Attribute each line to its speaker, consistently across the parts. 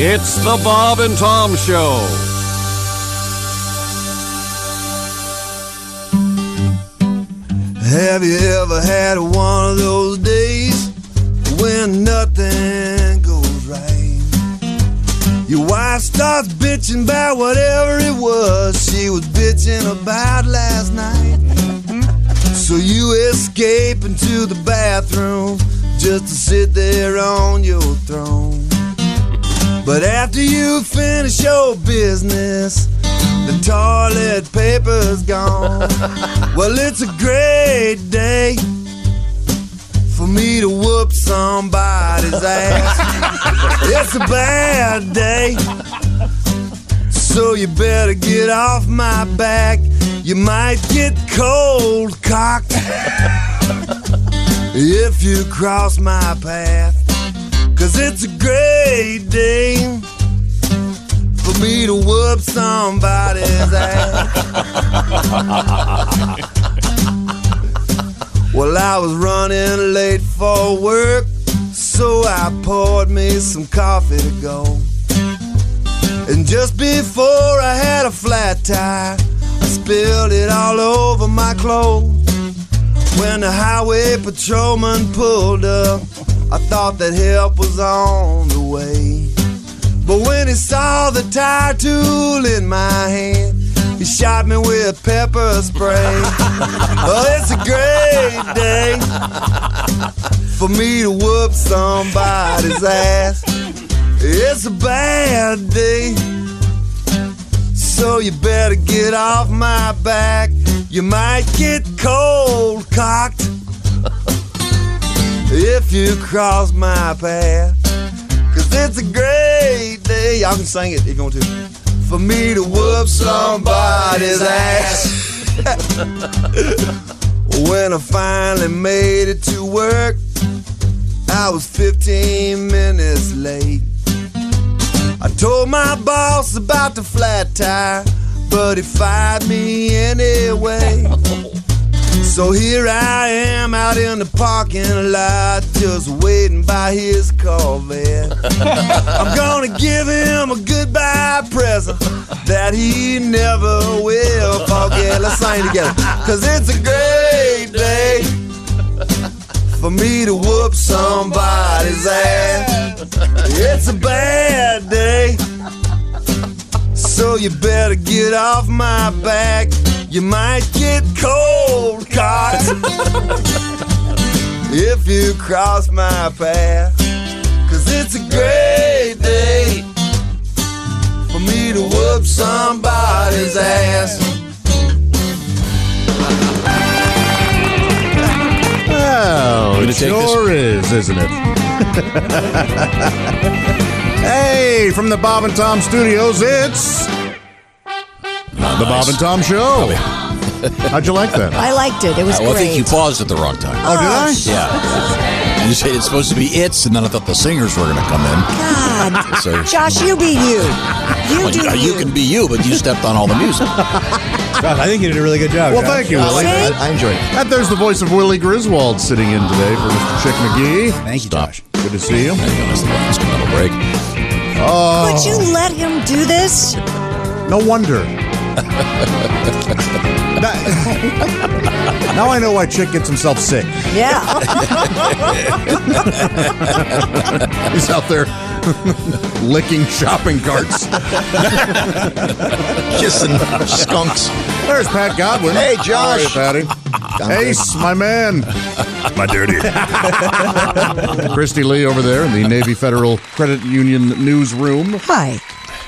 Speaker 1: It's the Bob and Tom Show.
Speaker 2: Have you ever had one of those days when nothing goes right? Your wife starts bitching about whatever it was she was bitching about last night. So you escape into the bathroom just to sit there on your throne. But after you finish your business, the toilet paper's gone. well, it's a great day for me to whoop somebody's ass. it's a bad day. So you better get off my back. You might get cold cocked if you cross my path. Cause it's a great day for me to whoop somebody's ass. Well, I was running late for work, so I poured me some coffee to go. And just before I had a flat tire, I spilled it all over my clothes. When the highway patrolman pulled up, I thought that help was on the way. But when he saw the tire tool in my hand, he shot me with pepper spray. oh, it's a great day
Speaker 3: Uh,
Speaker 2: for me to whoop somebody's ass. It's a bad day, so you better get off my back. You might get cold cocked if you cross my path. Cause it's a great day. Y'all can sing it if you want to. For me to whoop somebody's ass. when I finally made it to work, I was 15 minutes late. I told my boss about the flat tire, but he fired me anyway. So here I am out in the parking lot, just waiting by his Corvette. I'm gonna give him a goodbye present that he never will forget. Let's sing together, cause it's a great day for me to whoop somebody's ass. It's a bad day. So you better get off my back. You might get cold caught if you cross my path. Cause it's a great day for me to whoop somebody's ass.
Speaker 4: Oh, it sure is, isn't it? hey, from the Bob and Tom Studios, it's the Bob and Tom Show. How'd you like that?
Speaker 5: I liked it. It was
Speaker 6: well, I think
Speaker 5: great.
Speaker 6: you paused at the wrong time.
Speaker 4: Oh, did I?
Speaker 6: Yeah. You said it's supposed to be it's, and then I thought the singers were going to come in.
Speaker 5: God.
Speaker 6: So
Speaker 5: Josh, you be you. You
Speaker 6: Well,
Speaker 5: do
Speaker 6: you, you can be you, but you stepped on all the music.
Speaker 7: I think you did a really good job.
Speaker 4: Well,
Speaker 7: Josh.
Speaker 4: thank you, Willie.
Speaker 7: I, I enjoyed it.
Speaker 4: And there's the voice of Willie Griswold sitting in today for Mr. Chick McGee.
Speaker 7: Thank you, Josh.
Speaker 4: Good to see you. Oh.
Speaker 6: Hang on, that's the last little break.
Speaker 5: Would you let him do this?
Speaker 4: No wonder.
Speaker 7: Now I know why Chick gets himself sick.
Speaker 5: Yeah.
Speaker 4: He's out there licking shopping carts.
Speaker 6: Kissing skunks.
Speaker 4: There's Pat Godwin.
Speaker 6: Hey, Josh.
Speaker 4: How are you, Patty. Ace, my man. My dirty. Christy Lee over there in the Navy Federal Credit Union newsroom.
Speaker 5: Hi.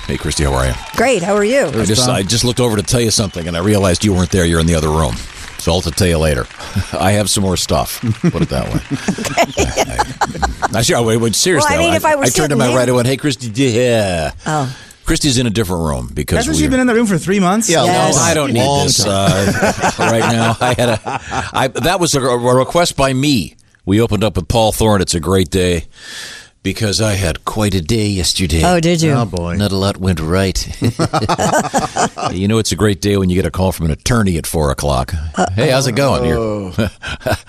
Speaker 6: Hey, Christy, how are you?
Speaker 5: Great. How are you?
Speaker 6: I just, I just looked over to tell you something, and I realized you weren't there. You're in the other room. So I'll have to tell you later. I have some more stuff. Put it that way. I, I, sure, wait, wait, seriously.
Speaker 5: Well, I mean, if I were
Speaker 6: turned to
Speaker 5: sitting
Speaker 6: my
Speaker 5: there-
Speaker 6: right, I went, "Hey, Christy, yeah."
Speaker 5: Oh.
Speaker 6: Christy's in a different room because
Speaker 7: Hasn't
Speaker 6: we
Speaker 7: she been in the room for three months?
Speaker 6: Yeah,
Speaker 5: Yes.
Speaker 6: well, I don't need
Speaker 7: Long
Speaker 6: this
Speaker 7: time.
Speaker 6: uh, right now. I had a, I, that was a, a request by me. We opened up with Paul Thorne. It's a great day. because I had quite a day yesterday.
Speaker 5: Oh, did you?
Speaker 7: Oh boy.
Speaker 6: Not a lot went right. you know, it's a great day when you get a call from an attorney at four o'clock. hey, how's it going?
Speaker 5: Oh.
Speaker 6: You're-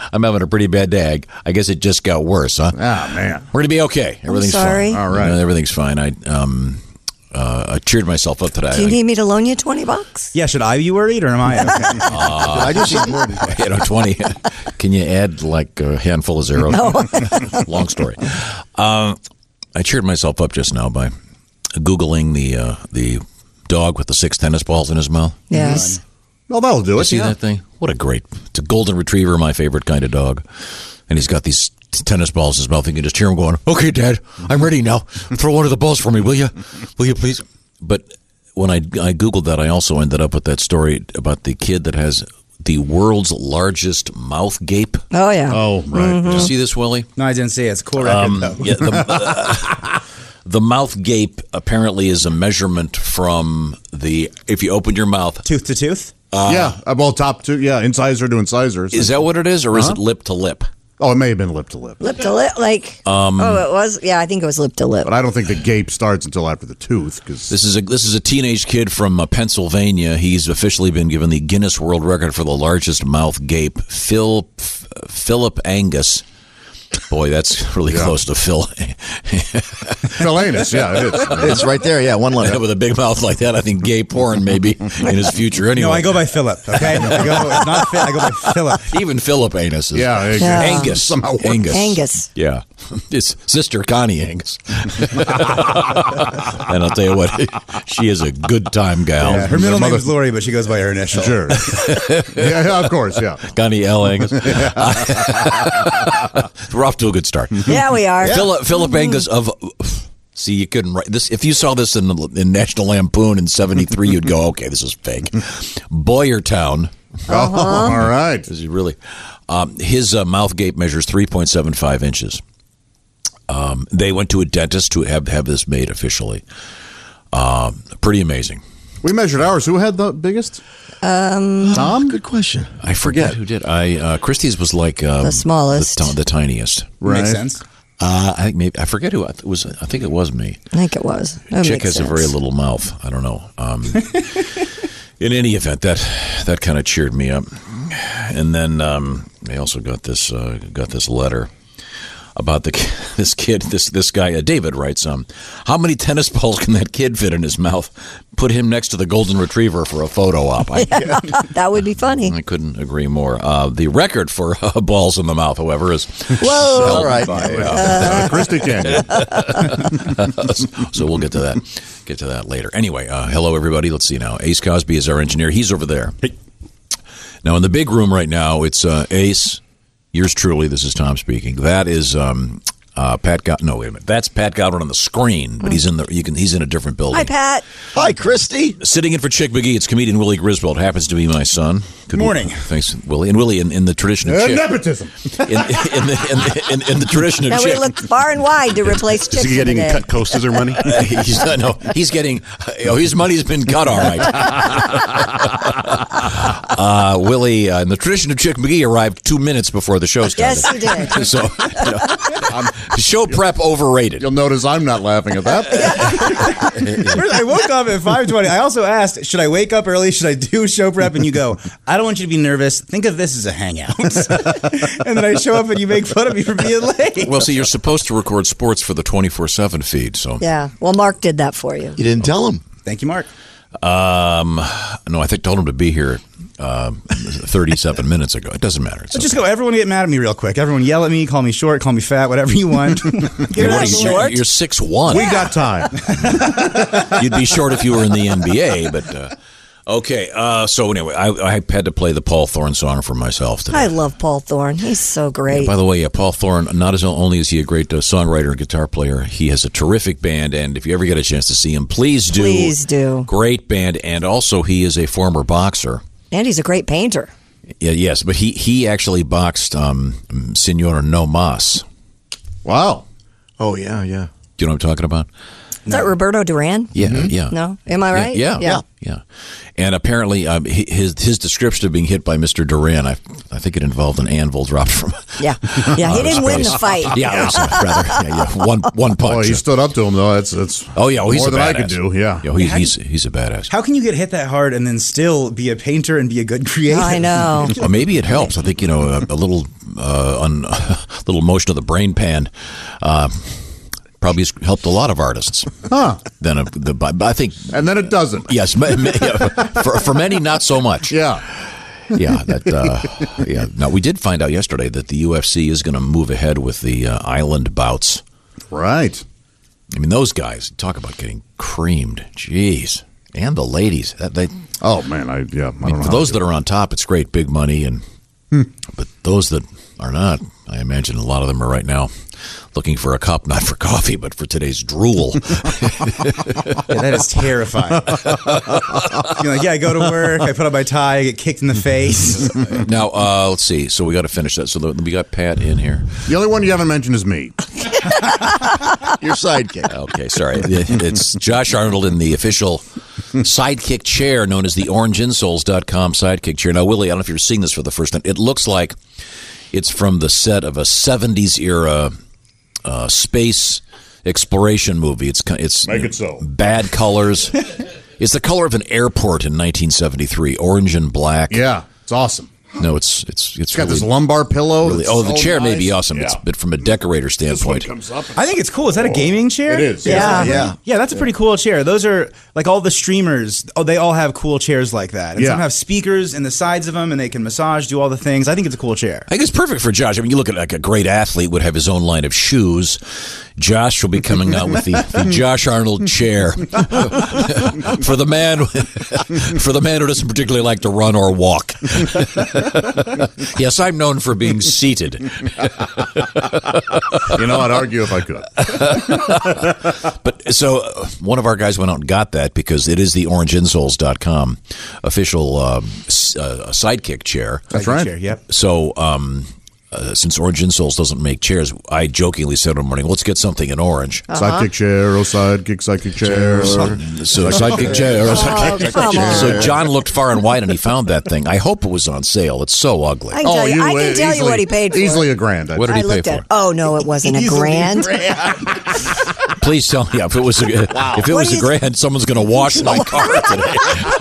Speaker 6: I'm having a pretty bad day. I I guess it just got worse, huh?
Speaker 4: Ah, man.
Speaker 6: We're gonna be okay. Everything's
Speaker 5: sorry.
Speaker 6: fine.
Speaker 4: All right.
Speaker 6: You know, everything's fine. I um, uh, I cheered myself up today.
Speaker 5: Do you need me to loan you 20 bucks?
Speaker 7: Yeah, should I be worried or
Speaker 8: Oh,
Speaker 7: am I? Okay.
Speaker 6: Uh,
Speaker 4: I just ignored it.
Speaker 6: Ah. you know, 20. Can you add like a handful of zeros? Long story. Um, I cheered myself up just now by Googling the uh, the dog with the six tennis balls in his mouth.
Speaker 5: Yes.
Speaker 7: well, that'll do
Speaker 6: You
Speaker 7: it.
Speaker 6: see
Speaker 7: yeah.
Speaker 6: that thing? What a great. It's a golden retriever, my favorite kind of dog. And he's got these t- tennis balls in his mouth. You can just hear him going, okay, Dad, I'm ready now. Throw one of the balls for me, will you? Will you please? But when I, I Googled that, I also ended up with that story about the kid that has the world's largest mouth gape.
Speaker 5: Oh, yeah.
Speaker 4: Oh, right.
Speaker 6: Did you see this, Willie?
Speaker 7: Mm-hmm.
Speaker 6: Um,
Speaker 7: No, I didn't see it. It's a cool record, though.
Speaker 6: Yeah, the, the mouth gape apparently is a measurement from the if you open your mouth.
Speaker 7: Tooth to tooth.
Speaker 4: yeah. uh, Well, top two. Yeah, incisor to incisor.
Speaker 6: Is that what it is, or is it lip to lip?
Speaker 4: oh, it may have been lip to lip.
Speaker 5: Lip to lip, like.
Speaker 6: Um,
Speaker 5: oh, it was? Yeah, I think it was lip to lip.
Speaker 4: But I don't think the gape starts until after the tooth because
Speaker 6: This is a this is a teenage kid from uh, Pennsylvania. He's officially been given the Guinness World Record for the largest mouth gape. Phil F- Philip Angus. Boy, that's really close to Phil.
Speaker 4: Philanus, yeah, it is.
Speaker 8: It's right there. Yeah, one letter.
Speaker 6: With a big mouth like that, I think gay porn maybe in his future. Anyway,
Speaker 7: No, I go by Philip. Okay, I go it's not Phil, I go by Philip.
Speaker 6: even Philip Anus. Is,
Speaker 4: Yeah, it-
Speaker 5: Yeah.
Speaker 6: Angus.
Speaker 4: Somehow works.
Speaker 6: Angus.
Speaker 5: Angus.
Speaker 6: Yeah. It's sister Connie Angus. and I'll tell you what, she is a good time gal.
Speaker 7: Her middle name
Speaker 4: mother-
Speaker 7: is Lori, but she goes by her initial.
Speaker 4: Sure. yeah, yeah, of course, yeah.
Speaker 6: Connie L. Angus. We're off to a good start.
Speaker 5: Yeah, we are.
Speaker 6: Philip, Philip Angus of. See, you couldn't write this. If you saw this in, the- in National Lampoon in 73, you'd go, okay, this is fake. Boyertown.
Speaker 4: Oh, all right.
Speaker 6: Is he really? Um, his uh, mouth gape measures 3.75 inches. Um, they went to a dentist to have, have this made officially. Um, pretty amazing.
Speaker 4: We measured ours. Who had the biggest?
Speaker 5: Um,
Speaker 4: Uh,
Speaker 8: Tom? Good question.
Speaker 6: I forget who did. I uh, Christie's was like um,
Speaker 5: The smallest.
Speaker 6: the, ti- the tiniest.
Speaker 4: Right.
Speaker 7: Makes sense.
Speaker 6: Uh, I think maybe I forget who I th- was. I think it was me.
Speaker 5: I think it was. That
Speaker 6: Chick
Speaker 5: makes
Speaker 6: has
Speaker 5: sense.
Speaker 6: a very little mouth. I don't know. Um, in any event, that that kind of cheered me up. And then um, I also got this uh, got this letter about the ki- this kid this this guy uh, David writes um how many tennis balls can that kid fit in his mouth? Put him next to the golden retriever for a photo op. I,
Speaker 5: That would be funny.
Speaker 6: I couldn't agree more. Uh, the record for uh, balls in the mouth, however, is
Speaker 5: Whoa.
Speaker 6: held
Speaker 8: All right.
Speaker 6: by, uh,
Speaker 4: Uh, Christy Canyon.
Speaker 6: so we'll get to that get to that later. Anyway, uh, hello everybody. Let's see now. Ace Cosby is our engineer. He's over there. Now in the big room right now, it's uh, Ace. Yours truly. This is Tom speaking. That is um, uh, Pat. Go- no, wait a minute. That's Pat Godwin on the screen, but he's in the. You can. He's in a different building.
Speaker 5: Hi, Pat.
Speaker 8: Hi, Christy.
Speaker 6: Sitting in for Chick McGee, it's comedian Willie Griswold. Happens to be my son. Good
Speaker 7: Morning.
Speaker 6: Thanks, Willie. And Willie, in, in the tradition of
Speaker 4: Uh,
Speaker 6: Chick,
Speaker 4: nepotism.
Speaker 6: in, in, the, in, the, in, in the tradition of
Speaker 5: Now we
Speaker 6: Chick,
Speaker 5: looked far and wide to replace Chick.
Speaker 8: Is he getting
Speaker 5: today.
Speaker 8: cut coasters or money?
Speaker 6: he's not, no, he's getting. Oh, his money's been cut. All right. uh, Willie, uh, in the tradition of Chick McGee, arrived two minutes before the show started.
Speaker 5: Yes, he did.
Speaker 6: So, you know, show prep overrated.
Speaker 4: You'll notice I'm not laughing at that.
Speaker 7: First, I woke up at 5:20. I also asked, should I wake up early? Should I do show prep? And you go, I don't want you to be nervous. Think of this as a hangout. and then I show up and you make fun of me for being late.
Speaker 6: Well, see, you're supposed to record sports for the 24 7 feed. So,
Speaker 5: Yeah. Well, Mark did that for you.
Speaker 8: You didn't tell him.
Speaker 7: Thank you, Mark.
Speaker 6: um, no, I think told him to be here um 37 minutes ago. It doesn't matter. It's
Speaker 7: Just go. Everyone get mad at me real quick. Everyone yell at me. Call me short. Call me fat. Whatever you want.
Speaker 5: You're not
Speaker 6: What are you-
Speaker 5: short.
Speaker 6: You're six one.
Speaker 4: We got time.
Speaker 6: You'd be short if you were in the NBA, but uh, okay. Uh, so anyway, I, I had to play the Paul Thorne song for myself today.
Speaker 5: I love Paul Thorne. He's so great.
Speaker 6: By the way, yeah, Paul Thorne, not as only is he a great uh, songwriter and guitar player, he has a terrific band. And if you ever get a chance to see him, please do.
Speaker 5: Please do.
Speaker 6: Great band. And also, he is a former boxer.
Speaker 5: And he's a great painter.
Speaker 6: Yeah, yes, but he, he actually boxed um, Senor No Mas.
Speaker 4: Wow.
Speaker 8: Oh, yeah, yeah.
Speaker 6: Do you know what I'm talking about?
Speaker 5: Is that Roberto Duran?
Speaker 6: Yeah, yeah.
Speaker 5: Mm-hmm. No? Am I right?
Speaker 6: Yeah,
Speaker 5: Yeah.
Speaker 6: yeah, yeah. And apparently, um, hi- his his description of being hit by Mister Duran, I I think it involved an anvil dropped from.
Speaker 5: Yeah. Yeah. He didn't win the fight.
Speaker 6: Yeah, or something, rather. Yeah, yeah. One one punch.
Speaker 4: Oh, you stood up to him though. That's that's.
Speaker 6: Oh, yeah, well, he's
Speaker 4: more
Speaker 6: a
Speaker 4: than I could
Speaker 6: badass.
Speaker 4: do. Yeah.
Speaker 6: Yo, he's, he's he's a badass.
Speaker 7: How can you get hit that hard and then still be a painter and be a good creator?
Speaker 5: I know.
Speaker 6: Well, maybe it helps. I think you know a, a little uh, un, a little motion of the brain pan. Uh, Probably has helped a lot of artists.
Speaker 4: Huh.
Speaker 6: Then a, the, but I think
Speaker 4: And then it doesn't.
Speaker 6: yes, ma- ma- yeah, for, for many not so much.
Speaker 4: Yeah.
Speaker 6: yeah, that. Uh, yeah. Now we did find out yesterday that the UFC is going to move ahead with the uh, island bouts.
Speaker 4: Right.
Speaker 6: I mean, those guys talk about getting creamed. Jeez, and the ladies. That they,
Speaker 4: Oh man, I yeah. I don't know.
Speaker 6: for
Speaker 4: how
Speaker 6: those
Speaker 4: to Hmm.
Speaker 6: that are on top, it's great, big money, and but those that are not, I imagine a lot of them are right now looking for a cup, not for coffee, but for today's drool.
Speaker 7: Yeah, that is terrifying. You're like, yeah, I go to work, I put on my tie, I get kicked in the face.
Speaker 6: now, uh, let's see. So we got to finish that. So the, we got Pat in here.
Speaker 4: do it. the only one you haven't mentioned is me.
Speaker 8: Your sidekick.
Speaker 6: Okay, sorry. It's Josh Arnold in the official sidekick chair known as the orangeinsoles.com sidekick chair. Now, Willie, I don't know if you're seeing this for the first time. It looks like it's from the set of a 70s era uh, space exploration movie. It's ki- it's
Speaker 4: Make it so.
Speaker 6: bad colors. it's the color of an airport in 1973, orange and black.
Speaker 4: Yeah, it's awesome.
Speaker 6: No, it's it's it's
Speaker 4: It's got this
Speaker 6: really-
Speaker 4: lumbar pillow.
Speaker 6: really-
Speaker 4: that's
Speaker 6: oh, the
Speaker 4: so
Speaker 6: chair may
Speaker 4: nice.
Speaker 6: be awesome. It's
Speaker 4: Yeah.
Speaker 6: but from a decorator
Speaker 4: This one
Speaker 6: standpoint.
Speaker 4: comes up.
Speaker 7: I think it's cool. Is that a gaming chair?
Speaker 4: It is.
Speaker 5: Yeah.
Speaker 8: Yeah.
Speaker 7: Yeah, that's a pretty cool chair. Those are like all the streamers. Oh, they all have cool chairs like that. And
Speaker 4: Yeah.
Speaker 7: Some have speakers in the sides of them, and they can massage, do all the things. I think it's a cool chair.
Speaker 6: I think it's perfect for Josh. I mean, you look at like a great athlete would have his own line of shoes. Josh will be coming out with the, the Josh Arnold chair for the man for the man who doesn't particularly like to run or walk. yes, I'm known for being seated,
Speaker 4: You know, I'd argue if I could.
Speaker 6: but so uh, one of our guys went out and got that because it is the OrangeInsoles.com official um, s- uh, sidekick chair.
Speaker 4: That's right.
Speaker 7: Chair, yep.
Speaker 6: So, um, uh, since Orange Insoles doesn't make chairs, I jokingly said one morning, "Let's get something in orange."
Speaker 5: Uh-huh.
Speaker 4: Sidekick chair, oh sidekick, sidekick chair.
Speaker 6: So sidekick chair.
Speaker 5: Oh, come on.
Speaker 6: So John looked far and wide and he found that thing. I hope it was on sale. It's so ugly.
Speaker 5: I can tell you, I
Speaker 4: uh,
Speaker 5: can tell you
Speaker 4: easily-
Speaker 5: what he paid for.
Speaker 4: Easily
Speaker 5: it.
Speaker 4: a grand. I
Speaker 6: What did
Speaker 5: I
Speaker 6: he pay
Speaker 5: looked
Speaker 6: for?
Speaker 5: at. Oh no, it wasn't a grand.
Speaker 6: Please tell me yeah, if it was a, if it
Speaker 5: What
Speaker 6: was
Speaker 5: do
Speaker 6: a
Speaker 5: you-
Speaker 6: grand, someone's going to wash my car today.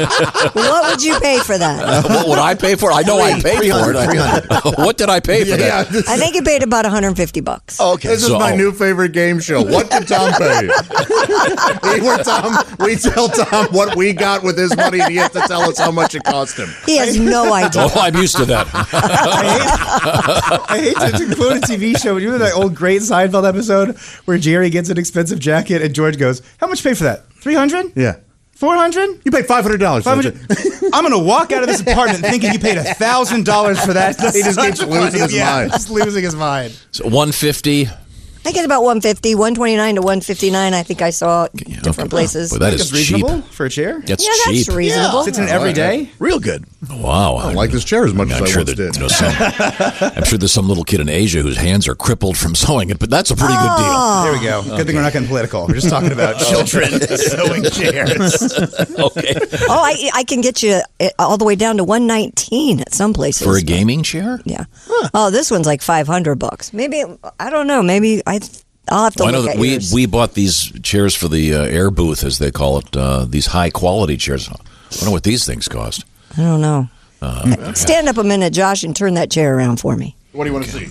Speaker 5: what would you pay for that?
Speaker 6: what would I pay for? it? I know I paid for it. I- what did I pay for
Speaker 4: think. yeah,
Speaker 6: that?
Speaker 4: this,
Speaker 5: I think he paid about 150 bucks. Oh,
Speaker 8: Okay.
Speaker 4: this is
Speaker 6: So-
Speaker 4: my new favorite game show. What did Tom pay? we were Tom. We tell Tom what we got with his money, and he has to tell us how much it cost him.
Speaker 5: he has no idea.
Speaker 6: Oh, I'm used to that.
Speaker 7: I hate to include a TV show. but You know that old great Seinfeld episode where Jerry gets an expensive jacket and George goes, How much pay for that? 300?
Speaker 4: Yeah,
Speaker 7: 400?
Speaker 4: you paid five hundred dollars.
Speaker 7: 500? I'm going to walk out of this apartment thinking you paid $1,000 for that.
Speaker 4: He just keeps losing his
Speaker 7: Yeah,
Speaker 4: mind.
Speaker 7: Just losing his mind.
Speaker 6: So 150.
Speaker 5: I get about 150, 129 to 159. I think I saw different places.
Speaker 6: Boy, that is
Speaker 7: That's
Speaker 6: cheap.
Speaker 7: reasonable for a chair.
Speaker 6: That's
Speaker 5: yeah,
Speaker 6: cheap.
Speaker 5: that's reasonable.
Speaker 7: Sits in it every day.
Speaker 8: Real good.
Speaker 6: Wow.
Speaker 4: I don't like this chair as much as I
Speaker 6: sure
Speaker 4: once
Speaker 6: that,
Speaker 4: did.
Speaker 6: you know, some, I'm sure there's some little kid in Asia whose hands are crippled from sewing it, but that's a pretty good deal.
Speaker 7: There we go. Good thing we're not getting political. We're just talking about children sewing chairs.
Speaker 6: okay.
Speaker 5: Oh, I, I can get you uh, all the way down to 119 at some places.
Speaker 6: For a gaming chair?
Speaker 5: Yeah. Oh, this one's like 500 bucks. Maybe I don't know. Maybe I I'll have to
Speaker 6: Well,
Speaker 5: look
Speaker 6: I know that
Speaker 5: at
Speaker 6: we,
Speaker 5: yours.
Speaker 6: we bought these chairs for the uh, air booth, as they call it, uh, these high quality chairs. I don't know what these things cost. Uh,
Speaker 5: I don't know. Stand up a minute, Josh, and turn that chair around for me.
Speaker 4: What do you want to see?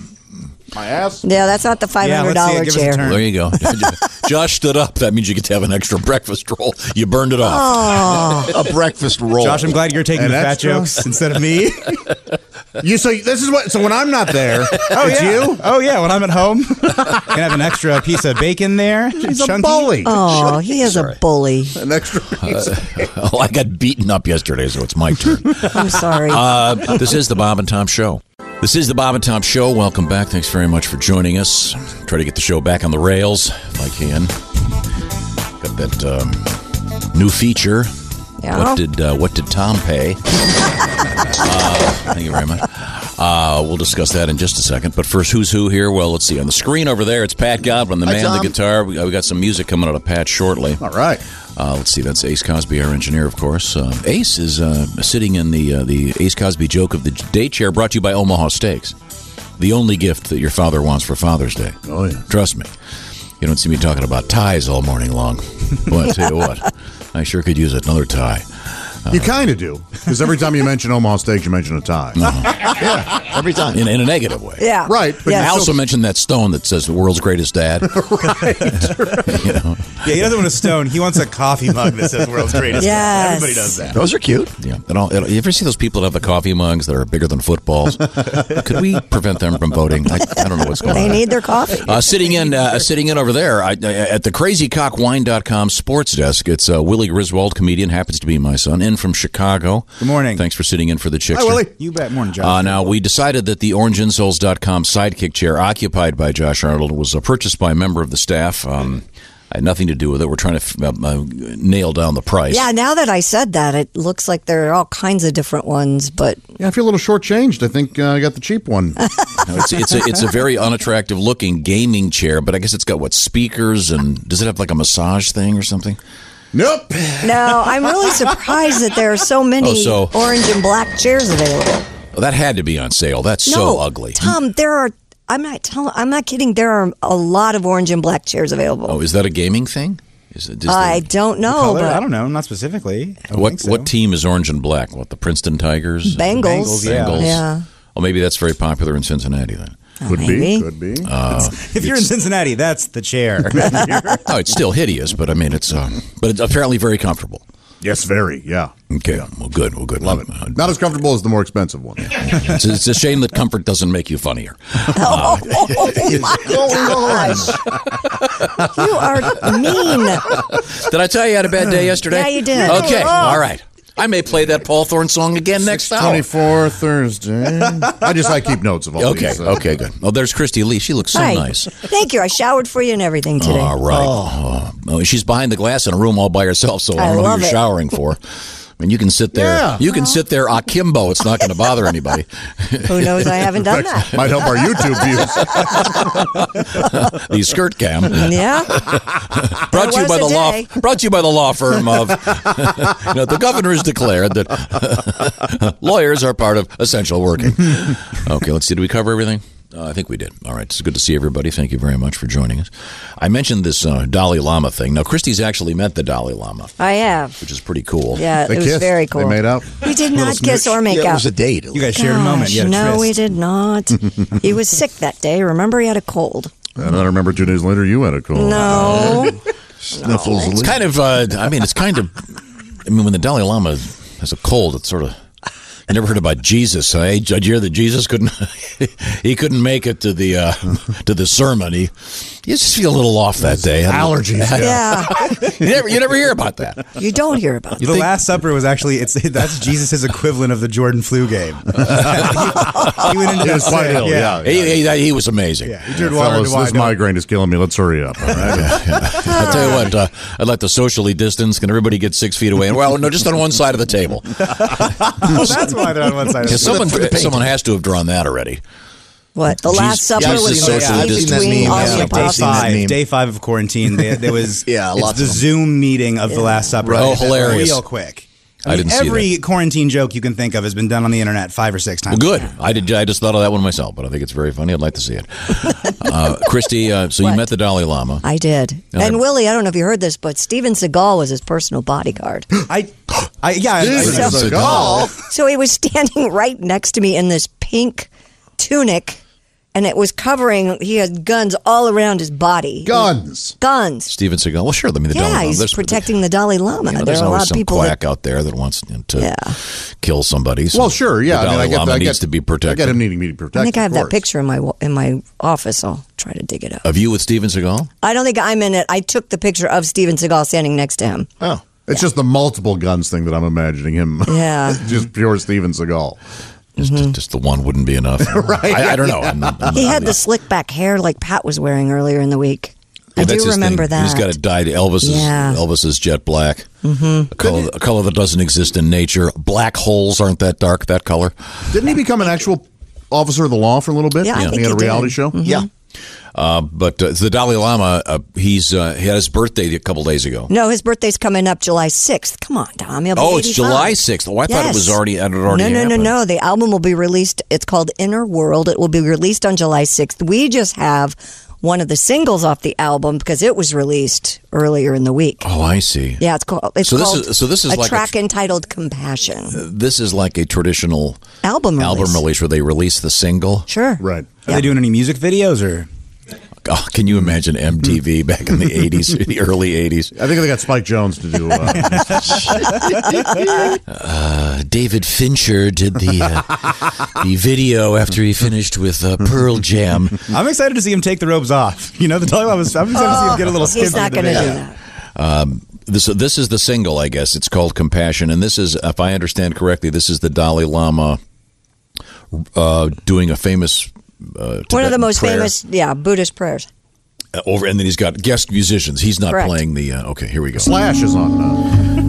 Speaker 4: My ass.
Speaker 5: Yeah, that's not the five
Speaker 7: Yeah,
Speaker 5: hundred
Speaker 7: let's see
Speaker 5: dollar
Speaker 7: it. Give us a
Speaker 5: chair.
Speaker 7: turn.
Speaker 6: There you go. Josh stood up. That means you get to have an extra breakfast roll. You burned it off.
Speaker 8: A breakfast roll.
Speaker 7: Josh, I'm glad you're taking
Speaker 4: And
Speaker 7: the fat
Speaker 4: extra?
Speaker 7: jokes instead of me.
Speaker 4: You so this is what. So when I'm not there,
Speaker 7: Oh
Speaker 4: it's
Speaker 7: yeah.
Speaker 4: you.
Speaker 7: Oh yeah. When I'm at home, can have an extra piece of bacon there.
Speaker 4: He's a bully.
Speaker 5: Oh, he is a bully.
Speaker 4: An extra
Speaker 7: Uh,
Speaker 4: piece.
Speaker 6: oh, I got beaten up yesterday, so it's my turn.
Speaker 5: I'm sorry.
Speaker 6: Uh, this is the Bob and Tom Show. This is the Bob and Tom Show. Welcome back. Thanks very much for joining us. Try to get the show back on the rails if I can. Got that um, new feature.
Speaker 5: Yeah.
Speaker 6: What did uh, What did Tom pay? uh, thank you very much. Uh, we'll discuss that in just a second. But first, who's who here? Well, let's see. On the screen over there, it's Pat Godwin, the
Speaker 8: Hi,
Speaker 6: man, of
Speaker 8: Tom.
Speaker 6: the guitar. We, we got some music coming out of Pat shortly.
Speaker 4: All right.
Speaker 6: Uh, let's see. That's Ace Cosby, our engineer, of course. Uh, Ace is uh, sitting in the uh, the Ace Cosby joke of the day chair, brought to you by Omaha Steaks. The only gift that your father wants for Father's Day.
Speaker 4: Oh, yeah.
Speaker 6: Trust me. You don't see me talking about ties all morning long. But I tell you what, I sure could use another tie. Uh,
Speaker 4: You kind of do. Because every time you mention Omaha Steaks, you mention a tie.
Speaker 8: Yeah, every time.
Speaker 6: Uh-huh. in, in a negative way.
Speaker 5: Yeah.
Speaker 4: Right, but
Speaker 6: I
Speaker 5: yeah.
Speaker 6: also mentioned that stone that says the world's greatest dad.
Speaker 7: Yeah, he doesn't want a stone. He wants a coffee mug that says "World's Greatest."
Speaker 5: Yes.
Speaker 7: everybody does that.
Speaker 8: Those are cute.
Speaker 6: yeah. And all, you ever see those people that have the coffee mugs that are bigger than footballs? Could we prevent them from voting? I, I don't know what's going
Speaker 5: they
Speaker 6: on.
Speaker 5: need their coffee.
Speaker 6: uh, sitting in, uh, sitting in over there I, I, at the crazycockwine.com sports desk. It's uh, Willie Griswold, comedian, happens to be my son, in from Chicago.
Speaker 7: Good morning.
Speaker 6: Thanks for sitting in for the chick.
Speaker 4: Hi, Willie.
Speaker 7: You bet. Morning, Josh.
Speaker 6: Uh, now, we decided that the orangeinsouls.com sidekick chair occupied by Josh Arnold was uh, purchased by a member of the staff. Um, I had nothing to do with it. We're trying to f- uh, uh, nail down the price.
Speaker 5: Yeah, now that I said that, it looks like there are all kinds of different ones, but
Speaker 4: Yeah, I feel a little shortchanged. I think uh, I got the cheap one.
Speaker 6: No, it's, it's, a, it's a very unattractive looking gaming chair, but I guess it's got what, speakers and does it have like a massage thing or something?
Speaker 4: nope.
Speaker 5: no, I'm really surprised that there are so many
Speaker 6: Oh, so-
Speaker 5: orange and black chairs available.
Speaker 6: Oh, that had to be on sale. That's
Speaker 5: no,
Speaker 6: so ugly.
Speaker 5: Tom, there are. I'm not telling. I'm not kidding. There are a lot of orange and black chairs available.
Speaker 6: Oh, is that a gaming thing? Is it, does
Speaker 5: I
Speaker 6: the-
Speaker 5: don't know,
Speaker 7: Color?
Speaker 5: but
Speaker 7: I don't know. Not specifically. I don't
Speaker 6: what
Speaker 7: think so.
Speaker 6: what team is orange and black? What the Princeton Tigers?
Speaker 5: Bengals.
Speaker 7: Bengals, yeah.
Speaker 6: Bengals?
Speaker 5: Yeah. Oh,
Speaker 6: Oh, maybe that's very popular in Cincinnati then. Uh,
Speaker 4: Could
Speaker 5: Maybe.
Speaker 4: be. Could be.
Speaker 7: If you're in Cincinnati, that's the chair.
Speaker 6: Oh, it's still hideous, but I mean, it's uh, but it's apparently very comfortable.
Speaker 4: yes, very. Yeah.
Speaker 6: Okay, well, good, well, good. Love it.
Speaker 4: Not as comfortable as the more expensive one.
Speaker 6: It's, it's a shame that comfort doesn't make you funnier.
Speaker 5: Oh, my gosh. you are mean.
Speaker 6: Did I tell you I had a bad day yesterday?
Speaker 5: Yeah, you did.
Speaker 6: Okay, all right. I may play that Paul Thorne song again next hour.
Speaker 4: 24 Thursday. I just I keep notes of all
Speaker 6: Okay,
Speaker 4: these. uh,
Speaker 6: okay, good. Oh, there's Christy Lee. She looks so
Speaker 5: Hi.
Speaker 6: nice.
Speaker 5: Thank you. I showered for you and everything today.
Speaker 6: All right. Oh. oh, she's behind the glass in a room all by herself, so I
Speaker 5: I
Speaker 6: don't know who
Speaker 5: love
Speaker 6: you're
Speaker 5: it.
Speaker 6: showering for. I mean, you can sit there.
Speaker 4: Yeah.
Speaker 6: You can sit there akimbo. It's not going to bother anybody.
Speaker 5: Who knows? I haven't done that.
Speaker 4: Might help our YouTube views.
Speaker 6: the skirt cam
Speaker 5: Yeah.
Speaker 6: brought to you
Speaker 5: was
Speaker 6: by
Speaker 5: a
Speaker 6: the
Speaker 5: day.
Speaker 6: law brought to you by the law firm of. you know, the governor has declared that lawyers are part of essential working. Okay, let's see. Did we cover everything? Uh, I think we did. All right. It's good to see everybody. Thank you very much for joining us. I mentioned this uh, Dalai Lama thing. Now, Christie's actually met the Dalai Lama,
Speaker 5: I have.
Speaker 6: which is pretty cool.
Speaker 5: Yeah,
Speaker 4: They
Speaker 5: it was
Speaker 4: kissed.
Speaker 5: very cool.
Speaker 4: They made out.
Speaker 5: We did not kiss or make
Speaker 8: yeah, it
Speaker 5: out.
Speaker 8: was a date.
Speaker 7: You guys shared a moment.
Speaker 5: Gosh,
Speaker 7: Yeah,
Speaker 5: no,
Speaker 7: Tris.
Speaker 5: we did not. he was sick that day. Remember, he had a cold.
Speaker 4: And I remember two days later you had a
Speaker 6: Oh,
Speaker 4: cold.
Speaker 5: No.
Speaker 8: sniffles.
Speaker 6: It's Oh, kind of. Uh, I mean, it's kind of. I mean, when the Dalai Lama has a cold, it's sort of. I never heard about Jesus. I did you hear that Jesus couldn't. he couldn't make it to the uh, to the sermon. He, you just feel a little off that day. I don't-
Speaker 4: Allergies.
Speaker 5: yeah.
Speaker 6: You never, you never hear about that.
Speaker 5: You don't hear about
Speaker 7: The
Speaker 5: it.
Speaker 7: Last Supper was actually it's that's Jesus' equivalent of the Jordan flu game. he went into
Speaker 4: He
Speaker 7: that
Speaker 4: was quite
Speaker 7: sick,
Speaker 4: ill. Yeah.
Speaker 6: He, he, that- he was amazing.
Speaker 7: Yeah, he turned water
Speaker 4: Fellas,
Speaker 7: into wine.
Speaker 4: this migraine is killing me. Let's hurry up. all right?
Speaker 6: I'll tell you what. Uh, I'd like to socially distance. Can everybody get six feet away? And well, no, just on one side of the table.
Speaker 7: Oh, that's why they're on one side. Of
Speaker 6: 'Cause
Speaker 7: the
Speaker 6: Someone, someone has to have drawn that already.
Speaker 5: What? The Last Supper
Speaker 6: Jesus
Speaker 5: was
Speaker 6: socially
Speaker 5: the
Speaker 6: distanced.
Speaker 5: between
Speaker 8: Yeah,
Speaker 5: all the
Speaker 8: like
Speaker 7: Day
Speaker 8: I've seen
Speaker 5: apostles.
Speaker 8: that
Speaker 7: five,
Speaker 8: meme.
Speaker 7: day five of quarantine, there, there was
Speaker 8: Yeah,
Speaker 7: it's
Speaker 8: lots
Speaker 7: the
Speaker 8: of 'em.
Speaker 7: Zoom meeting of the Last Supper.
Speaker 6: Oh,
Speaker 7: They did it
Speaker 6: hilarious.
Speaker 7: Real quick.
Speaker 6: I
Speaker 7: I mean,
Speaker 6: didn't see
Speaker 7: every quarantine joke you can think of has been done on the internet five or six times.
Speaker 6: Well, good. I did. I just thought of that one myself, but I think it's very funny. I'd like to see it. Uh, Christy, uh, so you
Speaker 5: What?
Speaker 6: met the Dalai Lama.
Speaker 5: I did.
Speaker 6: I-
Speaker 5: And Willie, I don't know if you heard this, but Steven Seagal was his personal bodyguard.
Speaker 7: I, I yeah, I-
Speaker 4: Jesus
Speaker 7: I-
Speaker 5: So- So he was standing right next to me in this pink tunic, and it was covering. He had guns all around his body.
Speaker 4: Guns.
Speaker 5: Guns.
Speaker 6: Steven Seagal. Well, sure. I mean, the Dalai
Speaker 5: Yeah,
Speaker 6: Lama.
Speaker 5: he's
Speaker 6: There's-
Speaker 5: protecting the Dalai Lama.
Speaker 6: you know,
Speaker 5: there
Speaker 6: there's
Speaker 5: are a
Speaker 6: always
Speaker 5: lot of
Speaker 6: some
Speaker 5: people
Speaker 6: quack
Speaker 5: that.
Speaker 6: out there that wants you know, to
Speaker 5: Yeah.
Speaker 6: kill somebody. so
Speaker 4: Well, sure. Yeah.
Speaker 6: the Dalai
Speaker 4: I mean, I get,
Speaker 6: Lama
Speaker 4: I get,
Speaker 6: needs to be
Speaker 4: I get him
Speaker 6: protected.
Speaker 4: needing me to protect.
Speaker 5: I think I have
Speaker 4: of
Speaker 5: that
Speaker 4: course.
Speaker 5: picture in my wa- in my office. I'll try to dig it up.
Speaker 6: Of you with Steven Seagal?
Speaker 5: I don't think I'm in it. I took the picture of Steven Seagal standing next to him.
Speaker 8: Oh.
Speaker 4: It's just the multiple guns thing that I'm imagining him.
Speaker 5: Yeah. Mm-hmm.
Speaker 4: just pure Steven Seagal.
Speaker 6: Just, just the one wouldn't be enough. right. I, I don't know. I'm not, I'm
Speaker 5: He
Speaker 6: not-
Speaker 5: had the slick back hair like Pat was wearing earlier in the week.
Speaker 6: Well,
Speaker 5: I
Speaker 6: that's
Speaker 5: do
Speaker 6: his
Speaker 5: remember
Speaker 6: thing.
Speaker 5: that.
Speaker 6: He's got it dyed Elvis's
Speaker 5: Yeah.
Speaker 6: Elvis's jet black, mm-hmm. a, color, a color that doesn't exist in nature. Black holes aren't that dark. That color.
Speaker 4: Didn't he become an actual officer of the law for a little bit?
Speaker 5: Yeah, I think
Speaker 4: he had a
Speaker 5: he
Speaker 4: reality
Speaker 5: did. Mm-hmm.
Speaker 4: show.
Speaker 8: Yeah.
Speaker 6: Uh, but uh, the Dalai Lama, uh, he's uh, he had his birthday a couple days ago.
Speaker 5: No, his birthday's coming up July 6th. Come on, Tom. He'll be
Speaker 6: Oh, it's
Speaker 5: 85.
Speaker 6: July sixth. Oh, I thought it was
Speaker 5: Yes.
Speaker 6: already. It had already.
Speaker 5: no, no,
Speaker 6: happened.
Speaker 5: no, no. The album will be released. It's called Inner World. It will be released on July 6th. We just have one of the singles off the album because it was released earlier in the week.
Speaker 6: Oh, I see.
Speaker 5: Yeah, it's called. It's
Speaker 6: So this
Speaker 5: called
Speaker 6: is- so this is
Speaker 5: a
Speaker 6: like a
Speaker 5: track
Speaker 6: tr-
Speaker 5: entitled "Compassion"
Speaker 6: Uh, This is like a traditional
Speaker 5: album release.
Speaker 6: album release where they release the single.
Speaker 5: Sure.
Speaker 4: Right.
Speaker 7: Are they doing any music videos or?
Speaker 6: Oh, can you imagine MTV back in the eighties, the early eighties?
Speaker 4: I think they got Spike Jones to do. Uh,
Speaker 6: Uh, David Fincher did the uh, the video after he finished with uh, Pearl Jam.
Speaker 7: I'm excited to see him take the robes off. You know, the Dalai Lama's. I'm excited to see him get a little.
Speaker 5: Oh, He's
Speaker 7: skimpy
Speaker 5: not
Speaker 7: in
Speaker 5: going
Speaker 7: the
Speaker 5: to do
Speaker 7: video.
Speaker 5: that.
Speaker 6: Um, This this is the single, I guess. It's called Compassion, and this is, if I understand correctly, this is the Dalai Lama uh, doing a famous. Uh,
Speaker 5: One of the
Speaker 6: Tibetan
Speaker 5: most
Speaker 6: prayer.
Speaker 5: famous, yeah, Buddhist prayers.
Speaker 6: Uh, over, and then he's got guest musicians. He's not
Speaker 5: Correct.
Speaker 6: playing the. Uh, okay, here we go.
Speaker 4: Flash is on.
Speaker 5: Mm-hmm.
Speaker 4: Uh,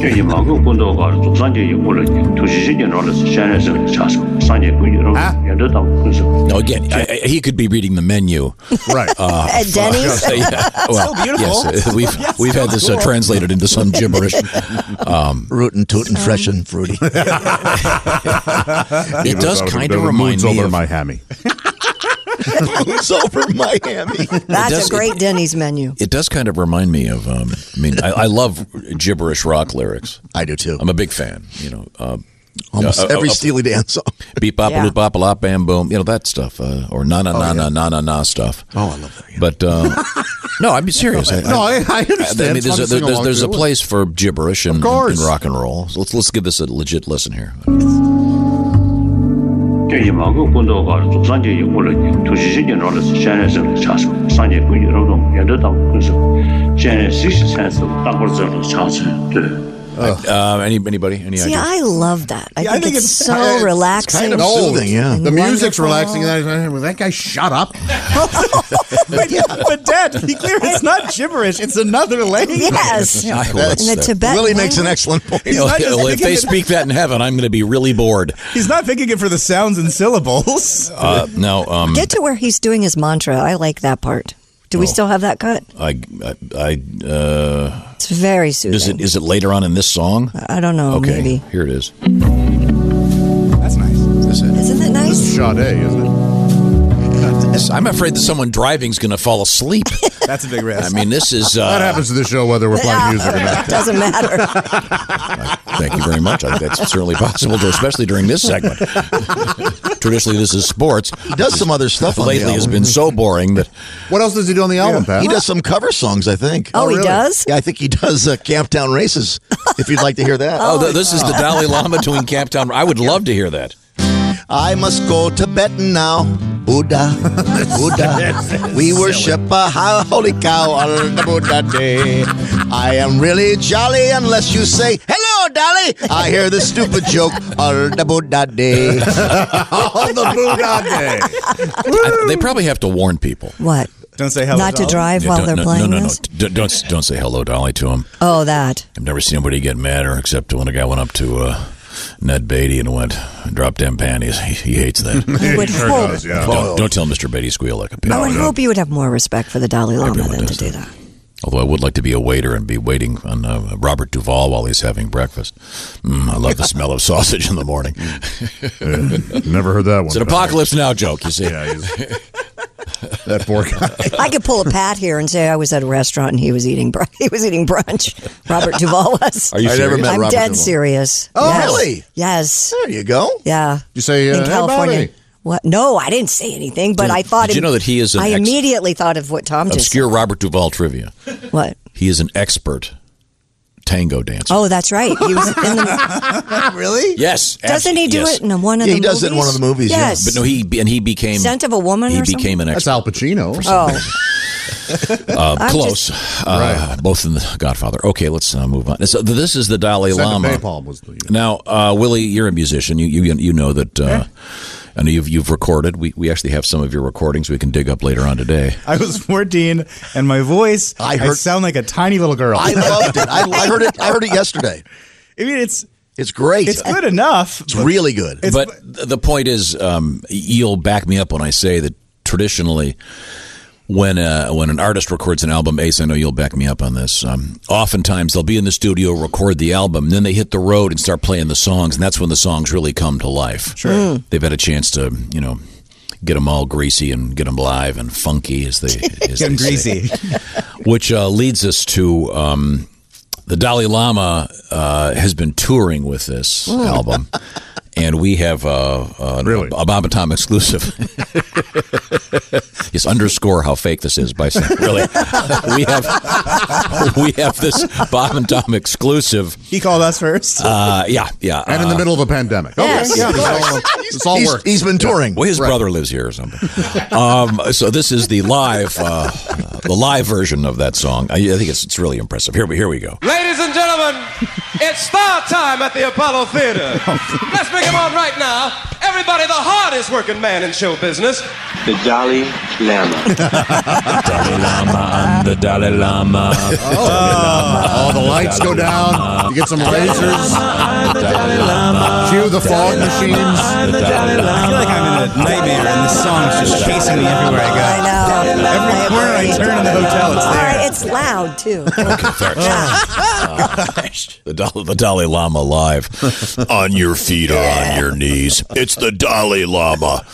Speaker 9: 这一马个滚刀杆，从上街引过来，就是十几年了，现在是啥时候？上街滚刀杆，沿着当棍手。
Speaker 6: No, again, I, I, he could be reading the menu.
Speaker 4: right.
Speaker 5: At Denny's,
Speaker 6: Uh, yeah, well,
Speaker 7: beautiful.
Speaker 6: Yes, uh, we've we've had this uh, translated into some gibberish. Um,
Speaker 8: Rootin' tootin' fresh and fruity.
Speaker 6: It does
Speaker 4: Out
Speaker 6: kind
Speaker 4: the-
Speaker 6: of
Speaker 4: the
Speaker 6: remind
Speaker 4: moon's
Speaker 6: me
Speaker 4: over
Speaker 6: of
Speaker 4: my hammy.
Speaker 8: It's over Miami.
Speaker 5: that's
Speaker 6: does-
Speaker 5: a great Denny's menu.
Speaker 6: It does kind of remind me of. Um, I mean, I, I love gibberish rock lyrics.
Speaker 8: I do too.
Speaker 6: I'm a big fan. You know, uh,
Speaker 8: Almost
Speaker 6: Uh, uh,
Speaker 8: every
Speaker 6: uh,
Speaker 8: Steely Dan song.
Speaker 6: beep bop
Speaker 5: Yeah.
Speaker 6: loop bop lop bam boom. You know that stuff, uh, or na na na na na na na stuff.
Speaker 8: Oh, I love that, yeah.
Speaker 6: But um, no, I'm serious. I,
Speaker 4: No, I, I
Speaker 6: I mean,
Speaker 4: understand. It's
Speaker 6: there's
Speaker 4: fun
Speaker 6: a,
Speaker 4: to sing
Speaker 6: there's,
Speaker 4: along
Speaker 6: there's
Speaker 4: to.
Speaker 6: a place for gibberish and,
Speaker 4: course.
Speaker 6: and rock and roll. So let's let's give this a legit listen here.
Speaker 9: 这一马个滚刀杆，从上街引过来，就是十几年了，现在是啥时候？上街滚刀杆，沿着当棍手。现在谁是先手？当棍手是啥时候？对。
Speaker 6: Uh, any, anybody? Any
Speaker 5: See,
Speaker 6: idea?
Speaker 5: I love that. I,
Speaker 7: Yeah, I
Speaker 5: think,
Speaker 7: think
Speaker 5: it's,
Speaker 7: it's
Speaker 5: so
Speaker 7: kind- it's
Speaker 5: relaxing.
Speaker 8: kind of soothing, yeah.
Speaker 5: and
Speaker 4: The music's
Speaker 5: wonderful.
Speaker 4: relaxing. That, that guy, shut up.
Speaker 7: But, but Dad, to be clear, it's not gibberish. It's another language.
Speaker 5: Yes.
Speaker 6: Yeah, well,
Speaker 5: And
Speaker 6: that's,
Speaker 5: the
Speaker 6: uh,
Speaker 5: Tibetan
Speaker 8: Willie makes an
Speaker 5: language.
Speaker 8: excellent point.
Speaker 6: you know,
Speaker 7: not just
Speaker 6: well, if
Speaker 7: thinking
Speaker 6: they
Speaker 7: it-
Speaker 6: speak that in heaven, I'm going to be really bored.
Speaker 7: He's not picking it for the sounds and syllables.
Speaker 6: Uh, no, um,
Speaker 5: Get to where he's doing his mantra. I like that part. Do
Speaker 6: Oh.
Speaker 5: we still have that cut?
Speaker 6: I, I, I uh,
Speaker 5: It's very soothing.
Speaker 6: is it is it later on in this song?
Speaker 5: I don't know.
Speaker 6: Okay,
Speaker 5: Maybe
Speaker 6: here it is.
Speaker 7: That's nice.
Speaker 6: That's
Speaker 5: isn't
Speaker 6: it.
Speaker 5: it
Speaker 4: This
Speaker 5: nice?
Speaker 4: is Sade, isn't it?
Speaker 6: This- I'm afraid that someone driving's going to fall asleep.
Speaker 7: That's a big risk.
Speaker 6: I mean, this is.
Speaker 4: That
Speaker 6: Uh,
Speaker 4: happens to the show whether we're playing music or not.
Speaker 5: Doesn't matter.
Speaker 6: thank you very much. I, that's certainly possible, to, especially during this segment. Traditionally, this is sports.
Speaker 8: He does some other stuff on the
Speaker 6: Lately, has
Speaker 8: album.
Speaker 6: been so boring that
Speaker 4: What else does he do on the album, Pat?
Speaker 8: He does some cover songs, I think.
Speaker 5: Oh, he does?
Speaker 8: Yeah, I think he does uh, Camp Town Races, if you'd like to hear that. Uh,
Speaker 6: oh, th- this is the Dalai Lama doing Camp Town. I would love to hear that.
Speaker 8: I must go Tibetan now. Buddha, Buddha. we worship a ho- holy cow on the Buddha day. I am really jolly unless you say, hello, Dolly. I hear the stupid joke on the Buddha day.
Speaker 4: on the Buddha Day.
Speaker 6: I, they probably have to warn people.
Speaker 5: What?
Speaker 7: Don't say hello.
Speaker 5: Not to
Speaker 7: Dolly.
Speaker 5: drive
Speaker 6: Yeah,
Speaker 5: while
Speaker 6: don't-
Speaker 5: they're
Speaker 6: no,
Speaker 5: playing
Speaker 6: no, no,
Speaker 5: this?
Speaker 6: No, D- don't don't say hello, Dolly, to him.
Speaker 5: Oh, that.
Speaker 6: I've never seen anybody get madder except when a guy went up to uh, Ned Beatty and went, "Drop them panties." He, he hates that.
Speaker 5: I would hope.
Speaker 4: yeah.
Speaker 6: don't, don't tell Mr. Beatty squeal like a pig.
Speaker 5: Oh, I would hope you would have more respect for the Dalai Lama
Speaker 6: Everyone
Speaker 5: than to
Speaker 6: does
Speaker 5: do
Speaker 6: that.
Speaker 5: that.
Speaker 6: Although I would like to be a waiter and be waiting on uh, Robert Duvall while he's having breakfast. Mm, I love the smell of sausage in the morning.
Speaker 4: Never heard that one.
Speaker 6: It's an apocalypse now joke, you see.
Speaker 4: Yeah, he's- that poor guy.
Speaker 5: I could pull a pat here and say I was at a restaurant and he was eating br- he was eating brunch. Robert Duvall was.
Speaker 6: Are you
Speaker 8: I never
Speaker 6: serious?
Speaker 8: met
Speaker 5: I'm
Speaker 8: Robert
Speaker 5: dead
Speaker 8: Duvall.
Speaker 5: serious.
Speaker 8: Oh,
Speaker 5: Yes.
Speaker 8: really?
Speaker 5: Yes.
Speaker 8: There you go.
Speaker 5: Yeah.
Speaker 4: You say, uh,
Speaker 5: in
Speaker 4: "Hey,
Speaker 5: California.
Speaker 4: buddy."
Speaker 5: What? No, I didn't say anything, but I thought.
Speaker 6: did you know that he is an
Speaker 5: I
Speaker 6: ex-
Speaker 5: immediately thought of what Tom just.
Speaker 6: Obscure Robert Duvall trivia.
Speaker 5: said. What?
Speaker 6: He is an expert tango dancer.
Speaker 5: Oh, that's right. He was in the.
Speaker 8: Really?
Speaker 6: Yes.
Speaker 5: doesn't he do
Speaker 6: yes.
Speaker 5: it in one of
Speaker 8: Yeah,
Speaker 5: the?
Speaker 8: he
Speaker 5: movies?
Speaker 8: does it in one of the movies, yeah.
Speaker 5: Yes,
Speaker 6: But no, he and he became
Speaker 5: Scent of a Woman
Speaker 6: He
Speaker 5: or something?
Speaker 6: became an
Speaker 4: That's
Speaker 6: expert.
Speaker 4: Al Pacino.
Speaker 5: Oh,
Speaker 6: Uh,
Speaker 5: I'm
Speaker 6: close. uh, Both in the Godfather. Okay, let's uh, move on. So this is the Dalai Lama.
Speaker 4: Napalm was the.
Speaker 6: Now, uh, Willie, you're a musician. You you you know that. Uh, I know you've you've recorded. We we actually have some of your recordings we can dig up later on today.
Speaker 7: I was 14, and my voice, I,
Speaker 8: I heard-
Speaker 7: sound like a tiny little girl.
Speaker 8: I loved it. I, I heard it. I heard it yesterday.
Speaker 7: I mean, it's
Speaker 8: It's great.
Speaker 7: It's good enough.
Speaker 8: It's really good.
Speaker 6: but th- the point is, um, you'll back me up when I say that traditionally, when uh, when an artist records an album, Ace, I know you'll back me up on this. Um, oftentimes, they'll be in the studio, record the album, then they hit the road and start playing the songs, and that's when the songs really come to life. Sure, they've had a chance to, you know. Get them all greasy and get them live and funky, as they as
Speaker 7: Get 'em
Speaker 6: they say.
Speaker 7: greasy.
Speaker 6: which uh, leads us to um, the Dalai Lama uh, has been touring with this album, and we have uh, uh,
Speaker 4: Hmm. Really?
Speaker 6: a Bob and Tom exclusive. yes, underscore how fake this is by saying really. we have we have this Bob and Tom exclusive.
Speaker 7: He called us first.
Speaker 6: Uh, yeah, yeah.
Speaker 4: And in the
Speaker 6: uh,
Speaker 4: middle of a pandemic.
Speaker 5: Yes.
Speaker 4: yeah, it's all, it's all
Speaker 8: He's-
Speaker 4: work.
Speaker 8: he's been touring.
Speaker 6: well, his brother lives here or something. um, so this is the live, uh, the live version of that song. I, I think it's, it's really impressive. Here we here we go.
Speaker 10: Ladies and gentlemen, it's star time at the Apollo Theater. Let's bring him on right now. Everybody, the hardest working man in show business. The Dalai Lama.
Speaker 6: Dalai Lama, I'm the Dalai Lama.
Speaker 4: Oh. All the lights go down. You get some lasers. Oh,
Speaker 6: Dalai Lama.
Speaker 4: Cue the fog machines.
Speaker 6: The Dalai
Speaker 7: I feel
Speaker 6: Lama.
Speaker 7: like I'm in a nightmare, and this song's just chasing me everywhere
Speaker 5: I
Speaker 7: I
Speaker 5: know.
Speaker 7: go. Every corner I turn in the hotel, it's
Speaker 5: All right,
Speaker 7: there.
Speaker 5: it's loud too.
Speaker 6: The, Dal- the Dalai Lama live. on your feet or on your knees. It's the Dalai Lama.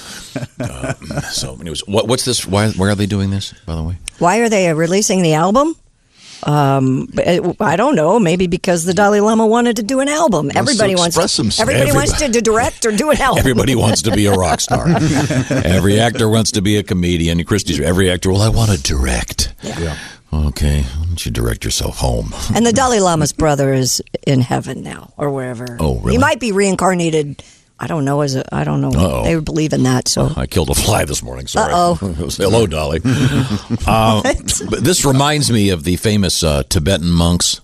Speaker 6: Um, so, anyways, what, what's this? Why, why are they doing this, by the way?
Speaker 5: Why are they releasing the album? Um, but it- I don't know. Maybe because the Dalai Lama wanted to do an album. everybody wants
Speaker 8: express himself.
Speaker 5: Everybody wants to, to direct or do an
Speaker 8: Oh.
Speaker 5: album.
Speaker 6: Everybody wants to be a rock star. every actor wants to be a comedian. Christie's, every actor, well, I want to direct. Yeah. Okay, why don't you direct yourself home?
Speaker 5: And the Dalai Lama's brother is in heaven now, or wherever.
Speaker 6: Oh, really?
Speaker 5: He might be reincarnated. I don't know. Is it? I don't know.
Speaker 6: Uh-oh. Uh-huh.
Speaker 5: They believe in that. So
Speaker 6: I killed a fly this morning. Sorry.
Speaker 5: Uh-oh.
Speaker 6: It was- Hello, Dolly. Uh, but this reminds me of the famous uh, Tibetan monks.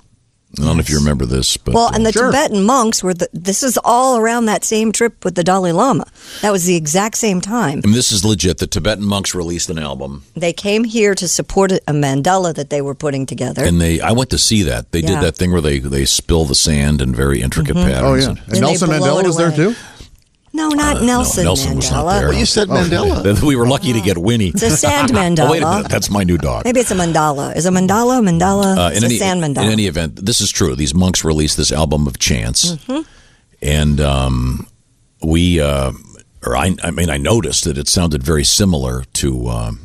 Speaker 6: I don't know if you remember this, but
Speaker 5: Well,
Speaker 6: uh,
Speaker 5: and the Tibetan monks were the, this is all around that same trip with the Dalai Lama. That was the exact same time.
Speaker 6: I mean, this is legit. The Tibetan monks released an album,
Speaker 5: They came here to support a mandala that they were putting together.
Speaker 6: and they I went to see that. They did
Speaker 5: Yeah. Mm-hmm.
Speaker 6: that thing where they they spill the sand in very intricate patterns.
Speaker 4: Oh, yeah.
Speaker 6: And-
Speaker 4: And
Speaker 5: Then
Speaker 4: Nelson
Speaker 5: they blow
Speaker 4: Mandela
Speaker 5: it
Speaker 4: was there,
Speaker 5: away.
Speaker 4: too?
Speaker 5: no, not Nelson,
Speaker 6: Uh, no, Nelson
Speaker 5: Mandela. Oh.
Speaker 6: was not there. Oh,
Speaker 8: Well, you said Mandela.
Speaker 6: Then we were lucky to get Winnie.
Speaker 5: It's a sand mandala.
Speaker 6: Oh, wait a minute. That's my new dog.
Speaker 5: Maybe it's a mandala. Is a mandala a mandala?
Speaker 6: Uh,
Speaker 5: it's a sand mandala.
Speaker 6: in any event, this is true. These monks released this album of
Speaker 5: Mm.
Speaker 6: chants,
Speaker 5: Mm-hmm.
Speaker 6: and um, we, uh, or I, I mean, I noticed that it sounded very similar to um,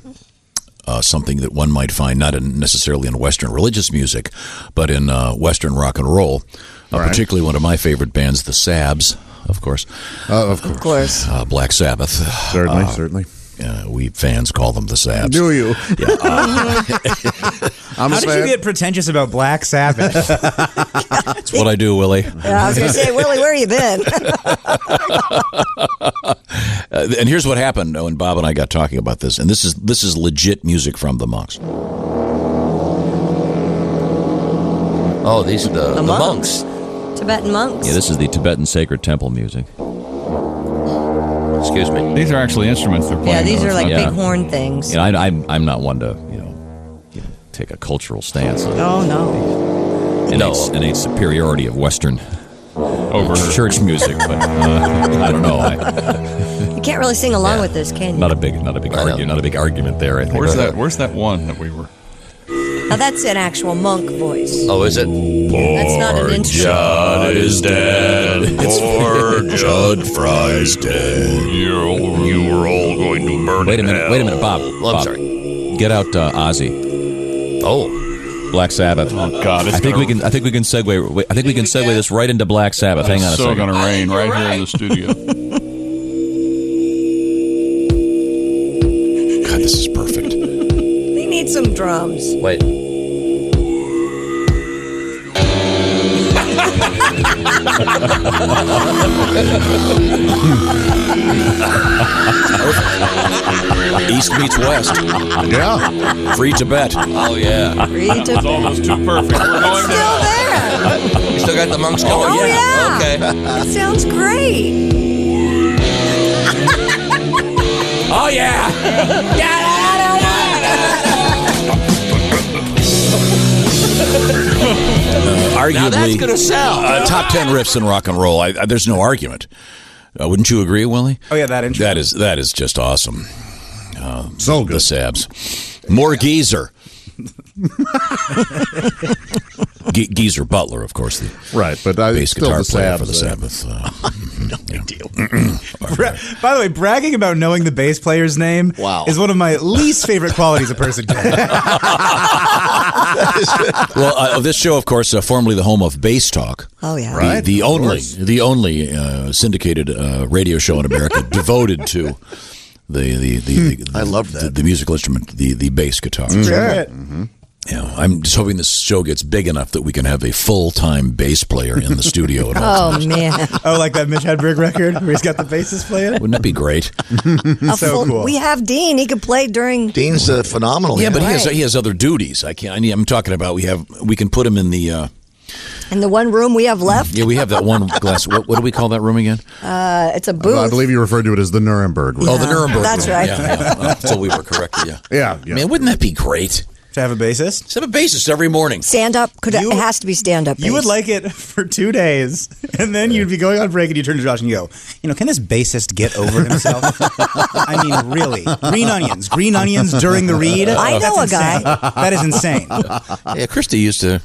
Speaker 6: uh, something that one might find not in, necessarily in Western religious music, but in uh, Western rock and roll. Uh,
Speaker 4: Right.
Speaker 6: Particularly one of my favorite bands, the Sabs, of course,
Speaker 4: Uh, of course.
Speaker 5: of course.
Speaker 6: uh, Black Sabbath.
Speaker 4: Certainly, certainly.
Speaker 6: Uh, we fans call them the Sabs. uh,
Speaker 4: Do you? I'm
Speaker 7: How
Speaker 4: a
Speaker 7: did you
Speaker 4: fan.
Speaker 7: get pretentious about Black Sabbath?
Speaker 6: That's what I do, Willie.
Speaker 5: Yeah, I was going to say, Willie, where you been?
Speaker 6: Uh, and here's what happened uh, when Bob and I got talking about this, and this is this is legit music from the monks.
Speaker 11: Oh, these are the, the monks.
Speaker 5: Tibetan monks.
Speaker 11: Yeah, this is the Tibetan sacred temple music. Excuse me.
Speaker 12: These are actually instruments they're playing.
Speaker 5: Yeah, these
Speaker 12: though,
Speaker 5: are
Speaker 12: it's
Speaker 5: like
Speaker 12: not-
Speaker 5: big horn things.
Speaker 11: You know, I, am I'm not one to you know, you know take a cultural stance on
Speaker 5: Oh no.
Speaker 11: innate, innate superiority of Western
Speaker 12: over.
Speaker 11: church music, but uh, I don't know. I,
Speaker 5: You can't really sing along with this, can you?
Speaker 11: not a big not a big argument not a big argument there. I think.
Speaker 12: Where's that? Where's that one that we were?
Speaker 5: now that's an actual monk voice.
Speaker 11: Oh, is it?
Speaker 5: that's not an instrument.
Speaker 6: Judd is dead. Poor Judd Fry's dead.
Speaker 10: You're all, you were all going to burn
Speaker 11: Wait a minute. Wait a minute, Bob. I'm Bob, sorry. Get out, uh, Ozzy. Oh,
Speaker 12: Black Sabbath. Oh God! It's
Speaker 11: I think
Speaker 12: gonna,
Speaker 11: we can. I think we can segue. wait, I think we can segue this right into Black Sabbath. Hang on a
Speaker 12: It's so
Speaker 11: second.
Speaker 12: gonna rain right here in the studio.
Speaker 6: God, this is perfect.
Speaker 5: They need some drums.
Speaker 11: Wait.
Speaker 6: East meets West.
Speaker 4: Yeah.
Speaker 6: Free Tibet.
Speaker 11: Oh yeah.
Speaker 5: Free to
Speaker 12: Almost too perfect. We're going
Speaker 5: Still there.
Speaker 11: You still got the monks going.
Speaker 5: Oh yeah. It sounds great.
Speaker 11: Oh yeah.
Speaker 6: Uh, arguably
Speaker 11: Now that's gonna sell.
Speaker 6: uh, top ten riffs in rock and roll. I, I, there's no argument. Uh, wouldn't you agree, Willie?
Speaker 7: Oh yeah, that intro.
Speaker 6: That is that is just awesome. Uh, so good. The Sabs, more geezer. Ge- geezer Butler, of course, the
Speaker 4: right, but I,
Speaker 6: bass
Speaker 4: still
Speaker 6: guitar
Speaker 4: the
Speaker 6: player
Speaker 4: Sabs,
Speaker 6: for the
Speaker 4: I-
Speaker 6: Sabbath. Uh,
Speaker 7: Bra- By the way, bragging about knowing the bass player's name wow. is one of my least favorite qualities a person can.
Speaker 6: well, uh, this show, of course, uh, formerly the home of Bass Talk.
Speaker 5: Oh, yeah.
Speaker 6: The-
Speaker 5: Right,
Speaker 6: The,
Speaker 5: of
Speaker 6: only,
Speaker 5: course.
Speaker 6: the only uh, syndicated uh, radio show in America devoted to the the the,
Speaker 5: Hmm.
Speaker 6: the, I love that the, the musical instrument, the the bass guitar.
Speaker 7: Sure.
Speaker 6: Yeah, I'm just hoping this show gets big enough that we can have a full time bass player in the studio. At all.
Speaker 5: Oh man,
Speaker 7: oh, like that Mitch Hedberg record where he's got the bassist playing.
Speaker 6: Wouldn't that be great?
Speaker 5: A
Speaker 7: So cool.
Speaker 5: We have Dean. He could play during.
Speaker 8: Dean's a phenomenal.
Speaker 6: Yeah, but he has
Speaker 5: Right.
Speaker 6: he has other duties. I can't. I need, I'm talking about we have we can put him in the. Uh,
Speaker 5: In the one room we have left,
Speaker 6: yeah, we have that one glass. What, what do we call that room again?
Speaker 5: uh, it's a booth.
Speaker 4: I believe you referred to it as the Nuremberg.
Speaker 6: Oh, the
Speaker 5: Yeah,
Speaker 6: Nuremberg.
Speaker 5: that's
Speaker 6: room.
Speaker 5: right.
Speaker 6: Yeah, yeah. Uh, so we were correct. Yeah.
Speaker 4: Yeah, yeah.
Speaker 6: Man, wouldn't that be great?
Speaker 7: To have a bassist?
Speaker 6: Just have a bassist every morning.
Speaker 5: Stand up. Could
Speaker 7: You-
Speaker 5: it has to be stand up.
Speaker 7: You would like it for two days, and then you'd be going on break, and you turn to Josh and you go, "You know, can this bassist get over himself? I mean, really, green onions, green onions during the read.
Speaker 5: I
Speaker 7: That's
Speaker 5: know a
Speaker 7: insane. That is insane.
Speaker 6: Yeah, Christy used to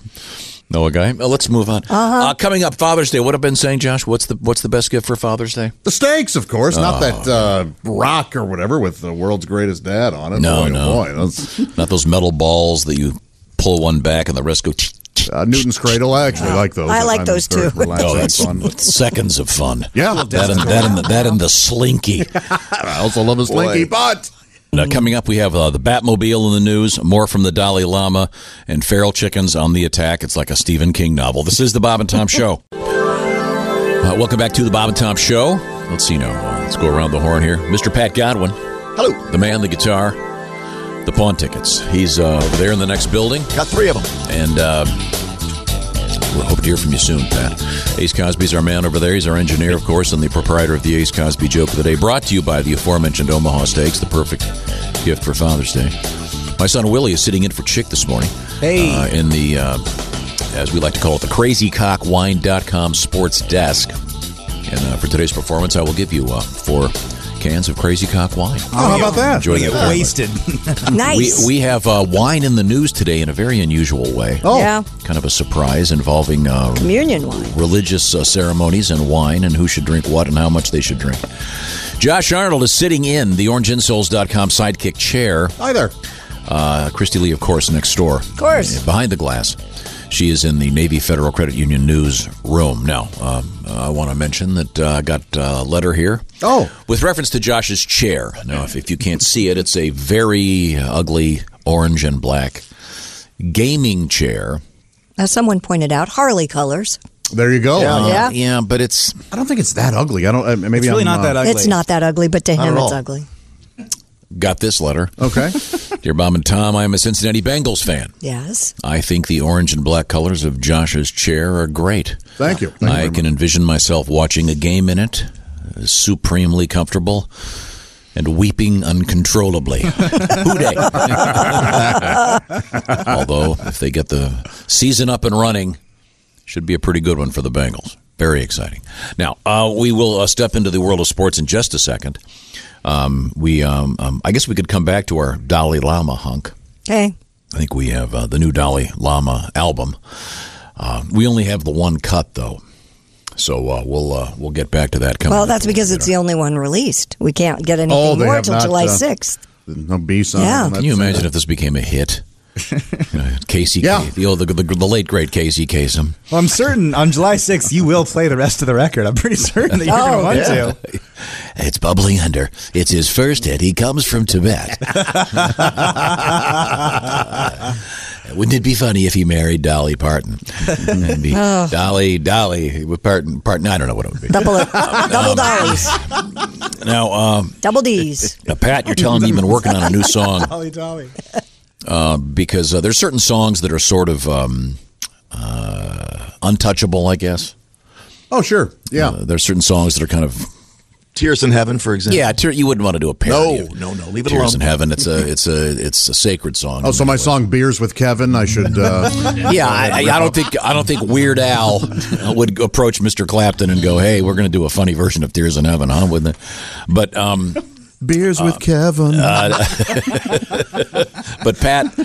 Speaker 6: know a guy. Uh, let's move on.
Speaker 7: Uh-huh.
Speaker 6: uh coming up, Father's Day. What I've been saying, Josh. What's the what's the best gift for Father's Day?
Speaker 4: The steaks, of course, not
Speaker 6: Oh,
Speaker 4: that uh, rock or whatever with the world's greatest dad on it.
Speaker 6: No,
Speaker 4: Boy, oh
Speaker 6: no.
Speaker 4: boy, that's-
Speaker 6: Not those metal balls that you pull one back and the rest go.
Speaker 4: uh, Newton's Cradle. I actually like those.
Speaker 5: I like
Speaker 4: I'm
Speaker 5: those
Speaker 4: very
Speaker 5: too.
Speaker 4: relaxed
Speaker 6: Oh,
Speaker 4: and
Speaker 6: that's
Speaker 4: fun.
Speaker 6: seconds of fun.
Speaker 4: Yeah.
Speaker 6: That and, that, and the, that and the slinky.
Speaker 4: I also love his slinky butt.
Speaker 6: Now, coming up, we have uh, the Batmobile in the news, more from the Dalai Lama, and feral chickens on the attack. It's like a Stephen King novel. This is the Bob and Tom Show. Uh, welcome back to the Bob and Tom Show. Let's see now. Uh, let's go around the horn here. Mr. Pat Godwin. Hello. The man, the guitar, the pawn tickets. He's uh, over there in the next building.
Speaker 8: Got three of them.
Speaker 6: And uh, we'll hope to hear from you soon, Pat. Ace Cosby's our man over there. He's our engineer, of course, and the proprietor of the Ace Cosby joke of the day, brought to you by the aforementioned Omaha Steaks, the perfect gift for Father's Day. My son Willie is sitting in for Chick this morning.
Speaker 7: Hey.
Speaker 6: Uh, in the, uh, as we like to call it, the crazycockwine.com sports desk. And uh, for today's performance, I will give you uh, four cans of Crazy Cock wine.
Speaker 4: Oh, how about that?
Speaker 6: Enjoy that.
Speaker 7: Get
Speaker 6: warmly.
Speaker 7: wasted.
Speaker 5: nice.
Speaker 6: We, we have uh, wine in the news today in a very unusual way.
Speaker 4: Oh.
Speaker 5: Yeah,
Speaker 6: Kind of a surprise involving uh,
Speaker 5: communion wine.
Speaker 6: religious uh, ceremonies and wine and who should drink what and how much they should drink. Josh Arnold is sitting in the orangeinsouls.com sidekick chair.
Speaker 4: Hi there.
Speaker 6: Uh, Christy Lee, of course, next door. Of
Speaker 5: course.
Speaker 6: Behind the glass. She is in the Navy Federal Credit Union news room. Now, um, uh, I want to mention that uh, I got uh, a letter here.
Speaker 4: Oh.
Speaker 6: With reference to Josh's chair. Now, if, if you can't see it, it's a very ugly orange and black gaming chair.
Speaker 5: As someone pointed out, Harley colors.
Speaker 4: There you go.
Speaker 8: Yeah.
Speaker 6: Uh,
Speaker 5: Yeah.
Speaker 6: Yeah, but it's
Speaker 4: Oh, I don't think it's that ugly. I don't. Uh, maybe
Speaker 7: It's really
Speaker 4: I'm,
Speaker 7: not
Speaker 4: uh,
Speaker 7: that ugly.
Speaker 5: It's not that ugly, but to him,
Speaker 8: at
Speaker 5: it's
Speaker 8: all.
Speaker 5: ugly.
Speaker 6: got this letter.
Speaker 4: Okay.
Speaker 6: Dear Bob and Tom, I am a Cincinnati Bengals fan.
Speaker 5: Yes.
Speaker 6: I think the orange and black colors of Josh's chair are great.
Speaker 4: Thank you. Thank you very
Speaker 6: I can envision myself watching a game in it, uh, supremely comfortable, and weeping uncontrollably. Hooday! Although, if they get the season up and running, should be a pretty good one for the Bengals. Very exciting. Now, uh, we will uh, step into the world of sports in just a second. Um, we, um, um, I guess we could come back to our Dalai Lama hunk.
Speaker 5: Okay.
Speaker 6: I think we have uh, the new Dalai Lama album. Uh, we only have the one cut though, so uh, we'll uh, we'll get back to that. Coming
Speaker 5: Well,
Speaker 6: up
Speaker 5: that's
Speaker 6: a little
Speaker 5: because
Speaker 6: bit
Speaker 5: it's the only one released. We can't get anything
Speaker 4: Oh, they
Speaker 5: more
Speaker 4: have
Speaker 5: till
Speaker 4: not,
Speaker 5: July
Speaker 4: uh,
Speaker 5: 6th.
Speaker 4: No beast on it.
Speaker 5: Yeah.
Speaker 4: That's-
Speaker 6: Can you imagine if this became a hit? You know, Casey,
Speaker 4: Yeah.
Speaker 6: the, oh, the, the, the late great Casey Kasem.
Speaker 7: Well, I'm certain on July 6th you will play the rest of the record. I'm pretty certain that you're going
Speaker 5: Oh,
Speaker 7: to want
Speaker 5: yeah.
Speaker 7: to.
Speaker 6: It's bubbling under. It's his first hit. He comes from Tibet. Wouldn't it be funny if he married Dolly Parton? It'd be
Speaker 5: Oh.
Speaker 6: Dolly, Dolly, with Parton, Parton. I don't know what it would be.
Speaker 5: Double, uh,
Speaker 6: Um,
Speaker 5: double dollies,
Speaker 6: Now, um,
Speaker 5: double D's.
Speaker 6: now, Pat, you're telling me you've been working on a new song.
Speaker 7: Dolly, dolly.
Speaker 6: because uh, there's certain songs that are sort of um, uh, untouchable, I guess.
Speaker 4: Oh, sure. Yeah.
Speaker 6: Uh, there's certain songs that are kind of
Speaker 8: Tears in Heaven, for example.
Speaker 6: Yeah, tear, you wouldn't want to do a parody.
Speaker 8: No,
Speaker 6: of
Speaker 8: no, no. Leave it
Speaker 6: Tears
Speaker 8: alone.
Speaker 6: in Heaven. It's a it's a it's a sacred song.
Speaker 4: Oh, so my song "Beers with Kevin," I should. Uh,
Speaker 6: yeah, I, I don't think I don't think Weird Al would approach Mr. Clapton and go, "Hey, we're going to do a funny version of Tears in Heaven," huh? Wouldn't it? But um,
Speaker 4: Beers with Kevin.
Speaker 6: uh, but Pat,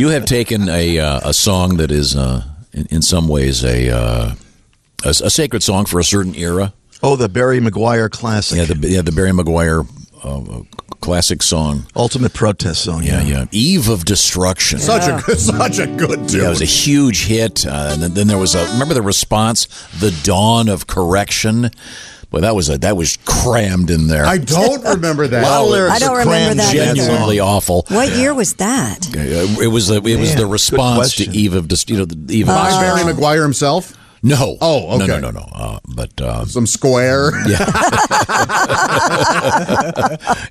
Speaker 6: you have taken a uh, a song that is uh, in, in some ways a, uh, a a sacred song for a certain era.
Speaker 8: Oh, the Barry McGuire classic.
Speaker 6: Yeah, the yeah the Barry McGuire uh, classic song,
Speaker 8: ultimate protest song.
Speaker 6: Yeah, yeah, Eve of Destruction.
Speaker 4: Such a good, such a good tune.
Speaker 6: Yeah, it was a huge hit. Uh, and then, then there was a remember the response, the dawn of correction. Well, that was a that was crammed in there.
Speaker 4: I don't remember that.
Speaker 5: Well, I don't remember that either.
Speaker 6: Genuinely awful.
Speaker 5: What year was that?
Speaker 6: Uh, It was the, it was
Speaker 8: Man,
Speaker 6: the
Speaker 8: good
Speaker 6: response to Eve of Dest- you know the Eve of
Speaker 5: Uh,
Speaker 4: By
Speaker 6: Destruction.
Speaker 4: Barry McGuire himself.
Speaker 6: No.
Speaker 4: Oh, okay.
Speaker 6: No, no, no, no. Uh, but uh,
Speaker 4: Some square.
Speaker 6: you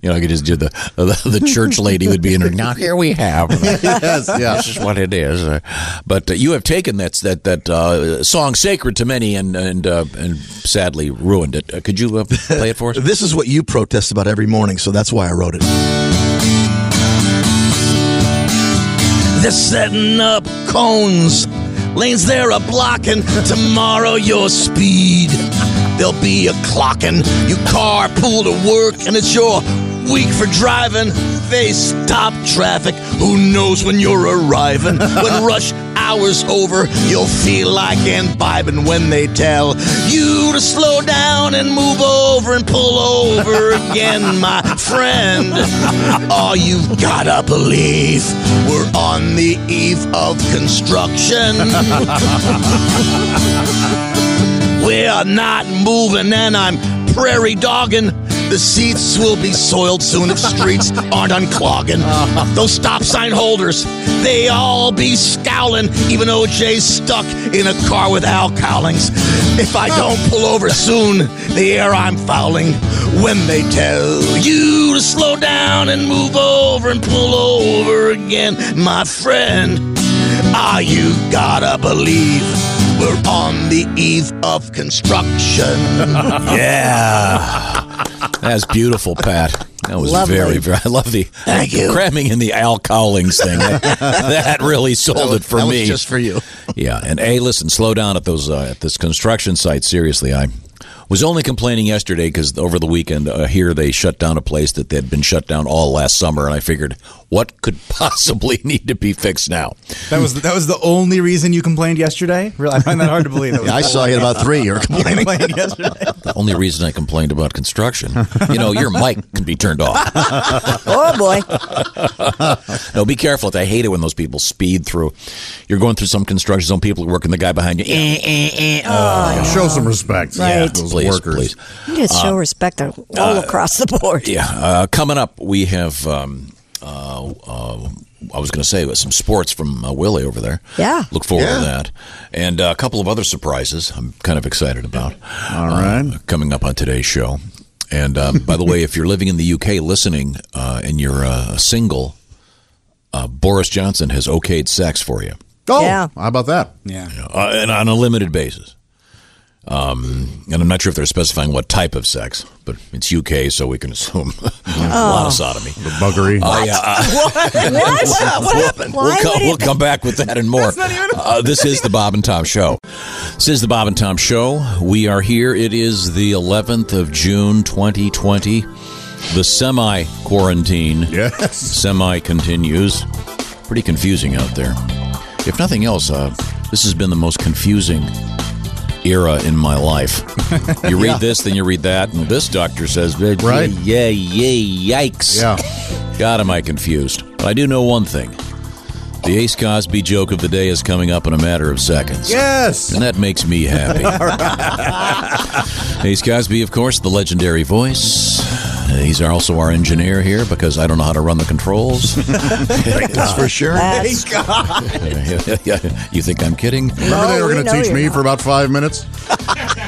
Speaker 6: know, I could just do the the, the church lady would be in her. Now here we have.
Speaker 4: yes, yeah.
Speaker 6: This is what it is. Uh, But uh, you have taken that that that uh, song sacred to many and and uh, and sadly ruined it. Uh, could you uh, play it for us?
Speaker 8: This is what you protest about every morning, so that's why I wrote it. They're setting up cones, lanes there are blocking. Tomorrow your speed, there'll be a clocking. You carpool to work, and it's your week for driving. They stop traffic. Who knows when you're arriving? when rush hour's over, you'll feel like imbibing when they tell you to slow down and move over and pull over again, my friend. All you've gotta believe, we're on the eve of construction. we're not moving, and I'm prairie dogging. The seats will be soiled soon if streets aren't unclogging. Those stop sign holders, they all be scowling. Even OJ's stuck in a car with Al Cowlings. If I don't pull over soon, the air I'm fouling. When they tell you to slow down and move over and pull over again, my friend, ah, you gotta believe we're on the eve of construction.
Speaker 6: Yeah. That's beautiful, Pat. That was
Speaker 5: Lovely.
Speaker 6: very, very. I love the
Speaker 8: Thank you.
Speaker 6: cramming in the Al Cowlings thing. That, that really sold
Speaker 8: That was-
Speaker 6: it for
Speaker 8: that was
Speaker 6: me.
Speaker 8: just for you.
Speaker 6: Yeah, and hey, listen, slow down at those uh, at this construction site. Seriously, I was only complaining yesterday because over the weekend uh, here they shut down a place that they had been shut down all last summer, and I figured what could possibly need to be fixed now.
Speaker 7: That was that was the only reason you complained yesterday. Really, I find that hard to believe. That was
Speaker 8: I
Speaker 7: the
Speaker 8: saw you at about three. You're
Speaker 7: only
Speaker 8: complaining.
Speaker 7: complaint yesterday.
Speaker 6: The only reason I complained about construction, you know, your mic can be turned off.
Speaker 5: Oh boy.
Speaker 6: No, be careful. I hate it when those people speed through. You're going through some construction zone, people are working, the guy behind you. Eh, eh, eh. Oh,
Speaker 4: Show some respect.
Speaker 5: Right.
Speaker 4: Those
Speaker 6: please,
Speaker 4: workers.
Speaker 6: please.
Speaker 5: You just show respect all across the board.
Speaker 6: Uh, Yeah. Uh, coming up, we have, um, uh, uh, I was going to say, some sports from uh, Willie over there.
Speaker 5: Yeah.
Speaker 6: Look forward to that. And uh, a couple of other surprises I'm kind of excited about. All
Speaker 4: right.
Speaker 6: coming up on today's show. And um, by the way, if you're living in the UK listening uh, and you're uh, single, uh, Boris Johnson has okayed sex for you.
Speaker 4: Oh,
Speaker 5: Yeah.
Speaker 4: how about that?
Speaker 7: Yeah.
Speaker 6: uh, and on a limited basis. Um, and I'm not sure if they're specifying what type of sex, but it's UK, so we can assume a lot of sodomy.
Speaker 4: Buggery.
Speaker 6: Oh, yeah, uh,
Speaker 5: What? What?
Speaker 6: we'll,
Speaker 5: Why
Speaker 6: come,
Speaker 5: would
Speaker 6: we'll
Speaker 5: it?
Speaker 6: come back with that and more. Uh, this is the Bob and Tom Show. This is the Bob and Tom Show. We are here. It is the 11th of June, 2020. The semi quarantine
Speaker 4: Yes.
Speaker 6: semi continues. Pretty confusing out there. If nothing else, uh, this has been the most confusing era in my life. You read this, then you read that, and this doctor says,
Speaker 4: Right.
Speaker 6: Yeah, yeah, yikes.
Speaker 4: Yeah.
Speaker 6: God, am I confused. But I do know one thing. The Ace Cosby joke of the day is coming up in a matter of seconds.
Speaker 4: Yes.
Speaker 6: And that makes me happy. Ace Cosby, of course, the legendary voice. He's also our engineer here because I don't know how to run the controls.
Speaker 8: That's for sure.
Speaker 5: That's-
Speaker 6: you think I'm kidding?
Speaker 4: Remember they
Speaker 5: No,
Speaker 4: were
Speaker 5: we
Speaker 4: going to
Speaker 5: know
Speaker 4: teach
Speaker 5: you're
Speaker 4: me
Speaker 5: not.
Speaker 4: for about five minutes?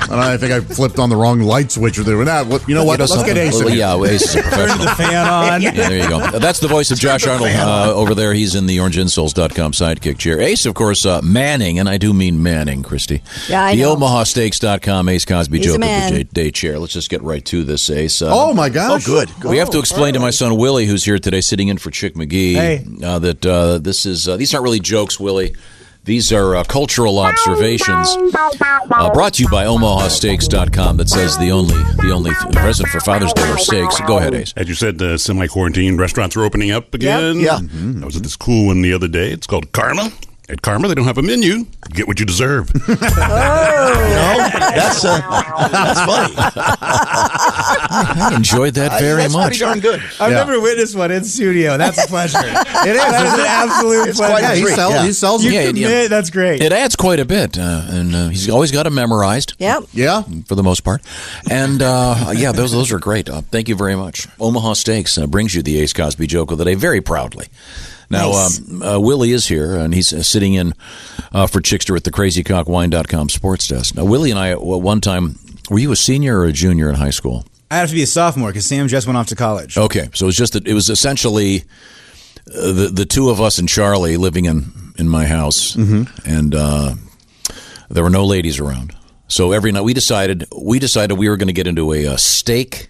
Speaker 4: And I think I flipped on the wrong light switch or they were not. Well, you know what?
Speaker 6: You
Speaker 4: Let's get Ace.
Speaker 6: Well,
Speaker 4: in here.
Speaker 6: yeah, Ace is a professional. Yeah, there you go. That's the voice of Josh Arnold uh, over there. He's in the orangeinsoles.com sidekick chair. Ace, of course, uh, Manning, and I do mean Manning, Christy.
Speaker 5: Yeah, I
Speaker 6: the
Speaker 5: know.
Speaker 6: OmahaSteaks.com Ace Cosby
Speaker 5: He's a
Speaker 6: Joker
Speaker 5: man.
Speaker 6: Day, day chair. Let's just get right to this, Ace. Uh,
Speaker 4: Oh, my gosh.
Speaker 8: Oh, good.
Speaker 6: We have to explain to my son Willie, who's here today, sitting in for Chick McGee,
Speaker 7: Hey.
Speaker 6: uh, that uh, this is uh, these aren't really jokes, Willie. These are uh, cultural observations uh, brought to you by OmahaSteaks.com. That says the only the only present for Father's Day are steaks. Go ahead, Ace.
Speaker 13: As you said, the semi quarantine restaurants are opening up again. Mm-hmm.
Speaker 8: Yeah.
Speaker 13: I was at this cool one the other day. It's called Karma. At Karma, they don't have a menu. You get what you deserve.
Speaker 8: Oh. That's uh, that's funny.
Speaker 6: I enjoyed
Speaker 7: Uh,
Speaker 6: that very
Speaker 8: that's
Speaker 6: much.
Speaker 8: pretty darn good.
Speaker 7: I've
Speaker 4: Yeah.
Speaker 7: never witnessed one in studio. That's a pleasure. it is. That is an absolute
Speaker 8: It's
Speaker 7: pleasure.
Speaker 8: quite a
Speaker 4: Yeah, he,
Speaker 8: Drink,
Speaker 4: sell,
Speaker 8: yeah.
Speaker 4: he sells
Speaker 7: You
Speaker 4: them.
Speaker 6: Yeah,
Speaker 7: commit.
Speaker 6: yeah.
Speaker 7: That's great.
Speaker 6: It adds quite a bit, uh, and uh, he's always got them memorized.
Speaker 5: Yep.
Speaker 4: Yeah.
Speaker 6: for the most part. And uh, yeah, those those are great. Uh, thank you very much. Omaha Steaks uh, brings you the Ace Cosby joke of the day very proudly. Now,
Speaker 5: Nice.
Speaker 6: um, uh, Willie is here, and he's uh, sitting in uh, for Chickster at the crazycockwine.com sports desk. Now, Willie and I, uh, one time, were you a senior or a junior in high school?
Speaker 7: I have to be a sophomore because Sam just went off to college.
Speaker 6: Okay, so it was just that it was essentially uh, the the two of us and Charlie living in in my house,
Speaker 7: Mm-hmm.
Speaker 6: and uh, there were no ladies around. So every night we decided we decided we were going to get into a, uh steak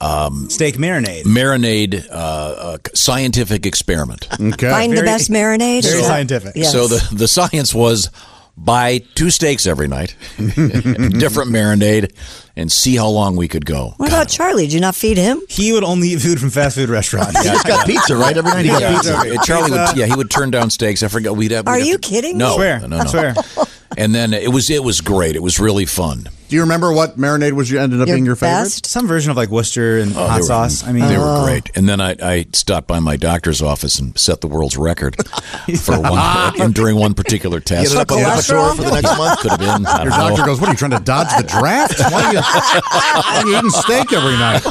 Speaker 6: um,
Speaker 7: Steak marinade.
Speaker 6: marinade uh, uh, scientific experiment.
Speaker 4: Okay.
Speaker 5: Find the
Speaker 7: very-
Speaker 5: best marinade.
Speaker 7: very
Speaker 5: Is that-
Speaker 7: scientific.
Speaker 5: Yes.
Speaker 6: So the the science was buy two steaks every night, different marinade, and see how long we could go.
Speaker 5: what about Charlie? Did you not feed him?
Speaker 7: He would only eat food from fast food restaurants.
Speaker 8: He's got pizza right every night. He got
Speaker 6: Yeah,
Speaker 8: pizza.
Speaker 6: yeah, Charlie would, yeah, he would turn down steaks. I forgot we'd have. we'd
Speaker 5: Are
Speaker 6: have
Speaker 5: you
Speaker 6: to-
Speaker 5: kidding me?
Speaker 6: No,
Speaker 7: Swear.
Speaker 6: no, no.
Speaker 7: Swear.
Speaker 6: And then it was it was great. It was really fun.
Speaker 4: Do you remember what marinade was you ended up being your favorite?
Speaker 5: best?
Speaker 7: Some version of like Worcester and
Speaker 6: They
Speaker 7: hot
Speaker 6: were- Oh.
Speaker 7: sauce. I mean,
Speaker 6: they were great. And then I, I stopped by my doctor's office and set the world's record for one and during one particular test.
Speaker 8: Get it up on Lipitor for the next month.
Speaker 6: Could have been. I
Speaker 4: Your
Speaker 6: don't know.
Speaker 4: doctor goes, What are you trying to dodge the draft? Why are you, why are you eating steak every night?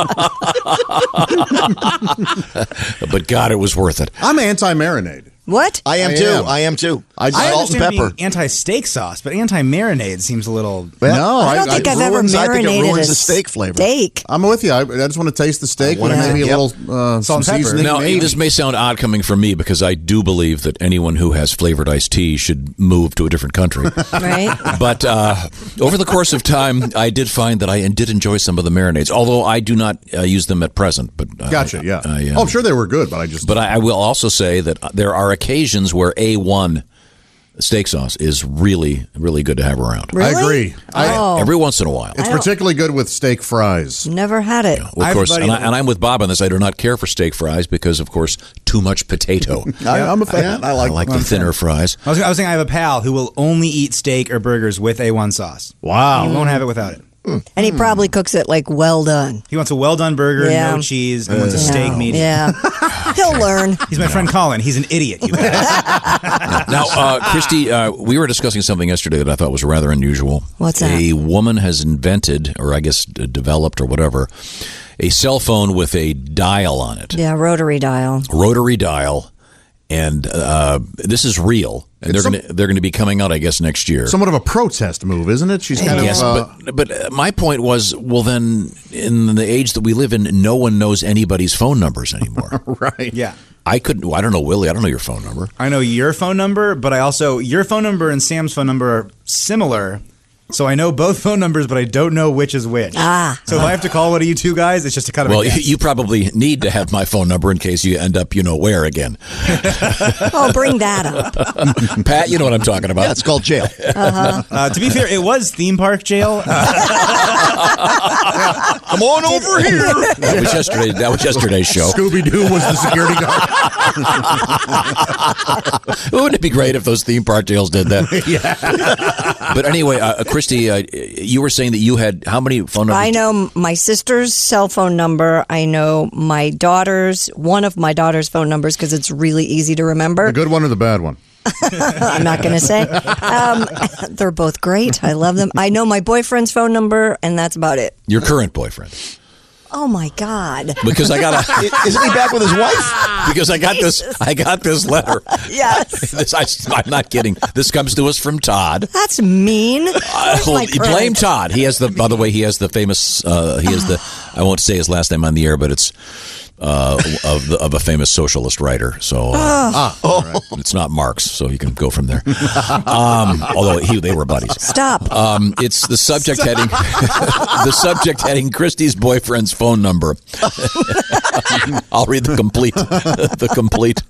Speaker 6: but God, it was worth it.
Speaker 4: I'm anti marinade.
Speaker 5: What?
Speaker 8: I am
Speaker 4: I
Speaker 8: too.
Speaker 4: am.
Speaker 8: I am too.
Speaker 4: I-
Speaker 7: I
Speaker 8: salt and
Speaker 7: understand
Speaker 8: pepper.
Speaker 7: being anti-steak sauce, but anti-marinade seems a little.
Speaker 8: Well,
Speaker 4: no,
Speaker 5: I don't think I, have
Speaker 8: ruins- I
Speaker 5: ever
Speaker 8: think it
Speaker 5: marinated
Speaker 8: ruins
Speaker 5: a
Speaker 8: the steak flavor.
Speaker 5: steak.
Speaker 4: I'm with you. I, I just want to taste the steak
Speaker 8: I wanna
Speaker 4: with maybe
Speaker 8: make-
Speaker 4: a
Speaker 8: yep.
Speaker 4: little uh, some
Speaker 7: Salt and pepper.
Speaker 4: seasoning.
Speaker 6: Now,
Speaker 4: maybe.
Speaker 6: this may sound odd coming from me because I do believe that anyone who has flavored iced tea should move to a different country.
Speaker 5: Right?
Speaker 6: but uh, over the course of time, I did find that I did enjoy some of the marinades, although I do not uh, use them at present. But uh,
Speaker 4: Gotcha, yeah.
Speaker 6: I, uh,
Speaker 4: oh, I'm sure they were good, but I just.
Speaker 6: But I, I will also say that uh, there are occasions where A1 steak sauce is really, really good to have around.
Speaker 5: Really?
Speaker 4: I agree. I-
Speaker 5: oh,
Speaker 6: Every once in a while.
Speaker 4: it's
Speaker 5: don't-
Speaker 4: particularly good with steak fries.
Speaker 5: never had it.
Speaker 6: Well,
Speaker 7: I
Speaker 6: of
Speaker 7: have a
Speaker 6: course,
Speaker 7: buddy
Speaker 6: and, I,
Speaker 7: that-
Speaker 6: and I'm with Bob on this. I do not care for steak fries because, of course, too much potato.
Speaker 4: I, I'm a fan. I,
Speaker 6: I
Speaker 4: like.
Speaker 6: like the thinner fries.
Speaker 7: I was, I was thinking I have a pal who will only eat steak or burgers with A1 sauce. He
Speaker 4: Wow.
Speaker 7: won't have it without it.
Speaker 5: And he probably cooks it like well done.
Speaker 7: He wants a well done burger,
Speaker 5: Yeah.
Speaker 7: no cheese. He wants a steak
Speaker 5: No.
Speaker 7: medium.
Speaker 5: Yeah. He'll learn.
Speaker 7: He's my friend Colin. He's an idiot. You guys.
Speaker 6: Now, uh, Christy, uh, we were discussing something yesterday that I thought was rather unusual.
Speaker 5: What's that?
Speaker 6: A woman has invented, or I guess d- developed, or whatever, a cell phone with a dial on it,
Speaker 5: Yeah, rotary dial.
Speaker 6: rotary dial, and uh, this is real. And they're
Speaker 4: It's some-
Speaker 6: gonna, they're going to be coming out, I guess, next year.
Speaker 4: Somewhat of a protest move, isn't it? She's kind
Speaker 6: Yes,
Speaker 4: of. Uh,
Speaker 6: but but uh, my point was, well, then in the age that we live in, no one knows anybody's phone numbers anymore.
Speaker 4: right.
Speaker 7: yeah.
Speaker 6: I couldn't. well, I don't know, Willie. I don't know your phone number.
Speaker 7: I know your phone number, but I also, your phone number and Sam's phone number are similar. So I know both phone numbers, but I don't know which is which.
Speaker 5: Ah.
Speaker 7: So if I have to call one of you two guys, it's just a kind of a
Speaker 6: Well, you,
Speaker 7: guess.
Speaker 6: you probably need to have my phone number in case you end up, you know, where again.
Speaker 5: Oh, bring that up.
Speaker 6: Pat, you know what I'm talking about.
Speaker 8: Yeah, it's called jail.
Speaker 5: Uh-huh.
Speaker 7: Uh, to be fair, it was theme park jail. Uh,
Speaker 8: Come on over here.
Speaker 6: that was yesterday. That was yesterday's show.
Speaker 4: Scooby Doo was the security guard.
Speaker 6: Wouldn't it be great if those theme park deals did that? But anyway, uh, Christy, uh, you were saying that you had how many phone numbers?
Speaker 5: I know my sister's cell phone number. I know my daughter's, one of my daughter's phone numbers because it's really easy to remember.
Speaker 4: The good one or the bad one?
Speaker 5: I'm not going to say. Um, they're both great. I love them. I know my boyfriend's phone number, and that's about it.
Speaker 6: Your current boyfriend.
Speaker 5: Oh my God!
Speaker 6: because I got a.
Speaker 8: Isn't he back with his wife?
Speaker 5: Ah,
Speaker 6: Because I got this, I got this letter.
Speaker 5: Yes,
Speaker 6: This, I, I'm not kidding. This comes to us from Todd.
Speaker 5: that's mean.
Speaker 6: Uh,
Speaker 5: Where's
Speaker 6: well,
Speaker 5: my
Speaker 6: you blame
Speaker 5: credit?
Speaker 6: Todd. He has the. By the way, he has the famous. Uh, he has the. I won't say his last name on the air, but it's uh, of the, of a famous socialist writer. So uh,
Speaker 5: Ah.
Speaker 6: all right. it's not Marx. So you can go from there. Um, although he, they were buddies.
Speaker 5: Stop.
Speaker 6: Um, it's the subject heading. the subject heading: Christie's boyfriend's phone number. I'll read the complete the complete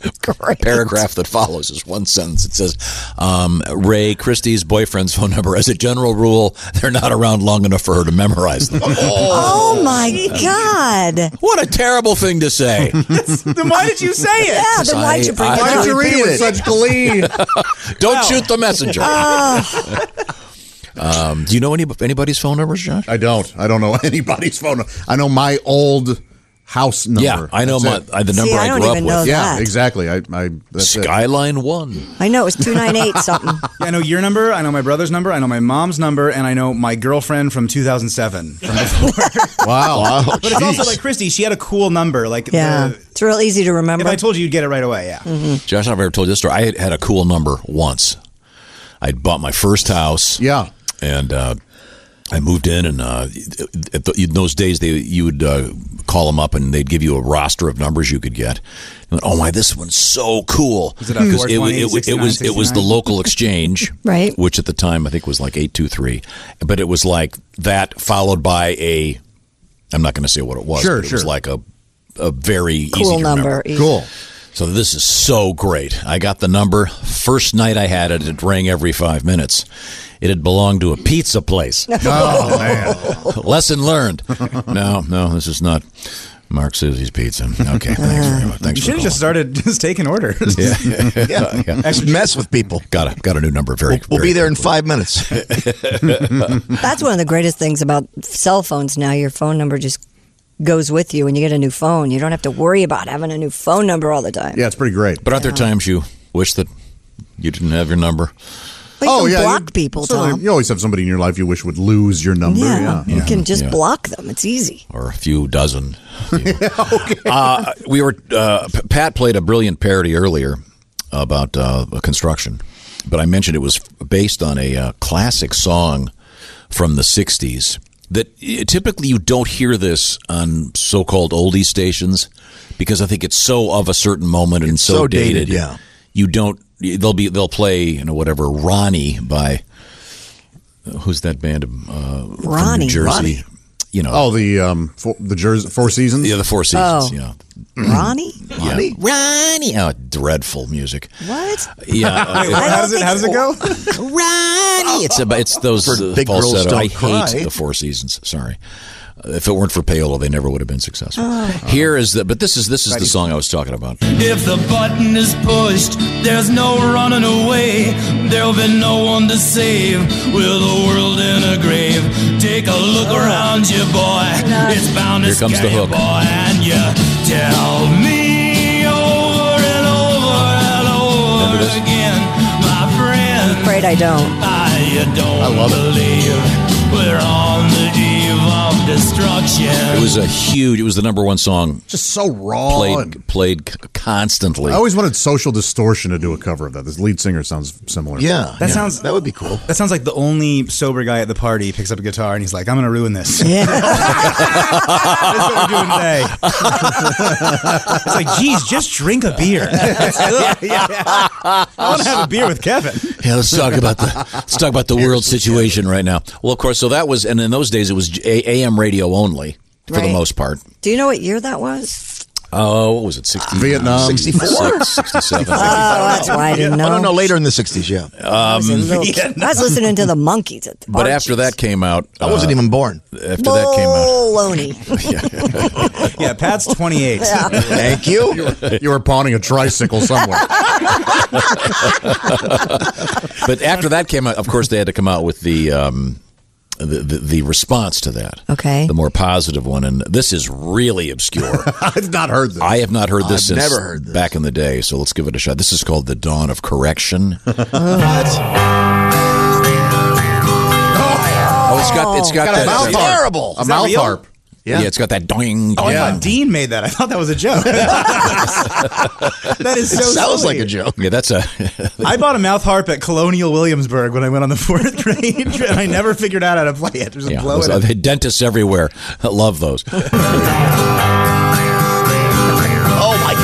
Speaker 6: paragraph that follows is one sentence. It says, um, "Ray Christie's boyfriend's phone number. As a general rule, they're not around long enough for her to memorize them."
Speaker 5: Oh my God!
Speaker 6: what a terrible thing to say!
Speaker 7: then why did you say it?
Speaker 5: Yeah, then why'd
Speaker 6: I-
Speaker 5: you bring
Speaker 6: I-
Speaker 5: it
Speaker 4: Why'd
Speaker 5: up?
Speaker 4: you read it with such glee?
Speaker 6: Don't shoot the messenger.
Speaker 5: Ah.
Speaker 4: Ah.
Speaker 6: um, do you know any anybody's phone numbers, Josh?
Speaker 4: I don't. I don't know anybody's phone. number. I know my old house number.
Speaker 6: Yeah, I know my
Speaker 4: That's it.
Speaker 6: I, the
Speaker 5: See,
Speaker 6: number
Speaker 5: I
Speaker 6: I,
Speaker 5: don't
Speaker 6: grew up
Speaker 5: even
Speaker 6: with.
Speaker 5: know
Speaker 4: yeah,
Speaker 5: that.
Speaker 4: exactly. I, I that's it.
Speaker 6: Skyline One.
Speaker 5: I know it was two nine eight something.
Speaker 7: I know your number. I know my brother's number. I know my mom's number, and I know my girlfriend from 2007. From before.
Speaker 4: Wow.
Speaker 7: but it's also like Christy. She had a cool number. Like the-
Speaker 5: Yeah, it's real easy to remember.
Speaker 7: if I told you, you'd get it right away. Yeah.
Speaker 6: Mm-hmm. Josh, I've ever told you this story. I had, had a cool number once. I'd bought my first house.
Speaker 4: yeah.
Speaker 6: and uh, I moved in, and uh, at the, in those days, they you would uh, call them up, and they'd give you a roster of numbers you could get. And, oh my, this one's so cool!
Speaker 7: it a
Speaker 6: Because it, wa-
Speaker 7: 420,
Speaker 6: it, wa- it was it was the
Speaker 7: 69?
Speaker 6: local exchange,
Speaker 5: Right.
Speaker 6: Which at the time I think was like eight two three, but it was like that followed by a. I'm not going to say what it was.
Speaker 4: Sure,
Speaker 6: but it was
Speaker 4: sure.
Speaker 6: like a a very easy
Speaker 5: cool
Speaker 6: to
Speaker 5: number.
Speaker 6: remember.
Speaker 5: Easy.
Speaker 4: Cool.
Speaker 6: So this is so great. I got the number. First night I had it, it rang every five minutes. It had belonged to a pizza place.
Speaker 4: Oh man.
Speaker 6: Lesson learned. No, no, this is not Mark Susie's pizza. Okay,
Speaker 5: Uh,
Speaker 6: thanks very much. Thanks
Speaker 7: You
Speaker 6: for
Speaker 7: should have just started just taking orders.
Speaker 6: started. Yeah, yeah.
Speaker 8: Just mess with people.
Speaker 6: Got a got a new number. Very.
Speaker 8: We'll, we'll
Speaker 6: very
Speaker 8: be there in
Speaker 6: quickly.
Speaker 8: five minutes.
Speaker 5: That's one of the greatest things about cell phones now. Your phone number just goes with you when you get a new phone. You don't have to worry about having a new phone number all the time.
Speaker 4: Yeah, it's pretty great.
Speaker 6: But aren't there times you wish that you didn't have your number?
Speaker 5: But you can
Speaker 4: Oh, you-
Speaker 5: block people,
Speaker 4: certainly-
Speaker 5: Tom.
Speaker 4: You always have somebody in your life you wish would lose your number.
Speaker 5: yeah.
Speaker 4: Yeah.
Speaker 5: you can just
Speaker 6: yeah.
Speaker 5: block them. It's easy.
Speaker 6: or a few dozen. uh, we were uh, P- Pat played a brilliant parody earlier about uh, construction, but I mentioned it was based on a uh, classic song from the '60s. That uh, typically you don't hear this on so-called oldie stations because I think it's so of a certain moment and so,
Speaker 8: so dated,
Speaker 6: dated.
Speaker 8: yeah.
Speaker 6: you don't. They'll be they'll play you know whatever Ronnie by who's that band uh, from
Speaker 5: Ronnie.
Speaker 6: New Jersey.
Speaker 5: Ronnie.
Speaker 6: You know,
Speaker 4: Oh, the um, four, the Jersey Four Seasons.
Speaker 6: yeah, the Four Seasons.
Speaker 5: Oh.
Speaker 6: Yeah,
Speaker 4: Mm-hmm.
Speaker 5: Ronnie?
Speaker 6: Ronnie, Ronnie. Oh, dreadful music.
Speaker 5: What?
Speaker 6: Yeah, uh,
Speaker 5: I
Speaker 7: How
Speaker 5: don't
Speaker 7: does it?
Speaker 5: think
Speaker 7: How does it go?
Speaker 5: so.
Speaker 6: Ronnie. It's about it's those uh,
Speaker 8: big girls
Speaker 6: falsetto.
Speaker 8: don't
Speaker 6: I
Speaker 8: cry.
Speaker 6: hate the Four Seasons. Sorry. Uh, If it weren't for payola, they never would have been successful. Here is the, but this is this is the song I was talking about.
Speaker 14: If the button is pushed, there's no running away. There'll be no one to save with the world in a grave. Take a look
Speaker 5: Oh.
Speaker 14: around you, boy. It's bound to
Speaker 6: Here comes
Speaker 14: scare
Speaker 6: the
Speaker 14: you,
Speaker 6: hook.
Speaker 14: boy. And you tell me over and over and over
Speaker 6: Remember this?
Speaker 14: again, my friend.
Speaker 5: Afraid I don't.
Speaker 14: I don't
Speaker 4: love it.
Speaker 14: believe we're on the eve of destruction.
Speaker 6: It was a huge. It was the number one song
Speaker 4: Just so raw. and- Oh.
Speaker 6: played played c- constantly.
Speaker 4: I always wanted Social Distortion to do a cover of that. This lead singer sounds similar.
Speaker 8: Yeah.
Speaker 7: That sounds-
Speaker 8: That would be cool.
Speaker 7: That sounds like the only sober guy at the party picks up a guitar and he's like, "I'm gonna ruin this."
Speaker 5: Yeah.
Speaker 7: That's what we're doing today. it's like, geez, just drink a beer.
Speaker 8: Oh,
Speaker 7: I want to have a beer with Kevin.
Speaker 6: Yeah, let's talk about the let's talk about the world situation right now. Well, of course, so that was, and in those days it was A- AM radio only for the
Speaker 5: Right.
Speaker 6: most part.
Speaker 5: Do you know what year that was?
Speaker 6: Oh, what was it? 60,
Speaker 4: Vietnam.
Speaker 6: 64? 67.
Speaker 5: Oh, that's why I didn't know.
Speaker 8: No, no, no. Later in the '60s, yeah.
Speaker 5: I was, a little kid. I was listening to the monkeys at the
Speaker 6: Um, But after that came out, uh,
Speaker 8: I wasn't even born.
Speaker 6: after that came out,
Speaker 5: Baloney.
Speaker 7: Yeah, Pat's 28.
Speaker 8: Thank you.
Speaker 4: you were pawning a tricycle somewhere.
Speaker 7: Oh,
Speaker 6: but after that came out, of course, they had to come out with the um, the, the the response to that.
Speaker 5: Okay.
Speaker 6: the more positive one, and this is really obscure.
Speaker 4: I've not heard this.
Speaker 6: I have not heard this
Speaker 8: I've
Speaker 6: since
Speaker 8: never heard this.
Speaker 6: back in the day, so let's give it a shot. This is called the Dawn of Correction. what? Oh, it's got it's got,
Speaker 4: Got a
Speaker 6: that Oh,
Speaker 4: mouth harp.
Speaker 8: Terrible.
Speaker 4: A mouth harp.
Speaker 6: Yeah, it's got that doing.
Speaker 7: Oh, I thought Dean made that. I thought that was a joke. that is so. silly.
Speaker 6: joke. Yeah, that's a.
Speaker 7: I bought a mouth harp at Colonial Williamsburg when I went on the fourth grade, and I never figured out how to play it. Just
Speaker 6: yeah,
Speaker 7: blow
Speaker 6: those-
Speaker 7: it.
Speaker 6: uh, dentists everywhere love those.
Speaker 15: Oh my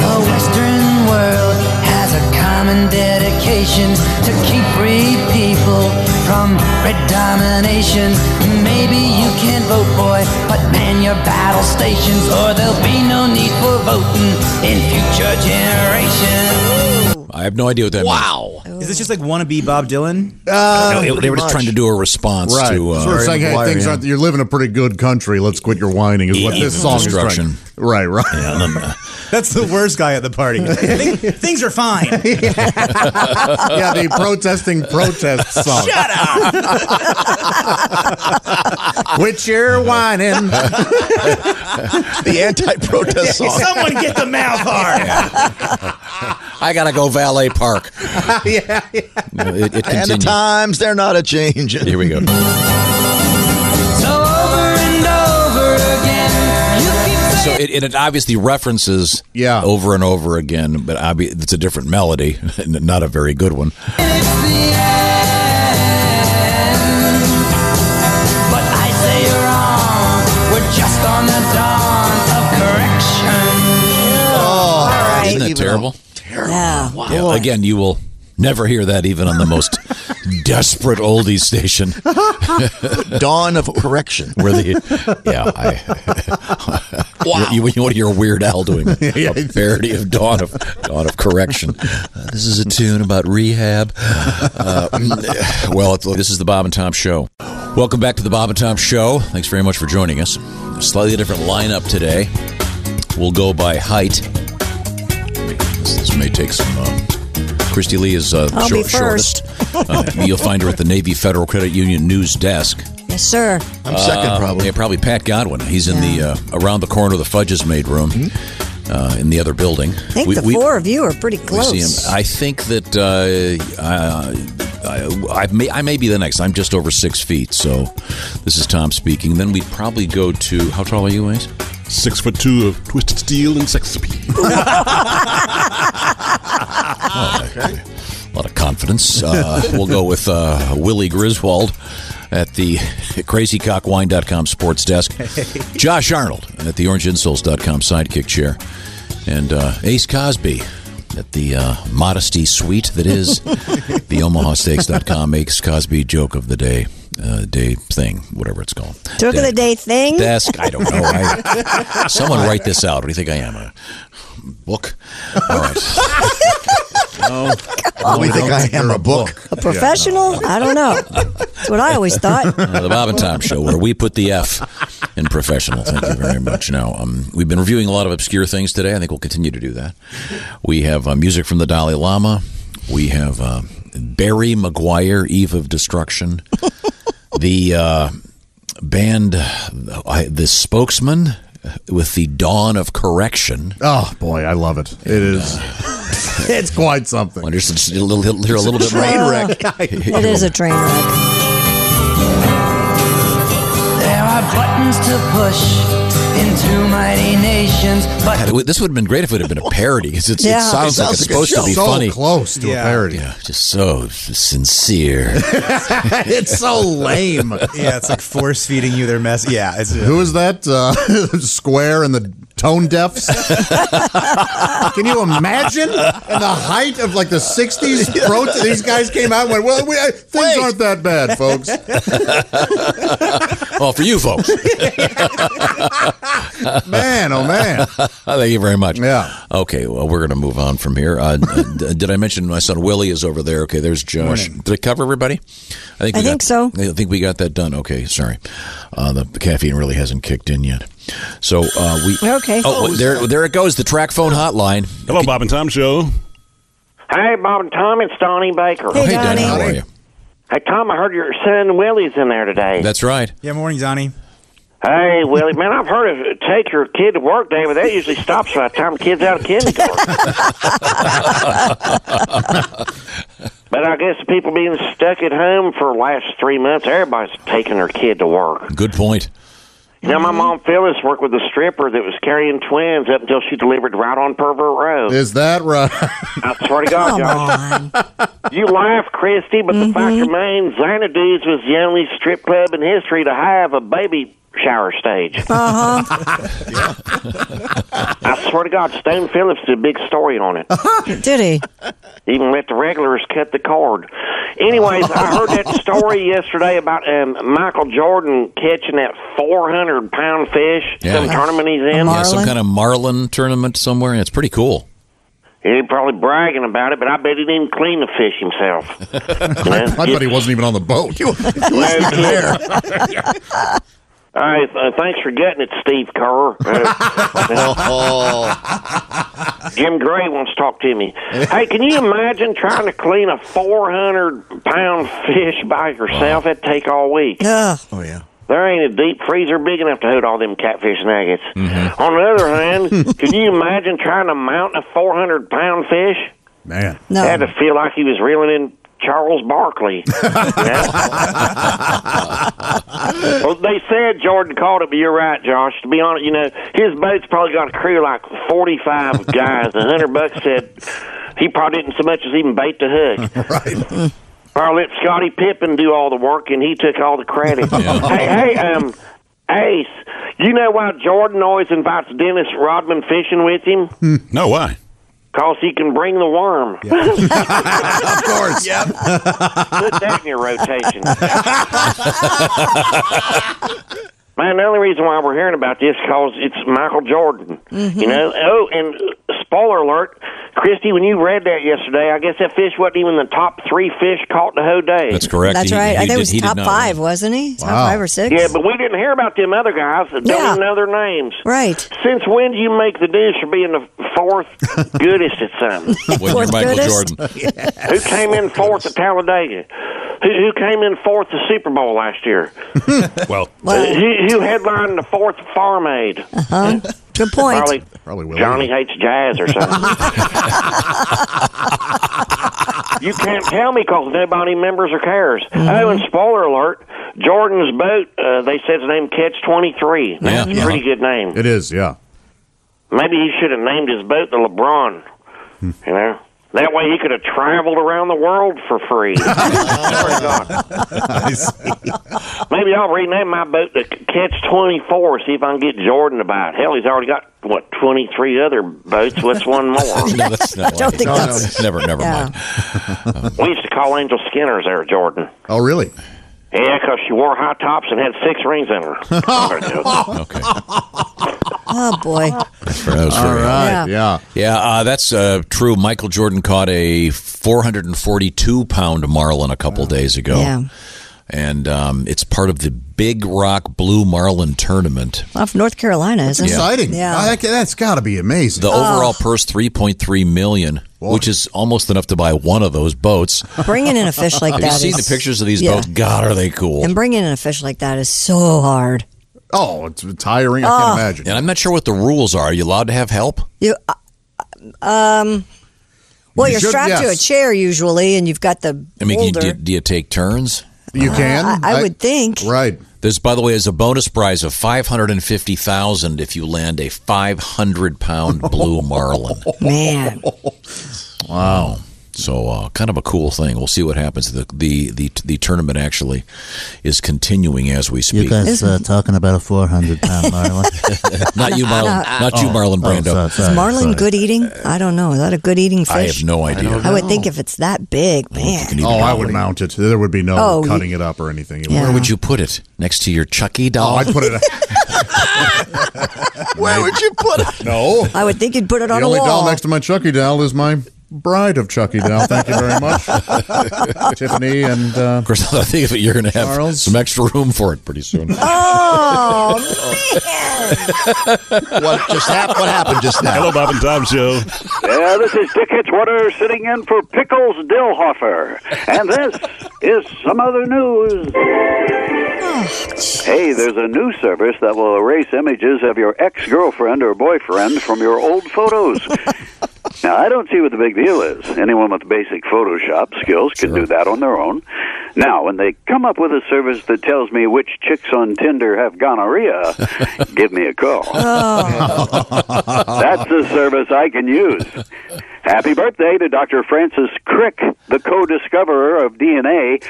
Speaker 15: The Western world has a common dedication to keep free people from red domination. Maybe you can't vote, boy, but man your battle stations, or there'll be no need for voting in future generations.
Speaker 6: I have no idea what that wow.
Speaker 7: Is this just like wannabe Bob Dylan?
Speaker 6: they were just trying to do a response
Speaker 4: Uh, Right.
Speaker 6: to. Uh,
Speaker 4: so it's like, hey, things aren't, you're living a pretty good country. Let's quit your whining, is what this
Speaker 6: Even
Speaker 4: song is
Speaker 6: destruction.
Speaker 4: trying. Right, right.
Speaker 7: That's the worst guy at the party. Thing- Things are fine.
Speaker 4: yeah, the protesting protest song.
Speaker 7: Shut
Speaker 4: up! Which you're whining.
Speaker 8: the anti-protest song.
Speaker 7: Someone get the mouth hard.
Speaker 6: I gotta go valet park.
Speaker 8: yeah,
Speaker 6: it, it
Speaker 8: and the
Speaker 6: continued.
Speaker 8: times they're not a changing. Here
Speaker 6: we go.
Speaker 15: So over and over again, you keep
Speaker 6: So it, it, it obviously references yeah. over and over again, but obvi- it's a different melody, not a very good one.
Speaker 15: But I say you're wrong. We're just on the dawn of correction. Oh,
Speaker 6: Isn't that terrible?
Speaker 15: Terrible. Yeah.
Speaker 6: Yeah, again, you will never hear that even on the most desperate oldies station. Dawn of correction. Where the yeah, I, wow. You, you, what are your Weird Al doing? A parody of Dawn of Dawn of Correction. Uh, this is a tune about rehab. Uh, mm, well, it's- this is the Bob and Tom Show. Welcome back to the Bob and Tom Show. Thanks very much for joining us. Slightly different lineup today. We'll go by height. This, this may take some. Uh, Christy Lee is uh,
Speaker 5: I'll be
Speaker 6: short,
Speaker 5: first.
Speaker 6: shortest. Uh, you'll find her at the Navy Federal Credit Union news desk.
Speaker 5: Yes, sir.
Speaker 6: Uh, Yeah, probably Pat Godwin. He's in the uh, around the corner of the Fudges Made room uh, in the other building.
Speaker 5: I think
Speaker 6: We-
Speaker 5: the
Speaker 6: we-
Speaker 5: four of you are pretty
Speaker 6: we
Speaker 5: close.
Speaker 6: see him. I think that uh, uh, I, I, may, I may be the next. I'm just over six feet, so this is Tom speaking. Then we'd probably go to how tall are you, Ace? Six foot two of twisted steel and sex appeal. A lot of confidence. Uh, we'll go with uh, Willie Griswold at the crazycockwine.com sports desk. Josh Arnold at the orangeinsults.com sidekick chair. And uh, Ace Cosby at the uh, modesty suite that is the omahasteaks.com Ace Cosby joke of the day, uh, day thing, whatever it's called.
Speaker 5: Joke of the day thing.
Speaker 6: Desk, I don't know. I, someone write this out. What do you think I am? A book? All right. No.
Speaker 8: we think I am a book.
Speaker 5: A professional? I don't know. That's what I always thought.
Speaker 6: Uh, the Bob and Tom Show, where we put the F in professional. Thank you very much. Now, um, we've been reviewing a lot of obscure things today. I think we'll continue to do that. We have uh, music from the Dalai Lama. We have uh, Barry McGuire, Eve of Destruction. the uh, band, uh, I, The Spokesman, uh, with the Dawn of Correction.
Speaker 4: Oh boy, I love it. It is. it's quite something.
Speaker 6: Wonder if it's a little, hear a little bit more.
Speaker 4: train wreck.
Speaker 5: it is a train wreck.
Speaker 15: There are buttons to push in two mighty nations, but
Speaker 6: God, it would- this would have been great if it had been a parody because it
Speaker 15: Yeah.
Speaker 6: sounds,
Speaker 15: It sounds
Speaker 6: like it's
Speaker 15: like a
Speaker 6: supposed to be
Speaker 15: show. So
Speaker 6: funny.
Speaker 15: close to a Yeah. parody.
Speaker 6: Yeah, just so sincere.
Speaker 4: it's so lame.
Speaker 7: Yeah, it's like force feeding you their mess. Yeah, it's
Speaker 4: Who is that? Uh, square and the tone deafs. Can you imagine? In the height of like the '60s, pro- these guys came out and went, "Well, we, uh, things aren't that bad, folks."
Speaker 6: well, for you folks.
Speaker 4: Man, oh, man.
Speaker 6: Thank you very much. Yeah. Okay, well, we're going to move on from here. Uh, d- did I mention my son Willie is over there? Okay, there's Josh.
Speaker 5: Morning.
Speaker 6: Did I cover everybody? I think,
Speaker 5: I
Speaker 6: we
Speaker 5: think
Speaker 6: got,
Speaker 5: so.
Speaker 6: I think we got that done. Okay, sorry. Uh, the, the caffeine really hasn't kicked in yet. So uh, we.
Speaker 5: Okay.
Speaker 6: Oh, well, there, there it goes. The track phone hotline. Hello, Bob and Tom Show.
Speaker 16: Hey, Bob and Tom, it's Donnie Baker.
Speaker 6: Hey, Donnie. How are you?
Speaker 16: Hey, Tom, I heard your son Willie's in there today.
Speaker 6: That's right.
Speaker 7: Yeah, morning, Donnie.
Speaker 16: Hey, Willie, man, I've heard of take your kid to work day, but that usually stops by the time the kid's out of kindergarten. but I guess people being stuck at home for the last three months, everybody's taking their kid to work.
Speaker 6: Good point.
Speaker 16: Now,
Speaker 4: Mm-hmm.
Speaker 16: my mom Phyllis worked with a stripper that was carrying twins up until she delivered right on Pervert Road.
Speaker 4: Is that right?
Speaker 16: I swear to God, John. You laugh, Christy, but the fact remains Xanadu's was the only strip club in history to have a baby shower stage.
Speaker 5: Uh huh.
Speaker 16: I swear to God, Stone Phillips did a big story on it.
Speaker 5: Did he?
Speaker 16: Even let the regulars cut the cord. Anyways, I heard that story yesterday about um, Michael Jordan catching that 400 pound fish,
Speaker 6: Yeah.
Speaker 16: some tournament he's in.
Speaker 6: Yeah, some kind of Marlin tournament somewhere. It's pretty cool.
Speaker 16: He's probably bragging about it, but I bet he didn't clean the fish himself.
Speaker 4: I, I bet he wasn't even on the boat.
Speaker 16: All right, uh, thanks for getting it, Steve Kerr. Uh, Jim Gray wants to talk to me. Hey, can you imagine trying to clean a 400 pound fish by yourself? That'd take all week.
Speaker 5: Yeah.
Speaker 16: Oh, yeah. There ain't a deep freezer big enough to hold all them catfish nuggets. On the other hand, can you imagine trying to mount a 400 pound fish?
Speaker 4: Man.
Speaker 16: No. Had to feel like he was reeling in Charles Barkley. Yeah. well, they said Jordan called it, but you're right, Josh. To be honest, you know, his boat's probably got a crew like 45 guys. And Hunter Buck said he probably didn't so much as even bait the hook.
Speaker 4: right.
Speaker 16: Probably let Scotty Pippen do all the work, and he took all the credit. hey, hey, um, Ace, you know why Jordan always invites Dennis Rodman fishing with him?
Speaker 13: No, why?
Speaker 16: Because he can bring the worm.
Speaker 13: Of course. yep.
Speaker 16: Put that in your rotation. Man, the only reason why we're hearing about this because it's Michael Jordan.
Speaker 5: Mm-hmm.
Speaker 16: You know. Oh, and uh, spoiler alert, Christy, when you read that yesterday, I guess that fish wasn't even the top three fish caught the whole day.
Speaker 6: That's correct.
Speaker 5: That's
Speaker 6: He-
Speaker 5: right.
Speaker 6: he
Speaker 5: I think
Speaker 6: did-
Speaker 5: it was
Speaker 6: he did
Speaker 5: top
Speaker 6: not
Speaker 5: five, wasn't he? Top
Speaker 6: Wow.
Speaker 5: five or six?
Speaker 16: Yeah, but we didn't hear about them other guys that don't
Speaker 5: Yeah.
Speaker 16: even know their names.
Speaker 5: Right.
Speaker 16: Since when do you make the dish for being the fourth goodest at something?
Speaker 6: When you're Michael
Speaker 5: goodest?
Speaker 6: Jordan.
Speaker 16: Who came in fourth at Talladega? Who, who came in fourth at Super Bowl last year?
Speaker 14: Oh.
Speaker 13: Well,
Speaker 16: Uh, who, who headlined the fourth Farm Aid?
Speaker 5: Huh? Good point.
Speaker 16: Probably,
Speaker 4: Probably will.
Speaker 16: Johnny hates jazz or something. you can't tell me because nobody remembers or cares. Oh, and spoiler alert: Jordan's boat. Uh, they said his name Catch Twenty Three. That's
Speaker 4: Yeah,
Speaker 16: a
Speaker 4: yeah.
Speaker 16: pretty good name.
Speaker 4: It is, yeah.
Speaker 16: Maybe he should have named his boat the LeBron. You know. That way he could have traveled around the world for free. Swear to God. Maybe I'll rename my boat to Catch 24, see if I can get Jordan to buy it. Hell, he's already got, what, 23 other boats. What's one more?
Speaker 6: No, that's not.
Speaker 5: I don't
Speaker 6: why.
Speaker 5: think
Speaker 6: No, no,
Speaker 5: that's-
Speaker 6: never. Never
Speaker 5: Yeah.
Speaker 6: mind.
Speaker 16: we used to call Angel Skinner's there, Jordan.
Speaker 4: Oh, really?
Speaker 16: Yeah, 'cause she wore high tops and had six rings in her.
Speaker 6: Okay.
Speaker 5: Oh boy.
Speaker 6: That's fair. That was
Speaker 4: All
Speaker 6: fair.
Speaker 4: right, yeah.
Speaker 6: Yeah, uh, that's uh, true. Michael Jordan caught a 442 pound marlin a couple days ago.
Speaker 5: Yeah.
Speaker 6: And um, it's part of the Big Rock Blue Marlin Tournament.
Speaker 5: Off North Carolina, isn't it?
Speaker 4: Exciting.
Speaker 5: Yeah. Oh.
Speaker 4: Oh, that, has got to be amazing.
Speaker 6: The overall purse, 3.3 million, which is almost enough to buy one of those boats.
Speaker 5: Bringing in a fish like
Speaker 6: Have
Speaker 5: that
Speaker 6: you seen
Speaker 5: is-
Speaker 6: the pictures of these
Speaker 5: yeah.
Speaker 6: boats? God, are they cool!
Speaker 5: And bringing in a fish like that is so hard.
Speaker 4: oh, it's tiring. I
Speaker 5: Oh.
Speaker 4: can't imagine.
Speaker 6: And I'm not sure what the rules are. Are you allowed to have help?
Speaker 5: You, uh, um, well,
Speaker 4: You
Speaker 5: you are
Speaker 4: should-
Speaker 5: strapped to a
Speaker 4: yes.
Speaker 5: chair usually, and you've got the
Speaker 6: I mean, you,
Speaker 5: holder.
Speaker 6: do, do you take turns?
Speaker 4: You can?
Speaker 5: Uh, I, I would think.
Speaker 4: Right.
Speaker 6: There's, by the way, is a bonus prize of five hundred and fifty thousand if you land a five hundred pound blue marlin.
Speaker 5: Man,
Speaker 6: Wow. So, uh, kind of a cool thing. We'll see what happens. The the the, the tournament actually is continuing as we speak.
Speaker 17: You guys uh, talking about a 400 pound marlin?
Speaker 6: not you, Marlon. Not you,
Speaker 17: Oh,
Speaker 6: Marlon
Speaker 17: oh,
Speaker 6: Brando.
Speaker 17: sorry,
Speaker 5: is
Speaker 17: sorry,
Speaker 5: marlin
Speaker 17: sorry.
Speaker 5: good eating? I don't know. Is that a good eating
Speaker 6: I
Speaker 5: fish?
Speaker 6: have no idea.
Speaker 5: I would think if it's that big, man.
Speaker 4: Oh, I would mount it. There would be no
Speaker 5: Oh, you-
Speaker 4: cutting it up or anything. It would-
Speaker 5: Yeah.
Speaker 6: Where would you put it? Next to your Chucky
Speaker 4: Oh,
Speaker 6: doll?
Speaker 4: I'd put it.
Speaker 8: Where would you put it?
Speaker 4: No.
Speaker 5: I would think you'd put it
Speaker 4: The
Speaker 5: on a
Speaker 4: only doll
Speaker 5: wall.
Speaker 4: next to my Chucky doll is my bride of Chucky doll. Thank you very much, Tiffany. And uh,
Speaker 6: of course, now that I think of it, you're going to have
Speaker 4: Charles?
Speaker 6: some extra room for it pretty soon.
Speaker 5: oh
Speaker 8: What just happened? What happened just now?
Speaker 13: hello, Bob and Tom Show.
Speaker 18: Yeah, this is Dick Hitchwater sitting in for Pickles Dillhofer. And this is some other news. Hey, there's a new service that will erase images of your ex girlfriend or boyfriend from your old photos. Now, I don't see what the big deal is. Anyone with basic Photoshop skills can do that on their own. Now, when they come up with a service that tells me which chicks on Tinder have gonorrhea, give me a call.
Speaker 14: Oh.
Speaker 18: That's the service I can use. Happy birthday to Dr. Francis Crick, the co discoverer of DNA.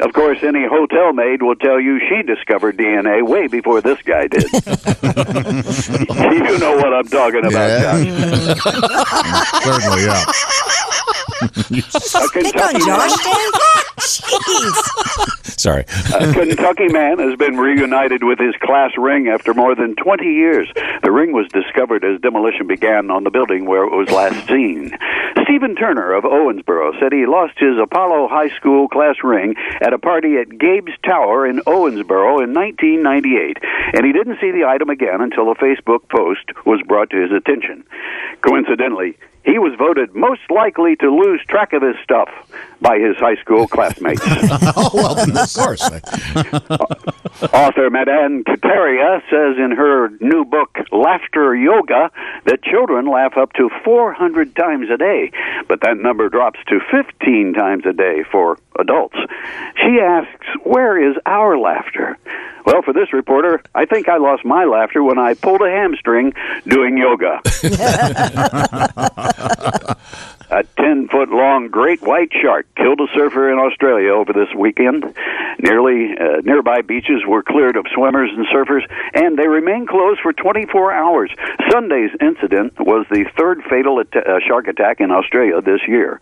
Speaker 18: Of course, any hotel maid will tell you she discovered DNA way before this guy did. you know what I'm talking about, Josh.
Speaker 6: Mm.
Speaker 13: Certainly, yeah.
Speaker 18: A Kentucky man-
Speaker 6: Sorry.
Speaker 18: a Kentucky man has been reunited with his class ring after more than 20 years. The ring was discovered as demolition began on the building where it was last seen. Stephen Turner of Owensboro said he lost his Apollo High School class ring at a party at Gabe's Tower in Owensboro in 1998, and he didn't see the item again until a Facebook post was brought to his attention. Coincidentally, he was voted most likely to lose track of his stuff by his high school classmates.
Speaker 4: oh, well, of course.
Speaker 18: Author Madan Kataria says in her new book, Laughter Yoga, that children laugh up to 400 times a day, but that number drops to 15 times a day for adults. She asks, Where is our laughter? Well, for this reporter, I think I lost my laughter when I pulled a hamstring doing yoga. A 10 foot long great white shark killed a surfer in Australia over this weekend. Nearly uh, nearby beaches were cleared of swimmers and surfers, and they remained closed for 24 hours. Sunday's incident was the third fatal at- uh, shark attack in Australia this year.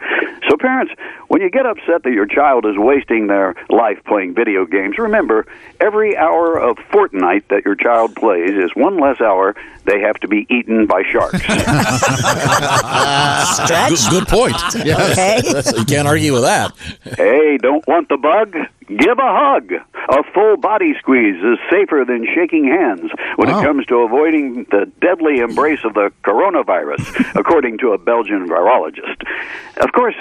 Speaker 18: So, parents, when you get upset that your child is wasting their life playing video games, remember every hour of Fortnite that your child plays is one less hour they have to be eaten by sharks.
Speaker 6: Good, good point. Yes. That's- You can't argue with that.
Speaker 18: Hey, don't want the bug? Give a hug. A full body squeeze is safer than shaking hands when it comes to avoiding the deadly embrace of the coronavirus, according to a Belgian virologist. Of course,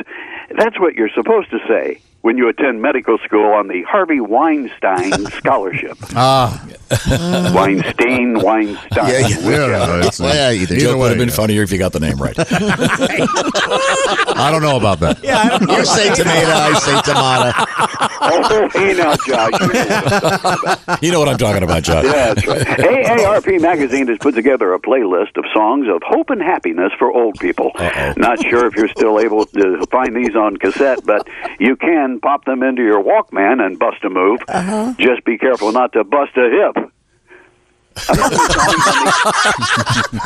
Speaker 18: that's what you're supposed to say when you attend medical school on the Harvey Weinstein Scholarship.
Speaker 4: Ah.
Speaker 18: Weinstein, Weinstein.
Speaker 6: Yeah, yeah.
Speaker 18: whichever.
Speaker 6: The joke would have been funnier if you got the name right. I don't know about that.
Speaker 8: Yeah, I don't know. You say tomato, I say tomato.
Speaker 18: Oh, hey now, Josh.
Speaker 6: You know what I'm talking about, Josh.
Speaker 18: Yeah, that's right. AARP magazine has put together a playlist of songs of hope and happiness for old people. Not sure if you're still able to find these on cassette, but you can pop them into your Walkman and bust a move.
Speaker 15: Uh-huh.
Speaker 18: Just be careful not to bust a hip.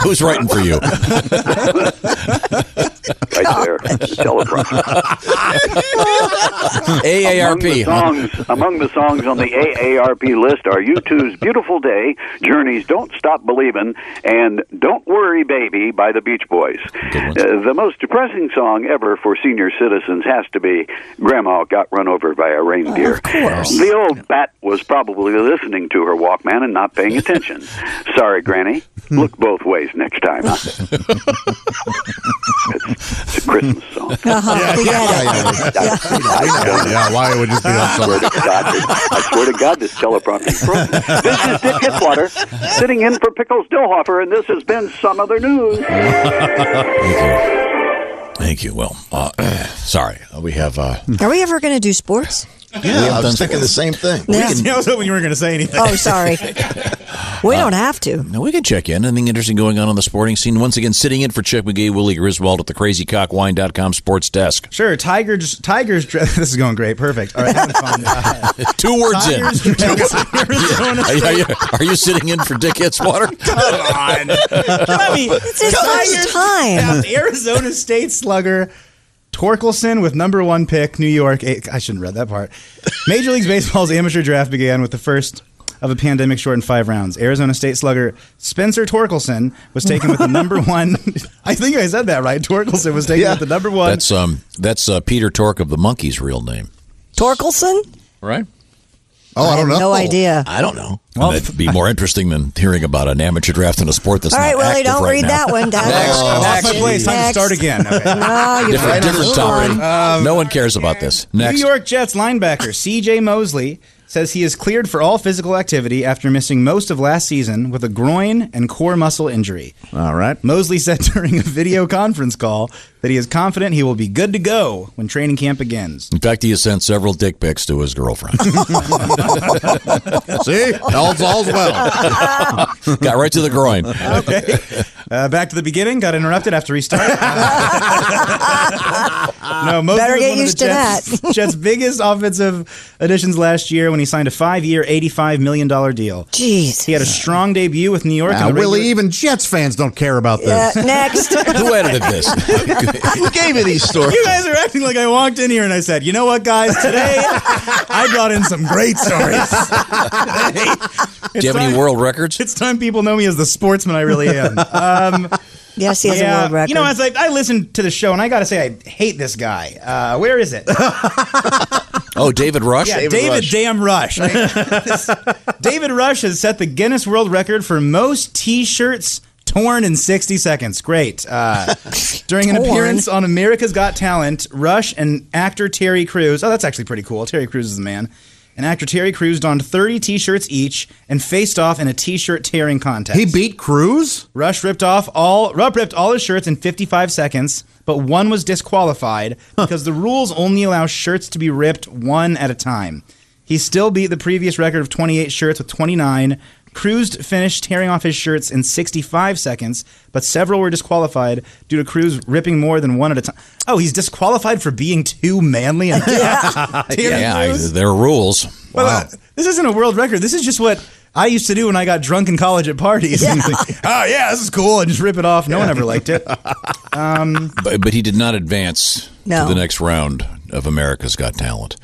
Speaker 6: Who's writing for you?
Speaker 18: right there. Teleprompter.
Speaker 6: AARP,
Speaker 18: Among the, songs, among the songs on the AARP list are U2's Beautiful Day, Journey's Don't Stop Believin', and Don't Worry Baby by the Beach Boys. Uh, the most depressing song ever for senior citizens has to be Grandma Got Run Over by a Reindeer. The old bat was probably listening to her Walkman and not paying attention. Sorry, Granny. Look both ways next time. it's, it's a Christmas song.
Speaker 15: Uh-huh, we get it.
Speaker 18: Yeah, why would this be on swear to God, this- I swear to God, this teleprompter is broken. This is Dick Hitwater sitting in for Pickles Dillhofer, and this has been Some Other News.
Speaker 6: Thank you. Well, uh, sorry. Uh, We have. Uh,
Speaker 5: Are we ever going to do sports?
Speaker 6: we have done-
Speaker 8: same thing.
Speaker 5: Yeah.
Speaker 7: I was hoping you weren't going to say anything.
Speaker 5: Oh, sorry. We don't have to.
Speaker 6: No, we can check in. Anything interesting going on on the sporting scene? Once again, sitting in for Chuck McGee, Willie Griswold at the crazycockwine.com sports desk.
Speaker 7: Sure, Tigers. Tigers. dra- This is going great. Perfect. All right, having fun. Uh,
Speaker 6: Two words
Speaker 7: Tigers
Speaker 6: in.
Speaker 7: drags Arizona
Speaker 6: Are you, are you- are you sitting in for Dick Hitzwater?
Speaker 7: Come on. Gummy,
Speaker 5: It's his first
Speaker 7: Yeah,
Speaker 5: time.
Speaker 7: the Arizona State slugger Torkelson with number one pick, New York. eight- I shouldn't read that part. Major League Baseball's amateur draft began with the first of a pandemic shortened five rounds. Arizona State slugger Spencer Torkelson was taken with the number one. I think I said that right. Torkelson was taken with the number one.
Speaker 6: That's um, that's uh, Peter Tork of the Monkeys' real name,
Speaker 5: Torkelson?
Speaker 6: right?
Speaker 5: Oh, I I don't have know. no idea.
Speaker 6: I don't know. That'd be more interesting than hearing about an amateur draft in a sport that's
Speaker 5: All right,
Speaker 6: not
Speaker 5: Willie,
Speaker 6: active
Speaker 5: don't
Speaker 6: right
Speaker 5: read
Speaker 6: now.
Speaker 5: that one. Dad.
Speaker 7: Off my plate. It's Time to
Speaker 5: Next.
Speaker 7: start again. Okay. Um,
Speaker 5: No, you're
Speaker 6: different
Speaker 5: right.
Speaker 6: different
Speaker 5: Move on.
Speaker 6: topic. no one cares about this. Next.
Speaker 7: New York Jets linebacker C.J. Mosley says he is cleared for all physical activity after missing most of last season with a groin and core muscle injury.
Speaker 4: All right.
Speaker 7: Mosley said during a video conference call that he is confident he will be good to go when training camp begins.
Speaker 6: In fact, he has sent several dick pics to his girlfriend.
Speaker 4: See, all's, all's well.
Speaker 6: Got right to the groin.
Speaker 7: Okay. Uh, back to the beginning. Got interrupted after he started. no, Mosley
Speaker 5: Better
Speaker 7: was
Speaker 5: get
Speaker 7: one of the
Speaker 5: used to
Speaker 7: Jets,
Speaker 5: that.
Speaker 7: Jets' biggest offensive additions last year when he signed a five-year, eighty-five million dollar deal.
Speaker 5: Jeez,
Speaker 7: he had a strong debut with New York.
Speaker 4: Now,
Speaker 7: in the
Speaker 4: Willie,
Speaker 7: regular-
Speaker 4: even Jets fans don't care about
Speaker 5: Yeah,
Speaker 4: this.
Speaker 5: next.
Speaker 6: Who edited this?
Speaker 19: Who gave you these stories?
Speaker 7: You guys are acting like I walked in here and I said, you know what, guys, today I brought in some great stories.
Speaker 6: Do you have any world records?
Speaker 7: It's time people know me as the sportsman I really am. Um,
Speaker 5: Yes, he has a world record.
Speaker 7: You know, I was like, I listened to the show and I got to say, I hate this guy. Uh, where is it?
Speaker 6: Oh, David Rush.
Speaker 7: Yeah, David, Damn Rush. David Rush has set the Guinness World Record for most T-shirts torn in 60 seconds. Great. Uh, during an
Speaker 5: Torn?
Speaker 7: appearance on America's Got Talent, Rush and actor Terry Crews. Oh, that's actually pretty cool. Terry Crews is the man. And actor Terry Crews donned 30 T-shirts each and faced off in a T-shirt tearing contest.
Speaker 4: He beat Cruz?
Speaker 7: Rush ripped off all Rupp ripped all his shirts in 55 seconds, but one was disqualified because the rules only allow shirts to be ripped one at a time. He still beat the previous record of 28 shirts with 29. Cruz finished tearing off his shirts in 65 seconds, but several were disqualified due to Cruz ripping more than one at a time. Oh, he's disqualified for being too manly and Terry
Speaker 6: Yeah, I,
Speaker 7: Crews?
Speaker 6: there are rules.
Speaker 7: Well,
Speaker 6: Wow.
Speaker 7: uh, this isn't a world record. This is just what I used to do when I got drunk in college at parties. Yeah. oh yeah, this is cool. I just rip it off. No one ever liked it. Um,
Speaker 6: But, but he did not advance
Speaker 7: No.
Speaker 6: to the next round of America's Got Talent.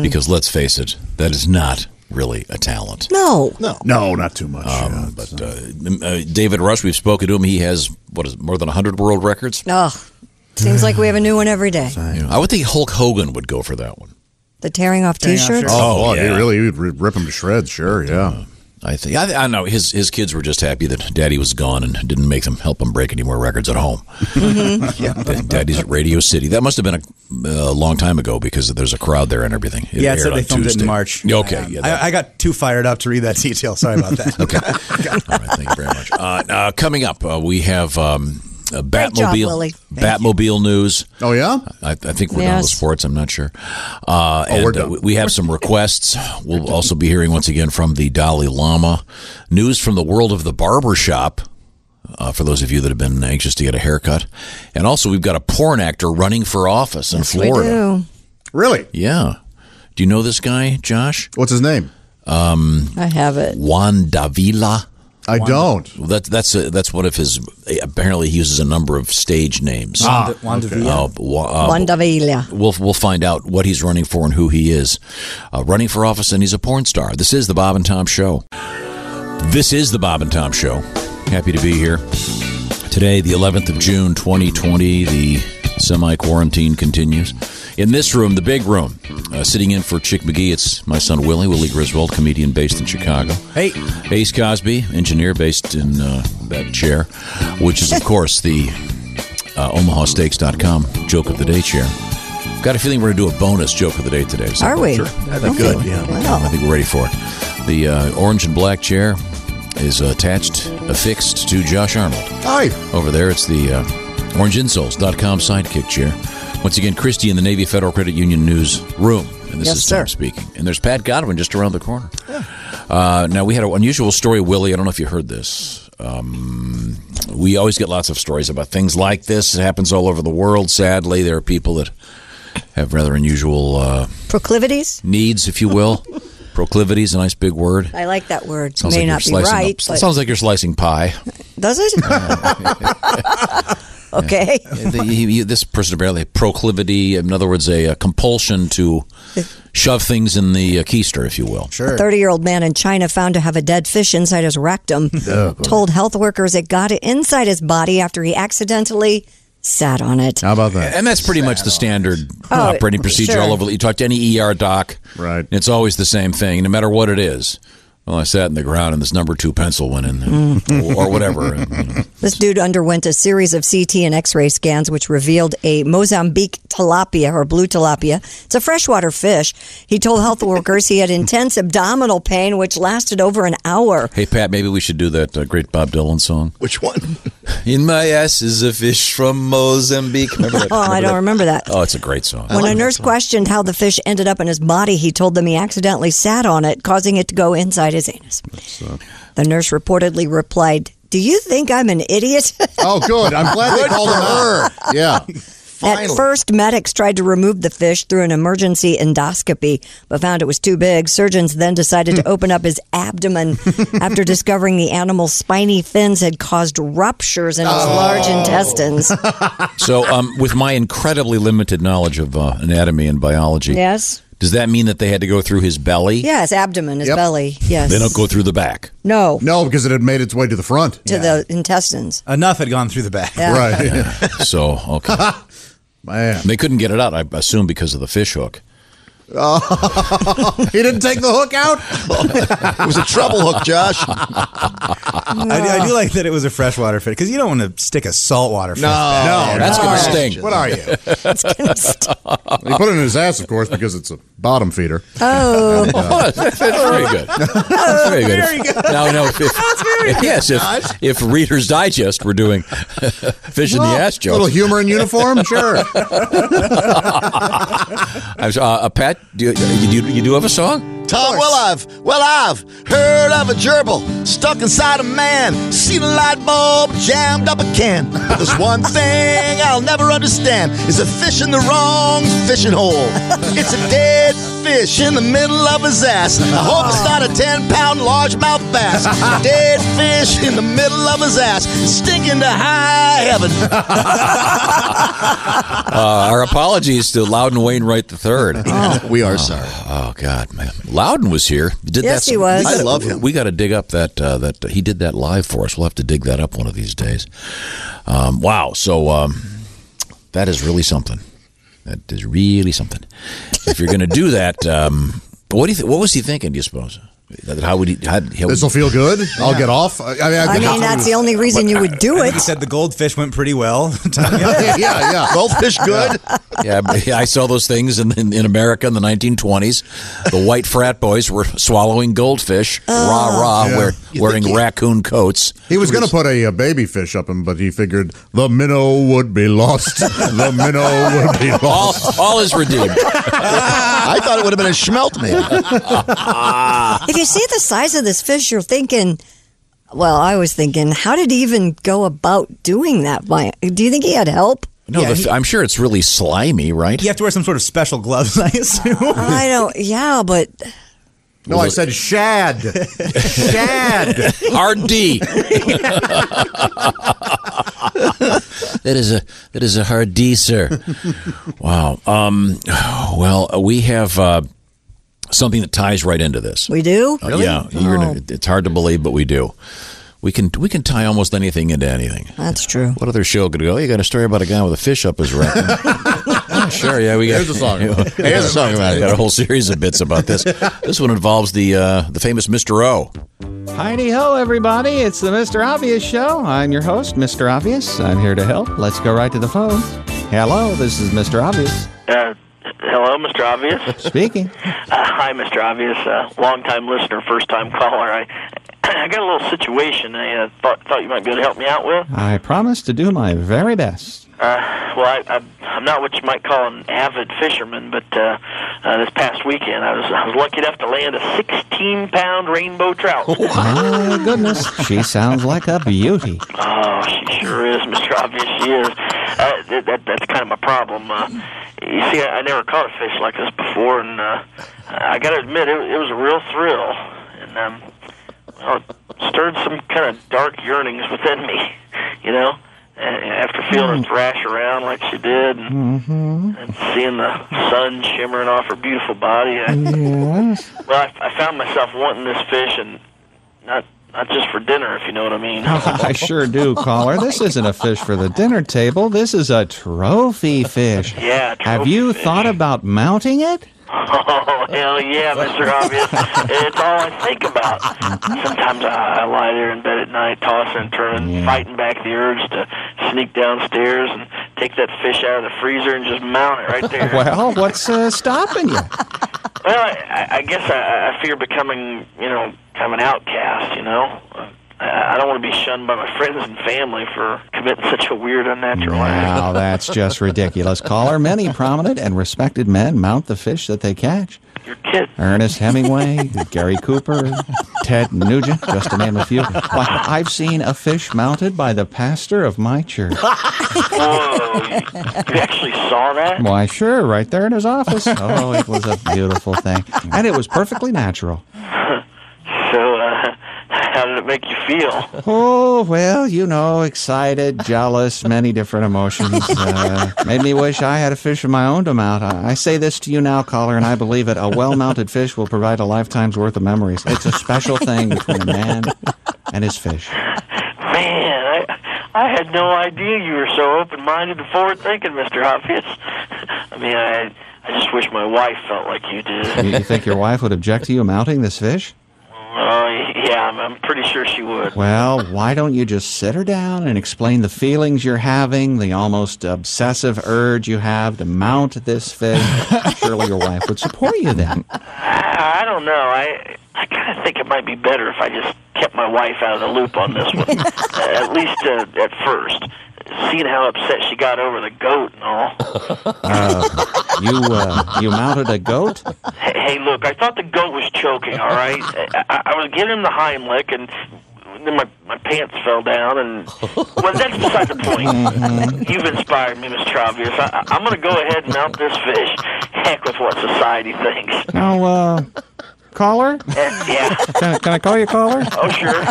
Speaker 6: Because let's face it, that is not really a talent.
Speaker 5: no.
Speaker 19: No.
Speaker 4: No, not too much. yeah.
Speaker 6: But uh, m- uh, David Rush, we've spoken to him. He has, what is it, more than 100 world records?
Speaker 5: Oh, seems like we have a new one every day.
Speaker 6: Yeah. I would think Hulk Hogan would go for that one.
Speaker 5: The tearing off
Speaker 7: Tearing off
Speaker 5: T-shirts.
Speaker 4: Oh,
Speaker 6: yeah. Uh,
Speaker 4: he really he would ri- rip him to shreds. Sure, yeah.
Speaker 6: I think I, I don't know his his kids were just happy that Daddy was gone and didn't make them help him break any more records at home.
Speaker 7: Mm-hmm.
Speaker 6: yeah, Daddy's at Radio City. That must have been a, a long time ago because there's a crowd there and everything. It
Speaker 7: yeah, it
Speaker 6: aired
Speaker 7: said they
Speaker 6: on
Speaker 7: filmed it
Speaker 6: Tuesday.
Speaker 7: in March.
Speaker 6: Okay,
Speaker 7: Um,
Speaker 6: yeah, that-
Speaker 7: I, I got too fired up to read that detail. Sorry about that.
Speaker 6: okay. All right, thank you very much. Uh, uh, coming up, uh, we have um, uh,
Speaker 5: Great job,
Speaker 6: Batmobile.
Speaker 5: Willie.
Speaker 6: Batmobile news.
Speaker 4: Oh yeah.
Speaker 6: I, I think we're done with
Speaker 5: Yes.
Speaker 6: sports. I'm not sure. Uh, and,
Speaker 4: Oh, we're
Speaker 6: uh,
Speaker 4: done.
Speaker 6: we- we have some requests. We'll also be hearing once again from the Dalai Lama. News from the world of the barber shop. Uh, for those of you that have been anxious to get a haircut, and also we've got a porn actor running for office in
Speaker 5: We
Speaker 6: Florida.
Speaker 5: do.
Speaker 4: Really?
Speaker 6: Yeah. Do you know this guy, Josh? Um,
Speaker 4: What's his name?
Speaker 5: I have it.
Speaker 6: Juan Davila.
Speaker 4: I don't.
Speaker 6: Well, that, that's a, that's one of his. Apparently, he uses a number of stage names.
Speaker 7: Ah, Wanda Villa.
Speaker 6: Uh, wa- uh,
Speaker 5: Juan Davila.
Speaker 6: we'll we'll find out what he's running for and who he is. Uh, running for office, and he's a porn star. This is the Bob and Tom Show. This is the Bob and Tom Show. Happy to be here today, the 11th of June, 2020. The semi quarantine continues. In this room, the big room, uh, sitting in for Chick McGee, it's my son Willie, Willie Griswold, comedian based in Chicago.
Speaker 7: Hey,
Speaker 6: Ace Cosby, engineer based in uh, that chair, which is, of course, the uh, OmahaSteaks.com joke of the day chair. Got a feeling we're going to do a bonus joke of the day today. So
Speaker 5: Are we?
Speaker 6: That'd be good. Yeah,
Speaker 5: Wow.
Speaker 6: I think we're ready for it. The uh, orange and black chair is attached, affixed to Josh Arnold.
Speaker 4: Hi.
Speaker 6: Over there, it's the uh, orangeinsoles.com sidekick chair. Once again, Christy in the Navy Federal Credit Union News Room. And this
Speaker 5: Yes,
Speaker 6: is Tom
Speaker 5: sir.
Speaker 6: speaking. And there's Pat Godwin just around the corner. Uh, now, we had an unusual story, Willie. I don't know if you heard this. Um, we always get lots of stories about things like this. It happens all over the world, sadly. There are people that have rather unusual uh,
Speaker 5: Proclivities.
Speaker 6: needs, if you will. Proclivities, a nice big word.
Speaker 5: I like that word.
Speaker 6: Sounds
Speaker 5: May
Speaker 6: like you're
Speaker 5: not be
Speaker 6: slicing up-
Speaker 5: right, but
Speaker 6: sounds like you're slicing pie.
Speaker 5: does it? okay.
Speaker 6: the, he, he- this person apparently had proclivity, in other words, a, uh compulsion to shove things in the uh, keister, if you will.
Speaker 5: A 30 year old man in China found to have a dead fish inside his rectum told health workers it got it inside his body after he accidentally sat on it.
Speaker 4: How about that?
Speaker 6: And that's pretty much the standard
Speaker 5: Oh,
Speaker 6: operating procedure
Speaker 5: sure.
Speaker 6: all over. You talk to any ER doc,
Speaker 4: Right.
Speaker 6: and it's always the same thing, no matter what it is. Well, I sat in the ground and this number two pencil went in,
Speaker 5: Mm.
Speaker 6: or, or whatever. And,
Speaker 5: This dude underwent a series of CT and X ray scans, which revealed a Mozambique tilapia or blue tilapia. It's a freshwater fish. He told health workers he had intense abdominal pain, which lasted over an hour.
Speaker 6: Hey, Pat, maybe we should do that uh, great Bob Dylan song.
Speaker 8: Which one?
Speaker 6: In my ass is a fish from Mozambique. Remember that?
Speaker 5: Oh, I don't remember that.
Speaker 6: Oh, it's a great song.
Speaker 5: When a nurse questioned how the fish ended up in his body, he told them he accidentally sat on it, causing it to go inside his anus.
Speaker 4: uh,
Speaker 5: The nurse reportedly replied, Do you think I'm an idiot?
Speaker 4: Oh, good. I'm glad they called him her. Yeah.
Speaker 5: At first, medics tried to remove the fish through an emergency endoscopy, but found it was too big. Surgeons then decided
Speaker 4: Hmm.
Speaker 5: to open up his abdomen after discovering the animal's spiny fins had caused ruptures in his
Speaker 4: Oh.
Speaker 5: large intestines.
Speaker 6: So, um, with my incredibly limited knowledge of uh, anatomy and biology,
Speaker 5: yes.
Speaker 6: does that mean that they had to go through his belly?
Speaker 5: Yeah, his abdomen, his belly. Yes.
Speaker 6: They don't go through the back.
Speaker 5: No.
Speaker 4: No, because it had made its way to the front.
Speaker 5: To the intestines.
Speaker 7: Enough had gone through the back.
Speaker 5: Yeah.
Speaker 4: Right.
Speaker 6: So, okay. They couldn't get it out, I assume, because of the fish hook.
Speaker 4: he didn't take the hook out?
Speaker 8: it was a trouble hook, Josh.
Speaker 7: I, I do like that it was a freshwater fish because you don't want to stick a saltwater fish.
Speaker 4: No,
Speaker 7: back
Speaker 4: no,
Speaker 7: there.
Speaker 4: that's gonna sting. What are you? It's
Speaker 5: gonna
Speaker 4: He put it in his ass, of course, because it's a bottom feeder. uh,
Speaker 5: Oh.
Speaker 6: that's very good. That's very good.
Speaker 4: Very good.
Speaker 6: Now, no, if, if- yes, if, if Reader's Digest were doing fish in the ass jokes,
Speaker 4: Little humor in uniform? Sure.
Speaker 6: I'm so- uh, uh, Pat, do you, you, do- you do have a song?
Speaker 8: Tom, well, I've, well, I've heard of a gerbil stuck inside a man, seen a light bulb jammed up a can. But there's one thing I'll never understand is a fish in the wrong fishing hole. It's a dead fish in the middle of his ass. I hope it's not a 10 pound largemouth bass. A dead fish in the middle of his ass, stinking to high heaven.
Speaker 6: Uh, our apologies to Loudon Wainwright III.
Speaker 8: Oh. We are sorry.
Speaker 6: Oh God, man, Loudon was here. He did
Speaker 5: Yes,
Speaker 6: that,
Speaker 5: he was.
Speaker 6: we
Speaker 5: I
Speaker 6: gotta-
Speaker 5: love
Speaker 8: him.
Speaker 6: We got to dig up that uh, that he did that live for us. We'll have to dig that up one of these days. Um, wow, so um, that is really something. That is really something. If you're going to do that, um, what do you th- what was he thinking? Do you suppose? That- How would he? How, how
Speaker 4: This will feel good. I'll get off. I, I,
Speaker 5: I
Speaker 4: think
Speaker 5: mean, that's the only reason you would do it.
Speaker 7: I think you said the goldfish went pretty well.
Speaker 4: yeah, yeah.
Speaker 8: Goldfish good?
Speaker 6: Yeah, I- I saw those things in, in, in America in the 1920s. The white frat boys were swallowing goldfish, rah rah,
Speaker 4: Oh. Yeah.
Speaker 6: wear,
Speaker 4: You
Speaker 6: wearing
Speaker 4: think he-
Speaker 6: raccoon coats.
Speaker 4: He was going to put a, uh baby fish up him, but he figured the minnow would be lost. the minnow would be
Speaker 6: All,
Speaker 4: lost.
Speaker 6: all is redeemed.
Speaker 8: I thought it would have been a schmelt man.
Speaker 5: if you see the size of this fish, you're thinking, well, I was thinking, how did he even go about doing that? Why- Do you think he had help?
Speaker 6: No, the, f- I'm sure it's really slimy, right?
Speaker 7: You have to wear some sort of special gloves, I assume.
Speaker 5: I don't, yeah, but
Speaker 4: No, I said shad. Shad.
Speaker 6: Hard D. that is a that is a hard D, sir. Wow. Um, well, we have uh, something that ties right into this.
Speaker 5: we
Speaker 4: Oh,
Speaker 5: do.
Speaker 6: Uh, Yeah, you're gonna, it's hard to believe, but we do. We can we can tie almost anything into anything.
Speaker 5: Oh, That's true.
Speaker 6: What other show could go? Oh, you got a story about a guy with a fish up his rack? Oh, sure, yeah, we got.
Speaker 4: Here's a song about it.
Speaker 6: Here's a song about it. Got a whole series of bits about this. This one involves the uh, the famous Mr. O.
Speaker 20: Heidi ho, everybody. It's the Mr. Obvious Show. I'm your host, Mr. Obvious. I'm here to help. Let's go right to the phone. Hello, this is Mr. Obvious.
Speaker 3: Uh, hello, Mr. Obvious.
Speaker 20: Speaking.
Speaker 3: Uh, hi, Mr. Obvious. Uh, long-time listener, first-time caller. I, I got a little situation. I uh, thought thought you might be able to help me out with.
Speaker 20: I promise to do my very best.
Speaker 3: Uh, well, I, I, I'm not what you might call an avid fisherman, but uh, uh, this past weekend I was I was lucky enough to land a 16-pound rainbow trout.
Speaker 20: My goodness, she sounds like a beauty.
Speaker 3: Oh, she sure is, Mr. Obvious. She is. Uh, that, that, that's kind of my problem. Uh, you see, I, I never caught a fish like this before, and uh, I got to admit, it, it was a real thrill, and um, well, it stirred some kind of dark yearnings within me. You know, A- after feeling her thrash around like she did, and, and seeing the sun shimmering off her beautiful body, I,
Speaker 6: Hmm.
Speaker 20: Yes.
Speaker 3: well, I, I found myself wanting this fish, and not not just for dinner, if you know what I mean.
Speaker 20: I sure do, caller. This isn't a fish for the dinner table. This is a trophy fish.
Speaker 3: Yeah,
Speaker 20: Have you thought about mounting it?
Speaker 3: Oh hell yeah, Mr. Obvious! it's all I think about. Sometimes I, I lie there in bed at night, tossing and turning, fighting back the urge to sneak downstairs and take that fish out of the freezer and just mount it right there.
Speaker 20: Well, what's uh, stopping you?
Speaker 3: Well, I, I guess I, I fear becoming, you know, kind of an outcast. You know, I, I don't want to be shunned by my friends and family for committing such a weird, unnatural act.
Speaker 20: Wow, that's just ridiculous. Caller, many prominent and respected men mount the fish that they catch.
Speaker 3: Your kid.
Speaker 20: Ernest Hemingway, Gary Cooper, Ted Nugent, just to name a few. Wow, I've seen a fish mounted by the pastor of my church.
Speaker 3: Whoa! You, you actually saw that?
Speaker 20: Why, sure, right there in his office. Oh, it was a beautiful thing. And it was perfectly natural.
Speaker 3: So, uh, how did it make you feel?
Speaker 20: Oh, well, you know, excited, jealous, many different emotions. Uh, made me wish I had a fish of my own to mount. I, I say this to you now, caller, and I believe it. A well mounted fish will provide a lifetime's worth of memories. It's a special thing between a man and his fish.
Speaker 3: Man, I, I had no idea you were so open-minded and forward-thinking, Mr. Hopkins. I mean, I, I just wish my wife felt like you
Speaker 20: You, you
Speaker 3: did.
Speaker 20: think your wife would object to you mounting this fish?
Speaker 3: Oh, yeah, I'm, I'm pretty sure she would.
Speaker 20: Well, why don't you just sit her down and explain the feelings you're having, the almost obsessive urge you have to mount this fish? Surely your wife would support you then.
Speaker 3: I, I don't know. I, I kind of think it might be better if I just kept my wife out of the loop on this one, at least uh, at first. Seeing how upset she got over the goat and all.
Speaker 20: Uh, you uh, you mounted a goat?
Speaker 3: Hey, hey, look, I thought the goat was choking, all right? I, I, I was giving him the Heimlich, and then my, my pants fell down, and. Well, that's beside the
Speaker 20: Mm-hmm.
Speaker 3: point. You've inspired me, Mr. Obvious. I, I- I'm going to go ahead and mount this fish. Heck with what society thinks.
Speaker 20: Now, uh, caller?
Speaker 3: Eh, yeah.
Speaker 20: Can, can I call you caller?
Speaker 3: Oh, sure.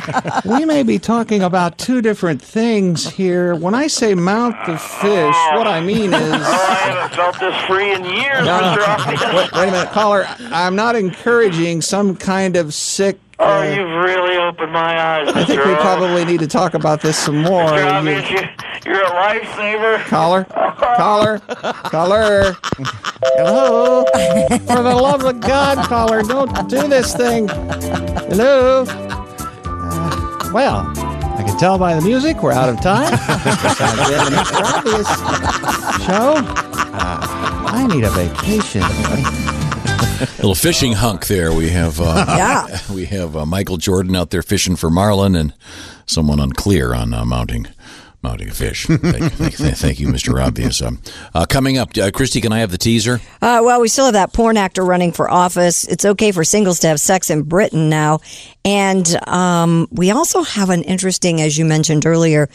Speaker 20: We may be talking about two different things here. When I say mount the fish, what I mean
Speaker 3: Oh,
Speaker 20: is.
Speaker 3: I haven't felt this free in years,
Speaker 20: No, no.
Speaker 3: Mr. Obvious.
Speaker 20: Wait, wait a minute, caller. I'm not encouraging some kind of sick. uh,
Speaker 3: Oh, you've really opened my eyes, Mr.
Speaker 20: I think we
Speaker 3: Obvious.
Speaker 20: probably need to talk about this some more.
Speaker 3: Mr.
Speaker 20: You-
Speaker 3: Obvious, you, you're a lifesaver.
Speaker 20: Caller, caller, caller. Hello. For the love of God, caller, don't do this thing. Hello. Uh, well, I can tell by the music we're out of time. Besides, we have an extra obvious show. Uh, I need a vacation.
Speaker 6: little fishing hunk there. We have uh,
Speaker 20: Yeah.
Speaker 6: we have uh, Michael Jordan out there fishing for marlin, and someone unclear on uh, mounting mounting a fish. Thank, thank, thank- thank you, Mister Obvious. Um, uh, coming up, uh, Christy, can I have the teaser?
Speaker 5: Uh, well, we still have that porn actor running for office. It's okay for singles to have sex in Britain now. And um, we also have an interesting, as you mentioned earlier,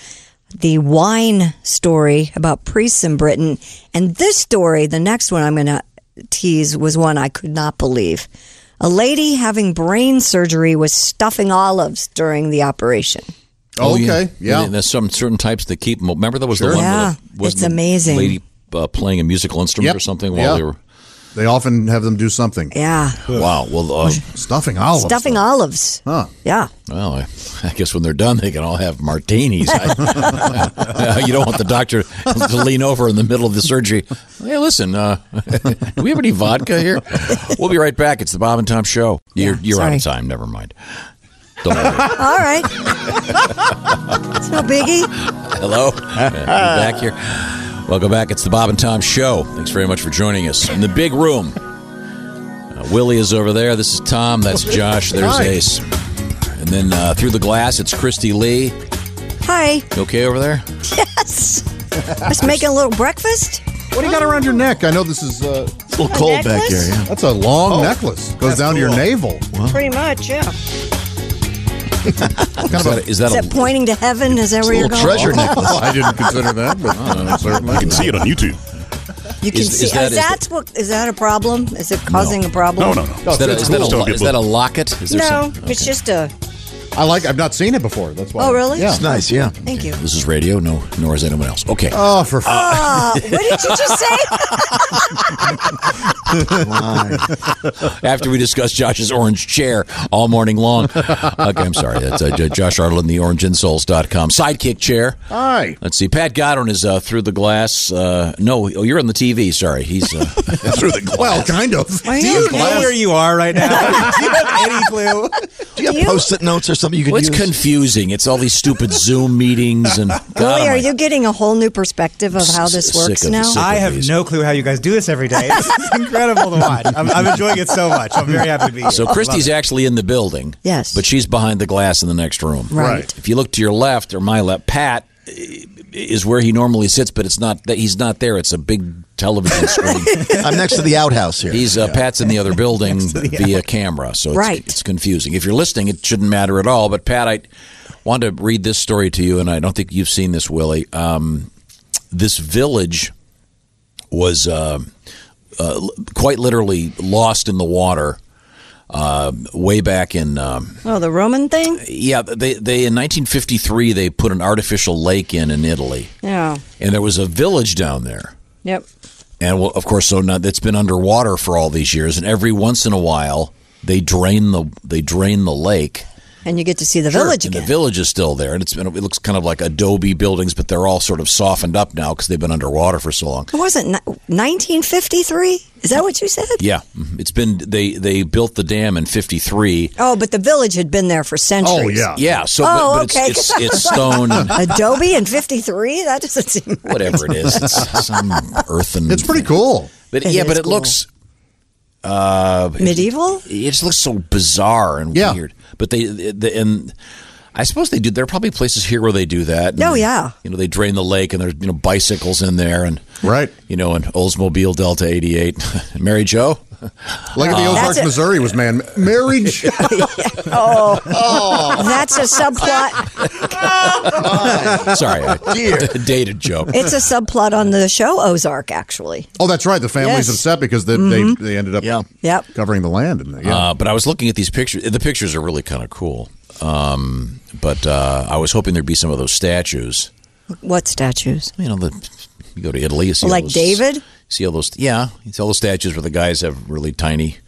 Speaker 5: the wine story about priests in Britain. And this story, the next one I'm going to tease, was one I could not believe. A lady having brain surgery was stuffing olives during the operation.
Speaker 4: Oh,
Speaker 6: Oh, yeah. And there's some certain types that keep. Remember that was
Speaker 5: Sure.
Speaker 6: the one.
Speaker 5: Yeah,
Speaker 6: with the- was
Speaker 5: it's
Speaker 6: the
Speaker 5: amazing.
Speaker 6: Lady uh, playing a musical instrument
Speaker 4: Yep.
Speaker 6: or something while
Speaker 4: Yeah.
Speaker 6: they were.
Speaker 4: They often have them do something.
Speaker 5: Yeah.
Speaker 6: Wow. Well, uh,
Speaker 4: stuffing olives.
Speaker 5: Stuffing olives.
Speaker 4: Huh.
Speaker 5: Yeah.
Speaker 6: Well, I, I guess when they're done, they can all have martinis. I- you don't want the doctor to lean over in the middle of the surgery. Hey, listen, uh, do we have any vodka here? We'll be right back. It's the Bob and Tom Show. You're, you're out of time. Never mind. Don't worry.
Speaker 5: All right. it's no biggie.
Speaker 6: Hello? Uh, you back here. Welcome back. It's the Bob and Tom Show. Thanks very much for joining us in the big room. Uh, Willie is over there. This is Tom. That's Josh. There's
Speaker 5: Hi.
Speaker 6: Ace. And then uh, through the glass, it's Christy Lee.
Speaker 5: Hi.
Speaker 6: You okay over there?
Speaker 5: Yes. Just making a little breakfast.
Speaker 4: What do you got around your neck? I know this is uh, a
Speaker 5: little cold back necklace? here, yeah.
Speaker 4: That's a long
Speaker 5: Oh,
Speaker 4: necklace. Goes down to your navel.
Speaker 5: Pretty much, yeah.
Speaker 6: Is that a- is that
Speaker 5: Is
Speaker 6: a
Speaker 5: that pointing to heaven? Is that where you're going?
Speaker 4: I didn't consider that, but uh, certainly.
Speaker 13: You can see it on YouTube.
Speaker 5: You can
Speaker 6: Is-
Speaker 5: see.
Speaker 6: is that-
Speaker 5: is
Speaker 6: is
Speaker 5: that what? Is that a problem? Is it causing a problem?
Speaker 6: Is that, a, is, that a, lo- is that a locket? Is
Speaker 5: no,
Speaker 6: some-
Speaker 5: it's just a
Speaker 4: I like. I've not seen it before. That's why.
Speaker 5: Oh, really?
Speaker 4: Yeah.
Speaker 5: It's nice,
Speaker 6: yeah.
Speaker 5: Thank you.
Speaker 6: This is radio, no, nor is anyone else. Okay.
Speaker 4: Oh, for
Speaker 5: Ah, what did you just say?
Speaker 6: After we discussed Josh's orange chair all morning long. Okay, I'm sorry. That's uh, J- Josh Arnold, the orangeinsoles.com. Sidekick chair.
Speaker 4: Hi.
Speaker 6: Let's see. Pat Godwin is uh, through the glass. Uh, no, oh, you're on the TV. Sorry. He's uh, through the glass.
Speaker 4: Well, kind of.
Speaker 6: I
Speaker 7: Do you know where you are right now? Do you have any clue?
Speaker 6: Do you have post-it notes or something you
Speaker 7: could
Speaker 6: It's
Speaker 7: use?
Speaker 6: confusing. It's all these stupid Zoom meetings and God,
Speaker 5: Really,
Speaker 6: I'm
Speaker 5: are
Speaker 6: like,
Speaker 5: you getting a whole new perspective of how this works now?
Speaker 7: I have no clue how you guys do this every day. This is incredible to watch. I'm, I'm enjoying it so much. I'm very happy to be here.
Speaker 6: So
Speaker 7: Love
Speaker 6: Christy's
Speaker 7: it.
Speaker 6: actually in the building.
Speaker 7: Yes.
Speaker 6: But she's behind the glass in the next room.
Speaker 7: Right. Right.
Speaker 6: If you look to your left or my left, Pat eh, is where he normally sits, but it's not that he's not there. It's a big television screen.
Speaker 8: I'm next to the outhouse here.
Speaker 6: He's uh, Pat's in the other building via camera, so it's,
Speaker 8: Right.
Speaker 6: it's confusing. If you're listening, it shouldn't matter at all. But Pat, I want to read this story to you, and I don't think you've seen this, Willie. Um, this village was uh, uh, l- quite literally lost in the water uh, way back in. Um,
Speaker 5: Oh, the Roman thing?
Speaker 6: yeah, they, they in 1953 they put an artificial lake in in Italy,
Speaker 5: Yeah.
Speaker 6: and there was a village down there.
Speaker 5: Yep.
Speaker 6: And well, of course, so now that's been underwater for all these years, and every once in a while they drain the they drain the lake.
Speaker 5: And you get to see the
Speaker 6: Sure,
Speaker 5: village
Speaker 6: and
Speaker 5: again.
Speaker 6: the village is still there, and it's been it looks kind of like adobe buildings, but they're all sort of softened up now because they've been underwater for so long.
Speaker 5: It wasn't ni- 1953? Is that what you said?
Speaker 6: Yeah, mhm. it's been they they built the dam in '53.
Speaker 5: Oh, but the village had been there for centuries.
Speaker 6: yeah. So,
Speaker 5: oh,
Speaker 6: but, but
Speaker 5: okay. 'cause
Speaker 6: it's
Speaker 5: I
Speaker 6: it's, it's
Speaker 5: was like,
Speaker 6: stone and
Speaker 5: Adobe in 53? That doesn't seem right.
Speaker 6: whatever it is. It's some earthen.
Speaker 4: It's pretty cool.
Speaker 6: But
Speaker 5: It
Speaker 6: yeah, but
Speaker 5: is
Speaker 6: it
Speaker 5: cool.
Speaker 6: looks uh,
Speaker 5: medieval.
Speaker 6: It, just looks so bizarre and weird. But they, the, and I suppose they do. There are probably places here where they do that. And,
Speaker 5: Oh, yeah.
Speaker 6: You know, they drain the lake, and there's you know bicycles in there, and right. You know, an Oldsmobile Delta '88, Mary Joe.
Speaker 4: Like in the Ozarks,
Speaker 5: That's it.
Speaker 4: Missouri was man marriage.
Speaker 5: Oh. That's a subplot.
Speaker 6: Sorry, I, dated joke.
Speaker 5: It's a subplot on the show Ozark, actually.
Speaker 4: Oh, that's right. The family's
Speaker 5: Yes. Mm-hmm.
Speaker 4: upset because they, they they ended up
Speaker 5: Yep.
Speaker 4: covering the land and yeah.
Speaker 6: Uh, but I was looking at these pictures. The pictures are really kind of cool. Um, but uh, I was hoping there'd be some of those statues.
Speaker 5: What statues?
Speaker 6: You know, the, you go to Italy, you see all
Speaker 5: Like
Speaker 6: those-
Speaker 5: David?
Speaker 6: See all those, yeah. You see all those statues where the guys have really tiny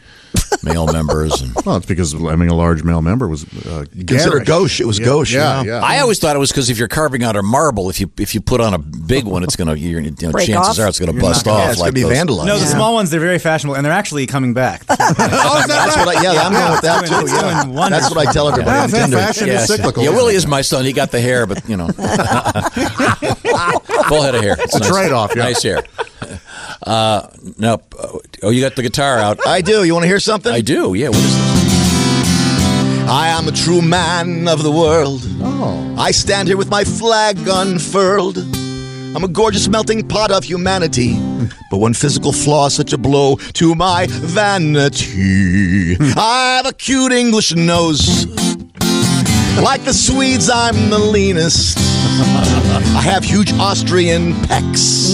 Speaker 6: male members. And,
Speaker 4: Well, it's because having a large male member was uh,
Speaker 6: Consider
Speaker 4: Garish.
Speaker 6: gauche. It
Speaker 8: was
Speaker 4: yeah,
Speaker 8: gauche,
Speaker 4: Yeah, yeah.
Speaker 6: I always thought it was because if you're carving out a marble, if you if you put on a big one, it's gonna you're, you know,
Speaker 7: Break
Speaker 6: chances
Speaker 7: off?
Speaker 6: are it's gonna
Speaker 7: You're
Speaker 6: bust
Speaker 7: not
Speaker 6: off.
Speaker 7: gonna-
Speaker 6: like those-
Speaker 7: No, the small ones, they're very fashionable, and they're actually coming back.
Speaker 8: That's what I, yeah, I'm going with that
Speaker 7: It's doing-
Speaker 8: too.
Speaker 7: it's
Speaker 8: Yeah.
Speaker 7: doing wonders.
Speaker 8: That's what I tell everybody.
Speaker 7: Yeah,
Speaker 8: on
Speaker 7: fa-
Speaker 8: Tinder.
Speaker 7: fashion is cyclical,
Speaker 6: Yeah,
Speaker 7: isn't
Speaker 6: Willie
Speaker 7: it?
Speaker 6: is my son. He got the hair, but you know, full head of hair. It's
Speaker 8: a
Speaker 6: nice.
Speaker 8: trade-off, yeah.
Speaker 6: Nice hair. Uh, nope. Oh, you got the guitar out.
Speaker 8: I do. You want to hear something? I
Speaker 6: do. Yeah. What is this?
Speaker 8: I am a true man of the world. I stand here with my flag unfurled. I'm a gorgeous melting pot of humanity. But one physical flaw, is such a blow to my vanity. I have a cute English nose. Like the Swedes, I'm the leanest. I have huge Austrian pecs.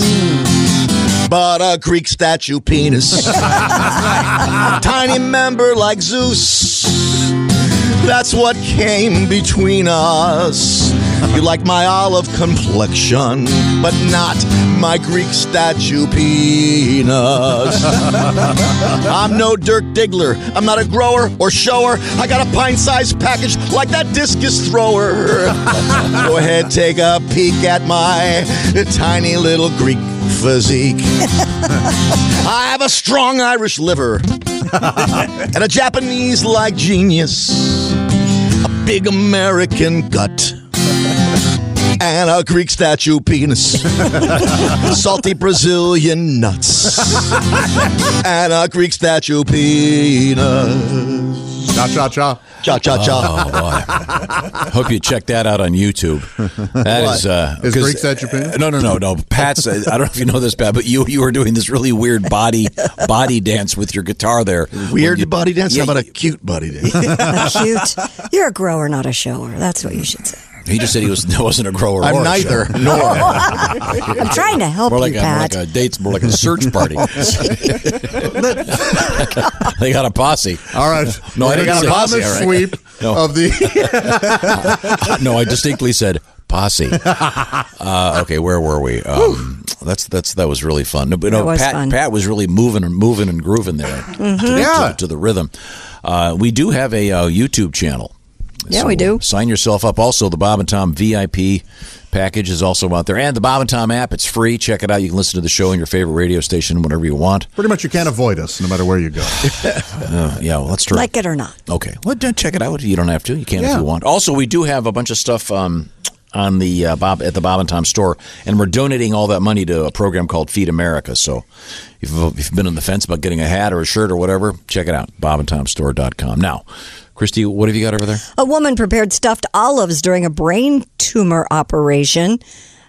Speaker 8: But a Greek statue penis. Tiny member like Zeus. That's what came between us. You like my olive complexion, but not my Greek statue penis. I'm no Dirk Diggler. I'm not a grower or shower. I got a pint sized package like that discus thrower. Go ahead, take a peek at my tiny little Greek physique. I have a strong Irish liver and a Japanese like genius, a big American gut. And a Greek statue penis, salty Brazilian nuts, and a Greek statue penis.
Speaker 4: Cha cha cha.
Speaker 8: Cha cha cha.
Speaker 6: Oh, Hope you check that out on YouTube. That
Speaker 8: What?
Speaker 6: is uh,
Speaker 8: Is
Speaker 6: 'cause-
Speaker 8: Greek statue penis?
Speaker 6: No, no, no, no. Pat's. uh, I don't know if you know this, Pat, but you you were doing this really weird body body dance with your guitar there.
Speaker 8: Weird body dance? How about a cute body dance?
Speaker 5: Cute. You're a grower, not a shower. That's what you should say.
Speaker 6: He just said he was wasn't a grower.
Speaker 8: I'm
Speaker 6: or a
Speaker 8: neither,
Speaker 6: shower.
Speaker 8: nor.
Speaker 5: I'm trying to help
Speaker 6: More like
Speaker 5: you,
Speaker 6: a, more
Speaker 5: Pat.
Speaker 6: like a dates, more like a search party. they got a posse.
Speaker 4: All right.
Speaker 6: No, I
Speaker 4: They
Speaker 6: didn't
Speaker 4: got
Speaker 6: say
Speaker 4: a posse
Speaker 6: all right.
Speaker 4: sweep.
Speaker 6: No.
Speaker 4: of the
Speaker 6: no, I distinctly said posse. Uh, okay, where were we? Um, that's that's that was really fun. No, but no,
Speaker 11: That was
Speaker 6: Pat
Speaker 11: fun.
Speaker 6: Pat was really moving and moving and grooving there
Speaker 11: Mhm.
Speaker 5: Mm-hmm.
Speaker 6: to, the,
Speaker 11: Yeah.
Speaker 6: to, the- to the rhythm. Uh, we do have a uh, YouTube channel.
Speaker 5: Yeah, we do.
Speaker 6: Sign yourself up. Also, the Bob and Tom VIP package is also out there, and the Bob and Tom app. It's free. Check it out. You can listen to the show on your favorite radio station whenever you want.
Speaker 4: Pretty much you can't avoid us no matter where you go.
Speaker 6: Uh, yeah, well, that's true.
Speaker 5: Like it or not.
Speaker 6: Okay. Well, don't check it out. You don't have to. You can if
Speaker 5: Yeah.
Speaker 6: you want. Also, we do have a bunch of stuff um, on the uh, Bob at the Bob and Tom store, and we're donating all that money to a program called Feed America. So, if you've, if you've been on the fence about getting a hat or a shirt or whatever, check it out. BobandTomStore.com. Now, Christy, what have you got over there?
Speaker 5: A woman prepared stuffed olives during a brain tumor operation.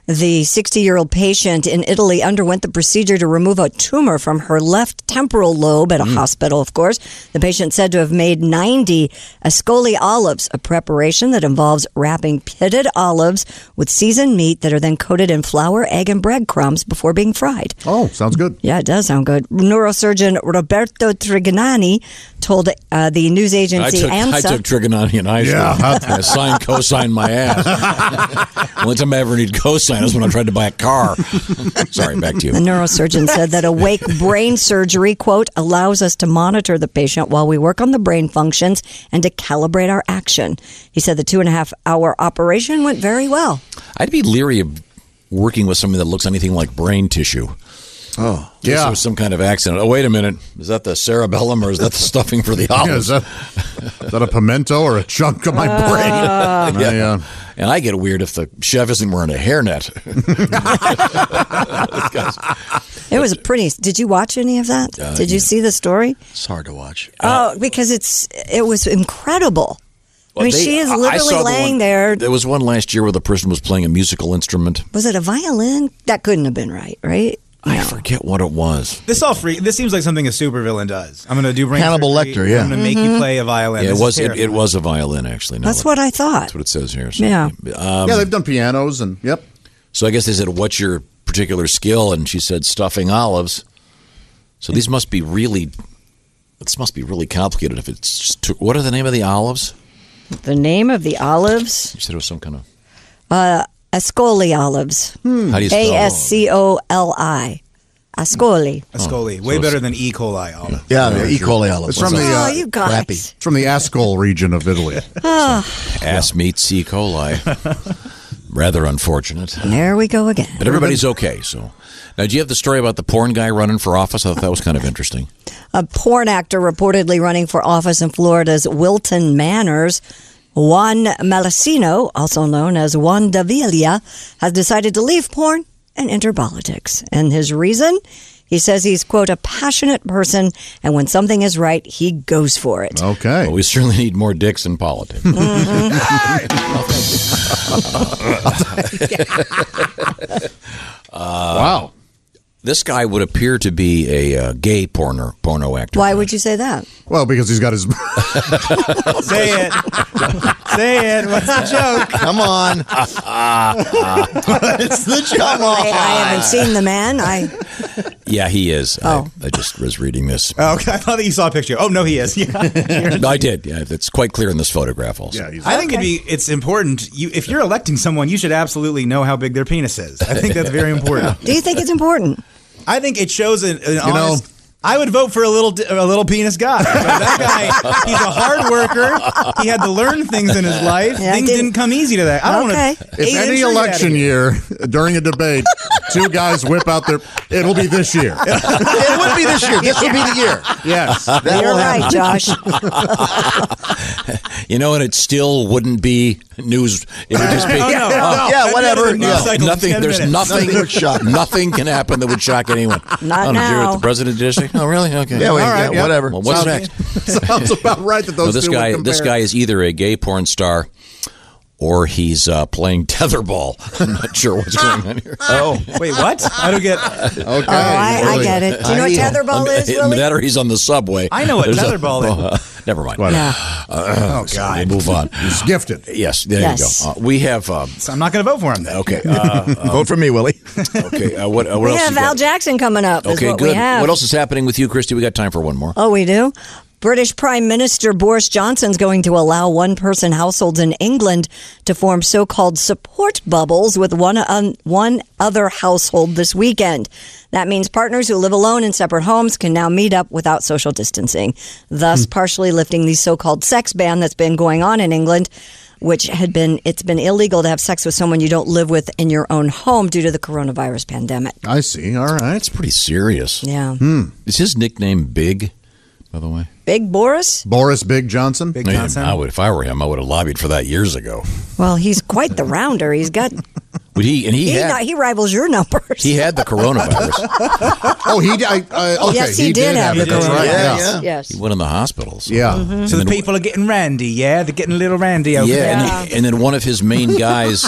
Speaker 5: The 60 year old patient in Italy underwent the procedure to remove a tumor from her left temporal lobe at a
Speaker 4: Hmm.
Speaker 5: hospital, of course. The patient said to have made 90 ascoli olives, a preparation that involves wrapping pitted olives with seasoned meat that are then coated in flour, egg, and breadcrumbs before being fried.
Speaker 4: Oh, sounds good.
Speaker 5: Yeah, it does sound good. Neurosurgeon Roberto Trignani told uh, the news
Speaker 6: I
Speaker 5: agency
Speaker 6: took,
Speaker 5: ANSA.
Speaker 6: I took trigonometry in high school.
Speaker 4: Yeah.
Speaker 6: I signed cosine my ass. Only time I ever need cosine is when I tried to buy a car. Sorry, back to you.
Speaker 5: The neurosurgeon said that awake brain surgery, quote, allows us to monitor the patient while we work on the brain functions and to calibrate our action. He said the two and a half hour operation went very well.
Speaker 6: I'd be leery of working with somebody that looks anything like brain tissue. Oh,
Speaker 4: yeah.
Speaker 6: There's some kind of accident. Oh, wait a minute. Is that the cerebellum or is that the stuffing for the
Speaker 4: Yeah,
Speaker 6: olives?
Speaker 4: is that- is that a pimento or a chunk of my
Speaker 5: Ah.
Speaker 4: brain?
Speaker 6: yeah. And I get weird if the chef isn't wearing a hairnet. This guy's-
Speaker 5: It was pretty. Did you watch any of that?
Speaker 6: Uh,
Speaker 5: did you
Speaker 6: yeah.
Speaker 5: see the story?
Speaker 6: it's hard to watch.
Speaker 5: oh, because it's it was incredible. I
Speaker 6: Well,
Speaker 5: mean,
Speaker 6: they-
Speaker 5: she is
Speaker 6: I- I
Speaker 5: literally
Speaker 6: saw the
Speaker 5: laying
Speaker 6: one-
Speaker 5: there.
Speaker 6: There was one last year where the person was playing a musical instrument.
Speaker 5: Was it a violin? That couldn't have been right, right?
Speaker 6: I forget what it was.
Speaker 7: This all free. This seems like something a supervillain does. I'm going to do brain
Speaker 6: Hannibal
Speaker 7: surgery.
Speaker 6: Lecter, yeah.
Speaker 7: I'm going to make you
Speaker 6: Mhm.
Speaker 7: play a violin.
Speaker 6: Yeah, it
Speaker 7: This is
Speaker 6: was it, it
Speaker 7: terrifying.
Speaker 6: was a violin actually.
Speaker 5: Mm-hmm.
Speaker 6: Now
Speaker 5: That's
Speaker 6: that-
Speaker 5: what I thought.
Speaker 6: That's what it says here. So,
Speaker 5: Yeah.
Speaker 6: um,
Speaker 4: yeah, they've done pianos and yep.
Speaker 6: So I guess they said, "What's your particular skill?" And she said, "Stuffing olives." So these must be really, this must be really complicated. If it's just took, what are the name of the olives?
Speaker 5: The name of the olives.
Speaker 6: You said it was some kind of.
Speaker 5: Uh, Ascoli olives.
Speaker 6: Hmm. How do you spell
Speaker 5: A S C O L I. Ascoli.
Speaker 6: Oh.
Speaker 5: Ah.
Speaker 7: Ascoli. Way better than E. coli olive.
Speaker 4: Yeah,
Speaker 7: the E. coli olive.
Speaker 4: It's from the
Speaker 5: Oh,
Speaker 4: uh,
Speaker 5: you guys.
Speaker 4: crappy. It's from the Ascol region of Italy.
Speaker 5: Ah,
Speaker 6: Ass meat C. coli. Rather unfortunate.
Speaker 5: there we go again.
Speaker 6: But everybody's okay. So now, do you have the story about the porn guy running for office? I thought that was kind of interesting.
Speaker 5: A porn actor reportedly running for office in Florida's Wilton Manors, Juan Malacino, also known as Juan de Villa, has decided to leave porn and enter politics. And his reason? He says he's, quote, a passionate person, and when something is right, he goes for it.
Speaker 4: Okay.
Speaker 6: we certainly need more dicks in politics.
Speaker 5: Mm-hmm.
Speaker 4: wow.
Speaker 6: This guy would appear to be a uh, gay porno porno actor.
Speaker 5: Why would you say that?
Speaker 4: Well, because he's got his.
Speaker 7: Say it. Say it. What's the joke?
Speaker 8: Come on.
Speaker 5: it's
Speaker 8: the
Speaker 5: job. I, I haven't seen the man. I
Speaker 6: Yeah, he is.
Speaker 5: Oh.
Speaker 6: I, I just was reading this.
Speaker 7: Oh, okay. I thought that you saw a picture. Oh no, he is. Yeah.
Speaker 6: No, I did. Yeah, it's quite clear in this photograph. Also,
Speaker 7: I think it'd be it's important. You, if you're electing someone, you should absolutely know how big their penis is. I think that's very important.
Speaker 5: do you think it's important?
Speaker 7: I think it shows an, an
Speaker 5: know-
Speaker 7: honest. I would vote for a little a little penis guy. But that guy, he's a hard worker. He had to learn things in his life.
Speaker 4: Yeah, I
Speaker 7: things
Speaker 4: did-
Speaker 7: didn't, come easy to that. I don't
Speaker 4: If
Speaker 7: want to.
Speaker 4: any election year during a debate, two guys whip out their. It'll be this year.
Speaker 8: it would be this year. This would be the year.
Speaker 4: Yes.
Speaker 8: You're right,
Speaker 5: Josh.
Speaker 6: you know, and it still wouldn't be news. It would just be
Speaker 8: Oh, no. No. Yeah, whatever. News
Speaker 6: No.
Speaker 8: cycle in
Speaker 6: Nothing.
Speaker 8: 10
Speaker 6: There's
Speaker 8: minutes.
Speaker 6: nothing.
Speaker 8: Nothing would shock.
Speaker 6: nothing can happen that would shock anyone.
Speaker 8: Not
Speaker 6: oh, no, You're
Speaker 8: now.
Speaker 6: at the president district. Oh, really? Okay.
Speaker 8: Yeah, we- All right, yeah, yeah. whatever.
Speaker 6: Well, what's
Speaker 8: Sounds-
Speaker 6: next?
Speaker 4: Sounds about right that those
Speaker 6: Well, this
Speaker 4: two would
Speaker 6: guy. This
Speaker 4: compare.
Speaker 6: guy is either a gay porn star. Or he's uh, playing tetherball. I'm not sure what's going on here.
Speaker 7: Oh, wait, what? I don't get.
Speaker 6: Okay,
Speaker 7: Oh, I- I get it. Do you know what tetherball is, Willie?
Speaker 6: That or he's on the subway.
Speaker 7: I know what
Speaker 6: There's a-
Speaker 7: tetherball
Speaker 6: never mind.
Speaker 7: Yeah.
Speaker 6: Uh,
Speaker 7: Oh,
Speaker 6: so
Speaker 7: God.
Speaker 6: we'll move on. He's
Speaker 4: gifted.
Speaker 6: Yes, there
Speaker 7: Yes.
Speaker 6: you go. Uh, we have. Um,
Speaker 7: So I'm not going to vote for him. Then.
Speaker 6: Okay. Uh, Vote for me, Willie. okay. Uh, what, uh, what
Speaker 5: we
Speaker 6: else?
Speaker 5: have
Speaker 6: you got?
Speaker 5: Al Jackson coming up. is
Speaker 6: okay,
Speaker 5: what
Speaker 6: good.
Speaker 5: We have.
Speaker 6: What else is happening with you, Christy? We got time for one more.
Speaker 5: Oh, we do. British Prime Minister Boris Johnson's going to allow one person households in England to form so called support bubbles with one, um, one other household this weekend. That means partners who live alone in separate homes can now meet up without social distancing, thus
Speaker 6: Hmm.
Speaker 5: partially lifting the so called sex ban that's been going on in England. Which had been, it's been illegal to have sex with someone you don't live with in your own home due to the coronavirus pandemic.
Speaker 4: I see. All right. Hmm. It's
Speaker 6: pretty serious.
Speaker 5: Yeah.
Speaker 6: Is his nickname Big, by the way?
Speaker 5: Big Boris?
Speaker 4: Boris Big Johnson?
Speaker 6: Big Johnson. I would, if I were him, I would have lobbied for that years ago.
Speaker 5: Well, he's quite the rounder. He's got
Speaker 6: Would he? And he
Speaker 5: he,
Speaker 6: had
Speaker 5: no- he rivals your numbers.
Speaker 6: he had the coronavirus.
Speaker 4: oh, he did. I, I, okay,
Speaker 5: Yes, he, did, have
Speaker 4: it.
Speaker 5: the
Speaker 4: That's
Speaker 5: coronavirus.
Speaker 4: right. Yeah.
Speaker 5: Yes. Mm-hmm.
Speaker 6: He went in the hospital. So.
Speaker 4: Yeah.
Speaker 7: So the people are getting randy, yeah? They're getting a little randy over
Speaker 6: yeah,
Speaker 7: there.
Speaker 6: And, and then one of his main guys,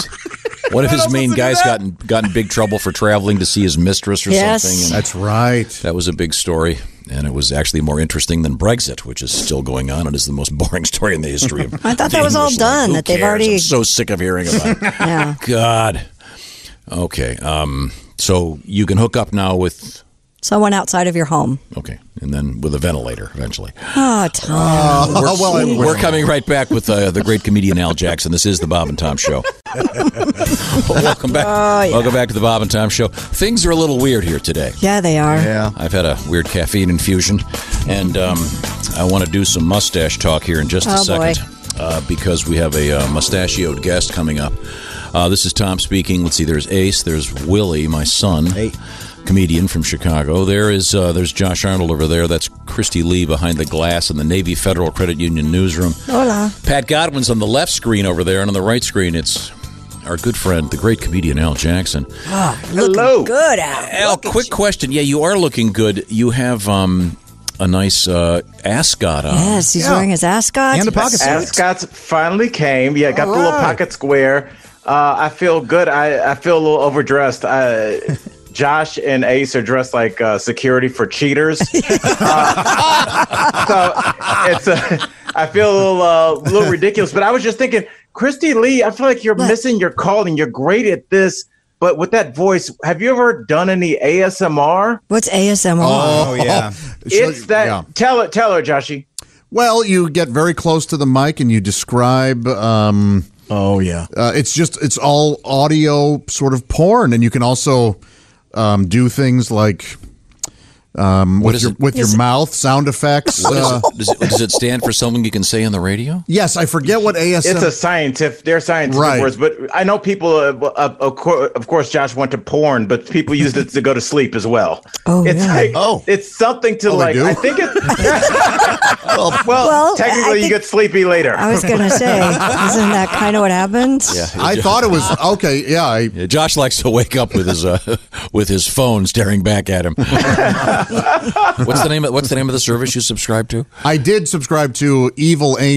Speaker 6: one of his main guys got in, got in big trouble for traveling to see his mistress or
Speaker 7: Yes.
Speaker 6: something.
Speaker 4: That's right.
Speaker 6: That was a big story, and it was actually more interesting than Brexit, which is still going on and is the most boring story in the history of.
Speaker 5: I thought
Speaker 6: the
Speaker 5: that was all
Speaker 6: English
Speaker 5: done,
Speaker 6: Who
Speaker 5: that they've
Speaker 6: cares?
Speaker 5: already-
Speaker 6: I'm so sick of hearing about. it.
Speaker 5: Yeah.
Speaker 6: God. Okay. Um. So you can hook up now with
Speaker 5: Someone outside of your home.
Speaker 6: okay, and then with a ventilator eventually.
Speaker 5: Oh,
Speaker 4: Uh,
Speaker 5: Tom.
Speaker 6: we're,
Speaker 5: Oh,
Speaker 6: we're coming right back with uh, the great comedian Al Jackson. This is the Bob and Tom Show. Welcome back.
Speaker 5: Oh, yeah.
Speaker 6: Welcome back to the Bob and Tom Show. Things are a little weird here today.
Speaker 5: Yeah, they are.
Speaker 6: I've had a weird caffeine infusion, and um, I want to do some mustache talk here in just a
Speaker 5: Oh, boy.
Speaker 6: second uh, because we have a uh, mustachioed guest coming up. Uh, this is Tom speaking. Let's see. There's Ace. There's Willie, my son, comedian from Chicago. There is uh, there's Josh Arnold over there. That's Christy Lee behind the glass in the Navy Federal Credit Union newsroom.
Speaker 5: Hola.
Speaker 6: Pat Godwin's on the left screen over there, and on the right screen, it's our good friend, the great comedian Al Jackson.
Speaker 5: Hello. Oh, Good, Al.
Speaker 6: Al, quick question. Yeah, you are looking good. You have um, a nice uh, ascot on.
Speaker 5: Yes, he's wearing his ascot.
Speaker 21: Ascots finally came. Yeah, got
Speaker 5: All
Speaker 21: the little
Speaker 5: right.
Speaker 21: pocket square. Uh, I feel good. I, I feel a little overdressed. I, Josh and Ace are dressed like uh, security for cheaters. Uh, so it's a, I feel a little, uh, little ridiculous. But I was just thinking, Christy Lee, I feel like you're missing your calling. You're great at this. But with that voice, have you ever done any ASMR?
Speaker 5: What's ASMR?
Speaker 21: It's that. Tell it, tell her, Joshy.
Speaker 4: Well, you get very close to the mic and you describe. Um,
Speaker 6: oh yeah,
Speaker 4: uh, it's just it's all audio sort of porn, and you can also um, do things like um,
Speaker 6: What
Speaker 4: with
Speaker 6: is
Speaker 4: your
Speaker 6: it?
Speaker 4: with
Speaker 6: Is
Speaker 4: your
Speaker 6: it-
Speaker 4: mouth sound effects.
Speaker 6: What is
Speaker 4: uh,
Speaker 6: it? Does, it, does it stand for something you can say on the radio?
Speaker 4: Yes, I forget what ASM.
Speaker 21: It's a scientific. They're scientific
Speaker 4: Right.
Speaker 21: words, but I know people. Uh, uh, of, cour- of course, Josh went to porn, but people used it to go to sleep as well.
Speaker 5: Oh,
Speaker 21: it's like oh, it's something to
Speaker 4: they
Speaker 21: like.
Speaker 4: do?
Speaker 21: I think it. well,
Speaker 5: Well, I
Speaker 21: technically, you
Speaker 5: think-
Speaker 21: get sleepy later.
Speaker 5: I was going to say, isn't that kind of what happens?
Speaker 4: I thought it was okay. Yeah, I,
Speaker 6: Yeah, Josh likes to wake up with his uh, with his phone staring back at him. what's the name? Of, what's the name of the service you subscribe to?
Speaker 4: I did subscribe to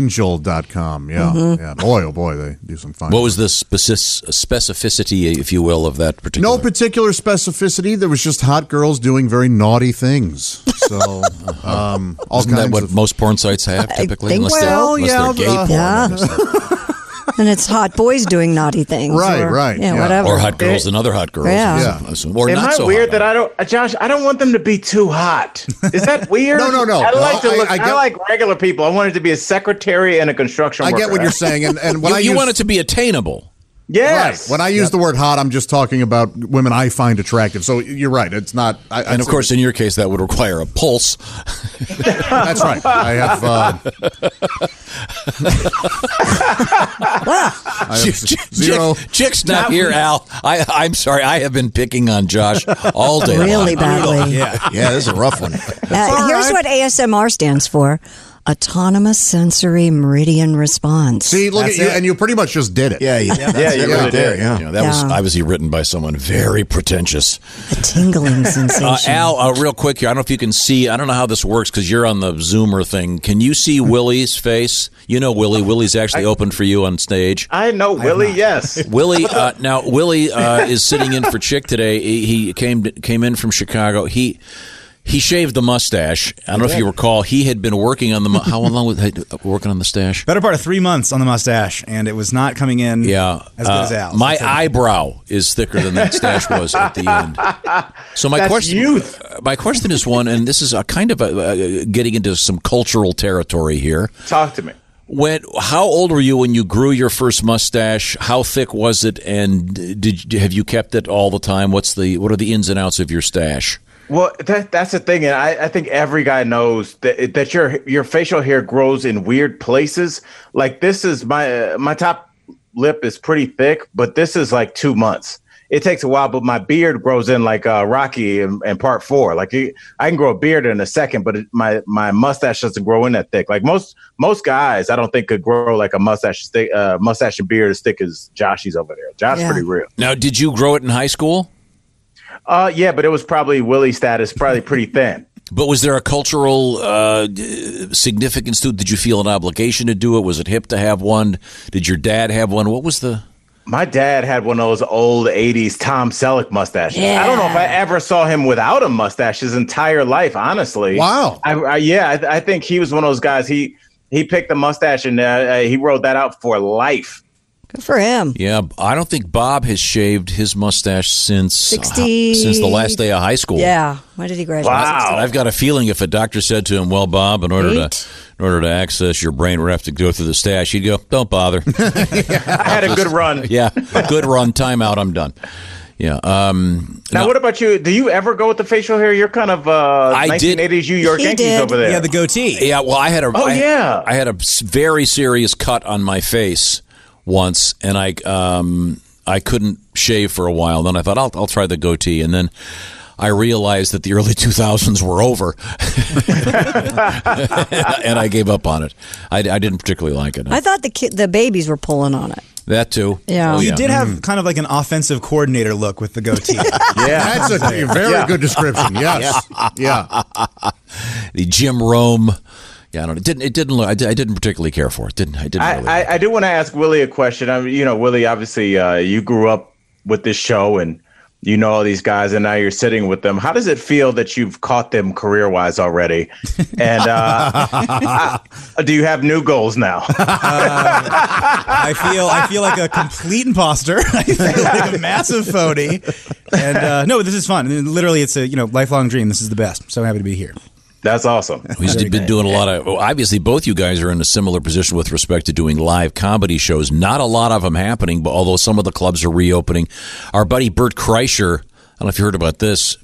Speaker 4: evilangel.com. Yeah,
Speaker 6: Mhm.
Speaker 4: yeah. Boy, oh boy, they do some fun.
Speaker 6: What was the speci- specificity, if you will, of that particular?
Speaker 4: No particular specificity. There was just hot girls doing very naughty things. So, um, all
Speaker 6: Isn't that
Speaker 4: kinds
Speaker 6: what
Speaker 4: of-
Speaker 6: most porn sites have typically?
Speaker 4: think
Speaker 6: unless
Speaker 4: so.
Speaker 6: they're, unless they're gay
Speaker 4: Well,
Speaker 6: porn.
Speaker 5: yeah, and it's hot boys doing naughty things.
Speaker 6: Right,
Speaker 5: or,
Speaker 6: right,
Speaker 5: Yeah,
Speaker 6: yeah.
Speaker 5: whatever.
Speaker 6: Or hot girls and other hot girls.
Speaker 5: Yeah.
Speaker 6: I assume. Or
Speaker 21: Am
Speaker 6: not
Speaker 21: I
Speaker 6: so
Speaker 21: weird that I don't, uh, Josh? I don't want them to be too hot. Is that weird?
Speaker 4: No, no, no.
Speaker 21: I like to
Speaker 4: No, I-
Speaker 21: look.
Speaker 4: I
Speaker 21: I,
Speaker 4: get-
Speaker 21: like regular people. I wanted to be a secretary and a construction.
Speaker 4: I get
Speaker 21: worker.
Speaker 4: what you're saying, and- and what You- I you use- want it
Speaker 6: to be attainable.
Speaker 21: Yes.
Speaker 4: Right. When I use the word hot, I'm just talking about women I find attractive. So you're right. It's not. I,
Speaker 6: And of course, in your case, that would require a pulse.
Speaker 4: that's right. I have. Uh, I have
Speaker 6: Chick-
Speaker 4: zero-
Speaker 6: Chick- Chick's not here, Al. I, I'm sorry. I have been picking on Josh all day.
Speaker 5: Really
Speaker 6: long.
Speaker 5: badly.
Speaker 6: Yeah, yeah, this is a rough one.
Speaker 5: Uh, here's what ASMR stands for Autonomous Sensory Meridian Response.
Speaker 4: See, look at you, and you pretty much just did it. Yeah,
Speaker 5: you- Yeah, that's you it really right there, did. yeah.
Speaker 6: that was
Speaker 5: Yeah.
Speaker 6: obviously written by someone very pretentious.
Speaker 5: A tingling
Speaker 6: Uh,
Speaker 5: sensation.
Speaker 6: Al, uh, real quick here. I don't know if you can see. I don't know how this works because you're on the Zoomer thing. Can you see Willie's face? You know Willie. Willie's actually open for you on stage.
Speaker 21: I know Willie. Yes.
Speaker 6: Willie uh, now Willie uh, is sitting in for Chick today. He, he came came in from Chicago. He He shaved the mustache. I don't
Speaker 7: He
Speaker 6: know if you
Speaker 7: did.
Speaker 6: recall. He had been working on the mu- how long was he working on the stash?
Speaker 7: Better part of three months on the mustache, and it was not coming in. Yeah, as good
Speaker 6: Uh,
Speaker 7: as Al's.
Speaker 6: My eyebrow is thicker than that stash was at the end. So my
Speaker 7: That's
Speaker 6: question, uh, my question is one, and this is a kind of a, uh, getting into some cultural territory here.
Speaker 21: Talk to me.
Speaker 6: When, how old were you when you grew your first mustache? How thick was it, and did you- have you kept it all the time? What's the what are the ins and outs of your stash?
Speaker 21: Well, that that's the thing, and I, I think every guy knows that that your your facial hair grows in weird places. Like this is my uh, my top lip is pretty thick, but this is like two months. It takes a while, but my beard grows in like uh, Rocky and, and Part Four. Like you, I can grow a beard in a second, but it, my my mustache doesn't grow in that thick. Like most most guys, I don't think could grow like a mustache as thick, uh, mustache and beard as thick as Joshy's over there. Josh's pretty real.
Speaker 6: Now, did you grow it in high school?
Speaker 21: Uh, yeah, but it was probably Willie status, probably pretty thin.
Speaker 6: But was there a cultural uh, d- significance to it? Did you feel an obligation to do it? Was it hip to have one? Did your dad have one? What was the
Speaker 21: My dad had one of those old 80s Tom Selleck mustaches. I don't know if I ever saw him without a mustache his entire life, honestly.
Speaker 4: Wow.
Speaker 21: I, I, yeah, I, th- I think he was one of those guys. He he picked the mustache and uh, uh, he rode that out for life.
Speaker 5: Good for him.
Speaker 6: Yeah, I don't think Bob has shaved his mustache since uh,
Speaker 5: 60
Speaker 6: since the last day of high school.
Speaker 5: Yeah. When did he graduate?
Speaker 6: And I've got a feeling if a doctor said to him, "Well, Bob, in order
Speaker 5: Eight?
Speaker 6: to in order to access your brain, we're gonna have to go through the stash," he'd go, "Don't bother."
Speaker 21: I had a good run.
Speaker 6: yeah, good run, timeout. I'm done. Yeah. Um,
Speaker 21: Now, what about you? Do you ever go with the facial hair? You're kind of uh,
Speaker 6: I did-
Speaker 21: 1980s New York Yankees over there.
Speaker 6: goatee. Yeah, well, I had a.
Speaker 21: Oh,
Speaker 6: I-
Speaker 21: yeah.
Speaker 6: I had a s- very serious cut on my face once, and I um I couldn't shave for a while. Then I thought I'll I'll try the goatee, and then. I realized that the early 2000s were over, and I gave up on it. I, I didn't particularly like it.
Speaker 5: I thought the ki- the babies were pulling on it.
Speaker 6: That too.
Speaker 5: Yeah.
Speaker 6: Oh,
Speaker 5: You
Speaker 6: yeah.
Speaker 7: did have kind of like an offensive coordinator look with the goatee.
Speaker 4: That's a very good description. Yes.
Speaker 6: yeah. the Jim Rome. Yeah, I don't. It didn't. It didn't look. I, di- I didn't particularly care for it. Didn't. I didn't. really.
Speaker 21: I, I, I do want to ask Willie a question. I mean, you know, Willie, obviously, uh, you grew up with this show and you know all these guys, and now you're sitting with them. How does it feel that you've caught them career wise already? And uh, do you have new goals now?
Speaker 7: I feel I feel like a complete imposter. I feel like a massive phony. And uh, no, this is fun. And Literally, it's a you know lifelong dream. This is the best. So happy to be here.
Speaker 21: That's awesome.
Speaker 6: He's
Speaker 7: Very
Speaker 6: been
Speaker 7: good.
Speaker 6: doing a lot of. well, Obviously, both you guys are in a similar position with respect to doing live comedy shows. Not a lot of them happening, but although some of the clubs are reopening, our buddy Bert Kreischer. I don't know if you heard about this.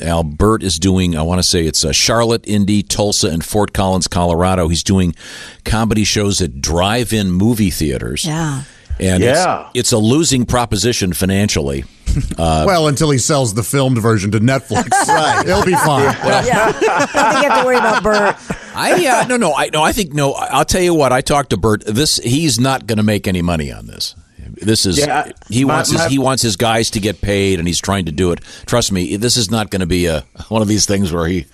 Speaker 6: Al Bert is doing. I want to say it's uh, Charlotte, Indy, Tulsa, and Fort Collins, Colorado. He's doing comedy shows at drive-in movie theaters.
Speaker 5: Yeah.
Speaker 6: And it's-
Speaker 4: Yeah.
Speaker 6: it's, a losing proposition financially. Uh,
Speaker 4: well, until he sells the filmed version to Netflix, right? It'll be fine.
Speaker 5: yeah. I think you have to worry about Bert.
Speaker 6: I uh, no no I no I think no I- I'll tell you what I talked to Bert this he's not going to make any money on this. This is
Speaker 21: Yeah, I-
Speaker 6: he
Speaker 21: my-
Speaker 6: wants his
Speaker 21: my-
Speaker 6: he wants his guys to get paid and he's trying to do it. Trust me, this is not going to be a one of these things where he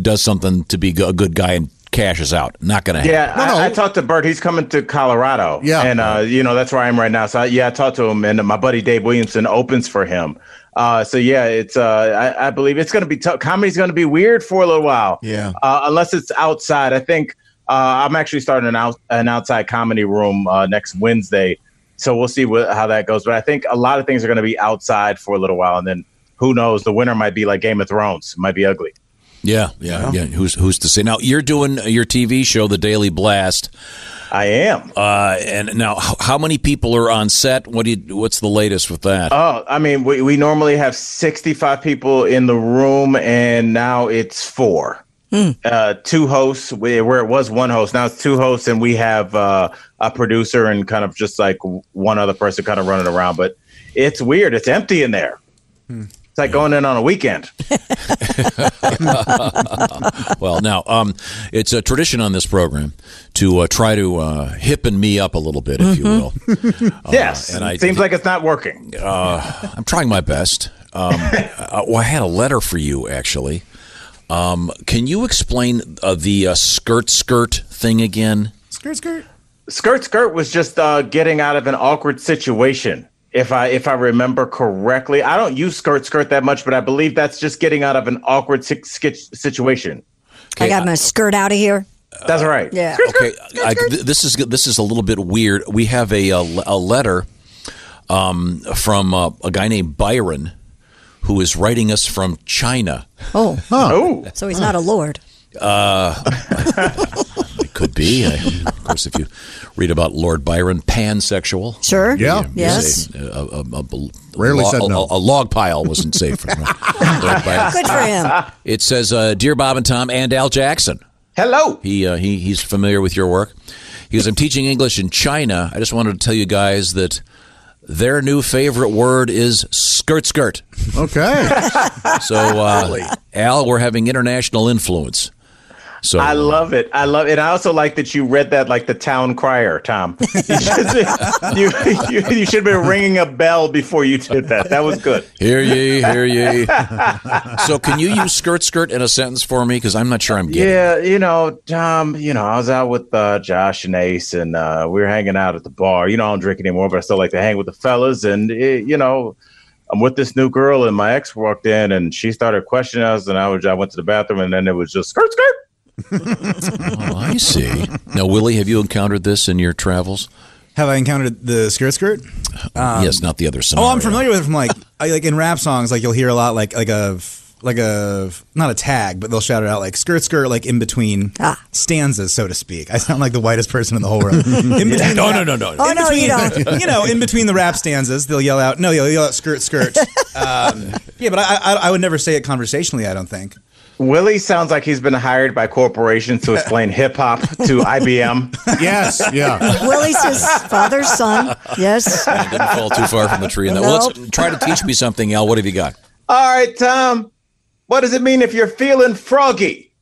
Speaker 6: does something to be a good guy and cashes out. Not going to happen.
Speaker 21: Yeah, I, I talked to Bert. He's coming to Colorado. Yeah, and uh, you know that's where I am right now. So I, yeah, I talked to him, and my buddy Dave Williamson opens for him. Uh, so yeah, it's uh, I, I believe it's going to be tough. Comedy's going to be weird for a little while.
Speaker 4: Yeah.
Speaker 21: uh, unless it's outside. I think uh, I'm actually starting an out, an outside comedy room uh, next Wednesday. So we'll see what, how that goes. But I think a lot of things are going to be outside for a little while, and then who knows? The winter might be like Game of Thrones. It might be ugly.
Speaker 6: Yeah, yeah, yeah. Who's who's to say? Now you're doing your TV show, The Daily Blast.
Speaker 21: I am.
Speaker 6: Uh, and now, h- how many people are on set? What do you, What's the latest with that?
Speaker 21: Oh, I mean, we, we normally have 65 people in the room, and now it's four. Uh, two hosts, we- where it was one host, now it's two hosts, and we have uh, a producer and kind of just like one other person kind of running around. But it's weird. It's empty in there. It's like going in on a weekend.
Speaker 6: well, now um, it's a tradition on this program to uh, try to uh, hippen me up a little bit, if you will.
Speaker 21: Mm-hmm.
Speaker 6: Uh,
Speaker 21: yes.
Speaker 6: and I-
Speaker 21: Seems like it's not working.
Speaker 6: Uh, I'm trying my best. Um, uh, well, I had a letter for you actually. Um, can you explain uh, the uh, skirt skirt thing again?
Speaker 7: Skirt, skirt.
Speaker 21: Skirt Skirt was just uh, getting out of an awkward situation. if I if I remember correctly. I don't use skirt skirt that much, but I believe that's just getting out of an awkward si- skit- situation.
Speaker 5: I got my skirt out of here.
Speaker 21: That's right.
Speaker 5: Yeah.
Speaker 6: Okay, I, th- this is this is a little bit weird. We have a a, a letter um, from uh, a guy named Byron who is writing us from China.
Speaker 5: Oh.
Speaker 6: Oh.
Speaker 5: So he's not a lord.
Speaker 6: Uh, it could be. I, of course, if you read about Lord Byron, pansexual.
Speaker 5: Sure. Yeah.
Speaker 6: he's
Speaker 5: Yes.
Speaker 6: A, uh, a, a, a,
Speaker 4: Rarely
Speaker 6: a,
Speaker 4: said no.
Speaker 6: A, a log pile wasn't safe for him. Lord Byron.
Speaker 5: Good for him.
Speaker 6: It says, uh, "Dear Bob and Tom and Al Jackson."
Speaker 21: Hello.
Speaker 6: He uh, he he's familiar with your work. He goes, "I'm teaching English in China. I just wanted to tell you guys that their new favorite word is skirt skirt."
Speaker 4: Okay.
Speaker 6: So, uh, Al, we're having international influence. So
Speaker 21: I love it. I love it. And I also like that you read that like the town crier, Tom. You should, you, you, you should have been ringing a bell before you did that. That was good.
Speaker 6: Hear ye, hear ye. so, can you use skirt skirt in a sentence for me? Because I'm not sure I'm getting.
Speaker 21: Yeah, you know, Tom, you know, I was out with uh, Josh and Ace and uh, we were hanging out at the bar. You know, I don't drink anymore, but I still like to hang with the fellas. And, eh, you know, I'm with this new girl and my ex walked in and she started questioning us. And I, was, I went to the bathroom and then it was just skirt, skirt.
Speaker 6: Oh, I see. Now, Willie, have you encountered this in your travels?
Speaker 7: Have I encountered the skirt skirt? Um,
Speaker 6: yes, not the other side.
Speaker 7: Oh, I'm familiar with it from like I, like in rap songs. Like you'll hear a lot like like a like a not a tag, but they'll shout it out like skirt skirt like in between stanzas, so to speak. I sound like the whitest person in the whole world. In between
Speaker 6: No, no,
Speaker 7: the rap-
Speaker 6: no, no.
Speaker 7: in between- you know, in between the rap stanzas, they'll yell out. No, they'll yell out skirt skirt. Um, yeah, but I, I I would never say it conversationally. I don't think.
Speaker 21: Willie sounds like he's been hired by corporations to explain hip hop to IBM.
Speaker 4: Yes,
Speaker 21: yeah.
Speaker 5: Willie's his father's son. Yes.
Speaker 6: I didn't fall too far from the tree. In that. Well, let's try to teach me something, Al. What have you got?
Speaker 21: All right, Tom. What does it mean if you're feeling froggy?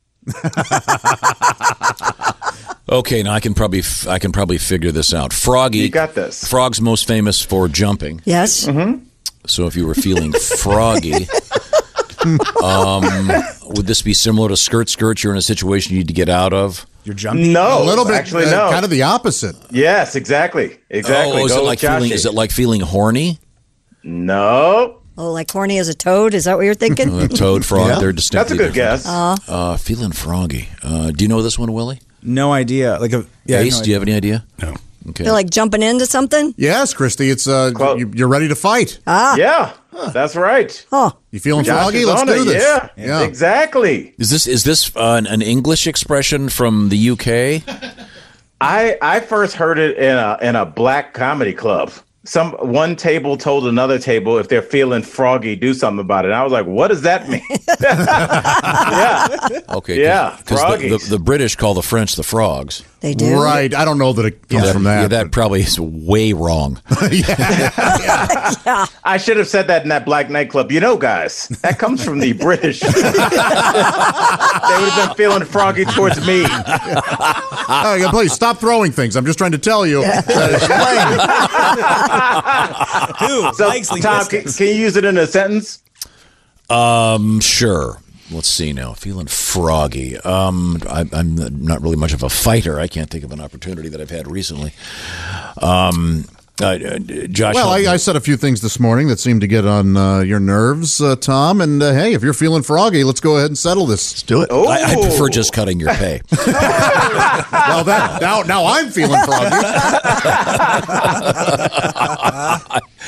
Speaker 6: Okay, now I can probably f- I can probably figure this out. Froggy, you got
Speaker 21: this.
Speaker 6: Frog's most famous for jumping.
Speaker 5: Yes.
Speaker 21: Mm-hmm.
Speaker 6: So if you were feeling froggy, um, would this be similar to skirt skirt? You're in a situation you need to get out of.
Speaker 7: You're
Speaker 21: jumping. No,
Speaker 4: a little bit.
Speaker 21: actually,
Speaker 4: uh,
Speaker 21: no.
Speaker 4: Kind of the opposite.
Speaker 21: Yes, exactly. Exactly.
Speaker 6: Oh, is
Speaker 21: Go
Speaker 6: it
Speaker 21: with
Speaker 6: like feeling?
Speaker 21: Joshy.
Speaker 6: Is it like feeling horny?
Speaker 21: No.
Speaker 5: Oh, like horny as a toad? Is that what you're thinking? Uh-huh.
Speaker 6: Uh, toad frog. They're distinctly. different.
Speaker 5: Aw.
Speaker 6: Uh, feeling froggy. Uh, do you know this one, Willie?
Speaker 7: No idea. Like a yeah,
Speaker 6: Ace,
Speaker 7: no
Speaker 6: do you have any idea? No. Okay.
Speaker 5: Feel like jumping into something?
Speaker 4: Yes, Christy, it's uh, you, you're ready to fight.
Speaker 5: Ah.
Speaker 21: Yeah, that's right.
Speaker 5: Huh.
Speaker 4: You feeling
Speaker 21: Josh
Speaker 4: froggy?
Speaker 21: is
Speaker 4: Let's
Speaker 21: on
Speaker 4: do
Speaker 21: it,
Speaker 4: this.
Speaker 21: yeah. Exactly.
Speaker 6: Is this is this uh, an, an English expression from the UK?
Speaker 21: I I first heard it in a in a black comedy club. Some one table told another table if they're feeling froggy, do something about it. And I was like, what does that mean?
Speaker 6: Okay.
Speaker 21: Yeah,
Speaker 6: Because the, the, the British call the French the frogs.
Speaker 5: They do?
Speaker 4: Right. I don't know that it comes
Speaker 6: that,
Speaker 4: from that.
Speaker 6: yeah, that probably is way wrong.
Speaker 21: I should have said that in that black nightclub. You know, guys, that comes from the British. they would have been feeling froggy towards me.
Speaker 4: Hey, Oh, please stop throwing things. I'm just trying to tell you.
Speaker 21: Who so, Tom, can, can you use it in a sentence?
Speaker 6: Um, sure. Let's see now. Feeling froggy. Um, I, I'm not really much of a fighter. I can't think of an opportunity that I've had recently. Um, uh, uh, Josh.
Speaker 4: well,
Speaker 6: help me.
Speaker 4: I, I said a few things this morning that seemed to get on uh, your nerves, uh, Tom. And uh, hey, if you're feeling froggy, let's go ahead and settle this. Let's
Speaker 8: do it.
Speaker 6: I, I
Speaker 21: Oh.
Speaker 6: prefer just cutting your pay.
Speaker 4: well, that now now I'm feeling froggy.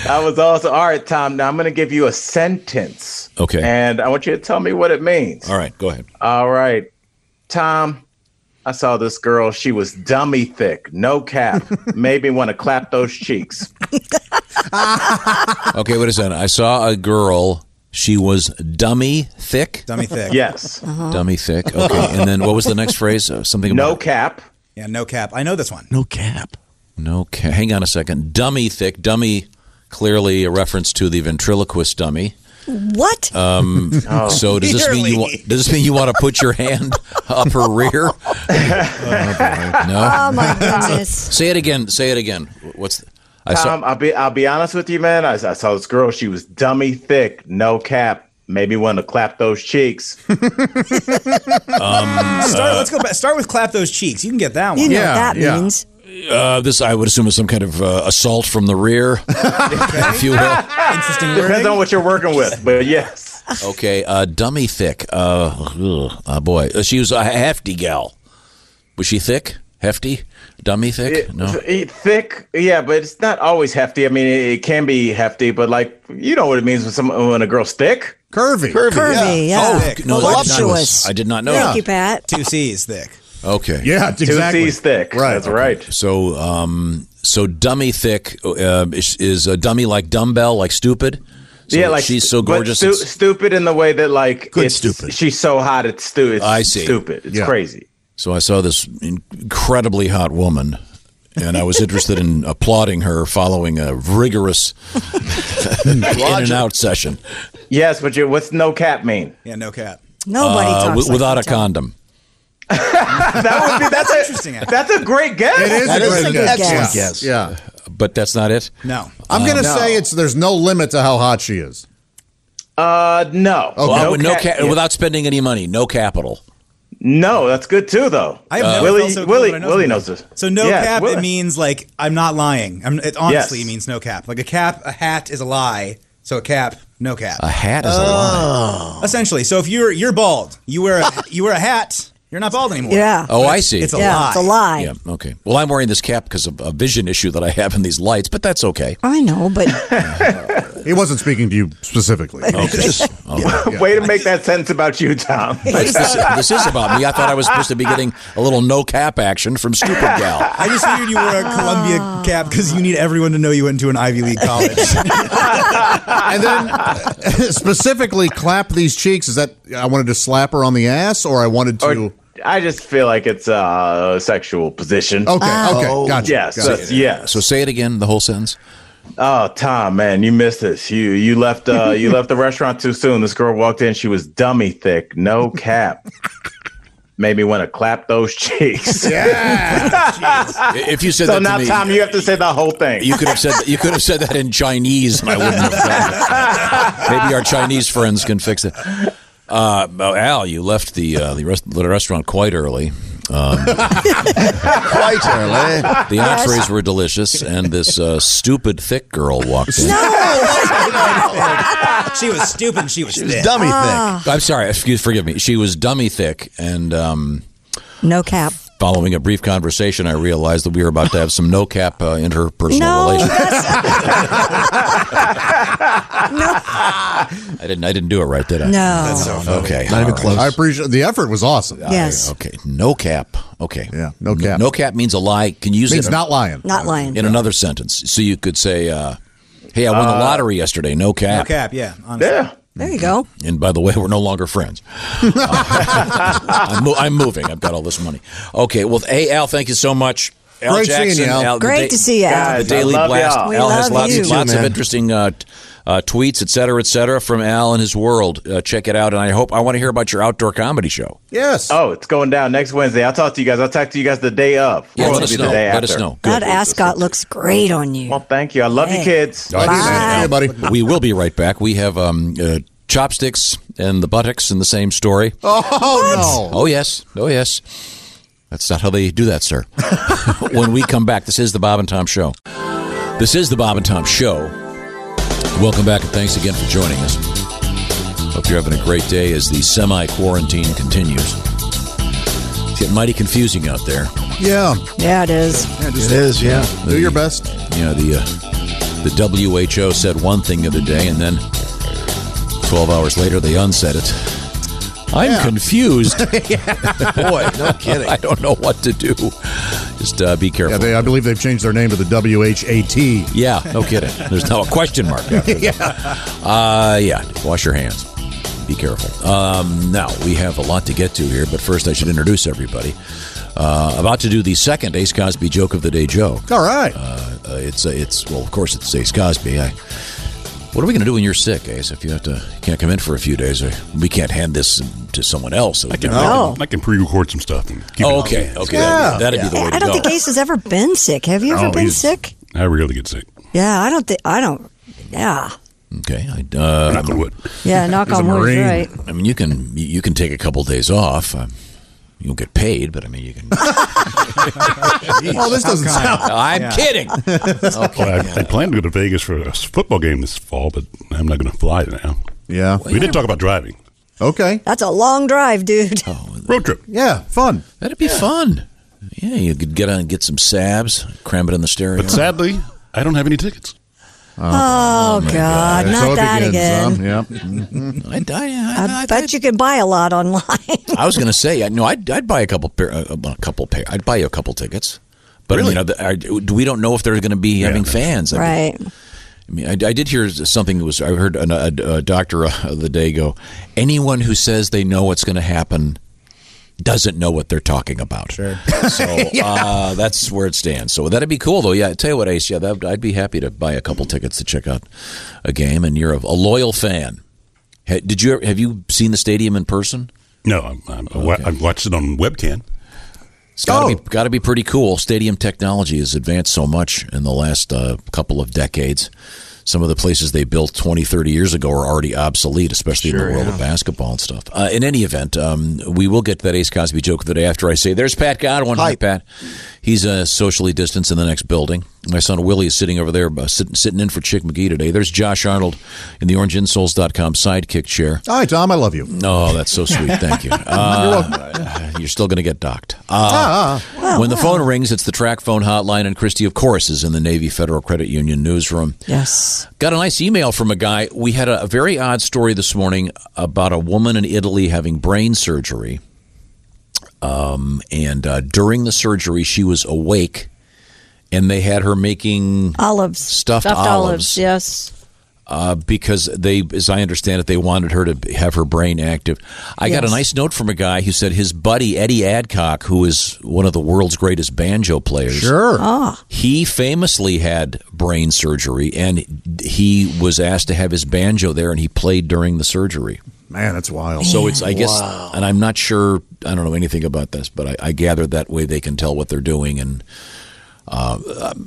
Speaker 21: I was also all right, Tom. Now I'm going to give you a sentence.
Speaker 6: Okay.
Speaker 21: And I want you to tell me what it means.
Speaker 6: All right, go ahead.
Speaker 21: All right, Tom. I saw this girl. She was dummy thick, no cap. Made me want to clap those cheeks.
Speaker 6: Okay, wait a second. I saw a girl. She was dummy thick.
Speaker 7: Dummy thick.
Speaker 21: Yes.
Speaker 6: Dummy thick. Okay, and then what was the next phrase? Uh, something
Speaker 21: No
Speaker 6: about
Speaker 21: cap.
Speaker 7: Yeah, no cap. I know this one.
Speaker 6: No cap. No cap. Hang on a second. Dummy thick. Dummy, clearly a reference to the ventriloquist dummy.
Speaker 5: What?
Speaker 6: Um,
Speaker 5: Oh.
Speaker 6: So does this mean you
Speaker 5: Clearly.
Speaker 6: want? Does this mean you want to put your hand up her rear?
Speaker 14: Oh,
Speaker 6: No.
Speaker 5: Oh, my goodness.
Speaker 6: Uh, Say it again. Say it again. What's? The, I saw.
Speaker 21: Tom, Um, I'll be I'll be honest with you, man. I, I saw this girl. She was dummy thick, no cap. Made me want to clap those cheeks.
Speaker 6: Um, uh,
Speaker 7: Start, let's go back. Start with clap those cheeks. You can get that one.
Speaker 21: You know what that Yeah, yeah. means.
Speaker 6: Uh, this, I would assume, is some kind of uh, assault from the rear, if you will.
Speaker 21: Interesting. Depends on what you're working with, but yes.
Speaker 6: Okay, uh, dummy thick. Uh, ugh, oh boy, Uh, she was a hefty gal. Was she thick? Hefty? Dummy thick?
Speaker 21: It-
Speaker 6: No.
Speaker 21: it- e, thick, yeah, but it's not always hefty. I mean, it, it can be hefty, but like you know what it means when some when a girl's thick,
Speaker 4: curvy,
Speaker 21: curvy,
Speaker 5: Curvy, yeah. yeah. Oh, Thick.
Speaker 6: no,
Speaker 5: that's
Speaker 6: Voluptuous. I did not know.
Speaker 5: Thank
Speaker 6: that.
Speaker 5: you, Pat.
Speaker 7: Two C's thick.
Speaker 6: Okay.
Speaker 4: Yeah,
Speaker 21: Two exactly. C's thick. Right. That's right.
Speaker 6: So, um, so dummy thick uh, is, is a dummy like dumbbell, like stupid. So
Speaker 21: yeah, like
Speaker 6: she's so
Speaker 21: but
Speaker 6: gorgeous.
Speaker 21: stu-
Speaker 6: it's-
Speaker 21: stupid in the way that like
Speaker 6: Good
Speaker 21: it's
Speaker 6: stupid.
Speaker 21: She's so hot, it's stupid.
Speaker 6: I see.
Speaker 21: Stupid. It's
Speaker 6: Yeah.
Speaker 21: crazy.
Speaker 6: So I saw this in- incredibly hot woman, and I was interested in applauding her following a rigorous in and out session.
Speaker 21: Yes, but you, what's no cap mean?
Speaker 7: Yeah, no cap.
Speaker 5: Nobody
Speaker 6: Uh,
Speaker 5: talks
Speaker 6: wi-
Speaker 5: like
Speaker 6: without
Speaker 5: that,
Speaker 6: a condom.
Speaker 21: that would be that's interesting. That's a great guess.
Speaker 4: It is
Speaker 6: That
Speaker 4: a
Speaker 6: is
Speaker 4: great
Speaker 6: a good
Speaker 4: guess.
Speaker 6: guess.
Speaker 4: Yes. Yeah.
Speaker 6: But that's not it.
Speaker 7: No,
Speaker 4: I'm
Speaker 6: Um,
Speaker 4: gonna
Speaker 6: no.
Speaker 4: say it's there's no limit to how hot she is.
Speaker 21: Uh, no.
Speaker 6: Well, I would- no
Speaker 21: cap-
Speaker 6: ca-
Speaker 21: yeah.
Speaker 6: without spending any money, no capital.
Speaker 21: No, that's good too, though.
Speaker 7: I
Speaker 6: Uh,
Speaker 7: have never
Speaker 21: Willie,
Speaker 7: felt so cool
Speaker 21: Willie,
Speaker 7: when I know
Speaker 21: Willie
Speaker 7: something.
Speaker 21: knows this.
Speaker 7: So no
Speaker 21: Yeah,
Speaker 7: cap.
Speaker 21: Willie-
Speaker 7: It means like I'm not lying. I'm, it honestly
Speaker 21: Yes.
Speaker 7: means no cap. Like a cap, a hat is a lie. So a cap, no cap.
Speaker 6: A hat
Speaker 4: Oh.
Speaker 6: is a
Speaker 7: lie. Essentially, so if you're you're bald, you wear a, you wear a hat. You're not bald anymore.
Speaker 5: Yeah.
Speaker 6: Oh, I see.
Speaker 7: It's a Yeah, lie. it's a
Speaker 5: lie.
Speaker 6: Yeah, okay. Well, I'm wearing this cap because of a vision issue that I have in these lights, but that's okay.
Speaker 5: I know, but
Speaker 4: He wasn't speaking to you specifically.
Speaker 21: Way to make that sense about you, Tom.
Speaker 6: oh, This, this- this is about me. I thought I was supposed to be getting a little no cap action from Stupid Gal.
Speaker 7: I just figured you wore a Columbia cap because you need everyone to know you went to an Ivy League college.
Speaker 4: and then specifically clap these cheeks. Is that I wanted to slap her on the ass, or I wanted to?
Speaker 21: Or- I just feel like it's uh, a sexual position.
Speaker 4: Okay, okay, Oh. gotcha,
Speaker 21: Yes,
Speaker 4: gotcha.
Speaker 21: that's- yes.
Speaker 6: So say it again, the whole sentence.
Speaker 21: Oh, Tom, man, you missed this. You you left uh, you left the restaurant too soon. This girl walked in. She was dummy thick, no cap. Made me want to clap those cheeks.
Speaker 6: If you said
Speaker 21: so
Speaker 6: that
Speaker 21: now,
Speaker 6: to me,
Speaker 21: Tom, you have to say the whole thing.
Speaker 6: you could have said you could have said that in Chinese, and I wouldn't have. Done it. Maybe our Chinese friends can fix it. Uh, well, Al, you left the uh, the, rest, the restaurant quite early. Um,
Speaker 4: Oh.
Speaker 14: Quite early.
Speaker 6: the entrees were delicious, and this uh, stupid thick girl walked in.
Speaker 7: she was stupid. and She was, she
Speaker 14: dummy
Speaker 5: Ah.
Speaker 6: I'm sorry. Excuse, forgive me. She was dummy thick, and um,
Speaker 5: no cap.
Speaker 6: following a brief conversation, I realized that we were about to have some no cap uh, interpersonal
Speaker 5: No,
Speaker 6: relations.
Speaker 5: No.
Speaker 6: I didn't. I didn't do it right, did I?
Speaker 5: No. That's so funny.
Speaker 6: Okay,
Speaker 4: Not even
Speaker 6: all right.
Speaker 4: close. I appreciate the effort was awesome.
Speaker 5: Yes.
Speaker 6: Okay, no cap. Okay, yeah,
Speaker 4: no cap.
Speaker 6: No cap means a lie. Can you use
Speaker 4: Means
Speaker 6: it?
Speaker 4: not lying.
Speaker 5: Not lying.
Speaker 6: in another sentence. So you could say, uh, "Hey, I won the
Speaker 21: Uh,
Speaker 6: lottery yesterday. No
Speaker 7: no
Speaker 6: cap."
Speaker 7: cap. Yeah, honestly.
Speaker 21: Yeah.
Speaker 5: There you go.
Speaker 6: And by the way, we're no longer friends. Uh, I'm, mo- I'm moving. I've got all this money. Okay. Well, hey Al, thank you so much. Al
Speaker 4: Great seeing
Speaker 6: Jackson,
Speaker 4: you, Al.
Speaker 6: the
Speaker 5: Great
Speaker 6: da-
Speaker 5: to see you, Al.
Speaker 6: The
Speaker 21: Guys, I
Speaker 6: Daily
Speaker 21: love
Speaker 6: Blast.
Speaker 21: y'all.
Speaker 5: We
Speaker 6: Al has
Speaker 5: love
Speaker 6: lots,
Speaker 5: you.
Speaker 6: lots
Speaker 4: You too,
Speaker 6: of
Speaker 4: man.
Speaker 6: interesting uh, t- uh, tweets, et cetera, et cetera, from Al and his world. Uh, check it out, and I hope I want to hear about your outdoor comedy show.
Speaker 4: Yes.
Speaker 21: Oh, it's going down next Wednesday. I'll talk to you guys. I'll talk to you guys the day of.
Speaker 6: Yeah,
Speaker 21: Or
Speaker 6: let
Speaker 21: it'll
Speaker 6: us
Speaker 21: be the
Speaker 6: know.
Speaker 21: day
Speaker 6: Let us
Speaker 21: after.
Speaker 6: know.
Speaker 5: That ascot looks great on you.
Speaker 21: Well, thank you. I love you,
Speaker 5: Hey.
Speaker 21: kids.
Speaker 4: All right,
Speaker 5: Bye.
Speaker 4: see you, buddy.
Speaker 6: we will be right back. We have um, uh, chopsticks and the buttocks in the same story.
Speaker 4: Oh
Speaker 6: Oh yes, oh yes. That's not how they do that, sir. when we come back, this is the Bob and Tom Show. This is the Bob and Tom Show. Welcome back, and thanks again for joining us. Hope you're having a great day as the semi quarantine continues. It's getting mighty confusing out there.
Speaker 4: no. Yeah.
Speaker 5: Yeah, it is.
Speaker 14: It is, yeah.
Speaker 4: Do your best.
Speaker 6: You know the uh, the WHO said one thing the other day, and then 12 hours later they unsaid it. I'm
Speaker 4: Yeah.
Speaker 6: confused.
Speaker 14: Boy, no kidding.
Speaker 6: I don't know what to do. Just uh, be
Speaker 4: Yeah,
Speaker 6: careful.
Speaker 4: they, I believe they've changed their name to the WHAT.
Speaker 6: Yeah, no kidding. There's now a question mark. After yeah. Uh, yeah. Wash your hands. Be careful. Um, now, we have a lot to get to here, but first I should introduce everybody. Uh, about to do the second Ace Cosby Joke of the Day joke.
Speaker 4: All right.
Speaker 6: Uh, uh, it's, uh, it's well, of course, it's Ace Cosby. I, what are we going to do when you're sick, Ace? If you have to can't come in for a few days, or we can't hand this to someone else.
Speaker 13: I can, I
Speaker 5: No.
Speaker 13: can, I can pre-record some stuff. And keep it on.
Speaker 6: Oh, okay, okay,
Speaker 4: Yeah.
Speaker 6: that'd be the way
Speaker 5: I
Speaker 6: to
Speaker 5: don't
Speaker 6: go.
Speaker 5: think Ace has ever been sick. Have you ever
Speaker 13: No,
Speaker 5: been
Speaker 13: Oh, he's-
Speaker 5: sick?
Speaker 13: I really get sick.
Speaker 5: Yeah, I don't think. I don't. Yeah.
Speaker 6: okay, I, uh,
Speaker 13: Knock on wood.
Speaker 5: Yeah, knock
Speaker 4: He's a
Speaker 5: on wood,
Speaker 4: Marine.
Speaker 5: right?
Speaker 6: I mean, you can you can take a couple days off. Um, You don't get paid, but I mean, you can.
Speaker 4: Oh, this doesn't sound.
Speaker 6: I'm
Speaker 4: Yeah.
Speaker 6: kidding. Okay.
Speaker 13: Well, I, I plan to go to Vegas for a s- football game this fall, but I'm not going to fly now.
Speaker 4: Yeah.
Speaker 13: We did talk about driving.
Speaker 4: Okay.
Speaker 5: That's a long drive, dude.
Speaker 13: Road trip.
Speaker 4: Yeah, fun.
Speaker 6: Oh, That'd be fun. Yeah, you could get on, get some sabs, cram it in the stereo.
Speaker 13: But sadly, I don't have any tickets.
Speaker 5: Oh,
Speaker 6: my
Speaker 5: God, not
Speaker 6: it
Speaker 5: that
Speaker 6: begins,
Speaker 5: again.
Speaker 6: huh?
Speaker 5: I, bet you can buy a lot online.
Speaker 6: Yep. I was going to say, I no, I'd, I'd buy a couple pair, uh, a couple pair. I'd buy you a couple tickets. But I mean, are the- are- we don't know if they're going to be having fans. I mean,
Speaker 5: right.
Speaker 6: I mean, I, I did hear something that was. I heard an, a, a doctor uh, the day go. Anyone who says they know what's going to happen doesn't know what they're talking about. Sure. So uh, that's where it stands. So that'd be cool, though. Yeah, I tell you what, Ace. Yeah, that, I'd be happy to buy a couple tickets to check out a game. And you're a, a loyal fan. Ha- Did you have you seen the stadium in person?
Speaker 13: No, I'm, I'm, I've watched it on webcam.
Speaker 6: It's got to be got to be pretty cool. Stadium technology has advanced so much in the last uh, couple of decades. Some of the places they built 20, 30 years ago are already obsolete, especially in the world of basketball and stuff. Uh, in any event, um, we will get to that Ace Cosby joke of the day after I say, "There's Pat Godwin." Hi, Pat. He's uh, socially distanced in the next building. My son Willie is sitting over there, uh, sit, sitting in for Chick McGee today. There's Josh Arnold in the OrangeInsoles.com sidekick chair.
Speaker 4: Hi, Tom. I love you.
Speaker 6: Oh, that's so sweet. Thank you. Uh, You're still going to get docked. Uh,
Speaker 4: Ah.
Speaker 6: when the phone rings, it's the track phone hotline, and Christy, of course, is in the Navy Federal Credit Union newsroom.
Speaker 5: Yes.
Speaker 6: Got a nice email from a guy. We had a very odd story this morning about a woman in Italy having brain surgery. Um, and uh, during the surgery, she was awake, and they had her making
Speaker 5: olives,
Speaker 6: stuffed,
Speaker 14: Stuffed
Speaker 6: olives
Speaker 14: olives, yes.
Speaker 6: uh, because they, as I understand it, they wanted her to have her brain active. I got a
Speaker 14: Yes.
Speaker 6: nice note from a guy who said his buddy Eddie Adcock, who is one of the world's greatest banjo players,
Speaker 4: sure,
Speaker 5: Ah.
Speaker 6: he famously had brain surgery, and he was asked to have his banjo there, and he played during the surgery.
Speaker 4: Man, that's wild.
Speaker 6: So it's, I guess,
Speaker 4: Wow.
Speaker 6: and I'm not sure, I don't know anything about this, but I, I gather that way they can tell what they're doing, and uh,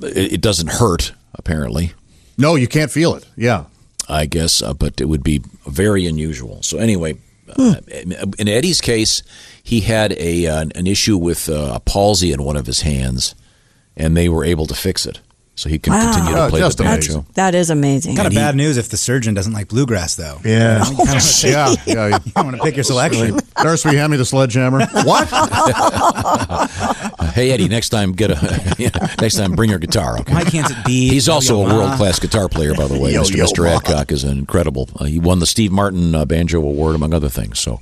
Speaker 6: it, it doesn't hurt, apparently.
Speaker 4: No, you can't feel it. Yeah.
Speaker 6: I guess, uh, but it would be very unusual. So anyway, uh, in Eddie's case, he had a uh, an issue with uh, a palsy in one of his hands, and they were able to fix it. So he can continue
Speaker 4: Oh,
Speaker 6: to play the
Speaker 5: That's-
Speaker 6: banjo.
Speaker 5: That is amazing.
Speaker 7: Kind of bad news if the surgeon doesn't like bluegrass, though.
Speaker 4: Yeah.
Speaker 7: You kinda-
Speaker 4: yeah, yeah. You
Speaker 7: want to pick your selection.
Speaker 4: Nurse, will you hand me the sledgehammer? What?
Speaker 6: Uh, hey Eddie, next time get a yeah, next time bring your guitar. Okay. Why
Speaker 7: can't it be?
Speaker 6: He's also a
Speaker 7: Yo-yo-ma?
Speaker 6: world class guitar player, by the way. Mr.
Speaker 7: Yo-yo-ma.
Speaker 6: Mr. Adcock is an incredible. Uh, he won the Steve Martin uh, Banjo Award among other things. So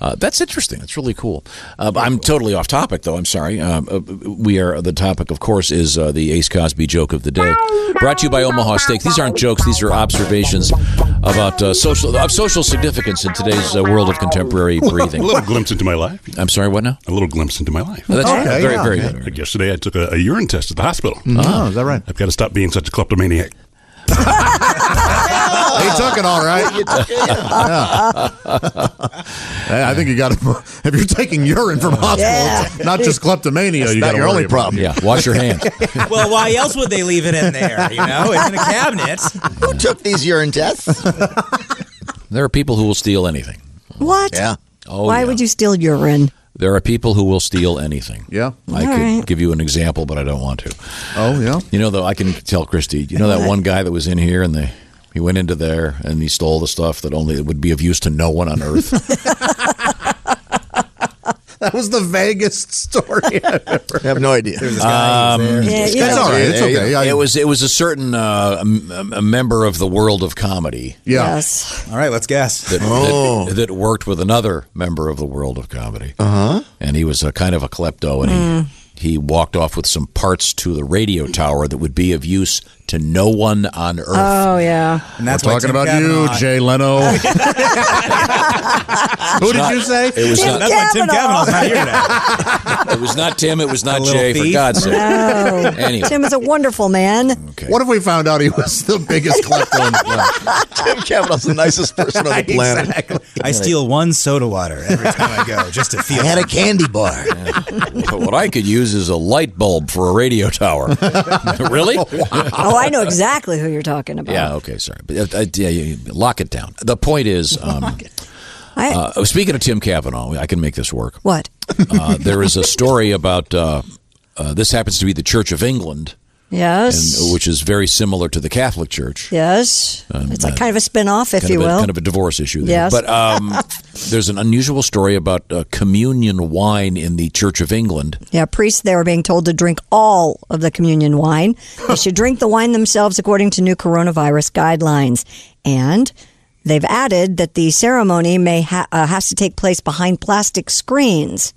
Speaker 6: uh, that's interesting. That's really cool. Uh, but I'm totally off topic though. I'm sorry. Um, uh, we are the topic, of course, is uh, the Ace Cosby joke of the day, brought to you by Omaha Steaks. These aren't jokes. These are observations about uh, social of social significance in today's uh, world of contemporary breathing.
Speaker 13: A little glimpse into my life.
Speaker 6: I'm sorry, what now?
Speaker 13: A little glimpse into my life.
Speaker 6: Oh, that's Okay, very, yeah, very okay.
Speaker 13: Like yesterday, I took a, a urine test at the hospital.
Speaker 4: Oh, is that right?
Speaker 13: I've got to stop being such a kleptomaniac.
Speaker 4: He took it all right. Hey, I think you got to. If you're taking urine from hospitals, not just kleptomania,
Speaker 8: That's
Speaker 4: you
Speaker 8: not
Speaker 4: got
Speaker 8: your only
Speaker 6: problem. Yeah, wash your hands.
Speaker 7: well, why else would they leave it in there? You know, it's in a cabinet.
Speaker 8: Who took these urine tests?
Speaker 6: There are people who will steal anything.
Speaker 5: What?
Speaker 6: Yeah. Oh,
Speaker 5: Why
Speaker 6: yeah.
Speaker 5: would you steal urine?
Speaker 6: There are people who will steal anything.
Speaker 4: Yeah.
Speaker 6: I
Speaker 5: All
Speaker 6: could
Speaker 5: right.
Speaker 6: give you an example, but I don't want to.
Speaker 4: Oh, yeah.
Speaker 6: You know, though, I can tell Christy, you know that
Speaker 5: What?
Speaker 6: one guy that was in here and they. He went into there and he stole the stuff that only would be of use to no one on earth.
Speaker 4: That was the vaguest story I've ever.
Speaker 8: I have no idea.
Speaker 6: Um,
Speaker 4: Yeah, you That's know. all right. It's
Speaker 6: Yeah,
Speaker 4: okay.
Speaker 6: yeah.
Speaker 4: I-
Speaker 6: It was it was a certain uh, m- m- a member of the world of comedy.
Speaker 4: Yeah.
Speaker 5: Yes.
Speaker 7: All right, let's guess.
Speaker 6: That, that-
Speaker 7: Oh.
Speaker 6: that, worked with another member of the world of comedy.
Speaker 4: Uh-huh.
Speaker 6: Uh huh. And he was a kind of a klepto, and
Speaker 5: Mm.
Speaker 6: he, he walked off with some parts to the radio tower that would be of use to no one on earth.
Speaker 5: Oh yeah.
Speaker 6: And
Speaker 4: that's We're why talking Tim about you, Kavanaugh- Jay Leno. Who did you say?
Speaker 6: It was not.
Speaker 4: That's why Tim
Speaker 7: Oh,
Speaker 4: Kavanaugh's not here
Speaker 6: it was not Tim. It was not
Speaker 4: little
Speaker 6: Jay. For
Speaker 4: thief.
Speaker 6: God's sake.
Speaker 5: No.
Speaker 6: Anyway.
Speaker 5: Tim is a wonderful man.
Speaker 4: What if we found out he was the biggest klepto on the planet?
Speaker 8: Tim Kavanaugh's the nicest person on the planet. Exactly.
Speaker 7: I steal one soda water every time I go just to feel.
Speaker 8: I had a candy bar.
Speaker 6: But what I could use is a light bulb for a radio tower. really?
Speaker 5: Oh, I know exactly who you're talking about.
Speaker 6: Yeah. Okay. Sorry. But uh, uh, yeah, you- you- lock it down. The point is, um, Uh, speaking of Tim Kavanaugh, I can make this work.
Speaker 5: What?
Speaker 6: Uh, there is a story about uh, uh, this happens to be the Church of England,
Speaker 5: Yes.
Speaker 6: and, which is very similar to the Catholic Church.
Speaker 5: yes.
Speaker 6: Um,
Speaker 5: it's like
Speaker 6: uh,
Speaker 5: kind of a spin off, if
Speaker 6: kind
Speaker 5: you
Speaker 6: of a,
Speaker 5: will.
Speaker 6: Kind of a divorce issue. There.
Speaker 5: Yes.
Speaker 6: But um, there's an unusual story about uh, communion wine in the Church of England.
Speaker 5: Yeah, priests there are being told to drink all of the communion wine. They should drink the wine themselves according to new coronavirus guidelines. And they've added that the ceremony may ha- uh, has to take place behind plastic screens.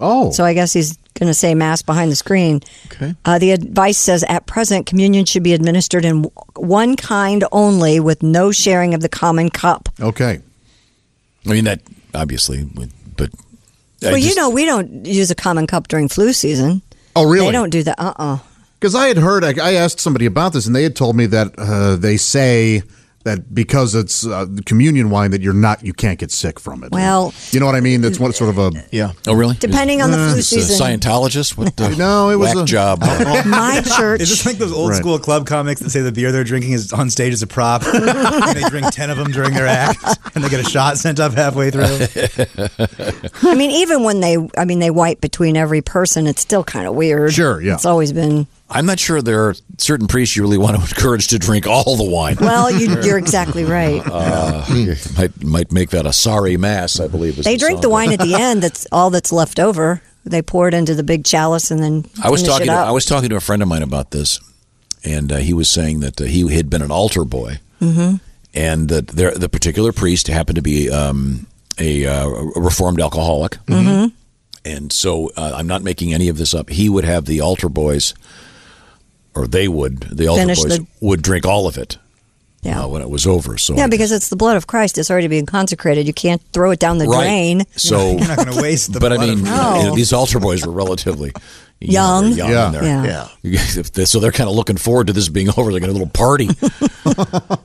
Speaker 4: Oh.
Speaker 5: So I guess he's going to say mass behind the screen. Okay. Uh, the advice says at present, communion should be administered in w- one kind only with no sharing of the common cup.
Speaker 4: Okay.
Speaker 6: I mean, that obviously, would- but. I
Speaker 5: well, you
Speaker 6: just-
Speaker 5: know, we don't use a common cup during flu season.
Speaker 4: Oh, really?
Speaker 5: They don't do that. Uh uh
Speaker 4: Because I had heard, I, I asked somebody about this, and they had told me that uh, they say that because it's uh, communion wine, that you're not, you can't get sick from it.
Speaker 5: Well-
Speaker 4: you know what I mean. That's what sort of a Uh,
Speaker 6: yeah. Oh, really?
Speaker 5: Depending on the flu
Speaker 6: Is this a
Speaker 5: season.
Speaker 6: Scientologist? What the
Speaker 4: no, it was
Speaker 6: whack
Speaker 4: a-
Speaker 6: job.
Speaker 5: My church.
Speaker 7: Is this like those old
Speaker 6: Right.
Speaker 7: school club comics that say the beer they're drinking is on stage as a prop? and they drink 10 of them during their act and they get a shot sent up halfway through.
Speaker 5: I mean, even when they, I mean, they wipe between every person, it's still kind of weird.
Speaker 6: Sure, yeah.
Speaker 5: It's always been.
Speaker 6: I'm not sure there are certain priests you really want to encourage to drink all the wine.
Speaker 5: Well, you, you're exactly right.
Speaker 6: Uh, might might make that a sorry mass, I believe. Is
Speaker 5: They drink
Speaker 6: song.
Speaker 5: the wine at the end. That's all that's left over. They pour it into the big chalice and then
Speaker 6: I was
Speaker 5: finish
Speaker 6: talking.
Speaker 5: it
Speaker 6: To,
Speaker 5: up.
Speaker 6: I was talking to a friend of mine about this, and uh, he was saying that uh, he had been an altar boy,
Speaker 5: Mhm.
Speaker 6: and that there, the particular priest happened to be um, a, uh, a reformed alcoholic,
Speaker 5: Mhm.
Speaker 6: and so uh, I'm not making any of this up. He would have the altar boys, or they would. The altar
Speaker 5: Finish
Speaker 6: boys
Speaker 5: the-
Speaker 6: would drink all of it.
Speaker 5: Yeah.
Speaker 6: uh, when it was over. So
Speaker 5: Yeah, because it's the blood of Christ. It's already being consecrated. You can't throw it down the
Speaker 6: right.
Speaker 5: drain.
Speaker 6: So
Speaker 7: going to waste the
Speaker 6: But I
Speaker 7: blood of
Speaker 6: mean,
Speaker 5: Christ.
Speaker 6: you know, these altar boys were relatively you
Speaker 5: Young.
Speaker 6: know, they're young
Speaker 5: Yeah.
Speaker 6: and they're-
Speaker 5: Yeah.
Speaker 6: So they're kind of looking forward to this being over. They're going to a little party.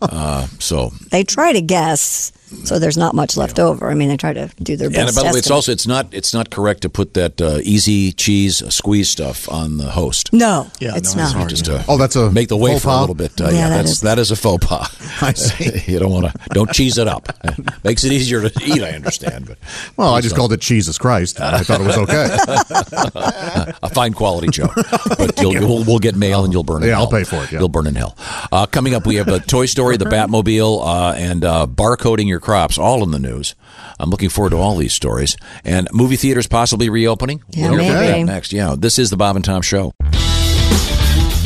Speaker 6: uh, so,
Speaker 5: They try to guess, so there's not much left over. I mean, they try to do their best.
Speaker 6: and by the way, it's
Speaker 5: estimate.
Speaker 6: also it's not it's not correct to put that uh, easy cheese squeeze stuff on the host.
Speaker 5: No, Yeah, it's no, it's not. hard,
Speaker 6: Just
Speaker 5: yeah.
Speaker 6: oh, that's a make the way
Speaker 4: faux
Speaker 6: for a
Speaker 4: pas?
Speaker 6: little bit. Uh, yeah,
Speaker 4: Yeah, that
Speaker 6: that's
Speaker 4: is-
Speaker 6: that is a faux pas. I see. you don't want to don't cheese it up. Makes it easier to eat. I understand, but
Speaker 4: Well, I just called it Jesus Christ. And
Speaker 6: Uh.
Speaker 4: I thought it was okay.
Speaker 6: a fine quality joke. But you'll, you'll, we'll get mail and you'll burn in
Speaker 4: Yeah,
Speaker 6: hell.
Speaker 4: I'll pay for it, yeah.
Speaker 6: You'll burn in hell. Uh, coming up, we have a Toy Story, the Batmobile, uh, and uh, barcoding your crops, all in the news. I'm looking forward to all these stories. And movie theaters possibly reopening.
Speaker 5: Yeah,
Speaker 6: hear about
Speaker 5: maybe.
Speaker 6: that next. Yeah, this is the Bob and Tom Show.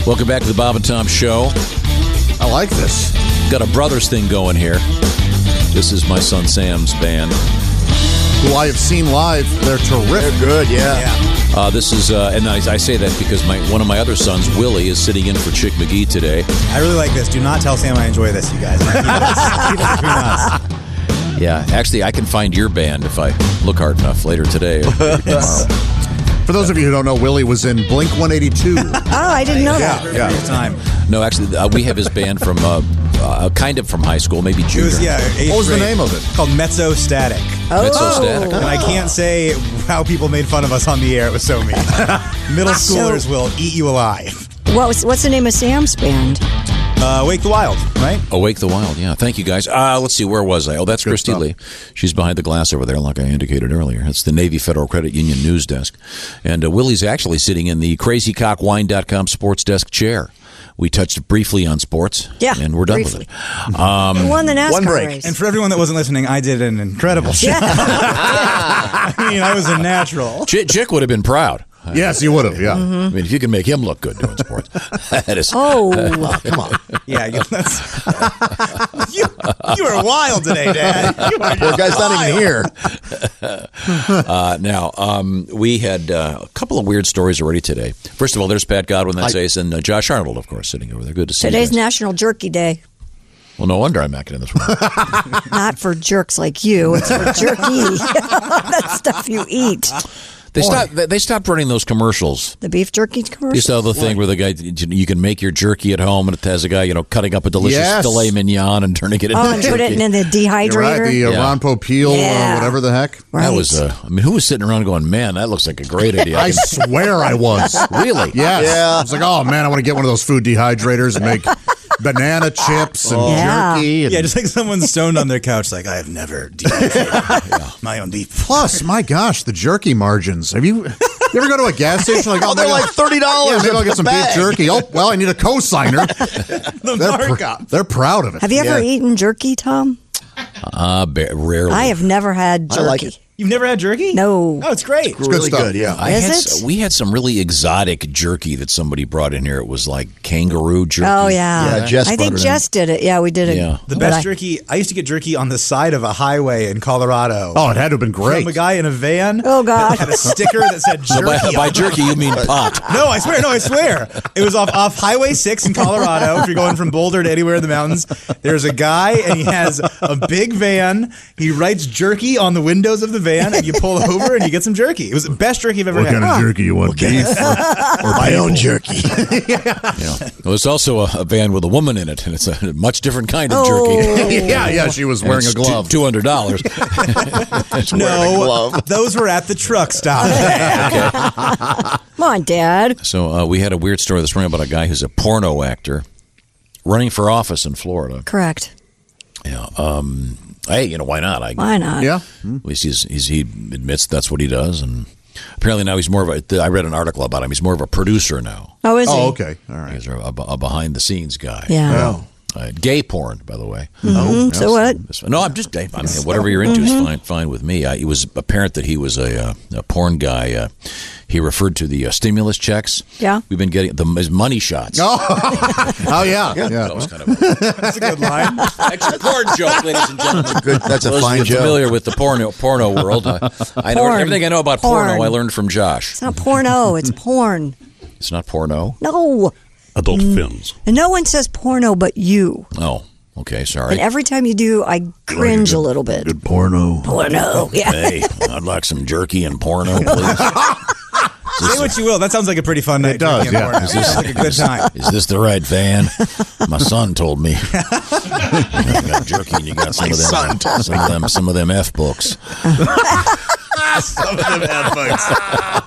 Speaker 6: Welcome back to the Bob and Tom Show.
Speaker 4: I like this.
Speaker 6: Got a brothers thing going here. This is my son Sam's band.
Speaker 4: Who I have seen live. They're terrific. They're good. Yeah.
Speaker 6: Uh, this is, uh, and I, I say that because my one of my other sons, Willie, is sitting in for Chick McGee today.
Speaker 7: I really like this. Do not tell Sam I enjoy this, you guys.
Speaker 6: Yeah, actually, I can find your band if I look hard enough later today. Or tomorrow.
Speaker 4: For those of you who don't know, Willie was in Blink 182.
Speaker 5: Oh, I didn't know that.
Speaker 4: yeah.
Speaker 7: Time.
Speaker 6: No, actually, uh, we have his band from uh, uh, kind of from high school, maybe
Speaker 7: It
Speaker 6: junior.
Speaker 7: was, yeah. eighth
Speaker 4: What was the
Speaker 7: grade.
Speaker 4: name of it?
Speaker 7: Called Mezzostatic.
Speaker 6: Oh. Mezzostatic.
Speaker 7: And I
Speaker 5: Ah.
Speaker 7: can't say how people made fun of us on the air. It was so mean. Middle
Speaker 5: So-
Speaker 7: schoolers will eat you alive.
Speaker 5: What was, what's the name of Sam's band?
Speaker 7: Uh, Wake the Wild, right?
Speaker 6: Awake the Wild. Yeah, thank you guys. Uh, let's see, where was I? Oh, that's Christy Lee. She's behind the glass over there, like I indicated earlier. It's the Navy Federal Credit Union news desk, and uh, Willie's actually sitting in the CrazyCockWine.com sports desk chair. We touched briefly on sports,
Speaker 7: Yeah,
Speaker 6: and we're done
Speaker 7: briefly.
Speaker 6: with it. Um,
Speaker 5: He won the NASCAR One break. race.
Speaker 7: And for everyone that wasn't listening, I did an incredible show. I mean, I was a natural.
Speaker 6: Chick, Chick would have been proud. Mm-hmm.
Speaker 4: Yes, he would have. Yeah.
Speaker 6: I mean, if you can make him look good doing sports, that is.
Speaker 5: Oh. Well,
Speaker 6: come on.
Speaker 7: Yeah, you, that's, you, you are wild today, Dad. You are
Speaker 8: Poor guy's not even here.
Speaker 6: uh, now, um, we had uh, a couple of weird stories already today. First of all, there's Pat Godwin, that's Ace, and uh, Josh Arnold, of course, sitting over there. Good to see
Speaker 5: Today's
Speaker 6: you. guys.
Speaker 5: National Jerky Day.
Speaker 6: well, no wonder I'm not getting this one.
Speaker 5: Not for jerks like you. It's for jerky. that stuff you eat.
Speaker 6: They stopped, they they stopped running those commercials.
Speaker 5: The beef jerky commercial.
Speaker 6: You saw the thing where the guy, you can make your jerky at home, and it has a guy, you know, cutting up a delicious
Speaker 4: Yes.
Speaker 6: filet mignon and turning it into
Speaker 5: Oh, and put it
Speaker 6: jerky.
Speaker 5: in the dehydrator.
Speaker 4: You're right. The uh,
Speaker 6: Yeah.
Speaker 4: Ron Popeil,
Speaker 5: Yeah.
Speaker 4: uh, whatever the heck.
Speaker 6: That was, uh, I mean, who was sitting around going, man, that looks like a great idea.
Speaker 4: I
Speaker 6: can-
Speaker 4: swear I was.
Speaker 6: Really?
Speaker 4: Yes.
Speaker 6: Yeah.
Speaker 4: I was like, oh man, I want to get one of those food dehydrators and make banana chips and jerky. And
Speaker 7: yeah, just like someone stoned on their couch, like I have never my own beef.
Speaker 4: Plus, my gosh, the jerky margins. Have you? You ever go to a gas station like,
Speaker 8: Oh,
Speaker 4: oh,
Speaker 8: they're
Speaker 4: my God.
Speaker 8: like $30
Speaker 4: Yeah, maybe I'll
Speaker 8: a
Speaker 4: get some beef
Speaker 8: bag.
Speaker 4: jerky. Oh, well, I need a co-signer. they're, pr- they're proud of it.
Speaker 5: Have you ever eaten jerky, Tom?
Speaker 6: Uh, ba- rarely.
Speaker 5: I have never had
Speaker 6: I
Speaker 5: jerky.
Speaker 6: like
Speaker 7: You've never had jerky?
Speaker 5: No.
Speaker 7: Oh, it's
Speaker 6: I
Speaker 7: great.
Speaker 5: Is
Speaker 6: had
Speaker 5: it?
Speaker 6: s- we had some really exotic jerky that somebody brought in here. It was like kangaroo jerky.
Speaker 5: Oh yeah. I think Jess did it. Yeah, we did it.
Speaker 6: Yeah.
Speaker 7: The
Speaker 5: But
Speaker 7: best
Speaker 5: I-
Speaker 7: jerky. I used to get jerky on the side of a highway in Colorado.
Speaker 4: Oh, it had to have been great.
Speaker 7: From a guy in a van.
Speaker 5: Oh God.
Speaker 7: Had a sticker that said
Speaker 6: So
Speaker 7: jerky.
Speaker 6: by-
Speaker 7: on
Speaker 6: by
Speaker 7: it.
Speaker 6: jerky, you mean pot.
Speaker 7: No, I swear. No, I swear. It was off off Highway Six in Colorado. If you're going from Boulder to anywhere in the mountains, there's a guy and he has a big van. He writes jerky on the windows of the van, and you pull over and you get some jerky. It was the best jerky I've ever
Speaker 4: What
Speaker 7: had.
Speaker 4: kind of jerky you want? Beef?
Speaker 6: My own
Speaker 8: jerky.
Speaker 6: There was also a, a van with a woman in it, and it's a much different kind of
Speaker 4: Oh.
Speaker 6: jerky.
Speaker 4: Yeah, yeah, she was wearing a glove.
Speaker 6: Two hundred dollars.
Speaker 7: No, those were at the truck stop.
Speaker 5: Come on, Dad.
Speaker 6: So uh, we had a weird story this morning about a guy who's a porno actor running for office in Florida.
Speaker 5: Correct.
Speaker 6: Yeah. Um, hey, you know why not? I, Hmm.
Speaker 5: Why not? Yeah.
Speaker 6: At least he's, he's he admits that's what he does, and apparently now he's more of a. I read an article about him. He's more of a producer now.
Speaker 5: Oh, is he? Oh,
Speaker 4: okay. All
Speaker 6: right. He's a, a behind the scenes guy.
Speaker 5: Yeah. Oh.
Speaker 6: Uh, gay porn, by the way.
Speaker 5: Mhm. Oh. So what?
Speaker 6: This- No, I'm just I mean, whatever you're into
Speaker 5: Mhm.
Speaker 6: is fine, fine with me. I, it was apparent that he was a, uh, a porn guy. Uh, he referred to the uh, stimulus checks.
Speaker 5: Yeah.
Speaker 6: we've been getting the his money shots.
Speaker 4: Oh, oh yeah, yeah.
Speaker 6: That was kind of that's a good line. That's a porn joke, ladies and gentlemen. That's a,
Speaker 8: good, that's a fine
Speaker 6: you're
Speaker 8: joke.
Speaker 6: familiar with the porno porno world. I, I know
Speaker 5: Porn.
Speaker 6: everything I know about porno.
Speaker 5: Porn.
Speaker 6: I learned from Josh.
Speaker 5: It's not porno. It's porn.
Speaker 6: It's not porno.
Speaker 5: No. Mm.
Speaker 6: Adult
Speaker 22: films.
Speaker 5: And no one says porno but you.
Speaker 6: Oh, okay. Sorry.
Speaker 5: And every time you do, I cringe a little bit.
Speaker 6: Good porno.
Speaker 5: Porno, yeah.
Speaker 6: Hey, I'd like some jerky and porno, please.
Speaker 7: Say what you will. That sounds like a pretty fun night. It does.
Speaker 6: Is this,
Speaker 7: like a good time.
Speaker 6: Is this the right van? My son told me. you got jerky and you got some
Speaker 7: My
Speaker 6: of them,
Speaker 7: son told
Speaker 6: some of them, some of them F books.
Speaker 7: Some of them have books.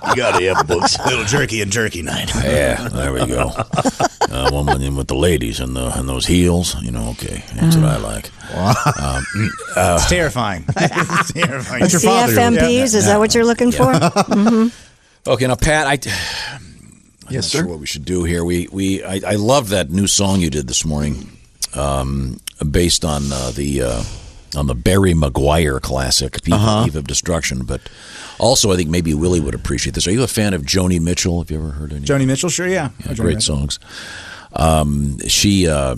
Speaker 7: You gotta have books. Little jerky and jerky night.
Speaker 6: Yeah, there we go. Uh, one with, with the ladies and the and those heels. You know, okay, that's what I like. Um, uh,
Speaker 7: Mm. It's terrifying. it's terrifying.
Speaker 5: The CFMPs, is that what you're looking for? hmm
Speaker 6: Okay, now Pat, I. I'm yes, sir. Sure what we should do here? We we I, I love that new song you did this morning, um, based on uh, the uh, on the Barry McGuire classic "Eve,
Speaker 7: Uh-huh.
Speaker 6: Eve of Destruction." But also, I think maybe Willie would appreciate this. Are you a fan of Joni Mitchell? Have you ever heard any?
Speaker 7: Joni Mitchell, sure, yeah.
Speaker 6: Yeah,
Speaker 7: Joni
Speaker 6: great
Speaker 7: Mitchell.
Speaker 6: songs. Um, she uh,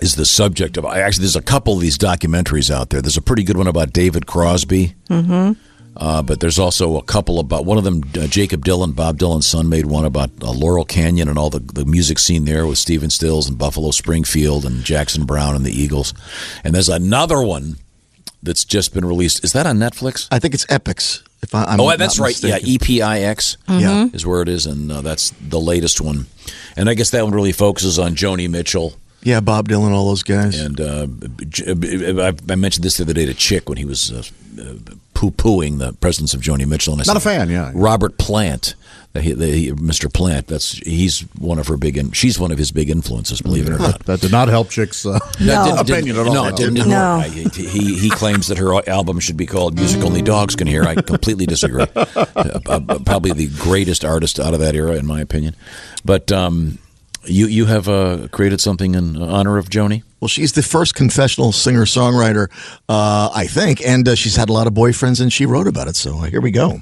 Speaker 6: is the subject of actually. There's a couple of these documentaries out there. There's a pretty good one about David Crosby.
Speaker 23: Mm-hmm.
Speaker 6: Uh, but there's also a couple about one of them, uh, Jacob Dylan, Bob Dylan's son, made one about uh, Laurel Canyon and all the, the music scene there with Stephen Stills and Buffalo Springfield and Jackson Brown and the Eagles. And there's another one that's just been released. Is that on Netflix?
Speaker 8: I think it's Epics. If I, I'm
Speaker 6: oh,
Speaker 8: not
Speaker 6: that's right.
Speaker 8: mistaken.
Speaker 6: Yeah, EPIX
Speaker 8: Yeah.
Speaker 6: is where it is, and uh, that's the latest one. And I guess that one really focuses on Joni Mitchell.
Speaker 8: Yeah, Bob Dylan, all those guys.
Speaker 6: And uh, J- uh, I I mentioned this the other day to Chick when he was uh, poo pooing the presence of Joni Mitchell. And I
Speaker 4: Not a
Speaker 6: said,
Speaker 4: fan, yeah.
Speaker 6: Robert Plant, that he, that he, Mr. Plant. That's he's one of her big. In, she's one of his big influences. Believe it or not.
Speaker 4: That did not help chicks' uh,
Speaker 6: That didn't- didn't-
Speaker 4: opinion at all.
Speaker 6: No, it didn't. didn't work. I- he he claims that her album should be called "Music Only Dogs Can Hear." I completely disagree. Uh, uh, Probably the greatest artist out of that era, in my opinion. But um, you you have uh, created something in honor of Joni.
Speaker 8: Well, she's the first confessional singer songwriter, uh, I think, and uh, she's had a lot of boyfriends, and she wrote about it. So uh, here we go.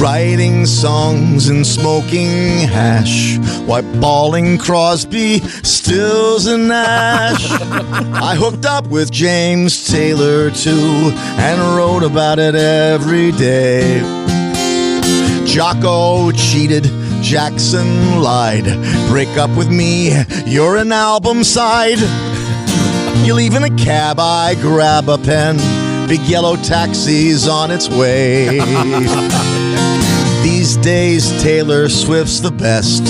Speaker 8: Writing songs and smoking hash while balling Crosby, Stills, and Nash. I hooked up with James Taylor too and wrote about it every day. Jocko cheated. Jackson lied. Break up with me. You're an album side. You leave in a cab. I grab a pen. Big yellow taxi's on its way. These days, Taylor Swift's the best.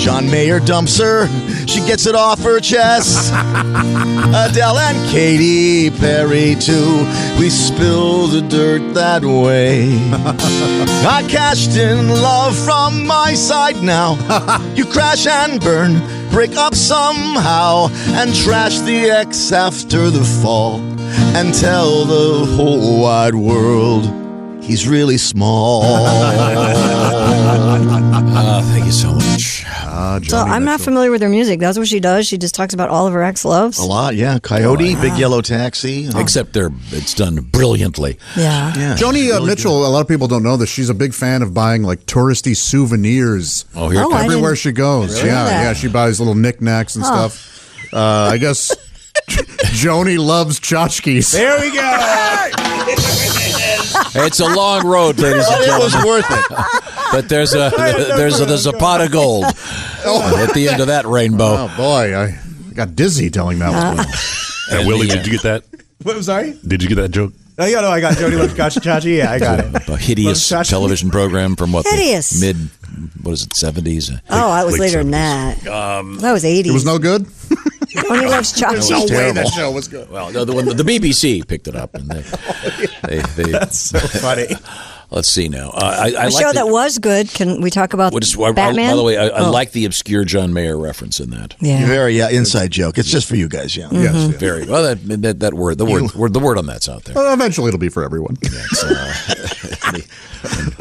Speaker 8: John Mayer dumps her, she gets it off her chest. Adele and Katy Perry, too. We spill the dirt that way. I cashed in love from my side now. You crash and burn, break up somehow, and trash the ex after the fall. And tell the whole wide world He's really small.
Speaker 6: Uh, thank you so much.
Speaker 5: So I'm not familiar with her music. That's what she does. She just talks about all of her ex loves.
Speaker 8: A
Speaker 6: Oh.
Speaker 8: lot, yeah. Coyote,
Speaker 5: Oh,
Speaker 8: Big
Speaker 5: yeah.
Speaker 8: Yellow Taxi.
Speaker 6: Except they're it's done brilliantly.
Speaker 5: Yeah.
Speaker 4: Joni uh, Mitchell, a lot of people don't know this. She's a big fan of buying like touristy souvenirs.
Speaker 6: Oh, here it Oh, comes. I
Speaker 4: everywhere
Speaker 6: didn't-
Speaker 4: she goes.
Speaker 6: Really?
Speaker 4: Yeah,
Speaker 6: Yeah.
Speaker 4: yeah. She buys little knickknacks and
Speaker 6: Huh.
Speaker 4: stuff. Uh, I guess Joni loves tchotchkes.
Speaker 7: There we go.
Speaker 6: It's a long road, ladies and
Speaker 8: But it was
Speaker 6: gentlemen.
Speaker 8: worth it.
Speaker 6: But there's a there's a, the Zapata gold oh, Uh, at the end of that rainbow. Uh.
Speaker 4: Oh boy, I got dizzy telling that one.
Speaker 13: Hey, Willie, did you get that?
Speaker 7: What, I'm sorry?
Speaker 13: Did you get that joke?
Speaker 7: Oh, yeah, no, I got Jody Love Chachi. Yeah, I got it.
Speaker 6: A hideous television program from what? the
Speaker 5: Hideous.
Speaker 6: Mid, what is it, 70s?
Speaker 5: Oh, I was later than that.
Speaker 6: Um,
Speaker 5: That was 80s.
Speaker 4: good?
Speaker 5: Only loves
Speaker 6: There's
Speaker 5: chocolate.
Speaker 6: no way that
Speaker 4: show was good.
Speaker 6: Well, no, the, one, the BBC picked it up. And they, they, they, That's
Speaker 7: so funny.
Speaker 6: Let's see now. Uh, I, I
Speaker 5: a
Speaker 6: like
Speaker 5: show
Speaker 6: the-
Speaker 5: that was good. Can we talk about
Speaker 6: what is- I- I-
Speaker 5: Batman?
Speaker 6: by the way, I, I
Speaker 5: Oh.
Speaker 6: like the obscure John Mayer reference in that.
Speaker 5: Yeah.
Speaker 8: Very yeah, inside joke. It's just for you guys, yeah.
Speaker 5: Yes, Mhm.
Speaker 6: Very well. That, that that word, the word, word, the word on that's out there.
Speaker 4: Well, eventually it'll be for everyone.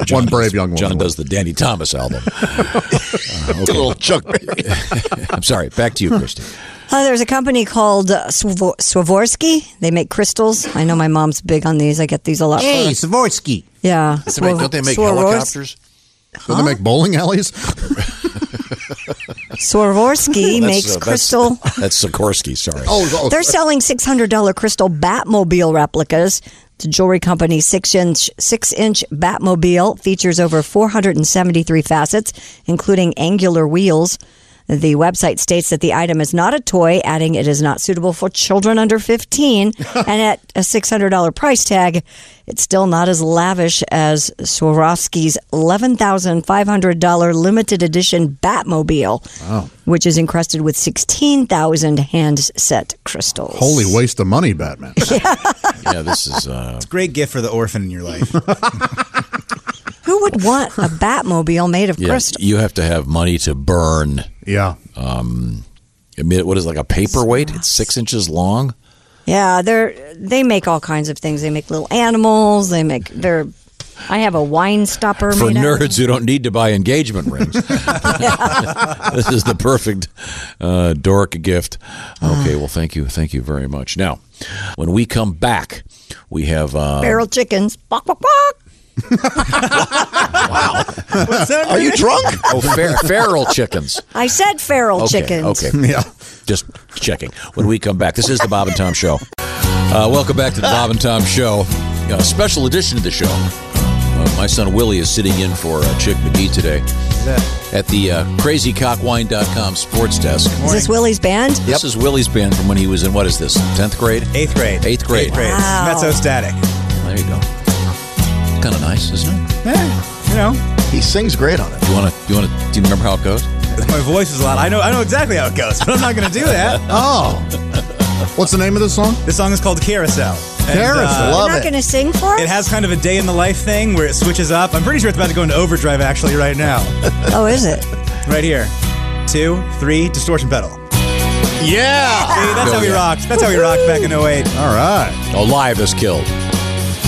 Speaker 6: One brave young woman. John does the Danny Thomas album. Uh, okay.
Speaker 8: little Chuck.
Speaker 6: I'm sorry. Back to you, Christy.
Speaker 5: Uh, there's a company called uh, Swavo- Swarovski. They make crystals. I know my mom's big on these. I get these a lot.
Speaker 17: Hey,
Speaker 5: for,
Speaker 17: Savorsky.
Speaker 5: yeah. Swar- Swarovs-
Speaker 4: Don't they make bowling alleys?
Speaker 5: Swarovski
Speaker 6: That's,
Speaker 5: makes
Speaker 6: uh, that's-
Speaker 5: crystal.
Speaker 6: That's Sikorsky. Oh, Sorry.
Speaker 5: They're selling six hundred dollar crystal Batmobile replicas. The jewelry company six inch six inch Batmobile features over four hundred and seventy three facets, including angular wheels. The website states that the item is not a toy, adding it is not suitable for children under 15. and at a $600 price tag, it's still not as lavish as Swarovski's $11,500 limited edition Batmobile
Speaker 4: Wow.
Speaker 5: which is encrusted with 16,000 hand set crystals.
Speaker 4: Holy waste of money, Batman.
Speaker 6: yeah, this is. Uh,
Speaker 7: It's a great gift for the orphan in your life.
Speaker 5: Who would want a Batmobile made of
Speaker 6: Yeah,
Speaker 5: crystal?
Speaker 6: you have to have money to burn.
Speaker 4: Yeah.
Speaker 6: Um, I mean, what is it, like a paperweight? It's six inches long.
Speaker 5: Yeah, they're they make all kinds of things. They make little animals. They make they're. I have a wine stopper
Speaker 6: for
Speaker 5: made out of-
Speaker 6: nerds who don't need to buy engagement rings. this is the perfect uh, dork gift. Okay, well, thank you, thank you very much. Now, when we come back, we have uh,
Speaker 5: barrel chickens. Bawk, bawk, bawk.
Speaker 8: Are you drunk?
Speaker 6: oh, fer- feral chickens.
Speaker 5: I said feral
Speaker 6: okay,
Speaker 5: chickens.
Speaker 6: Okay. Yeah. Just checking. When we come back, this is the Bob and Tom Show. Uh, welcome back to the Bob and Tom Show, a special edition of the show. Uh, my son Willie is sitting in for uh, Chick McGee today at the uh, crazycockwine.com sports desk.
Speaker 5: Is this Willie's band?
Speaker 6: This is Willie's band from when he was in, what is this, 10th grade?
Speaker 7: 8th grade.
Speaker 6: 8th grade.
Speaker 7: Eighth grade.
Speaker 5: Wow.
Speaker 7: That's so static.
Speaker 6: There you go. Kind of nice, isn't it?
Speaker 7: Yeah, you know,
Speaker 8: He sings great on it.
Speaker 6: You want to, you want to, do you remember how it goes?
Speaker 7: my voice is loud. I know, I know exactly how it goes, but I'm not going to do that.
Speaker 4: Oh. What's the name of this song?
Speaker 7: This song is called Carousel. And,
Speaker 4: Carousel.
Speaker 7: uh,
Speaker 5: You're not going to sing for us?
Speaker 7: It has kind of a day in the life thing where it switches up. I'm pretty sure it's about to go into overdrive actually right now.
Speaker 5: oh, is it?
Speaker 7: right here. Two, three, distortion pedal.
Speaker 6: Yeah!
Speaker 7: See, that's how we
Speaker 6: Brilliant.
Speaker 7: rocked. That's how we rocked back in 08.
Speaker 4: All right.
Speaker 6: Alive is killed.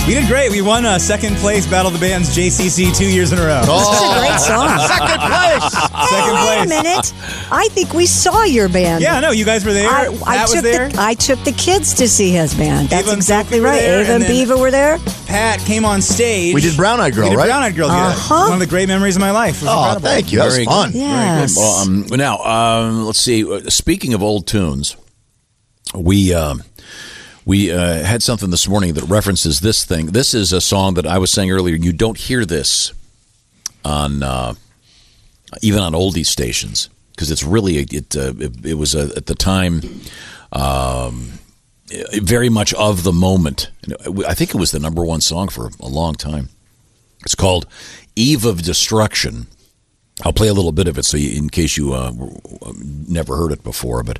Speaker 7: We did great. We won uh, second place Battle of the Bands JCC two years in a row.
Speaker 5: This is a great song.
Speaker 8: Second place.
Speaker 7: Second
Speaker 5: Wait
Speaker 7: place.
Speaker 5: a minute. I think we saw your band.
Speaker 7: Yeah, no, you guys were there.
Speaker 5: I, I
Speaker 7: Pat
Speaker 5: took
Speaker 7: was there.
Speaker 5: The, I took the kids to see his band. That's
Speaker 7: Ava and
Speaker 5: exactly
Speaker 7: Sophie were
Speaker 5: right.
Speaker 7: there,
Speaker 5: Ava and
Speaker 7: and then-
Speaker 5: Beaver were there.
Speaker 7: Pat came on stage.
Speaker 8: We did Brown Eyed Girl,
Speaker 7: We did
Speaker 8: right?
Speaker 7: Brown Eyed Girl
Speaker 5: Uh-huh.
Speaker 7: together. One of the great memories of my life. It was
Speaker 8: Oh,
Speaker 7: incredible.
Speaker 8: thank you. That was
Speaker 6: Very
Speaker 8: fun.
Speaker 6: good.
Speaker 5: Yes.
Speaker 6: Well, um, now, um, let's see. Uh, Speaking of old tunes, we um we uh, had something this morning that references this thing. This is a song that I was saying earlier. You don't hear this on uh, even on oldies stations because it's really it uh, it, it was uh at the time. Um, very much of the moment. I think it was the number one song for a long time. It's called Eve of Destruction. I'll play a little bit of it, so you, in case you uh, w- w- never heard it before, but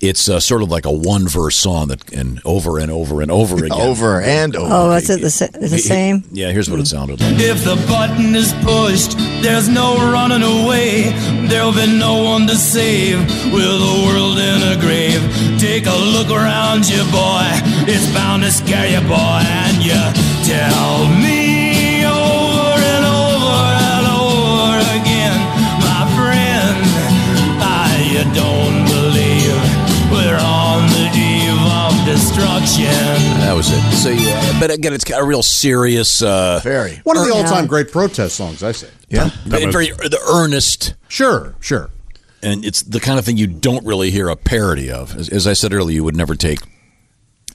Speaker 6: it's uh, sort of like a one verse song that and over and over and over again,
Speaker 8: Over and
Speaker 5: Oh, is it the, sa- the same?
Speaker 6: Yeah, here's what it sounded like.
Speaker 14: If the button is pushed, there's no running away. There'll be no one to save with the world in a grave. Take a look around you, boy. It's bound to scare you, boy. And you tell me over and over and over again, my friend, I you don't believe we're on the eve of destruction.
Speaker 6: That was it. So, yeah, but again, it's got a real serious, uh, very
Speaker 4: One of the all-time great protest songs, I say.
Speaker 6: yeah, very the earnest. Sure, sure. And it's the kind of thing you don't really hear a parody of. As, as I said earlier, you would never take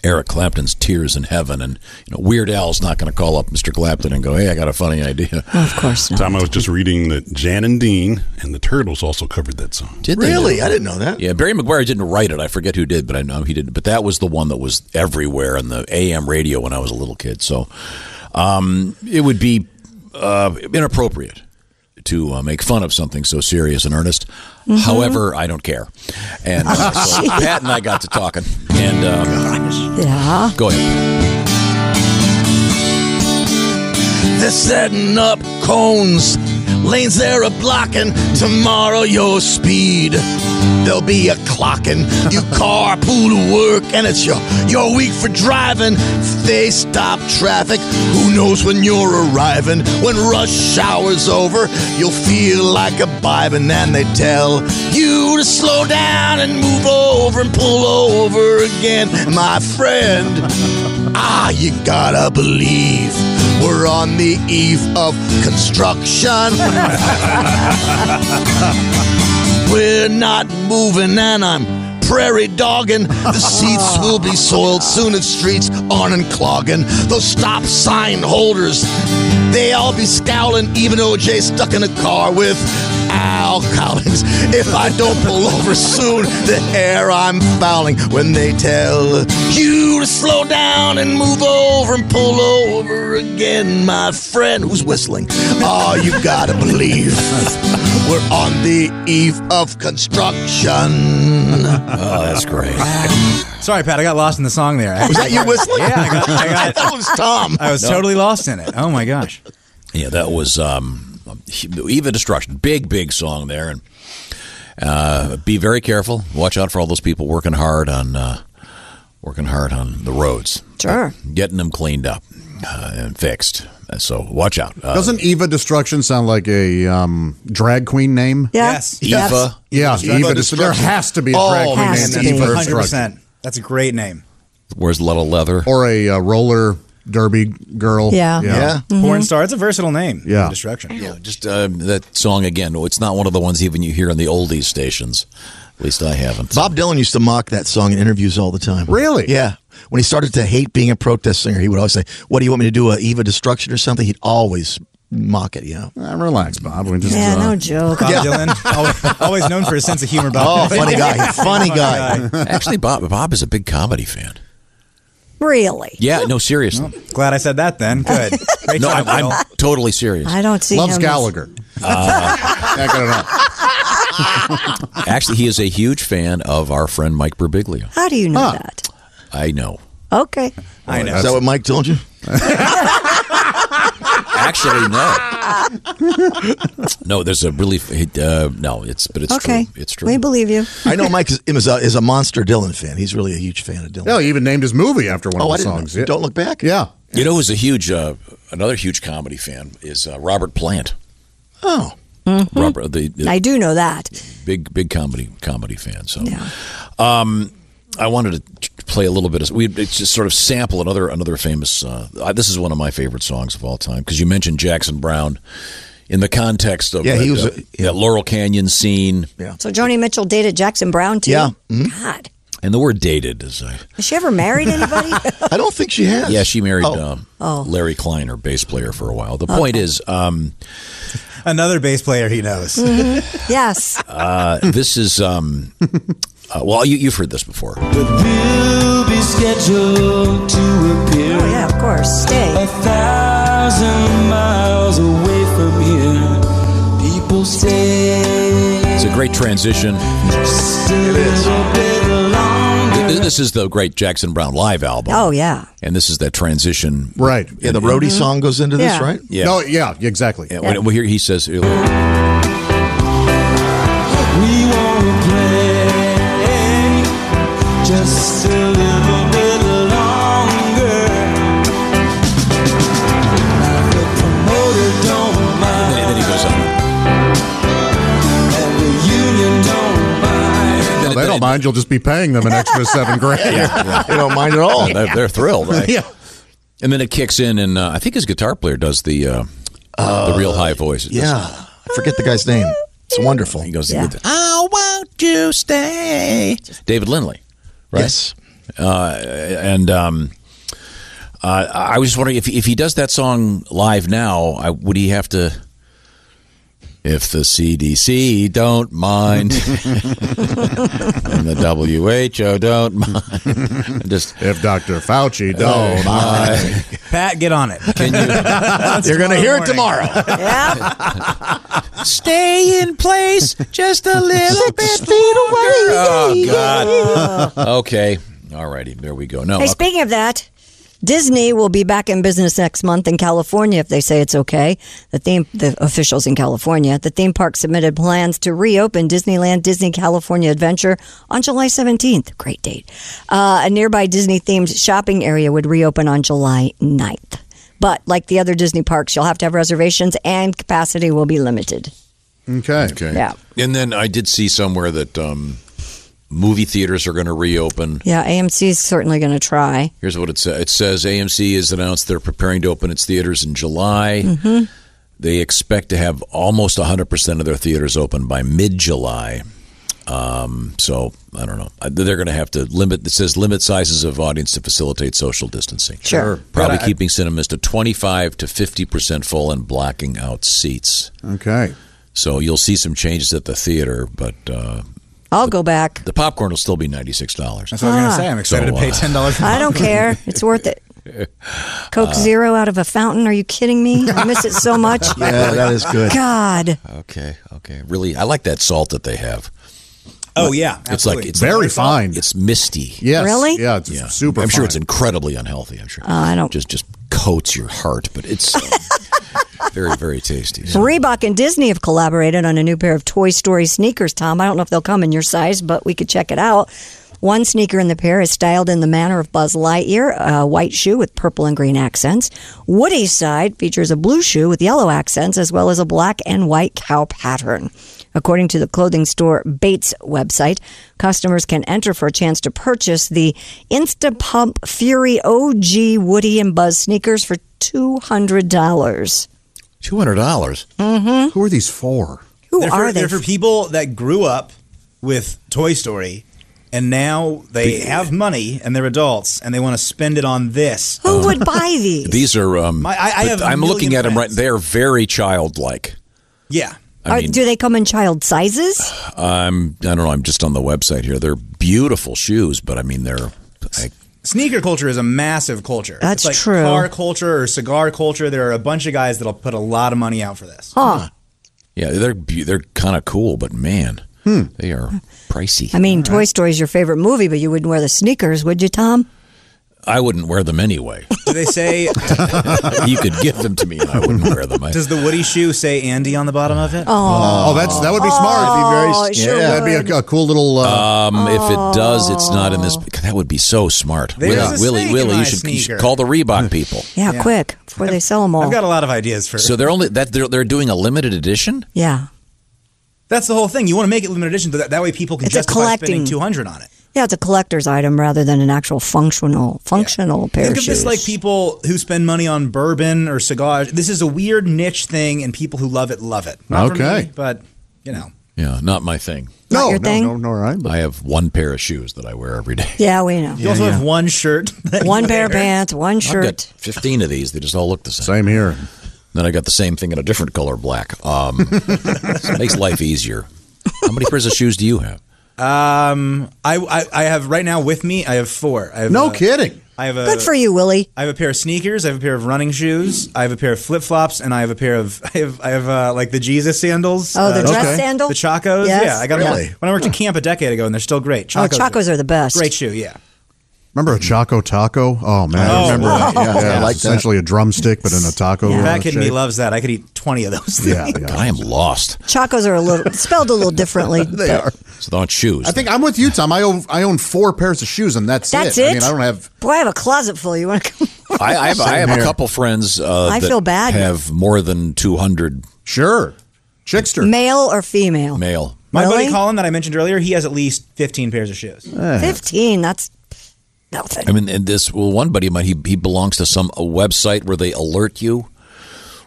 Speaker 6: Eric Clapton's "Tears in Heaven," and you know Weird Al's not going to call up Mr. Clapton and go, "Hey, I got a funny idea."
Speaker 5: Of course not.
Speaker 13: Tom, I was just reading that Jan and Dean and the Turtles also covered that song.
Speaker 6: Did they
Speaker 8: Really?
Speaker 6: now?
Speaker 8: I didn't know that.
Speaker 6: Yeah, Barry McGuire didn't write it. I forget who did, but I know he didn't. But that was the one that was everywhere on the AM radio when I was a little kid. So um, it would be uh, inappropriate to uh, make fun of something so serious and earnest.
Speaker 8: Mm-hmm.
Speaker 24: Mhm.
Speaker 6: However, I don't care. And uh, so
Speaker 24: Jeez.
Speaker 6: Pat and I got to talking. And um,
Speaker 5: yeah.
Speaker 6: go ahead.
Speaker 8: They're setting up cones, lanes they're a blocking. Tomorrow your speed, there'll be a clocking. You carpool to work and it's your your week for driving. If they stop traffic, who knows when you're arriving? When rush hour's over, you'll feel like a bibbing and they tell you to slow down and move over and pull over again, my friend. Ah, you gotta believe we're on the eve of construction. we're not moving, and I'm prairie dogging. The seats will be soiled soon, and streets aren't unclogging. Those stop sign holders, they all be scowling, even OJ stuck in a car with. Al Collins, if I don't pull over soon, the air I'm fouling when they tell you to slow down and move over and pull over again, my friend. Who's whistling? Oh, you gotta believe we're on the eve of construction.
Speaker 6: Oh, that's great.
Speaker 7: Sorry, Pat. I got lost in the song there.
Speaker 8: Was that you whistling?
Speaker 7: Yeah, I got. I, got,
Speaker 8: that was Tom.
Speaker 7: I was totally lost in it. Oh my gosh.
Speaker 6: Um, Yeah, that was um, Eva Destruction. Big, big song there. And uh, be very careful. Watch out for all those people working hard on uh, working hard on the roads.
Speaker 5: Sure.
Speaker 6: Getting them cleaned up uh, and fixed. Uh, So watch out. Uh,
Speaker 4: Doesn't Eva Destruction sound like a um, drag queen name?
Speaker 5: Yes.
Speaker 7: Yes.
Speaker 6: Eva?
Speaker 4: Yeah,
Speaker 7: Eva
Speaker 4: Eva,
Speaker 7: Destruction.
Speaker 4: Destruction. There has to be a drag
Speaker 7: Oh,
Speaker 4: queen
Speaker 7: has to
Speaker 4: named
Speaker 7: be.
Speaker 4: Eva
Speaker 7: 100%.
Speaker 4: Destruction.
Speaker 7: That's a great name.
Speaker 6: Where's a lot of leather?
Speaker 4: Or a uh, roller derby girl.
Speaker 6: Mm-hmm.
Speaker 7: Porn star. It's a versatile name.
Speaker 6: Yeah.
Speaker 7: Destruction.
Speaker 6: Yeah, just uh, that song again. It's not one of the ones even you hear on the oldies stations. At least I haven't.
Speaker 8: Bob Dylan used to mock that song in interviews all the time. Really? Yeah. When he started to hate being a protest singer, he would always say, "What do you want me to do? A Eva Destruction or something?" He'd always mock it. You know.
Speaker 4: relax, Bob. We just,
Speaker 8: Yeah,
Speaker 4: uh,
Speaker 8: no joke.
Speaker 7: Bob
Speaker 8: Yeah.
Speaker 7: Dylan, always, always known for his sense of humor. Bob.
Speaker 8: Oh, funny guy. Funny
Speaker 7: Oh,
Speaker 8: guy.
Speaker 6: Actually, Bob Bob is a big comedy fan.
Speaker 5: Really?
Speaker 6: Yeah, no, seriously.
Speaker 7: Glad I said that then. Good. Great
Speaker 6: no,
Speaker 7: job,
Speaker 6: I'm,
Speaker 7: Bill.
Speaker 6: I'm totally serious. Uh,
Speaker 5: I don't see him as-
Speaker 6: Actually, he is a huge fan of our friend Mike Birbiglia.
Speaker 5: How do you know that?
Speaker 6: I know.
Speaker 5: Okay.
Speaker 6: I know.
Speaker 8: Is that what Mike told you?
Speaker 6: Actually, no. No, there's a really uh, no. It's but it's
Speaker 5: okay.
Speaker 6: true. It's true.
Speaker 5: We believe you.
Speaker 8: I know Mike is, is, a, is a monster Dylan fan. He's really a huge fan of Dylan.
Speaker 4: No, he even named his movie after one
Speaker 8: Oh, I
Speaker 4: of the
Speaker 8: didn't know.
Speaker 4: songs. Yeah.
Speaker 8: Don't look back.
Speaker 4: Yeah.
Speaker 6: You know who's a huge uh, another huge comedy fan is uh, Robert Plant.
Speaker 8: Oh.
Speaker 6: Robert, the, the
Speaker 5: Mm. I do know that.
Speaker 6: big big comedy comedy fan. So,
Speaker 5: Yeah.
Speaker 6: um, I wanted to t- play a little bit of we it's just sort of sample another another famous. Uh, I, this is one of my favorite songs of all time because you mentioned Jackson Brown in the context of
Speaker 8: Yeah,
Speaker 6: that,
Speaker 8: he was
Speaker 6: uh,
Speaker 8: a-
Speaker 6: that Laurel Canyon scene.
Speaker 8: Yeah, mm-hmm.
Speaker 5: So Joni Mitchell dated Jackson Brown too.
Speaker 6: Yeah.
Speaker 5: God,
Speaker 6: and the word dated is I
Speaker 5: has she ever married anybody?
Speaker 8: I don't think she has.
Speaker 6: Yeah, she married
Speaker 5: Oh.
Speaker 6: um,
Speaker 5: Oh.
Speaker 6: Larry Klein, her bass player, for a while. The point is, um,
Speaker 7: Another bass player he knows.
Speaker 5: Mhm. yes.
Speaker 6: uh, this is um, uh, well, you, you've heard this before.
Speaker 14: Bill be scheduled to appear. Oh
Speaker 5: yeah, of course. Stay.
Speaker 14: A thousand thousand miles away from here. People stay
Speaker 6: It's a great transition.
Speaker 14: just a little bit longer.
Speaker 6: Th- This is the great Jackson Brown live album.
Speaker 5: Oh, yeah. Mm-hmm.
Speaker 6: And this is that transition.
Speaker 4: Right.
Speaker 6: Yeah,
Speaker 8: the roadie song goes into this, Yeah. right?
Speaker 6: Yeah.
Speaker 4: No, yeah, exactly.
Speaker 6: Yeah, when- well, here he says, "Oh,
Speaker 14: We wanna play just a little bit longer. The promoter don't mind.
Speaker 6: And then he goes on.
Speaker 14: And the union don't mind.
Speaker 4: Well, they don't mind. You'll just be paying them an extra seven grand.
Speaker 8: They don't mind at all.
Speaker 6: they're, they're thrilled, right?
Speaker 4: Yeah.
Speaker 6: And then it kicks in, and uh, I think his guitar player does the uh, the real high voice.
Speaker 8: Yeah, I forget the guy's name. It's wonderful.
Speaker 6: He goes,
Speaker 14: I want you stay.
Speaker 6: David Lindley, right? Yes. Uh, and um, uh, I was just wondering if if he does that song live now, I, would he have to? If the CDC don't mind, and the WHO don't mind, just
Speaker 4: if Dr. Fauci
Speaker 6: don't
Speaker 4: mind.
Speaker 7: Pat, get on it.
Speaker 8: You're going to hear it tomorrow.
Speaker 14: Stay in place just a little bit
Speaker 6: Oh
Speaker 14: longer.
Speaker 6: God. okay. All righty. There we go. No. uh,
Speaker 5: hey,
Speaker 6: okay.
Speaker 5: speaking of that, Disney will be back in business next month in California if they say it's okay. The theme, the officials in California, the theme park submitted plans to reopen Disneyland Disney California Adventure on July 17th. Great date. Uh, a nearby Disney themed shopping area would reopen on July 9th. But like the other Disney parks, you'll have to have reservations and capacity will be limited.
Speaker 4: Okay.
Speaker 6: Okay.
Speaker 5: Yeah.
Speaker 6: And then I did see somewhere that um, movie theaters are going to reopen.
Speaker 5: Yeah, AMC is certainly going to try.
Speaker 6: Here's what it says. It says AMC has announced they're preparing to open its theaters in July.
Speaker 5: Mhm.
Speaker 6: They expect to have almost 100% of their theaters open by mid-July. Um, so I don't know. Uh, They're going to have to limit. It says limit sizes of audience to facilitate social distancing.
Speaker 5: Sure.
Speaker 6: Probably
Speaker 4: But I-
Speaker 6: keeping cinemas to 25 to 50% full and blocking out seats.
Speaker 4: Okay.
Speaker 6: So you'll see some changes at the theater, but uh,
Speaker 5: I'll go back.
Speaker 6: the popcorn will still be $96.
Speaker 5: That's what I was gonna Ah. say. I'm
Speaker 7: excited to pay $10
Speaker 5: I don't care. It's worth it. Coke
Speaker 6: Uh,
Speaker 5: Zero out of a fountain. Are you kidding me? I miss it so much.
Speaker 6: Yeah, that is good.
Speaker 5: God.
Speaker 6: Okay, okay. Really, I like that salt that they have.
Speaker 7: Oh, yeah,
Speaker 6: it's like
Speaker 7: absolutely.
Speaker 6: it's
Speaker 7: Very
Speaker 6: fine. It's misty.
Speaker 4: Yes.
Speaker 5: Really?
Speaker 4: Yeah, it's super
Speaker 6: I'm sure
Speaker 4: fine.
Speaker 6: it's incredibly unhealthy. I'm sure.
Speaker 5: Oh, I don't-
Speaker 6: Just just coats your heart, but it's uh, very very tasty.
Speaker 5: Reebok and Disney have collaborated on a new pair of Toy Story sneakers, Tom. I don't know if they'll come in your size, but we could check it out. One sneaker in the pair is styled in the manner of Buzz Lightyear, a white shoe with purple and green accents. Woody's side features a blue shoe with yellow accents, as well as a black and white cow pattern. According to the clothing store Bates website, customers can enter for a chance to purchase the Insta Pump Fury OG Woody and Buzz sneakers for $200.
Speaker 6: Two hundred dollars.
Speaker 5: Mm-hmm.
Speaker 4: Who are these for?
Speaker 5: Who
Speaker 7: they're
Speaker 5: are
Speaker 7: for,
Speaker 5: they?
Speaker 7: They're for people that grew up with Toy Story, and now they have money and they're adults, and they want to spend it on this.
Speaker 5: Who would buy these?
Speaker 6: These are. Um,
Speaker 7: My- I- I
Speaker 6: but
Speaker 7: have a
Speaker 6: I'm
Speaker 7: million
Speaker 6: looking at them right. They are very childlike.
Speaker 7: Yeah.
Speaker 6: I
Speaker 5: Are-
Speaker 6: mean,
Speaker 5: do they come in child sizes?
Speaker 6: I'm. I don't know. I'm just on the website here. They're beautiful shoes, but I mean they're. I,
Speaker 7: Sneaker culture is a massive culture.
Speaker 5: That's
Speaker 7: it's like
Speaker 5: true.
Speaker 7: Car culture or cigar culture. There are a bunch of guys that'll put a lot of money out for this.
Speaker 5: Huh.
Speaker 6: yeah, they're beau- they're kind of cool, but man,
Speaker 4: Hmm.
Speaker 6: they are pricey.
Speaker 5: I mean, Toy Story is your favorite movie, but you wouldn't wear the sneakers, would you, Tom?
Speaker 6: I wouldn't wear them anyway.
Speaker 7: Do they say?
Speaker 6: you could give them to me, and I wouldn't wear them. I,
Speaker 7: does the Woody shoe say Andy on the bottom of it?
Speaker 4: Oh, that's that would be smart.
Speaker 7: Oh, it sure
Speaker 4: yeah, that'd be a, a cool little. Uh,
Speaker 6: Um, if it does, it's not in this. That would be so smart,
Speaker 7: There's
Speaker 6: Willie.
Speaker 7: a
Speaker 6: Willie,
Speaker 7: snake
Speaker 6: Willie
Speaker 7: in
Speaker 6: you
Speaker 7: my
Speaker 6: should, you should
Speaker 7: sneaker.
Speaker 6: call the Reebok people.
Speaker 5: Yeah,
Speaker 7: Yeah.
Speaker 5: quick before they sell them all.
Speaker 7: I've got a lot of ideas for.
Speaker 6: So they're only that they're, they're doing a limited edition.
Speaker 5: yeah,
Speaker 7: That's the whole thing. You want to make it limited edition, so that, that way people can
Speaker 5: It's a
Speaker 7: justify spending
Speaker 5: collecting-
Speaker 7: two hundred on it.
Speaker 5: yeah, it's a collector's item rather than an actual functional functional pair
Speaker 7: Think
Speaker 5: of
Speaker 7: of
Speaker 5: shoes.
Speaker 7: this like people who spend money on bourbon or cigars. This is a weird niche thing, and people who love it love it. Not for
Speaker 6: Okay.
Speaker 7: me, but you know,
Speaker 6: Yeah, not my thing.
Speaker 5: Not No, your no, thing? no,
Speaker 4: no, right.
Speaker 6: I have one pair of shoes that I wear every day.
Speaker 5: yeah, we know.
Speaker 7: you also have one shirt, that
Speaker 5: one
Speaker 7: you
Speaker 5: pair of
Speaker 7: wear.
Speaker 5: pants, one
Speaker 6: I've
Speaker 5: shirt.
Speaker 6: got fifteen of these. They just all look the same.
Speaker 4: Same here.
Speaker 6: Then I got the same thing in a different color, black. Um, so it makes life easier. How many pairs of shoes do you have?
Speaker 7: Um, I, I I have right now with me. I have four. I have,
Speaker 4: No
Speaker 7: uh,
Speaker 4: kidding.
Speaker 7: I have a
Speaker 5: Good for you, Willie.
Speaker 7: I have a pair of sneakers. I have a pair of running shoes. I have a pair of flip flops, and I have a pair of I have I have uh, like the Jesus sandals.
Speaker 5: Oh, the
Speaker 7: uh,
Speaker 5: dress Okay. sandal?
Speaker 7: the Chacos.
Speaker 5: Yes.
Speaker 7: Yeah, I got
Speaker 5: Really?
Speaker 7: them when I worked at camp a decade ago, and they're still great.
Speaker 5: Oh,
Speaker 7: Chacos,
Speaker 5: Chacos are the best.
Speaker 7: great shoe. Yeah,
Speaker 4: Remember a Choco Taco? Mm-hmm. Oh man,
Speaker 7: Oh,
Speaker 4: I remember
Speaker 7: wow.
Speaker 4: that. Yeah,
Speaker 7: Yeah, I
Speaker 4: it was
Speaker 7: like that.
Speaker 4: essentially a drumstick, but in a taco. uh,
Speaker 7: that kid in me
Speaker 4: shape.
Speaker 7: loves that. I could eat twenty of those. Things.
Speaker 4: Yeah,
Speaker 6: I am lost.
Speaker 5: Chacos are a little spelled a little differently.
Speaker 4: They
Speaker 5: but-
Speaker 4: are.
Speaker 6: It's not shoes.
Speaker 4: I think I'm with you, Tom. I own I own four pairs of shoes, and that's,
Speaker 5: That's
Speaker 4: it. I
Speaker 5: it?
Speaker 4: mean, I don't have.
Speaker 5: Boy, I have a closet full. You want to come?
Speaker 6: I, I have, I have a
Speaker 4: Same here.
Speaker 6: couple friends. Uh,
Speaker 5: I
Speaker 6: that
Speaker 5: feel bad.
Speaker 6: Have more than two hundred.
Speaker 4: Sure, chickster.
Speaker 5: Male or female?
Speaker 6: Male.
Speaker 7: My
Speaker 5: Really?
Speaker 7: buddy Colin that I mentioned earlier, he has at least fifteen pairs of shoes.
Speaker 4: Eh.
Speaker 5: Fifteen. That's nothing.
Speaker 6: I mean, and this well, one buddy of mine, he he belongs to some a website where they alert you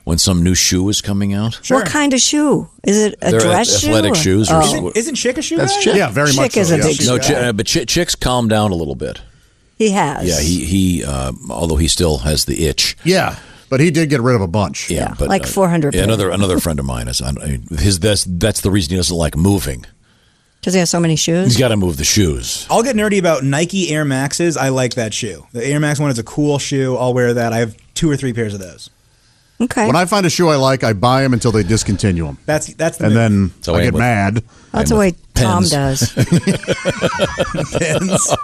Speaker 6: when some new shoe is coming out.
Speaker 5: What kind of shoe? Is it a
Speaker 6: They're
Speaker 5: dress shoe?
Speaker 6: athletic shoes or
Speaker 5: Oh.
Speaker 6: something.
Speaker 7: Isn't chick a shoe? guy?
Speaker 5: Chick is a big shoe
Speaker 6: no, chi-
Speaker 5: guy.
Speaker 6: uh, but chi- chicks calm down a little bit.
Speaker 5: He has.
Speaker 6: Yeah, he he. Uh, although he still has the itch.
Speaker 4: Yeah, but he did get rid of a bunch.
Speaker 6: Yeah, but
Speaker 5: like
Speaker 6: uh,
Speaker 5: 400
Speaker 6: yeah,
Speaker 5: pair.
Speaker 6: another another friend of mine is. I mean, his that's that's the reason he doesn't like moving.
Speaker 5: Because he has so many shoes.
Speaker 6: He's got to move the shoes.
Speaker 7: I'll get nerdy about Nike Air Maxes. I like that shoe. The Air Max one is a cool shoe. I'll wear that. I have two or three pairs of those.
Speaker 5: Okay.
Speaker 4: When I find a shoe I like, I buy them until they discontinue them,
Speaker 7: That's that's the
Speaker 4: and
Speaker 7: move.
Speaker 4: then
Speaker 6: So
Speaker 4: I
Speaker 6: I
Speaker 4: get
Speaker 6: would-
Speaker 4: mad.
Speaker 5: That's the way Tom does. Pins.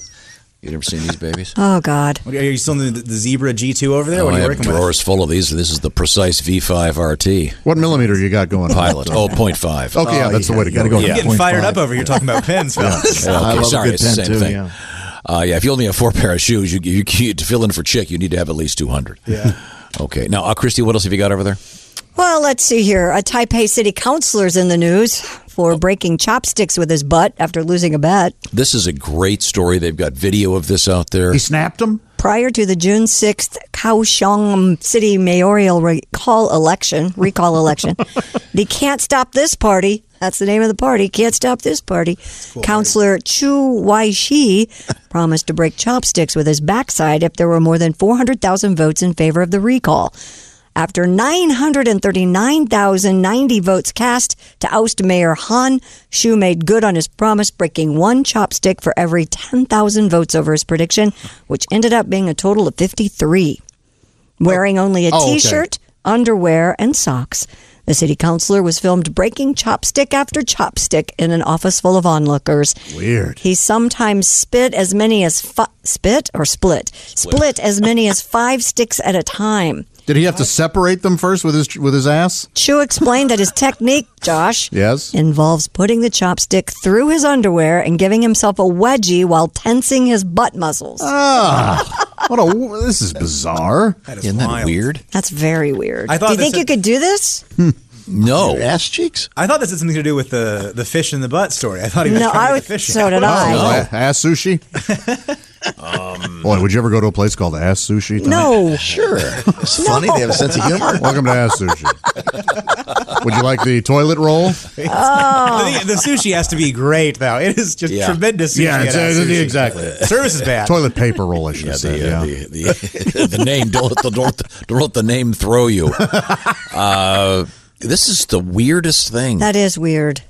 Speaker 6: you never seen these babies?
Speaker 5: Oh God.
Speaker 7: What, are you still in the, the Zebra G2 over there?
Speaker 6: Oh,
Speaker 7: what are
Speaker 6: I
Speaker 7: you
Speaker 6: have
Speaker 7: working with?
Speaker 6: drawers full of these. This is the precise V5 RT
Speaker 4: What millimeter you got going? on?
Speaker 6: pilot. Oh, 0.5.
Speaker 4: Okay, yeah, that's the way to
Speaker 6: Oh,
Speaker 4: go.
Speaker 7: You're getting fired up over here talking about pins, fellas.
Speaker 6: Yeah, okay, sorry, it's the same thing.
Speaker 7: Yeah.
Speaker 6: Uh, yeah, if you only have four pair of shoes, you, you, you to fill in for chick, you need to have at least two hundred.
Speaker 7: Yeah.
Speaker 6: Okay. Now, uh, Christy, what else have you got over there?
Speaker 5: Well, let's see here. A Taipei city councilor's in the news for breaking chopsticks with his butt after losing a bet.
Speaker 6: This is a great story. They've got video of this out there.
Speaker 4: snapped him.
Speaker 5: Prior to the June 6th Kaohsiung City mayoral recall election, recall election, the Can't Stop This Party, that's the name of the party, Can't Stop This Party, Counselor Chu Wai-shi promised to break chopsticks with his backside if there were more than 400,000 votes in favor of the recall. After 939,090 votes cast to oust Mayor Han, Shu made good on his promise, breaking one chopstick for every 10,000 votes over his prediction, which ended up being a total of 53. Wearing only a
Speaker 25: Oh, okay.
Speaker 5: shirt underwear, and socks, the city councilor was filmed breaking chopstick after chopstick in an office full of onlookers.
Speaker 4: Weird.
Speaker 5: He sometimes spit as many as fi- spit or split? split as many as five sticks at a time.
Speaker 4: Did he have to separate them first with his with his ass?
Speaker 5: Chu explained that his technique, Josh,
Speaker 4: Yes.
Speaker 5: involves putting the chopstick through his underwear and giving himself a wedgie while tensing his butt muscles.
Speaker 4: Ah, what a this is bizarre.
Speaker 6: Isn't that weird?
Speaker 5: That's very weird.
Speaker 7: I thought
Speaker 5: do you
Speaker 7: this
Speaker 5: think
Speaker 7: had-
Speaker 5: you could do this?
Speaker 6: No.
Speaker 14: ass cheeks.
Speaker 7: I thought this had something to do with the the fish in the butt story. I thought he was
Speaker 5: No,
Speaker 7: trying
Speaker 5: I
Speaker 7: to
Speaker 5: would-
Speaker 7: get the fish.
Speaker 5: so
Speaker 7: out.
Speaker 5: did I.
Speaker 4: Oh, a- ass sushi. Boy, would you ever go to a place called Ass Sushi? Tom?
Speaker 5: Um, No.
Speaker 14: Sure. It's
Speaker 5: No.
Speaker 14: funny they have a sense of humor.
Speaker 4: Welcome to Ass Sushi. Would you like the toilet roll?
Speaker 6: Oh.
Speaker 7: the, the sushi has to be great, though. It is just
Speaker 4: Yeah.
Speaker 7: tremendous sushi.
Speaker 4: Yeah,
Speaker 7: at
Speaker 4: it's-
Speaker 7: Ass
Speaker 4: it's-
Speaker 7: Sushi.
Speaker 4: exactly.
Speaker 7: Service is bad.
Speaker 4: Toilet paper roll, I should have said. yeah.
Speaker 6: the, uh, the, the name. Don't let the, don't, let the- don't let the name throw you. Uh, this is the weirdest thing.
Speaker 5: That is weird.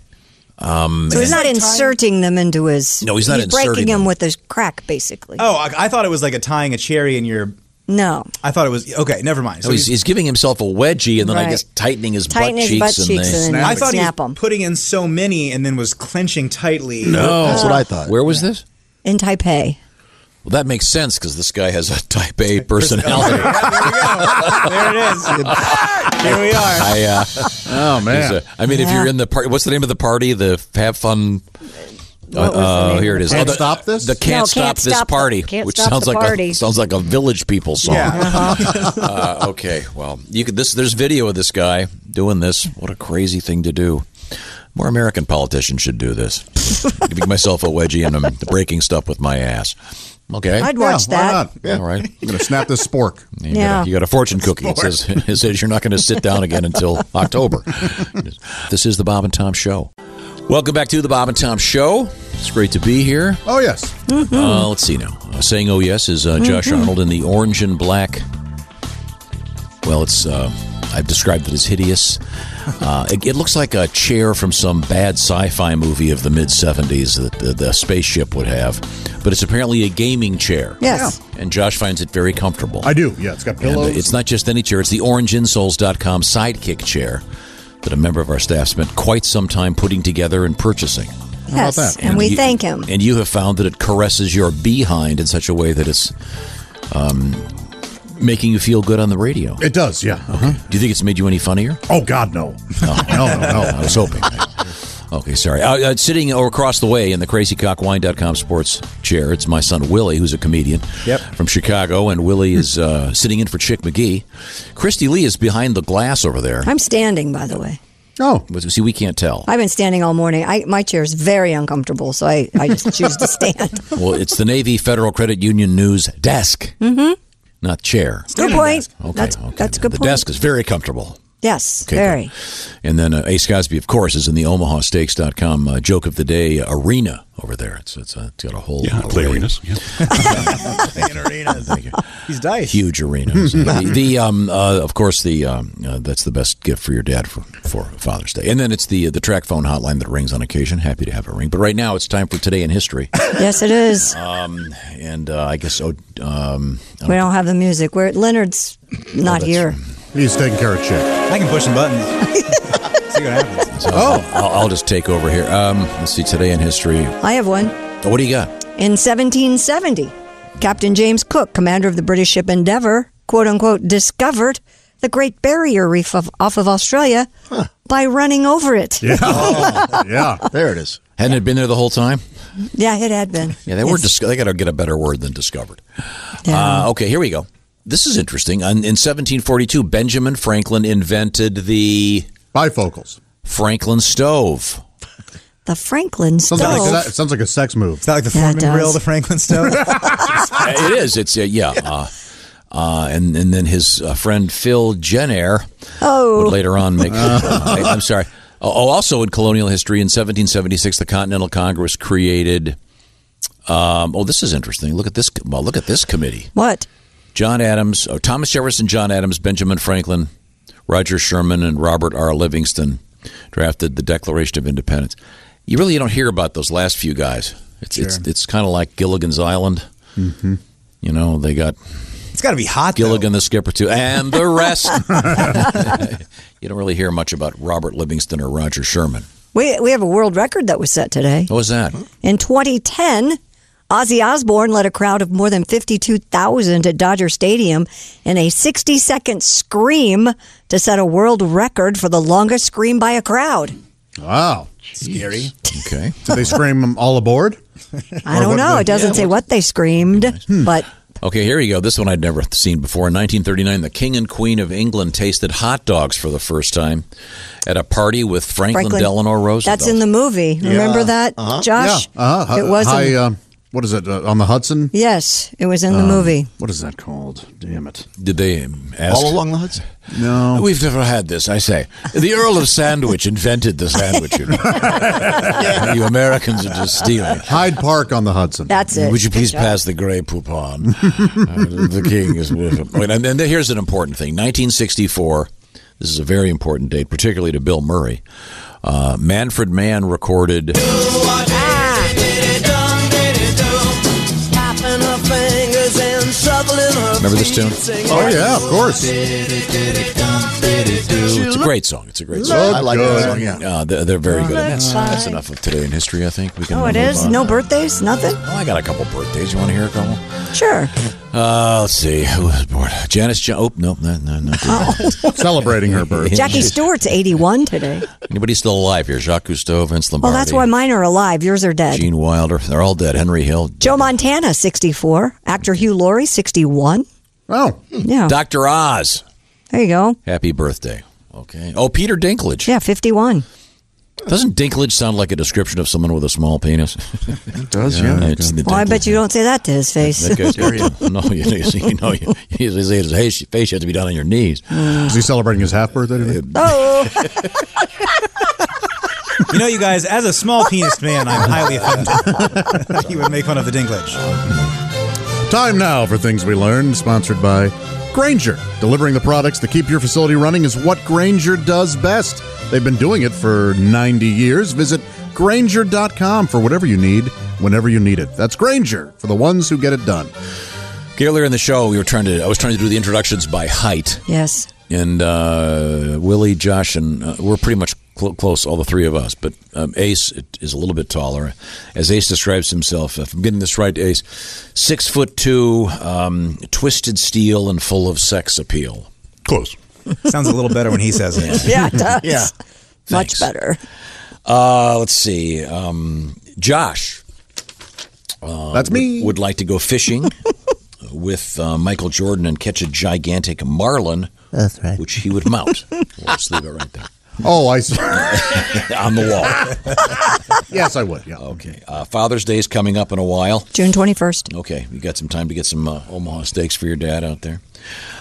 Speaker 6: Um,
Speaker 5: So he's
Speaker 6: and-
Speaker 5: not inserting them into his.
Speaker 6: No, he's not
Speaker 5: breaking
Speaker 6: inserting
Speaker 5: them
Speaker 6: them.
Speaker 5: with his crack, basically.
Speaker 7: Oh, I, I thought it was like a tying a cherry in your.
Speaker 5: No,
Speaker 7: I thought it was okay. Never mind.
Speaker 6: So he's, he's giving himself a wedgie, and then
Speaker 5: Right.
Speaker 6: I guess tightening his
Speaker 5: Tightening
Speaker 6: butt
Speaker 5: his
Speaker 6: cheeks,
Speaker 5: butt cheeks and then
Speaker 7: I thought
Speaker 5: snap
Speaker 7: he was putting in so many and then was clenching tightly. Oh.
Speaker 5: That's
Speaker 4: Oh.
Speaker 5: what I
Speaker 6: thought. Where was this?
Speaker 5: in Taipei.
Speaker 6: Well, that makes sense because this guy has a Type A personality.
Speaker 7: there it is. Here we are.
Speaker 6: I, uh,
Speaker 4: oh
Speaker 6: man! I mean, if
Speaker 5: Yeah.
Speaker 6: you're in the party, what's the name of the party? The Have Fun.
Speaker 5: What was the
Speaker 6: oh,
Speaker 5: name
Speaker 6: here
Speaker 5: of
Speaker 6: it
Speaker 5: the
Speaker 6: is.
Speaker 5: party?
Speaker 6: Oh, the,
Speaker 5: Can't Stop This?
Speaker 6: The can't
Speaker 5: No,
Speaker 6: stop
Speaker 5: Can't
Speaker 6: this
Speaker 5: Stop the-
Speaker 6: party,
Speaker 5: Can't
Speaker 6: which
Speaker 5: Stop
Speaker 6: sounds
Speaker 5: the
Speaker 6: like
Speaker 5: Party.
Speaker 6: a sounds like a village people song.
Speaker 5: Yeah. Uh-huh.
Speaker 6: uh, okay, well, you could this. There's video of this guy doing this. What a crazy thing to do. More American politicians should do this. Giving myself a wedgie and I'm breaking stuff with my ass. Okay,
Speaker 5: I'd watch
Speaker 4: yeah,
Speaker 5: that.
Speaker 4: Why not?
Speaker 6: all right.
Speaker 4: I'm gonna snap this spork.
Speaker 6: You,
Speaker 5: Yeah.
Speaker 6: got a, you got a fortune cookie. It says, it says you're not going to sit down again until October. this is the Bob and Tom Show. Welcome back to the Bob and Tom Show. It's great to be here.
Speaker 4: Oh yes.
Speaker 5: Mm-hmm.
Speaker 4: Um,
Speaker 6: Uh, let's see now. Uh, saying oh yes is uh, Josh
Speaker 4: Mhm.
Speaker 6: Arnold in the orange and black. Well, it's uh, I've described it as hideous. Uh, it, it looks like a chair from some bad sci-fi movie of the mid '70s that the, the spaceship would have, but it's apparently a gaming chair.
Speaker 5: Yes.
Speaker 6: And Josh finds it very comfortable.
Speaker 4: I do. Yeah, it's got
Speaker 6: And, uh,
Speaker 4: pillows.
Speaker 6: it's not just any chair, it's the orangeinsoles.com sidekick chair that a member of our staff spent quite some time putting together and purchasing.
Speaker 5: Yes, and, we
Speaker 6: you-
Speaker 5: thank him.
Speaker 6: And you have found that it caresses your behind in such a way that it's um, making you feel good on the radio.
Speaker 4: It does, yeah.
Speaker 6: Do you think it's made you any funnier?
Speaker 4: Oh God, no.
Speaker 6: No,
Speaker 4: Oh, No, no, no.
Speaker 6: I was hoping. Okay, sorry. Uh, uh, sitting or across the way in the crazycockwine.com sports chair, it's my son Willie, who's a comedian yep. from Chicago, and Willie is uh, sitting in for Chick McGee. Christy Lee is behind the glass over there.
Speaker 5: I'm standing, by the way.
Speaker 4: Oh.
Speaker 6: See, we can't tell.
Speaker 5: I've been standing all morning. I, my chair is very uncomfortable, so I, I just choose to stand.
Speaker 6: Well, it's the Navy Federal Credit Union News desk,
Speaker 5: Mm-hmm.
Speaker 6: not chair.
Speaker 5: Good point.
Speaker 6: Okay,
Speaker 5: that's,
Speaker 6: okay.
Speaker 5: that's a good
Speaker 6: the
Speaker 5: point.
Speaker 6: desk is very comfortable.
Speaker 5: Yes,
Speaker 6: Okay,
Speaker 5: very.
Speaker 6: And then uh, Ace Cosby, of course, is in the OmahaSteaks.com uh, joke of the day arena over there. It's, it's, uh, it's got a whole yeah, play arenas.
Speaker 7: He's dice.
Speaker 6: Huge arena. the, the, um, uh, of course the um, uh, that's the best gift for your dad for, for Father's Day. And then it's the the track phone hotline that rings on occasion. Happy to have it ring, but right now it's time for today in history.
Speaker 5: Yes, it is.
Speaker 6: Um, and uh, I guess oh, um, I
Speaker 5: We
Speaker 6: don't-
Speaker 5: don't have the music. We're, Leonard's not here.
Speaker 4: He's taking care of Chick.
Speaker 7: I can push some buttons. See what happens.
Speaker 6: so oh, I'll, I'll just take over here. Um, let's see today in history.
Speaker 5: I have one.
Speaker 6: What do you got?
Speaker 5: In 1770, Captain James Cook, commander of the British ship Endeavour, quote unquote, discovered the Great Barrier Reef of, off of Australia by running over it.
Speaker 7: Oh.
Speaker 6: Oh, yeah, there it is. Hadn't it been there the whole time?
Speaker 5: Yeah, it had been.
Speaker 6: Yeah, they were. Dis- they got to get a better word than discovered. Uh, okay, here we go. This is interesting. In, in 1742, Benjamin Franklin invented the
Speaker 4: bifocals
Speaker 6: Franklin stove.
Speaker 5: The Franklin stove.
Speaker 4: Sounds like, a, se- sounds like a sex move. It's
Speaker 7: not like the
Speaker 5: Yeah, it Foreman grill, does. the
Speaker 7: Franklin stove.
Speaker 6: Uh, it is. It's uh, yeah. Uh, uh, and and then his uh, friend Phil Jenner
Speaker 5: Oh.
Speaker 6: would later on make. I, am sorry. Oh, oh, also in colonial history, in 1776, the Continental Congress created. Um, oh, this is interesting. Look at this. Well, look at this committee.
Speaker 5: What?
Speaker 6: John Adams, oh, Thomas Jefferson, John Adams, Benjamin Franklin, Roger Sherman, and Robert R. Livingston drafted the Declaration of Independence. You really don't hear about those last few guys. It's it's
Speaker 7: Sure.
Speaker 6: it's kind of like Gilligan's Island.
Speaker 7: Mhm.
Speaker 6: You know, they got
Speaker 7: It's got to be hot.
Speaker 6: Gilligan the skipper too, and the rest. you don't really hear much about Robert Livingston or Roger Sherman.
Speaker 5: We, we have a world record that was set today.
Speaker 6: What was that?
Speaker 5: In 2010, Ozzy Osbourne led a crowd of more than 52,000 at Dodger Stadium in a 60 second scream to set a world record for the longest scream by a crowd.
Speaker 4: Wow.
Speaker 6: Scary. Okay.
Speaker 4: Did they scream them all aboard?
Speaker 5: I don't know. It doesn't say what they screamed,
Speaker 6: Hmm.
Speaker 5: but
Speaker 6: Okay, here you go. This one I'd never seen before. In 1939, the King and Queen of England tasted hot dogs for the first time at a party with Franklin,
Speaker 5: Franklin
Speaker 6: Delano Roosevelt.
Speaker 5: That's in the movie. Remember
Speaker 4: Yeah.
Speaker 5: that, Josh?
Speaker 4: Yeah. Uh-huh.
Speaker 5: It was.
Speaker 4: High,
Speaker 5: in-
Speaker 4: um, what is it? Uh, on the Hudson?
Speaker 5: yes, it was in the
Speaker 4: Um,
Speaker 5: movie.
Speaker 4: What is that called? Damn it.
Speaker 6: Did they ask?
Speaker 4: All
Speaker 6: along
Speaker 26: the Hudson?
Speaker 4: No.
Speaker 6: We've never had this, I say. The Earl of Sandwich invented the sandwich. You, know. You Americans are just stealing.
Speaker 4: Hyde Park on the Hudson.
Speaker 5: That's it.
Speaker 6: Would you please
Speaker 5: Good job.
Speaker 6: pass the gray poupon?
Speaker 8: Ah.
Speaker 6: Uh, the king is with him. Wait, and then here's an important thing 1964. This is a very important date, particularly to Bill Murray. Uh, Manfred Mann recorded.
Speaker 14: Tapping her fingers and shuffling her
Speaker 6: Remember this tune?
Speaker 14: feet.
Speaker 6: Oh, yeah, of
Speaker 4: course.
Speaker 6: It's a great song. It's a great song.
Speaker 26: I like that song, yeah.
Speaker 6: Uh, they're, they're very good. And That's,
Speaker 5: Fine.
Speaker 6: that's enough of today in history, I think. We can
Speaker 5: Oh, it
Speaker 6: move
Speaker 5: is?
Speaker 6: on.
Speaker 5: No birthdays? Nothing?
Speaker 6: Oh, I got a couple birthdays. You want to hear a couple?
Speaker 5: Sure.
Speaker 6: Uh, let's see. Who was born? Janice jo- Oh, nope. No, no, no.
Speaker 4: Celebrating her birthday.
Speaker 5: Oh. Jackie Stewart's 81 today.
Speaker 6: Anybody still alive here? Jacques Cousteau, Vince
Speaker 5: Well,
Speaker 6: Lombardi.
Speaker 5: that's why mine are alive. Yours are dead.
Speaker 6: Gene Wilder. They're all dead. Henry Hill.
Speaker 5: Joe Montana, 64. Actor Hugh Laurie, 61.
Speaker 4: Oh.
Speaker 5: Yeah.
Speaker 6: Dr. Oz.
Speaker 5: There you go.
Speaker 6: Happy birthday. Okay. Oh, Peter Dinklage.
Speaker 5: Yeah, 51.
Speaker 6: Doesn't Dinklage sound like a description of someone with a small penis? it does, yeah. it's the
Speaker 5: Well, I bet you don't say that to his face.
Speaker 6: That guy's no, you, you, you know, you, you say his face, face you have to be down on your knees. Uh,
Speaker 4: Is he celebrating his half birthday today?
Speaker 5: Oh.
Speaker 7: You know, you guys, as a small penis man, I'm highly offended. he would make fun of the Dinklage.
Speaker 4: Time now for Things We Learned, sponsored by Granger. Delivering the products to keep your facility running is what Granger does best. They've been doing it for 90 years. Visit Granger.com for whatever you need, whenever you need it. That's Granger for the ones who get it done.
Speaker 6: Earlier in the show, we were trying to. I was trying to do the introductions by height.
Speaker 5: Yes.
Speaker 6: And uh, Willie, Josh, and uh, we're pretty much cl- close, all the three of us. But um, Ace is a little bit taller, as Ace describes himself. If I'm getting this right, Ace, six foot two, um, twisted steel, and full of sex appeal.
Speaker 27: Close.
Speaker 7: Sounds a little better when he says it.
Speaker 5: Yeah, it does.
Speaker 6: Yeah.
Speaker 5: Much better.
Speaker 6: Uh, let's see. Um, Josh. Uh,
Speaker 4: That's me.
Speaker 6: Would, would like to go fishing with uh, Michael Jordan and catch a gigantic marlin,
Speaker 28: That's right.
Speaker 6: which he would mount. we'll just leave it right there.
Speaker 4: Oh, I
Speaker 6: On the wall.
Speaker 4: yes, I would. Yeah.
Speaker 6: Okay. Uh, Father's Day is coming up in a while.
Speaker 5: June 21st.
Speaker 6: Okay. You got some time to get some uh, Omaha steaks for your dad out there.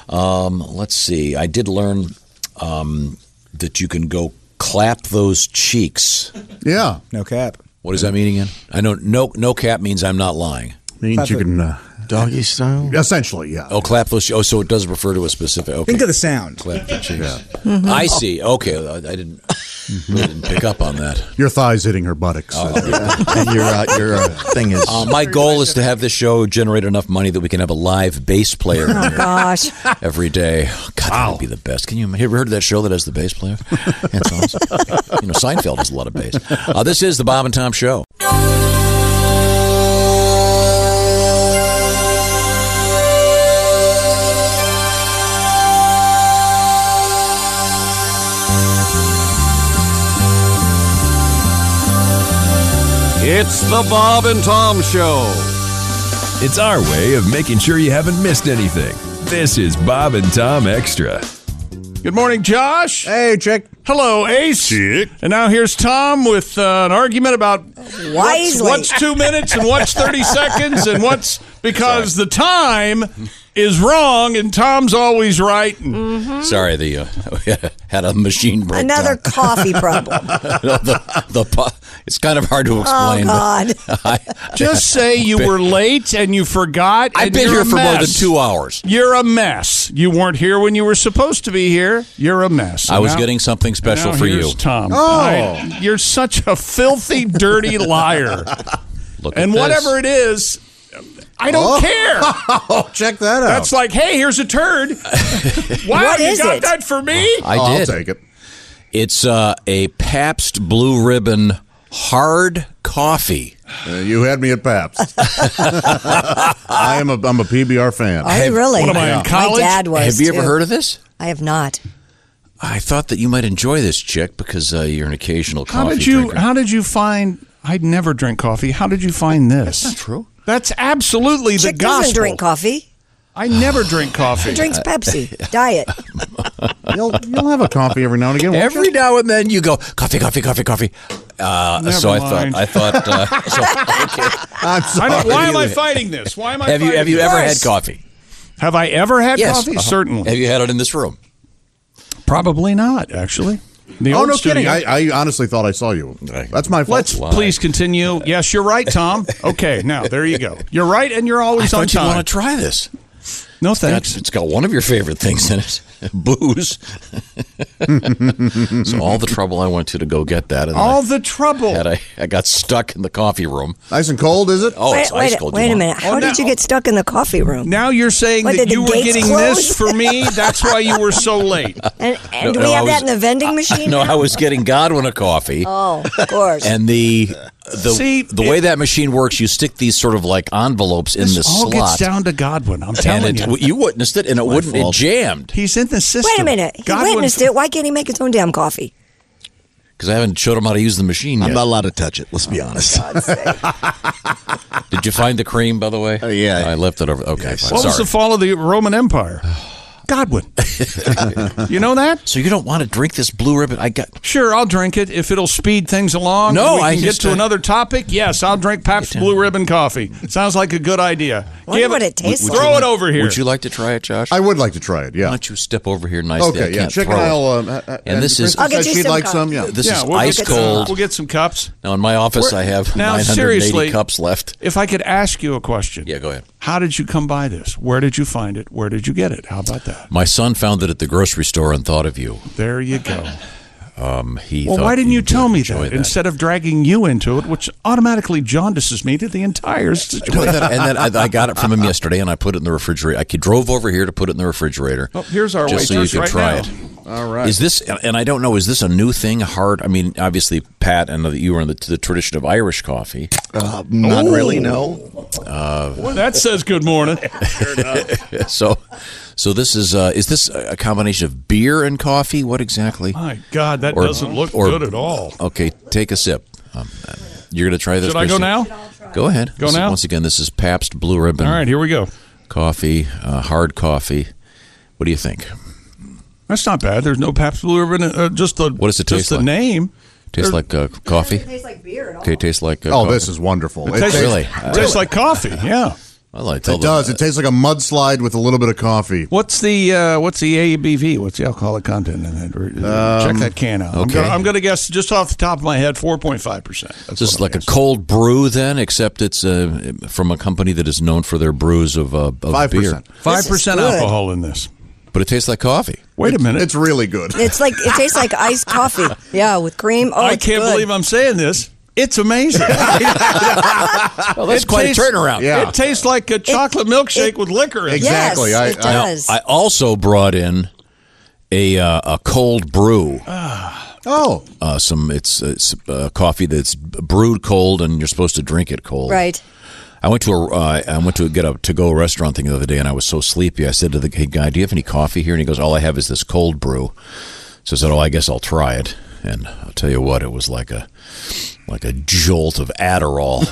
Speaker 6: Um, let's see. I did learn um, that you can go clap those cheeks.
Speaker 4: Yeah.
Speaker 7: No cap.
Speaker 6: What does that mean again? I know no no cap means I'm not lying.
Speaker 4: Means you can uh,
Speaker 6: doggy style.
Speaker 4: Essentially, yeah.
Speaker 6: Oh, clap those. Oh, so it does refer to a specific. Okay.
Speaker 7: Think of the sound.
Speaker 6: Clap the cheeks. Mm-hmm.
Speaker 7: Mhm.
Speaker 6: I see. Okay, I I didn't. really didn't pick up on that.
Speaker 4: Your thighs hitting her buttocks.
Speaker 6: And your Oh, uh, your uh, thing is. my goal is to have this show generate enough money that we can have a live bass player in
Speaker 5: Oh,
Speaker 6: here
Speaker 5: gosh.
Speaker 6: every day. Oh, God, that would be the best. Can you have you ever heard of that show that has the bass player? That's awesome. you know, Seinfeld has a lot of bass. Uh, this is the Bob and Tom Show.
Speaker 29: It's the Bob and Tom Show.
Speaker 30: It's our way of making sure you haven't missed anything. This is Bob and Tom Extra.
Speaker 24: Good morning, Josh. Hey, Chick. Hello, Ace. Chick. And now here's Tom with uh, an argument about what's,
Speaker 31: Wisely.
Speaker 24: what's two minutes and what's 30 seconds and what's because the time is wrong and Tom's always right. And
Speaker 6: Sorry, the uh, had a machine
Speaker 24: Mm-hmm.
Speaker 6: break.
Speaker 24: Another
Speaker 6: down.
Speaker 24: coffee problem. Oh,
Speaker 6: No, the, the po- it's kind of hard to explain.
Speaker 24: God.
Speaker 6: but I-
Speaker 24: Just say you
Speaker 6: Been-
Speaker 24: were late and you forgot.
Speaker 6: I've
Speaker 24: and
Speaker 6: been
Speaker 24: you're
Speaker 6: here
Speaker 24: a
Speaker 6: for more than
Speaker 24: mess.
Speaker 6: two hours.
Speaker 24: You're a mess. You weren't here when you were supposed to be here. You're a mess.
Speaker 6: I was
Speaker 24: Now-
Speaker 6: getting something special
Speaker 24: now
Speaker 6: for you.
Speaker 24: here's Tom.
Speaker 6: Oh.
Speaker 24: Um, I- you're such a filthy, dirty liar.
Speaker 6: Look
Speaker 24: and
Speaker 6: at this.
Speaker 24: whatever it is, I don't
Speaker 6: Oh.
Speaker 24: care. Oh, check that
Speaker 6: out.
Speaker 24: That's like, hey, here's a turd. wow,
Speaker 31: What
Speaker 24: you
Speaker 31: is
Speaker 24: got
Speaker 31: it?
Speaker 24: that for me?
Speaker 6: I did. Oh, it. It's uh, a Pabst Blue Ribbon hard coffee.
Speaker 4: Uh, you had me at Pabst. I am a I'm a PBR fan.
Speaker 5: Are you really? My dad was.
Speaker 6: Have you ever
Speaker 5: too.
Speaker 6: heard of this?
Speaker 5: I have not.
Speaker 6: I thought that you might enjoy this chick because uh, you're an occasional
Speaker 24: How
Speaker 6: coffee
Speaker 24: did you?
Speaker 6: drinker.
Speaker 24: How did you find? I never drink coffee. How did you find this? That's not
Speaker 6: true.
Speaker 24: That's absolutely
Speaker 5: Chick
Speaker 24: the
Speaker 5: doesn't
Speaker 24: gospel.
Speaker 5: drink coffee.
Speaker 24: I never drink coffee.
Speaker 5: He drinks Pepsi. Diet.
Speaker 4: You'll, you'll have a coffee every now and again.
Speaker 6: Every now and then you go coffee, coffee, coffee, coffee. Uh,
Speaker 24: Never
Speaker 6: so
Speaker 24: mind.
Speaker 6: I thought. I thought. Uh, so,
Speaker 24: I
Speaker 6: sorry.
Speaker 4: I'm
Speaker 24: don't- why am I fighting this? Why am I?
Speaker 6: Have you
Speaker 24: fighting
Speaker 6: Have you
Speaker 24: this?
Speaker 6: ever had coffee?
Speaker 24: Have I ever had
Speaker 6: yes.
Speaker 24: coffee?
Speaker 6: Uh-huh.
Speaker 24: Certainly.
Speaker 6: Have you had it in this room?
Speaker 24: Probably not, actually. The
Speaker 4: oh
Speaker 24: old
Speaker 4: no,
Speaker 24: studio-
Speaker 4: kidding! I, I honestly thought I saw you. That's my fault.
Speaker 24: Let's please continue. Yes, you're right, Tom. Okay, now there you go. You're right, and you're always
Speaker 6: I
Speaker 24: on
Speaker 6: thought
Speaker 24: time.
Speaker 6: you want to try this.
Speaker 24: No
Speaker 6: it's thanks. it's got one of your favorite things in it, booze. so all the trouble I went to to go get that, and then
Speaker 24: All the trouble.
Speaker 6: I, had, I, I got stuck in the coffee room.
Speaker 4: Nice and cold, is it?
Speaker 6: Oh, it's
Speaker 5: wait,
Speaker 6: ice
Speaker 5: wait,
Speaker 6: cold.
Speaker 5: wait
Speaker 6: You
Speaker 5: a
Speaker 6: want- Oh,
Speaker 5: minute. How did you get stuck in the coffee room?
Speaker 24: Now you're saying
Speaker 5: What,
Speaker 24: that
Speaker 5: did
Speaker 24: you
Speaker 5: the
Speaker 24: were
Speaker 5: gates
Speaker 24: getting
Speaker 5: close?
Speaker 24: this for me. That's why you were so late.
Speaker 5: And, and
Speaker 6: No,
Speaker 5: do we
Speaker 6: no,
Speaker 5: have
Speaker 6: I
Speaker 5: that in
Speaker 6: was-
Speaker 5: the vending machine?
Speaker 6: No,
Speaker 5: now?
Speaker 6: I was getting Godwin a coffee.
Speaker 5: Oh, of course.
Speaker 6: And the the
Speaker 24: See,
Speaker 6: the way that machine works, you stick these sort of like envelopes in
Speaker 24: This
Speaker 6: the
Speaker 24: all
Speaker 6: slot.
Speaker 24: gets down to Godwin. I'm telling
Speaker 6: and it,
Speaker 24: you.
Speaker 6: you witnessed it, and it
Speaker 24: My
Speaker 6: wouldn't.
Speaker 24: fault.
Speaker 6: It jammed
Speaker 24: He's in the system.
Speaker 5: Wait a minute. He
Speaker 24: Godwin-
Speaker 5: witnessed it. Why can't he make his own damn coffee?
Speaker 6: because I haven't showed him how to use the machine.
Speaker 32: I'm
Speaker 6: yet. Oh,
Speaker 32: not allowed to touch it. Let's be honest.
Speaker 6: Did you find the cream, by the way? Oh yeah, I left it over. Okay, fine.
Speaker 24: What was
Speaker 6: sorry.
Speaker 24: the fall of the Roman Empire? Godwin. you know that?
Speaker 6: So you don't want to drink this blue ribbon? I got.
Speaker 24: Sure, I'll drink it if it'll speed things along.
Speaker 6: No,
Speaker 24: and we
Speaker 6: I
Speaker 24: can
Speaker 6: just-
Speaker 24: get to another topic. Yes, I'll drink Pabst Blue Ribbon coffee. Sounds like a good idea.
Speaker 5: Wonder what it tastes
Speaker 24: Throw
Speaker 5: like.
Speaker 24: it over here.
Speaker 6: Would you like to try it, Josh?
Speaker 4: I would like to try it. Yeah.
Speaker 6: Why don't you step over here nicely?
Speaker 4: Okay,
Speaker 6: I
Speaker 4: yeah,
Speaker 6: can't
Speaker 4: Chick and
Speaker 6: throw it.
Speaker 4: I'll, um, uh, uh,
Speaker 6: and this
Speaker 4: and
Speaker 6: is.
Speaker 4: I'll get you she'd some like coffee. some, yeah.
Speaker 6: This
Speaker 24: Yeah,
Speaker 6: is
Speaker 24: we'll get
Speaker 6: ice
Speaker 24: some-
Speaker 6: cold.
Speaker 24: we'll get some cups.
Speaker 6: Now in my office, I have
Speaker 24: Now,
Speaker 6: 980
Speaker 24: seriously,
Speaker 6: cups left.
Speaker 24: If I could ask you a question. Yeah,
Speaker 6: go ahead.
Speaker 24: How did you come by this? Where did you find it? Where did you get it? How about that?
Speaker 6: My son found it at the grocery store and thought of you.
Speaker 24: There you go.
Speaker 6: Um, he
Speaker 24: Well,
Speaker 6: thought
Speaker 24: why didn't you
Speaker 6: would
Speaker 24: tell me
Speaker 6: enjoy
Speaker 24: that, instead of dragging you into it, which automatically jaundices me to the entire
Speaker 6: Well,
Speaker 24: situation?
Speaker 6: then- and then I, I got it from him yesterday, and I put it in the refrigerator. I drove over here to put it in the refrigerator.
Speaker 24: Oh, here's our
Speaker 6: just so you
Speaker 24: waitress
Speaker 6: could
Speaker 24: right
Speaker 6: try
Speaker 24: now.
Speaker 6: it.
Speaker 24: All right.
Speaker 6: Is this and I don't know? Is this a new thing? Hard. I mean, obviously, Pat, I know that you were in the, the tradition of Irish coffee.
Speaker 8: Uh, not
Speaker 24: Ooh.
Speaker 8: really, no.
Speaker 6: Uh,
Speaker 24: Boy, that says good morning.
Speaker 6: so, so this is uh, is this a combination of beer and coffee? What exactly?
Speaker 24: My God, that doesn't look good at all.
Speaker 6: Okay, take a sip. Um, you're going to try this.
Speaker 24: Should I go
Speaker 6: Christy?
Speaker 24: now?
Speaker 6: Go ahead.
Speaker 24: Go
Speaker 6: This is-
Speaker 24: now?
Speaker 6: Once again, this is Pabst Blue Ribbon.
Speaker 24: All right, here we go.
Speaker 6: Coffee, uh, hard coffee. What do you think?
Speaker 24: That's not bad. There's no Pabst Blue Ribbon. Uh, just the what
Speaker 6: does it
Speaker 24: just
Speaker 6: taste
Speaker 24: the
Speaker 6: like?
Speaker 24: name.
Speaker 6: Tastes
Speaker 24: There-
Speaker 6: like uh, coffee. Tastes like beer. Okay, tastes like. Uh,
Speaker 4: Oh,
Speaker 6: coffee.
Speaker 4: this is wonderful.
Speaker 24: It tastes-
Speaker 6: really,
Speaker 24: it tastes like coffee. Yeah.
Speaker 6: I like.
Speaker 4: It does. It tastes like a mudslide with a little bit of coffee.
Speaker 24: What's the uh, what's the ABV? What's the alcoholic content in that? Uh, Check
Speaker 4: Um,
Speaker 24: that can out. I'm
Speaker 6: okay.
Speaker 24: gonna- I'm going to guess just off the top of my head, four point five percent.
Speaker 6: This is like a cold brew, then, except it's uh, from a company that is known for their brews of, uh, of beer.
Speaker 24: Five percent alcohol in this.
Speaker 6: But it tastes like coffee.
Speaker 24: Wait a minute.
Speaker 4: It's really good.
Speaker 5: It's like it tastes like iced coffee. Yeah, with cream. Oh,
Speaker 24: I
Speaker 5: it's
Speaker 24: can't
Speaker 5: good.
Speaker 24: believe I'm saying this. It's amazing. well,
Speaker 6: that's quite a turnaround. Yeah.
Speaker 24: It tastes like a chocolate milkshake with liquor in
Speaker 4: Exactly. Yes, I- it I- does.
Speaker 6: I also brought in a uh, a cold brew.
Speaker 4: Oh,
Speaker 6: Uh, some it's, it's uh, coffee that's brewed cold, and you're supposed to drink it cold.
Speaker 5: Right.
Speaker 6: I went to a uh, I went to get a to go restaurant thing the other day, and I was so sleepy. I said to the hey, guy, "Do you have any coffee here?" And he goes, "All I have is this cold brew." So I said, "Oh, I guess I'll try it." And I'll tell you what, it was like a like a jolt of Adderall.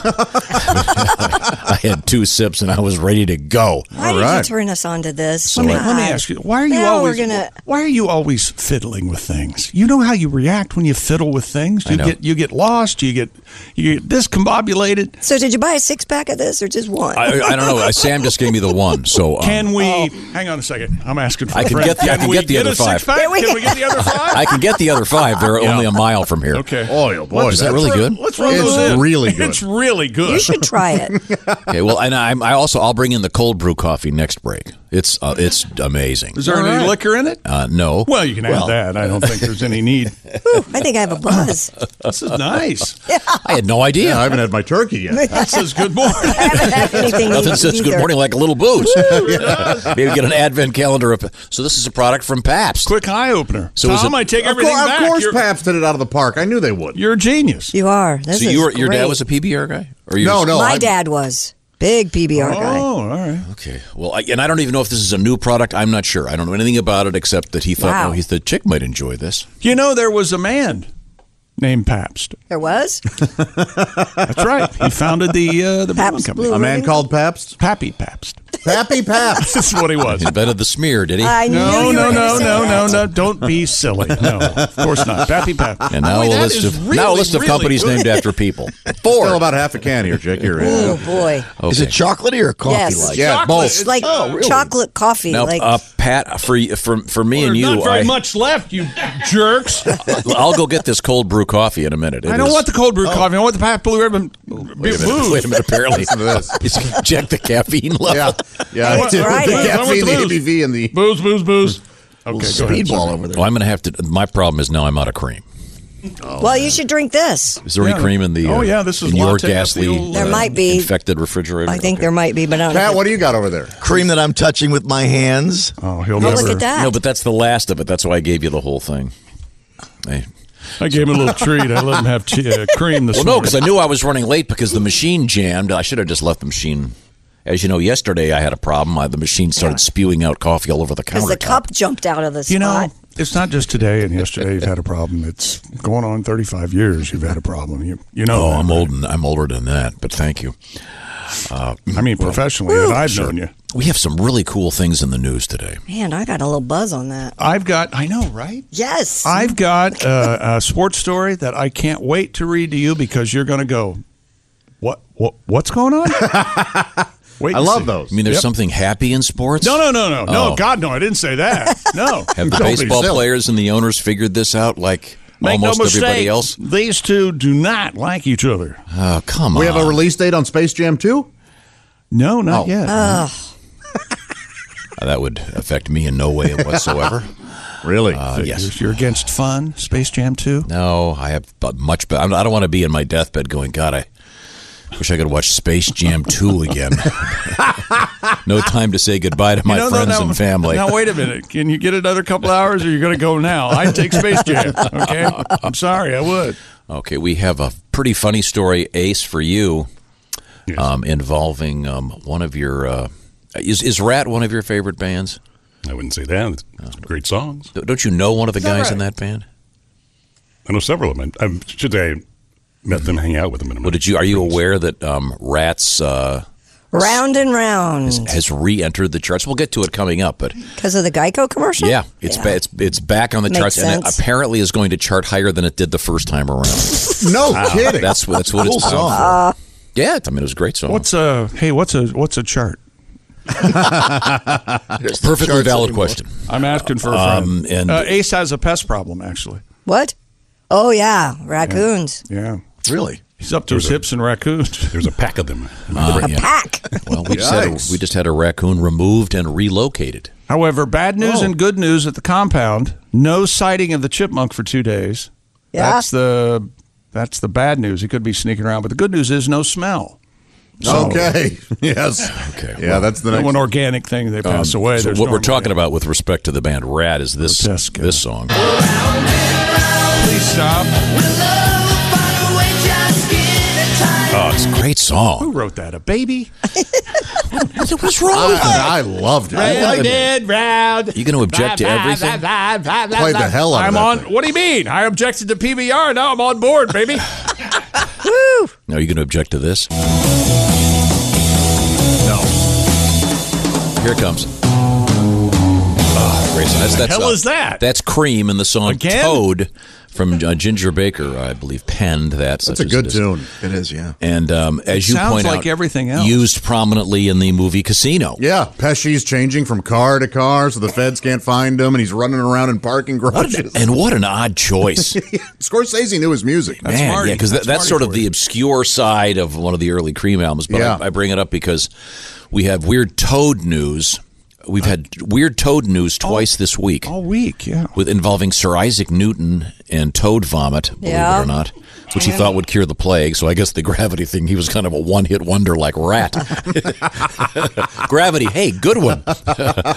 Speaker 6: I had two sips, and I was ready to go.
Speaker 5: Why did you turn us on to this?
Speaker 24: Let me, let me
Speaker 5: God.
Speaker 24: ask you, why are you
Speaker 5: Now
Speaker 24: always
Speaker 5: We're gonna,
Speaker 24: why are you always fiddling with things? You know how you react when you fiddle with things.
Speaker 6: I
Speaker 24: You
Speaker 6: know.
Speaker 24: get you get lost. You get you get discombobulated.
Speaker 5: so, did you buy a six pack of this or just one?
Speaker 6: I, I don't know. Sam just gave me the one, so um,
Speaker 24: Can we?
Speaker 5: Oh.
Speaker 24: Hang on a second. I'm asking for.
Speaker 6: I
Speaker 24: a
Speaker 6: can
Speaker 24: friend.
Speaker 6: get the- I can
Speaker 24: we
Speaker 6: get the other
Speaker 24: a six
Speaker 6: five.
Speaker 24: pack?
Speaker 6: There we
Speaker 24: Can we get the other five?
Speaker 6: I can get the other five. They're only a mile from here.
Speaker 24: Okay.
Speaker 4: Oh, boy,
Speaker 6: is that
Speaker 4: that's
Speaker 6: really
Speaker 4: re-
Speaker 6: good?
Speaker 24: Let's run
Speaker 4: It's
Speaker 24: those in.
Speaker 4: really good.
Speaker 24: It's really good.
Speaker 5: You should try it.
Speaker 6: Okay. Well, and I, I also I'll bring in the cold brew coffee next break. It's uh, it's amazing.
Speaker 24: Is there any liquor in it?
Speaker 6: Uh, no.
Speaker 24: Well, you can add that. I don't think there's any need.
Speaker 5: Whew, I think I have a buzz.
Speaker 24: This is nice.
Speaker 6: I had no idea.
Speaker 4: I haven't had my turkey yet.
Speaker 24: That says good morning.
Speaker 5: I haven't had anything.
Speaker 6: Nothing
Speaker 5: to
Speaker 6: says
Speaker 5: eat
Speaker 6: good
Speaker 5: either.
Speaker 6: morning like a little booze. Maybe get an advent calendar up. So this is a product from Pabst.
Speaker 24: Quick eye opener.
Speaker 6: So is
Speaker 24: Tom,
Speaker 6: it-
Speaker 24: I take
Speaker 4: Of,
Speaker 24: everything
Speaker 4: cour- of
Speaker 24: back.
Speaker 4: course,
Speaker 24: you're,
Speaker 4: Pabst did it out of the park. I knew they would.
Speaker 24: you're a genius.
Speaker 5: You are. This
Speaker 6: so
Speaker 5: is
Speaker 6: you were, your
Speaker 5: great.
Speaker 6: dad was a PBR guy, or you
Speaker 4: No,
Speaker 6: just-
Speaker 4: no.
Speaker 5: My
Speaker 4: I-
Speaker 5: dad was big PBR guy.
Speaker 24: Oh, all right.
Speaker 6: Okay. Well, I, and I don't even know if this is a new product. I'm not sure. I don't know anything about it except that he thought,
Speaker 5: Wow.
Speaker 6: oh, he's the chick might enjoy this.
Speaker 24: You know there was a man named Pabst.
Speaker 5: There was.
Speaker 24: That's right. He founded the uh, the brewing
Speaker 5: Pabst
Speaker 24: company.
Speaker 5: Blue.
Speaker 4: A man
Speaker 5: Ribbon?
Speaker 4: called Pabst.
Speaker 24: Pappy Pabst.
Speaker 4: Pappy Pabst.
Speaker 24: That's what he was.
Speaker 6: He invented the smear, did he?
Speaker 5: I knew
Speaker 24: No,
Speaker 5: you
Speaker 24: no,
Speaker 5: were gonna
Speaker 24: no,
Speaker 5: say
Speaker 24: no,
Speaker 5: that.
Speaker 24: no, no. Don't be silly. No, of course not. Pappy Pabst.
Speaker 6: And now
Speaker 24: I mean,
Speaker 6: a
Speaker 24: that
Speaker 6: list
Speaker 24: is
Speaker 6: of
Speaker 24: really,
Speaker 6: now a list of
Speaker 24: really
Speaker 6: companies
Speaker 24: good.
Speaker 6: named after people. Four.
Speaker 4: Still about half a can here, Jake. You're in.
Speaker 5: Oh boy.
Speaker 6: Okay.
Speaker 8: Is it chocolatey or coffee
Speaker 5: Yes.
Speaker 8: like?
Speaker 4: Yeah, both.
Speaker 5: It's like
Speaker 24: oh,
Speaker 5: chocolate coffee.
Speaker 6: now,
Speaker 5: like
Speaker 6: uh, Pat, for y- for for me and
Speaker 24: There's
Speaker 6: you,
Speaker 24: not very
Speaker 6: I,
Speaker 24: much left, you jerks.
Speaker 6: I'll go get this cold brew coffee in a minute. It
Speaker 24: I don't
Speaker 6: is-
Speaker 24: want the cold brew coffee. I want the Pabst Blue Ribbon.
Speaker 6: Wait a minute. Wait a minute. Apparently,
Speaker 4: Listen to this.
Speaker 6: He's- check the caffeine level.
Speaker 4: Yeah, yeah.
Speaker 5: It's
Speaker 4: the
Speaker 5: Friday.
Speaker 4: caffeine, the ABV, and the
Speaker 24: Booze, booze, booze. Okay, go ahead.
Speaker 8: Speedball over
Speaker 6: Well,
Speaker 8: there.
Speaker 6: I'm going to have to. My problem is now I'm out of cream.
Speaker 5: well, you should drink this.
Speaker 6: Is there
Speaker 24: Oh, Yeah.
Speaker 6: any cream in the? uh,
Speaker 24: Oh, yeah,
Speaker 4: uh,
Speaker 24: this is
Speaker 6: in your
Speaker 24: latte at the
Speaker 6: ghastly.
Speaker 24: old- uh,
Speaker 5: There might be.
Speaker 6: infected refrigerator.
Speaker 5: I think
Speaker 6: Okay.
Speaker 5: there might be, but I don't.
Speaker 4: Pat.
Speaker 5: know.
Speaker 4: What do you got over there?
Speaker 8: Cream that I'm touching with my hands.
Speaker 24: Oh, he'll
Speaker 5: Oh,
Speaker 24: never.
Speaker 5: look at that.
Speaker 6: No, but that's the last of it. That's why I gave you the whole thing. I,
Speaker 24: I gave him a little treat. I let him have che- uh, cream this
Speaker 6: well, no,
Speaker 24: morning.
Speaker 6: because I knew I was running late because the machine jammed. I should have just left the machine. As you know, yesterday I had a problem. I, the machine started spewing out coffee all over the
Speaker 5: because
Speaker 6: countertop.
Speaker 5: the cup jumped out of the spot.
Speaker 24: You know, it's not just today and yesterday you've had a problem. It's going on 35 years you've had a problem. You, you know.
Speaker 6: Oh,
Speaker 24: that,
Speaker 6: I'm
Speaker 24: right? Uh,
Speaker 6: old. And, I'm older than that, but thank you.
Speaker 24: I mean, professionally, that I've known you.
Speaker 6: We have some really cool things in the news today.
Speaker 5: man, I got a little buzz on that.
Speaker 24: I've got, I know, right?
Speaker 5: Yes.
Speaker 24: I've got a, a sports story that I can't wait to read to you because you're going to go, what, what, what's going on? wait,
Speaker 4: I
Speaker 24: and
Speaker 4: love
Speaker 24: see.
Speaker 4: those.
Speaker 6: I mean, there's
Speaker 24: Yep.
Speaker 6: something happy in sports.
Speaker 24: No, no, no, no, no.
Speaker 6: Oh.
Speaker 24: God, no, I didn't say that. No.
Speaker 6: Have the
Speaker 24: Don't be
Speaker 6: baseball
Speaker 24: silly.
Speaker 6: players and the owners figured this out like
Speaker 24: Make
Speaker 6: almost
Speaker 24: no mistake,
Speaker 6: everybody else?
Speaker 24: These two do not like each other.
Speaker 6: Oh, come on.
Speaker 4: We have a release date on Space Jam 2?
Speaker 24: No, not
Speaker 6: Oh.
Speaker 24: yet.
Speaker 6: that would affect me in no way whatsoever. Really?
Speaker 24: Figures.
Speaker 6: yes.
Speaker 24: You're against fun, Space Jam 2?
Speaker 6: No, I have bu- much better. I don't want to be in my deathbed going, God, I wish I could watch Space Jam 2 again. no time to say goodbye to my
Speaker 24: You know,
Speaker 6: friends
Speaker 24: now-
Speaker 6: and family.
Speaker 24: Now wait a minute. Can you get another couple hours, or you're going to go now? I'd take Space Jam. Okay, I'm sorry, I would.
Speaker 6: Okay, we have a pretty funny story, Ace, for you, um, involving um, one of your. Uh, is is Rat one of your favorite bands? Oh.
Speaker 24: I wouldn't say that. It's great songs.
Speaker 6: Don't you know one of the
Speaker 24: Is that
Speaker 6: guys
Speaker 24: right?
Speaker 6: in that band?
Speaker 24: I know several of them. I, I should say I met them, hang out with them. In a
Speaker 6: Well, did you? Are you aware that um, Rat's uh,
Speaker 5: Round and round
Speaker 6: has re-entered the charts? We'll get to it coming up, but
Speaker 5: because of the Geico commercial.
Speaker 6: yeah, it's ba- it's it's back on the
Speaker 5: Makes
Speaker 6: charts, and it
Speaker 5: sense.
Speaker 6: apparently is going to chart higher than it did the first time around.
Speaker 4: No
Speaker 6: Wow.
Speaker 4: kidding.
Speaker 6: That's what- that's what it's bound for. yeah, I mean it was a great song.
Speaker 24: What's a hey? What's a what's a chart?
Speaker 6: Perfectly valid question.
Speaker 24: I'm asking for a friend.
Speaker 6: Um, and-
Speaker 24: uh, Ace has a pest problem, actually.
Speaker 5: What? Oh yeah, raccoons.
Speaker 24: Yeah,
Speaker 6: really.
Speaker 24: He's up to his hips in raccoons. There's a pack of them.
Speaker 6: Uh, yeah.
Speaker 5: Pack.
Speaker 6: Well, we just, had a, we just had a raccoon removed and relocated.
Speaker 24: However, bad
Speaker 4: Oh.
Speaker 24: news and good news at the compound. No sighting of the chipmunk for two days.
Speaker 5: Yeah.
Speaker 24: That's the that's the bad news. He could be sneaking around, but the good news is no smell.
Speaker 4: Okay. Yes.
Speaker 6: Okay.
Speaker 4: Yeah, that's the
Speaker 24: no
Speaker 4: next-
Speaker 24: one organic thing they pass
Speaker 6: Um,
Speaker 24: away.
Speaker 6: so
Speaker 24: There's
Speaker 6: what we're
Speaker 24: normal-
Speaker 6: talking about with respect to the band Rat is this this song.
Speaker 24: Please stop.
Speaker 6: Oh, it's a great song.
Speaker 24: Who wrote that? A baby?
Speaker 6: What's wrong with that?
Speaker 4: I loved it.
Speaker 24: Round and round.
Speaker 6: You going to object to everything?
Speaker 4: Played the hell out of
Speaker 24: I'm
Speaker 4: that
Speaker 24: on. What do you mean? I objected to PBR. Now I'm on board, baby.
Speaker 6: No, you going to object to this?
Speaker 24: No.
Speaker 6: Here it comes. Oh, great song. That's,
Speaker 24: The
Speaker 6: that's,
Speaker 24: hell is that?
Speaker 6: That's Cream in the song Toad from uh, Ginger Baker, I believe, penned that.
Speaker 4: That's a good tune. It is, yeah.
Speaker 6: And um, as you
Speaker 4: sounds
Speaker 6: point
Speaker 4: like
Speaker 6: out,
Speaker 4: everything else.
Speaker 6: used prominently in the movie Casino.
Speaker 4: Yeah, Pesci's changing from car to car, so the feds can't find him, and he's running around in parking garages.
Speaker 6: and what an odd choice.
Speaker 4: Scorsese knew his music.
Speaker 6: Man, yeah, because that, that's sort of the obscure side of one of the early Cream albums. But
Speaker 4: Yeah.
Speaker 6: I, I bring it up because we have weird Toad news. We've had weird Toad news twice this week.
Speaker 24: Oh. All week, yeah.
Speaker 6: with involving Sir Isaac Newton and toad vomit, believe
Speaker 24: Yeah.
Speaker 6: it or not, which he thought would cure the plague. So I guess the gravity thing, he was kind of a one hit wonder like rat. gravity, hey, good one.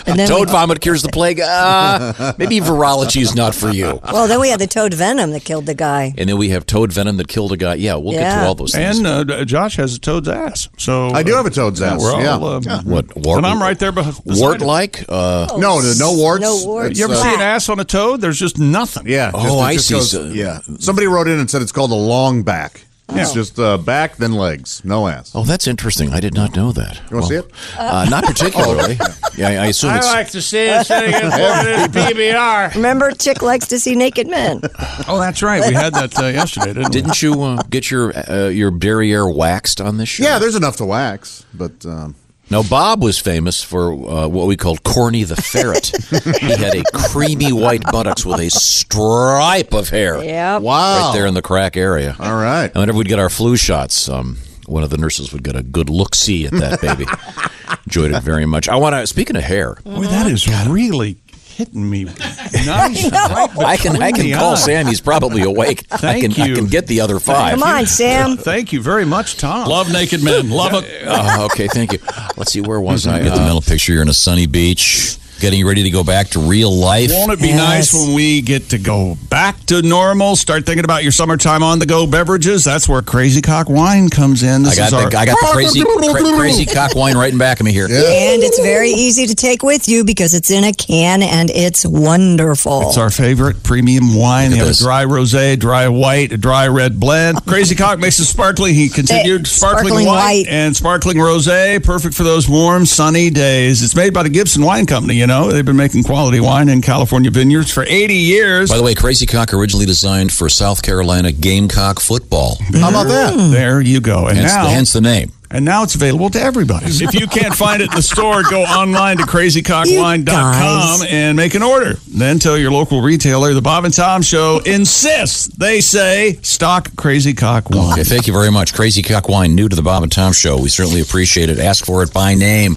Speaker 5: then
Speaker 6: toad
Speaker 5: we-
Speaker 6: vomit cures the plague. Uh, maybe virology is not for you.
Speaker 5: Well, then we had the toad venom that killed the guy.
Speaker 6: And then we have toad venom that killed a guy. Yeah, we'll get
Speaker 5: Yeah.
Speaker 6: to all those things.
Speaker 24: And uh, D- Josh has a toad's ass. So
Speaker 4: I do have a toad's
Speaker 24: yeah,
Speaker 4: ass,
Speaker 24: We're all,
Speaker 4: yeah.
Speaker 24: uh,
Speaker 4: Yeah.
Speaker 6: What, wart-
Speaker 24: and I'm right there beh- beside
Speaker 6: Wart
Speaker 24: him. Oh,
Speaker 6: like? Uh,
Speaker 4: No, no, no warts.
Speaker 5: No warts.
Speaker 24: You ever
Speaker 4: It's,
Speaker 24: see
Speaker 4: uh,
Speaker 24: an ass on a toad? There's just nothing.
Speaker 4: Yeah.
Speaker 6: Oh, I see.
Speaker 4: goes-
Speaker 6: So-
Speaker 4: yeah. Somebody wrote in and said it's called a long back. It's
Speaker 24: Yeah.
Speaker 4: just uh, back, then legs, no ass.
Speaker 6: Oh, that's interesting. I did not know that.
Speaker 4: You want to see it? Oh.
Speaker 6: Uh, not particularly. yeah, I assume it's.
Speaker 24: to see it sitting in PBR.
Speaker 5: Remember, Chick likes to see naked men.
Speaker 24: Oh, that's right. We had that uh, yesterday, didn't we?
Speaker 6: didn't you uh, get your uh, your derriere waxed on this show?
Speaker 4: Yeah, there's enough to wax, but um,
Speaker 6: Now, Bob was famous for uh, what we called Corny the Ferret. he had a creamy white buttocks with a stripe of hair.
Speaker 5: Yep.
Speaker 4: Wow.
Speaker 14: Oh.
Speaker 6: Right there in the crack area.
Speaker 4: All right.
Speaker 6: And whenever we'd get our flu shots, um, one of the nurses would get a good look see at that baby. Enjoyed it very much. I want to, speaking of hair,
Speaker 24: Boy, that is really hitting me. Nice.
Speaker 6: I can I can call Sam. He's probably awake. I
Speaker 24: Thank
Speaker 6: can I
Speaker 24: you.
Speaker 6: can get the other five.
Speaker 5: Come on, Sam.
Speaker 24: Thank you very much, Tom.
Speaker 33: Love naked men. Love it.
Speaker 6: Uh, okay, thank you. Let's see, where was I? Mm-hmm. Uh, Get the mental picture. You're in a sunny beach, getting ready to go back to real life.
Speaker 24: Won't it be
Speaker 5: Yes.
Speaker 24: nice when we get to go back to normal? Start thinking about your summertime on the go beverages. That's where Crazy Cock Wine comes in. This
Speaker 6: I got
Speaker 24: is our
Speaker 6: the I got the crazy cra- crazy cock wine right in back of me here.
Speaker 5: And it's very easy to take with you because it's in a can and it's wonderful.
Speaker 24: It's our favorite premium wine. They have a dry rosé, dry white, a dry red blend. Crazy Cock makes it sparkly. He continued
Speaker 5: Eh,
Speaker 24: sparkling,
Speaker 5: sparkling
Speaker 24: white,
Speaker 5: white.
Speaker 24: and sparkling rosé, perfect for those warm, sunny days. It's made by the Gibson Wine Company. You know they've been making quality wine in California vineyards for 80 years.
Speaker 6: By the way, Crazy Cock originally designed for South Carolina Gamecock football.
Speaker 4: how about that?
Speaker 24: there you go. And
Speaker 6: Hence,
Speaker 24: now,
Speaker 6: hence the name.
Speaker 24: and now it's available to everybody. if you can't find it in the store, go online to crazycockwine.com and make an order. Then tell your local retailer the Bob and Tom Show insists they say stock Crazy Cock Wine.
Speaker 6: Okay, thank you very much. Crazy Cock Wine, new to the Bob and Tom Show. We certainly appreciate it. Ask for it by name.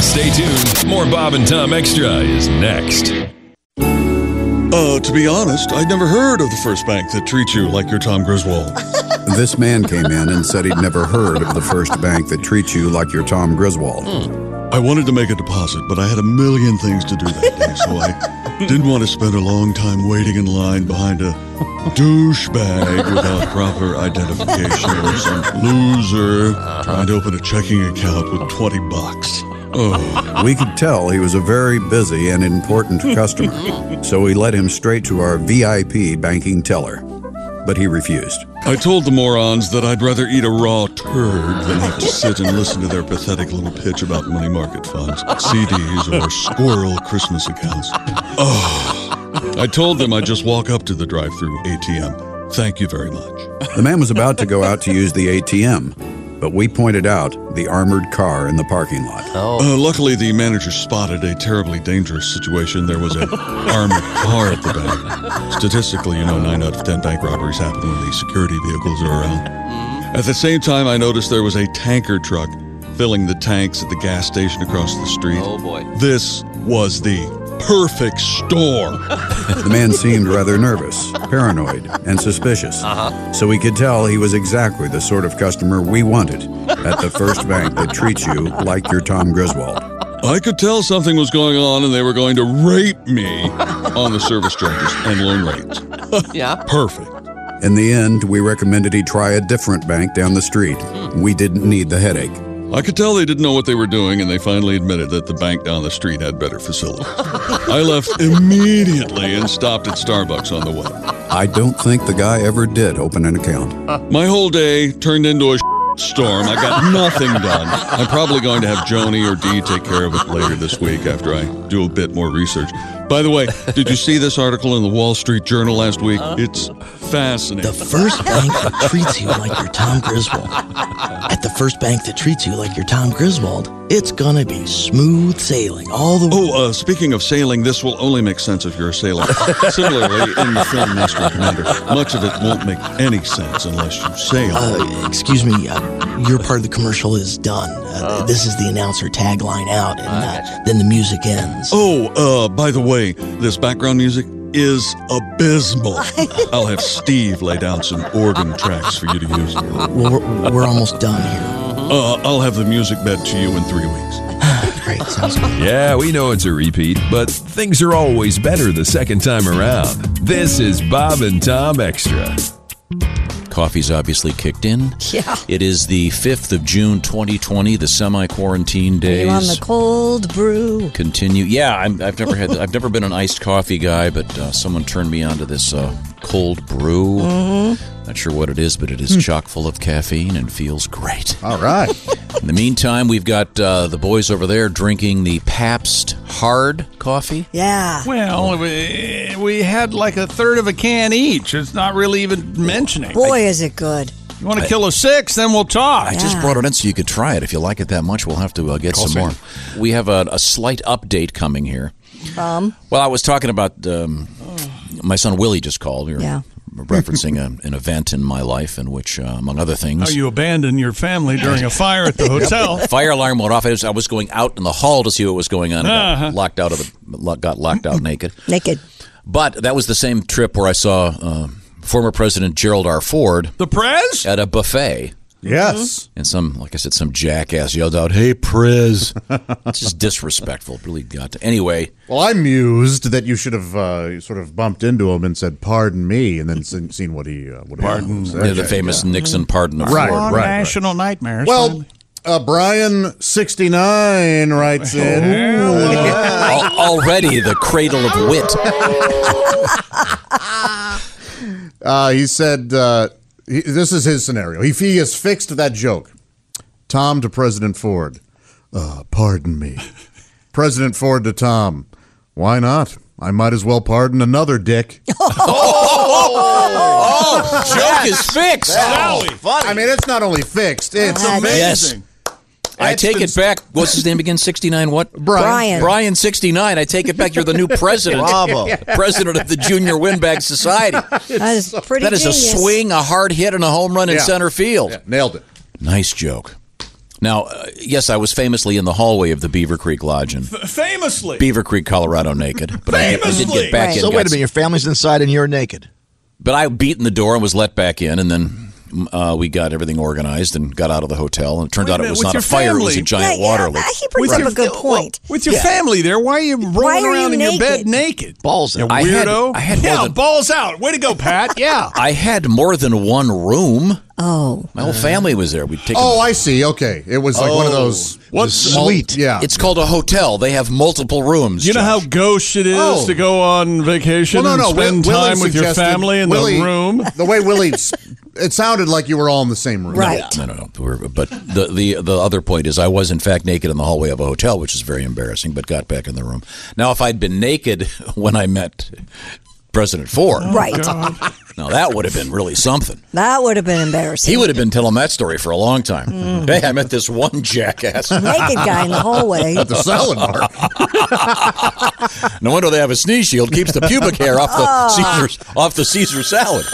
Speaker 30: Stay tuned. More Bob and Tom Extra is next.
Speaker 31: Uh, to be honest, I'd never heard of the first bank that treats you like you're Tom Griswold.
Speaker 9: Uh, This man came in and said he'd never heard of the first bank that treats you like you're Tom Griswold.
Speaker 6: Hmm.
Speaker 31: I wanted to make a deposit, but I had a million things to do that day, so I didn't want to spend a long time waiting in line behind a douchebag without proper identification or some loser trying to open a checking account with 20 bucks.
Speaker 9: Oh. We could tell he was a very busy and important customer, so we led him straight to our VIP banking teller. But he refused.
Speaker 31: I told the morons that I'd rather eat a raw turd than have to sit and listen to their pathetic little pitch about money market funds, CDs, or squirrel Christmas accounts. Oh, I told them I'd just walk up to the drive through ATM. Thank you very much.
Speaker 9: The man was about to go out to use the ATM, but we pointed out the armored car in the parking lot.
Speaker 31: Uh, luckily, the manager spotted a terribly dangerous situation. There was an armored car at the bank. Statistically, you know, nine out of ten bank robberies happen when the security vehicles are around. At the same time, I noticed there was a tanker truck filling the tanks at the gas station across the street. Oh boy! This was the perfect storm.
Speaker 9: The man seemed rather nervous, paranoid, and suspicious. So we could tell he was exactly the sort of customer we wanted at the first bank that treats you like you're Tom Griswold.
Speaker 31: I could tell something was going on, and they were going to rape me on the service charges and loan rates.
Speaker 9: Yeah.
Speaker 31: Perfect.
Speaker 9: In the end, we recommended he try a different bank down the street. We didn't need the headache.
Speaker 31: I could tell they didn't know what they were doing, and they finally admitted that the bank down the street had better facilities. I left immediately and stopped at Starbucks on the way.
Speaker 9: I don't think the guy ever did open an account.
Speaker 31: My whole day turned into a storm. I got nothing done. I'm probably going to have Joni or Dee take care of it later this week after I do a bit more research. By the way, did you see this article in the Wall Street Journal last week? It's fascinating.
Speaker 8: The first bank that treats you like you're Tom Griswold. At the first bank that treats you like you're Tom Griswold, it's gonna be smooth sailing all the way.
Speaker 31: Oh, uh, speaking of sailing, this will only make sense if you're a sailor. Similarly, in the film Mr. Commander, much of it won't make any sense unless you sail.
Speaker 8: Uh, excuse me, uh, your part of the commercial is done. Uh, This is the announcer tagline out, and uh, then the music ends.
Speaker 31: Oh, uh, by the way, this background music is abysmal. I'll have Steve lay down some organ tracks for you to use.
Speaker 8: Well, we're, we're almost done here.
Speaker 31: Uh, I'll have the music bed to you in three weeks.
Speaker 8: Great, sounds good.
Speaker 30: Yeah, we know it's a repeat, but things are always better the second time around. This is Bob and Tom Extra.
Speaker 6: Coffee's obviously kicked in.
Speaker 5: Yeah.
Speaker 6: It is the 5th of June 2020, the semi quarantine days.
Speaker 5: You on the cold brew.
Speaker 6: Continue. Yeah, I'm, I've never had. I've never been an iced coffee guy, but uh, someone turned me onto this uh, cold brew.
Speaker 5: Mm-hmm.
Speaker 6: Not sure what it is, but it
Speaker 5: Hmm.
Speaker 6: is chock full of caffeine and feels great.
Speaker 4: All right.
Speaker 6: In the meantime, we've got uh, the boys over there drinking the Pabst Hard coffee.
Speaker 5: Yeah.
Speaker 24: Well, we, we had like a third of a can each. It's not really even mentioning.
Speaker 5: Boy, is it good.
Speaker 24: You want to kill a six, then we'll talk.
Speaker 6: I just brought it in so you could try it. If you like it that much, we'll have to uh, get
Speaker 5: Call
Speaker 6: some more.
Speaker 5: Sandy.
Speaker 6: We have a, a slight update coming here.
Speaker 5: Um,
Speaker 6: Well, I was talking about um, my son Willie just called. We were
Speaker 5: Yeah.
Speaker 6: referencing a, an event in my life in which, uh, among other
Speaker 24: How
Speaker 6: things,
Speaker 24: Oh, you abandon your family during a fire at the hotel.
Speaker 6: fire alarm went off. I was, I was going out in the hall to see what was going on. and got
Speaker 24: Uh-huh.
Speaker 6: locked out of the lo- got locked out naked.
Speaker 5: Naked.
Speaker 6: But that was the same trip where I saw uh, former President Gerald R. Ford,
Speaker 24: the Prez,
Speaker 6: at a buffet.
Speaker 4: Yes.
Speaker 6: And some, like I said, some jackass yelled out, "Hey, Prez!" it's just disrespectful. It Really got to. Anyway,
Speaker 4: Well, I'm mused that you should have uh, sort of bumped into him and said, "Pardon me," and then seen, seen what he uh, what
Speaker 6: Pardon.
Speaker 4: He
Speaker 6: Yeah, the famous Nixon pardon of
Speaker 4: right,
Speaker 6: Ford.
Speaker 4: Right, right.
Speaker 24: National nightmares.
Speaker 4: Well, uh, Brian sixty nine writes in.
Speaker 24: Oh.
Speaker 6: Al- already the cradle of wit.
Speaker 4: Uh, he said, uh, he, "This is his scenario. He, he has fixed that joke." Tom to President Ford, uh, pardon me. President Ford to Tom, why not? I might as well pardon another dick.
Speaker 6: Oh, joke is fixed.
Speaker 4: I mean, it's not only fixed; it's amazing.
Speaker 6: Yes. I take it back. What's his name again? 69 what?
Speaker 4: Brian.
Speaker 6: Brian 69. I take it back. You're the new president.
Speaker 5: Bravo.
Speaker 6: President of the Junior Windbag Society.
Speaker 5: That is pretty
Speaker 6: That is a
Speaker 5: genius.
Speaker 6: swing, a hard hit, and a home run in
Speaker 5: Yeah.
Speaker 6: center field.
Speaker 4: Nailed it.
Speaker 6: Nice joke. Now, uh, yes, I was famously in the hallway of the Beaver Creek Lodge in
Speaker 24: Famously.
Speaker 6: Beaver Creek, Colorado, naked. But I, did- I did get back in.
Speaker 8: So
Speaker 6: got
Speaker 8: wait a minute, your family's inside and you're naked.
Speaker 6: But I beat in the door and was let back in, and then uh, we got everything organized and got out of the hotel. And it turned
Speaker 24: Wait a
Speaker 6: out
Speaker 24: minute,
Speaker 6: it was
Speaker 24: with
Speaker 6: not
Speaker 24: your
Speaker 6: a fire; it was
Speaker 24: family.
Speaker 6: a giant
Speaker 24: Yeah,
Speaker 6: water
Speaker 24: yeah,
Speaker 6: leak.
Speaker 5: he brings up a good point.
Speaker 24: With your family there, why are you rolling around in your bed naked?
Speaker 6: Balls
Speaker 24: You
Speaker 6: I had,
Speaker 24: weirdo.
Speaker 6: I had more
Speaker 24: yeah,
Speaker 6: than-
Speaker 24: balls out. Way to go, Pat. Yeah.
Speaker 6: I had more than one room.
Speaker 5: Oh,
Speaker 6: my whole family was there. We taken.
Speaker 4: Oh, I see. Okay, it was like one of those.
Speaker 6: mul-
Speaker 4: Yeah,
Speaker 6: it's called a hotel. They have multiple rooms.
Speaker 24: You know how gauche it is
Speaker 6: Oh.
Speaker 24: to go on vacation
Speaker 4: Well, no, no.
Speaker 24: and spend
Speaker 4: Will- Willie
Speaker 24: time with your
Speaker 4: suggested-
Speaker 24: family in
Speaker 4: Willie-
Speaker 24: the room?
Speaker 4: The way Willie, s- it sounded like you were all in the same room.
Speaker 6: No, no, no. We're- but the, the the other point is, I was in fact naked in the hallway of a hotel, which is very embarrassing. But got back in the room. Now, if I'd been naked when I met President Ford,
Speaker 5: Oh, Right.
Speaker 6: now that would have been really something.
Speaker 5: That would have been embarrassing.
Speaker 6: He would have been telling that story for a long time.
Speaker 5: Mm.
Speaker 6: Hey, I met this one jackass
Speaker 5: Naked guy in the hallway. At the salad
Speaker 6: bar. no wonder they have a sneeze shield. Keeps the pubic hair off
Speaker 5: Ah.
Speaker 6: the Caesar off the Caesar salad.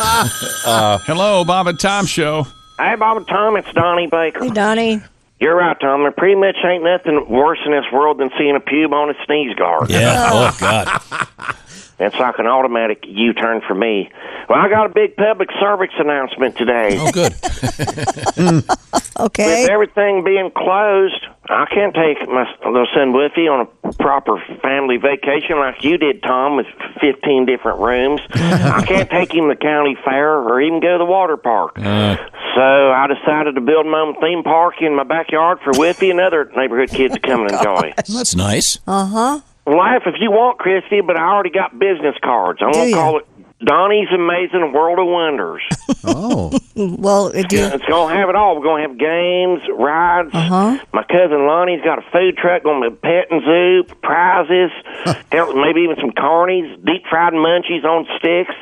Speaker 6: Uh,
Speaker 24: Hello, Bob and Tom Show.
Speaker 16: Hey, Bob and Tom, it's Donnie Baker.
Speaker 5: Hey, Donnie.
Speaker 16: You're right, Tom. There pretty much ain't nothing worse in this world than seeing a pube on a sneeze guard.
Speaker 6: Yeah. Oh God.
Speaker 16: It's like an automatic U-turn for me. Well, I got a big public service announcement today.
Speaker 6: Oh, good.
Speaker 5: okay.
Speaker 16: With everything being closed, I can't take my little son Woofy on a proper family vacation like you did, Tom, with 15 different rooms. I can't take him to county fair or even go to the water park.
Speaker 14: Uh.
Speaker 16: So I decided to build my own theme park in my backyard for Whiffy and other neighborhood kids to
Speaker 5: Oh,
Speaker 16: come and enjoy.
Speaker 6: That's nice.
Speaker 5: Uh huh.
Speaker 16: Laugh if you want, Christy, but I already got business cards. I'm
Speaker 5: Do
Speaker 16: gonna
Speaker 5: ya?
Speaker 16: call it Donnie's Amazing World of Wonders.
Speaker 5: Oh. well, it do,
Speaker 16: It's gonna have it all. We're gonna have games, rides.
Speaker 5: Uh-huh.
Speaker 16: My cousin Lonnie's got a food truck, gonna be a pet and zoo, prizes, hell, maybe even some carnies, deep fried munchies on sticks.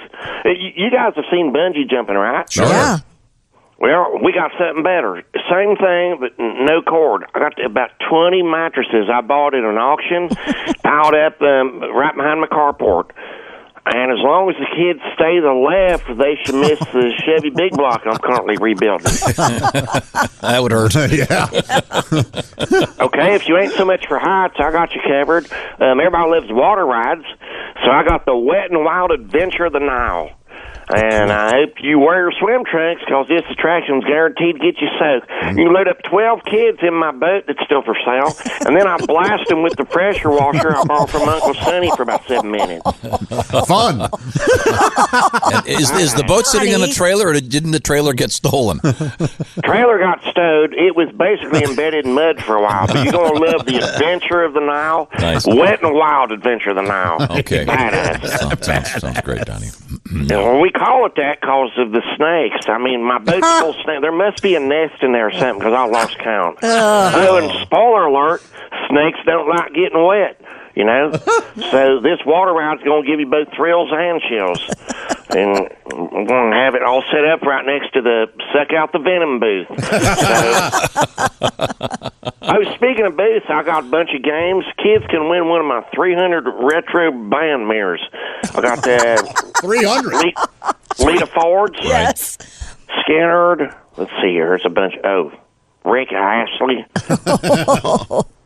Speaker 16: Uh, You, you guys have seen bungee jumping, right?
Speaker 6: Sure. Yeah.
Speaker 16: Well, we got something better. Same thing, but n- no cord. I got about 20 mattresses I bought at an auction, piled up um, right behind my carport. And as long as the kids stay to the left, they should miss the Chevy Big Block I'm currently rebuilding.
Speaker 6: That would hurt. yeah.
Speaker 16: okay, if you ain't so much for heights, I got you covered. Um, everybody loves water rides, so I got the Wet and Wild Adventure of the Nile. And I hope you wear swim trunks because this attraction's guaranteed to get you soaked. You can load up 12 kids in my boat that's still for sale, and then I blast them with the pressure washer I borrowed from Uncle Sonny for about seven minutes.
Speaker 6: Fun. is, is the boat sitting in a
Speaker 16: Honey.
Speaker 6: trailer, or didn't the trailer get stolen?
Speaker 16: trailer got stowed. It was basically embedded in mud for a while. But you're gonna love the adventure of the Nile.
Speaker 6: Nice.
Speaker 16: Wet and wild adventure of the Nile.
Speaker 6: Okay.
Speaker 16: Badass.
Speaker 6: sounds, sounds- sounds great, Donnie.
Speaker 16: Well, we call it that because of the snakes. I mean, my boat's full of snakes. There must be a nest in there or something because I lost count. Oh, and spoiler alert: snakes don't like getting wet. You know, so this water ride's gonna give you both thrills and chills, and we're gonna have it all set up right next to the suck out the venom booth. So, oh, speaking of booths, I got a bunch of games. Kids can win one of my 300 retro band mirrors. I got the
Speaker 4: 300.
Speaker 16: Lita Fords. Yes. Skinnerd. Let's see here. There's a bunch. Oh, Rick Ashley.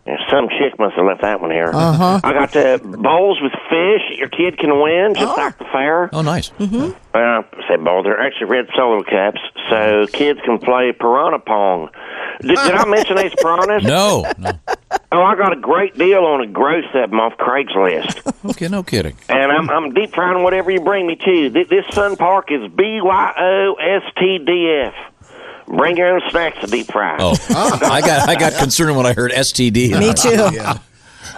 Speaker 16: Yeah, Some chick must have left that one here.
Speaker 34: Uh-huh.
Speaker 16: I got the bowls with fish that your kid can win, just like the fair.
Speaker 6: Oh, nice.
Speaker 34: Mm-hmm.
Speaker 16: Well, I said bowls. They're actually red solo cups, so kids can play piranha pong. Did, did I mention these piranhas?
Speaker 6: No.
Speaker 16: Oh, I got a great deal on a gross of them off Craigslist.
Speaker 6: Okay, no kidding.
Speaker 16: And I'm, I'm deep frying whatever you bring me to. Th- This Sun Park is B Y O S T D F. Bring your own snacks to deep fry.
Speaker 6: Oh, I got I got concerned when I heard STD.
Speaker 16: Me too.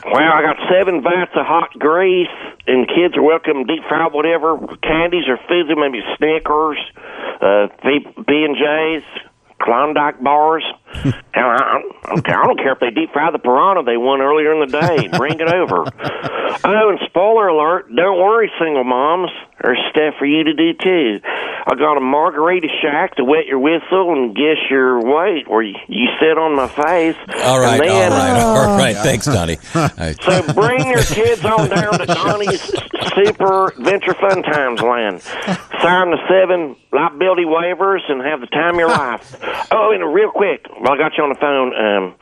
Speaker 16: Well, I got seven vats of hot grease, and kids are welcome to deep fry whatever candies or foods, or maybe Snickers, uh, B and J's, Klondike bars. and I, I, okay, I don't care if they deep fry the piranha they won earlier in the day. Bring it over. Oh, and spoiler alert! Don't worry, single moms. There's stuff for you to do too. I got a margarita shack to wet your whistle and guess your weight, or you, you sit on my face.
Speaker 6: All right,
Speaker 16: and
Speaker 6: all
Speaker 16: then,
Speaker 6: right,
Speaker 16: Oh.
Speaker 6: all right. Thanks, Donnie. I-
Speaker 16: So bring your kids on down to Donnie's Super Venture Fun Times Land. Sign the seven liability waivers and have the time of your life. Oh, and real quick, while I got you on the phone, um,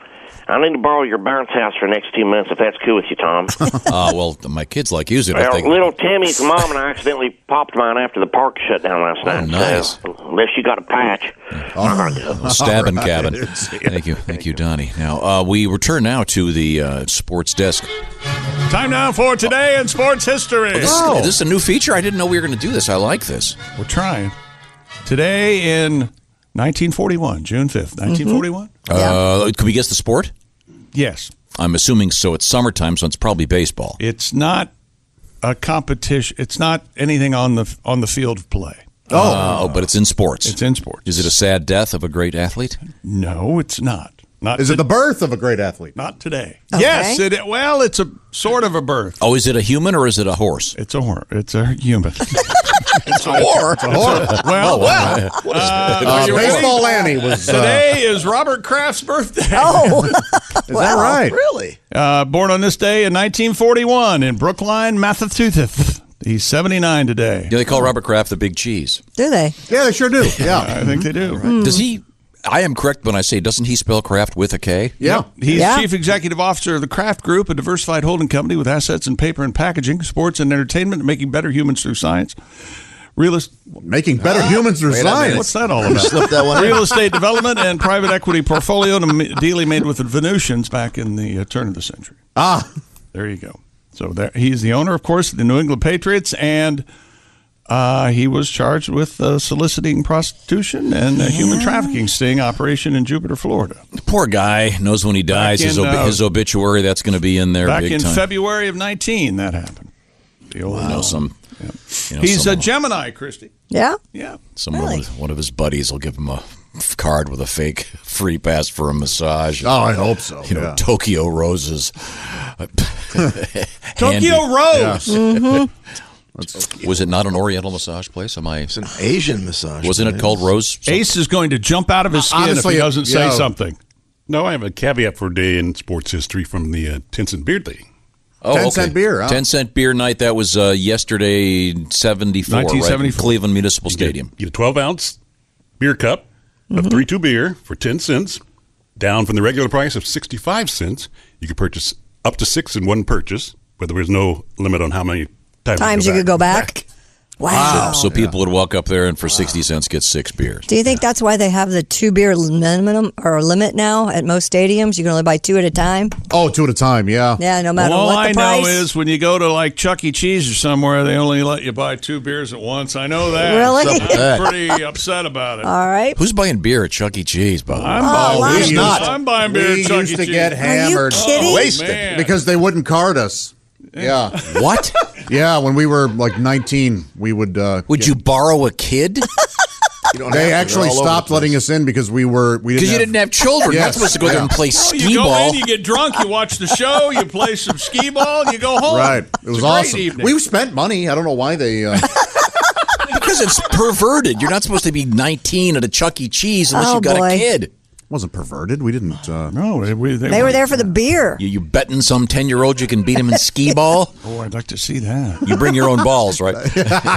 Speaker 16: I need to borrow your bounce house for the next two months if that's cool with you, Tom.
Speaker 6: Ah, well, my kids like using it. I
Speaker 16: Well,
Speaker 6: think.
Speaker 16: little Timmy's mom and I accidentally popped mine after the park shut down last night.
Speaker 6: Oh, nice.
Speaker 16: So, unless you got a patch.
Speaker 6: Oh, Stabbing cabin. Thank you, thank you, Donnie. Now uh, we return now to the uh, sports desk. Oh,
Speaker 24: Time now for today in sports history.
Speaker 6: This,
Speaker 16: Oh.
Speaker 6: this is a new feature. I didn't know we were going to do this. I like this.
Speaker 24: We're trying. Today in 1941, June 5th, 1941.
Speaker 6: Uh, could we guess the sport?
Speaker 24: Yes.
Speaker 6: I'm assuming so. It's summertime, so it's probably baseball.
Speaker 24: It's not a competition. It's not anything on the on the field of play.
Speaker 6: Uh, oh, but it's in sports. It's
Speaker 24: in sports.
Speaker 6: Is it a sad death of a great athlete?
Speaker 24: No, it's not. Not
Speaker 4: Is it the
Speaker 24: to-
Speaker 4: birth of a great athlete?
Speaker 24: Not today. Yes, it, well, it's a sort of a birth.
Speaker 6: Oh, is it a human or is it a horse?
Speaker 24: It's a horse. It's a human.
Speaker 6: it's
Speaker 24: a horse.
Speaker 6: It's Oh,
Speaker 24: a horse. Well,
Speaker 6: well.
Speaker 24: What is- Uh,
Speaker 6: are you
Speaker 4: Baseball
Speaker 6: ready?
Speaker 4: Annie was. Uh,
Speaker 24: Today is Robert Kraft's birthday.
Speaker 4: Oh.
Speaker 24: is
Speaker 4: Wow, right?
Speaker 24: Really? Uh, born on this day in 1941 in Brookline, Massachusetts. He's 79 today.
Speaker 6: Do they call Robert Kraft the Big Cheese?
Speaker 5: Do they?
Speaker 4: Yeah, they sure do. Yeah,
Speaker 24: I think they do.
Speaker 6: Does he? I am correct when I say, doesn't he spell Kraft with a K?
Speaker 24: Yep. He's chief executive officer of the Kraft Group, a diversified holding company with assets in paper and packaging, sports and entertainment, making better humans through science. Real est-
Speaker 4: making better humans through science.
Speaker 24: What's that all
Speaker 4: You
Speaker 24: about?
Speaker 4: slipped that one in.
Speaker 24: Real estate development and private equity portfolio, and a deal he made with the Venusians back in the uh, turn of the century.
Speaker 4: Ah,
Speaker 24: there you go. So there, he's the owner, of course, of the New England Patriots, and uh, he was charged with uh, soliciting prostitution and a human trafficking sting operation in Jupiter, Florida.
Speaker 6: Poor guy knows when he dies. his,
Speaker 24: in,
Speaker 6: obi-
Speaker 24: uh,
Speaker 6: his obituary that's going to be in there
Speaker 24: Back
Speaker 6: big
Speaker 24: in
Speaker 6: time.
Speaker 24: February of 19, that happened. The old
Speaker 6: You know, some. You know,
Speaker 24: He's
Speaker 6: some,
Speaker 24: a Gemini, Christy.
Speaker 5: Yeah.
Speaker 24: Yeah.
Speaker 6: some of his- one of his buddies will give him a card with a fake free pass for a massage. Oh,
Speaker 4: I hope so.
Speaker 6: You know,
Speaker 4: yeah.
Speaker 6: Tokyo roses.
Speaker 24: Tokyo Rose.
Speaker 5: Mm-hmm.
Speaker 6: Was it not an Oriental massage place? Am I? It's an
Speaker 35: Asian massage.
Speaker 6: Wasn't it
Speaker 24: place.
Speaker 6: called Rose?
Speaker 24: Ace is going to jump out of his skin
Speaker 13: Honestly,
Speaker 24: if he doesn't
Speaker 13: yeah.
Speaker 24: say something.
Speaker 13: No, I have a caveat for a day in sports history from the uh, Tencent Beard League.
Speaker 6: Oh,
Speaker 13: Ten
Speaker 6: okay.
Speaker 13: cent beer, huh?
Speaker 6: Ten cent beer night. That was uh, yesterday, seventy four.
Speaker 13: 1974.
Speaker 6: Cleveland Municipal Stadium. Mm-hmm.
Speaker 13: You get a 12 ounce beer cup of 3 2 beer for 10 cents, down from the regular price of 65 cents. You could purchase up to six in one purchase, but there was no limit on how many times,
Speaker 5: Times you could go back. Wow.
Speaker 6: So, so people would walk up there and for sixty cents get six beers.
Speaker 5: Do you think that's why they have the two beer minimum or limit now at most stadiums? You can only buy two at a time.
Speaker 4: Oh, two at a time. Yeah.
Speaker 5: Yeah, no matter
Speaker 24: All
Speaker 5: what the
Speaker 24: I
Speaker 5: price.
Speaker 24: know is when you go to like Chuck E. Cheese or somewhere, they only let you buy two beers at once. I know that.
Speaker 5: Really?
Speaker 24: So I'm
Speaker 6: Hey.
Speaker 24: pretty upset about it.
Speaker 5: All right.
Speaker 6: Who's buying beer at Chuck E. Cheese? By the way,
Speaker 24: I'm
Speaker 4: Oh,
Speaker 24: buying beer.
Speaker 4: we used- not.
Speaker 24: I'm buying beer
Speaker 4: we
Speaker 24: at Chuck
Speaker 4: used
Speaker 24: E.
Speaker 4: to
Speaker 24: Cheese.
Speaker 4: get hammered,
Speaker 24: Oh, man.
Speaker 4: because they wouldn't card us. Yeah.
Speaker 6: What?
Speaker 4: Yeah, when we were like 19, we would. Uh,
Speaker 6: Would you borrow a kid? have
Speaker 4: they
Speaker 6: to.
Speaker 4: actually
Speaker 6: They're all over
Speaker 4: stopped letting us in because we were we
Speaker 6: because you
Speaker 4: didn't have,
Speaker 6: didn't have children.
Speaker 4: Yes.
Speaker 6: That's supposed to go there and
Speaker 4: Yeah.
Speaker 6: play
Speaker 24: Oh,
Speaker 6: skee
Speaker 24: you go
Speaker 6: ball.
Speaker 24: in, you get drunk, you watch the show, you play some skee ball, and you go home.
Speaker 4: Right. It
Speaker 24: It's
Speaker 4: was
Speaker 24: a great
Speaker 4: awesome.
Speaker 24: evening.
Speaker 4: We spent money. I don't know why they. Uh,
Speaker 6: because it's perverted. You're not supposed to be 19 at a Chuck E. Cheese unless
Speaker 5: Oh,
Speaker 6: you've got
Speaker 5: boy.
Speaker 6: a kid.
Speaker 4: wasn't perverted. We didn't. Uh,
Speaker 24: no, we,
Speaker 5: They were there for the beer.
Speaker 6: You, you betting some 10 year old you can beat him in skee ball?
Speaker 24: Oh, I'd like to see that.
Speaker 6: You bring your own balls, right?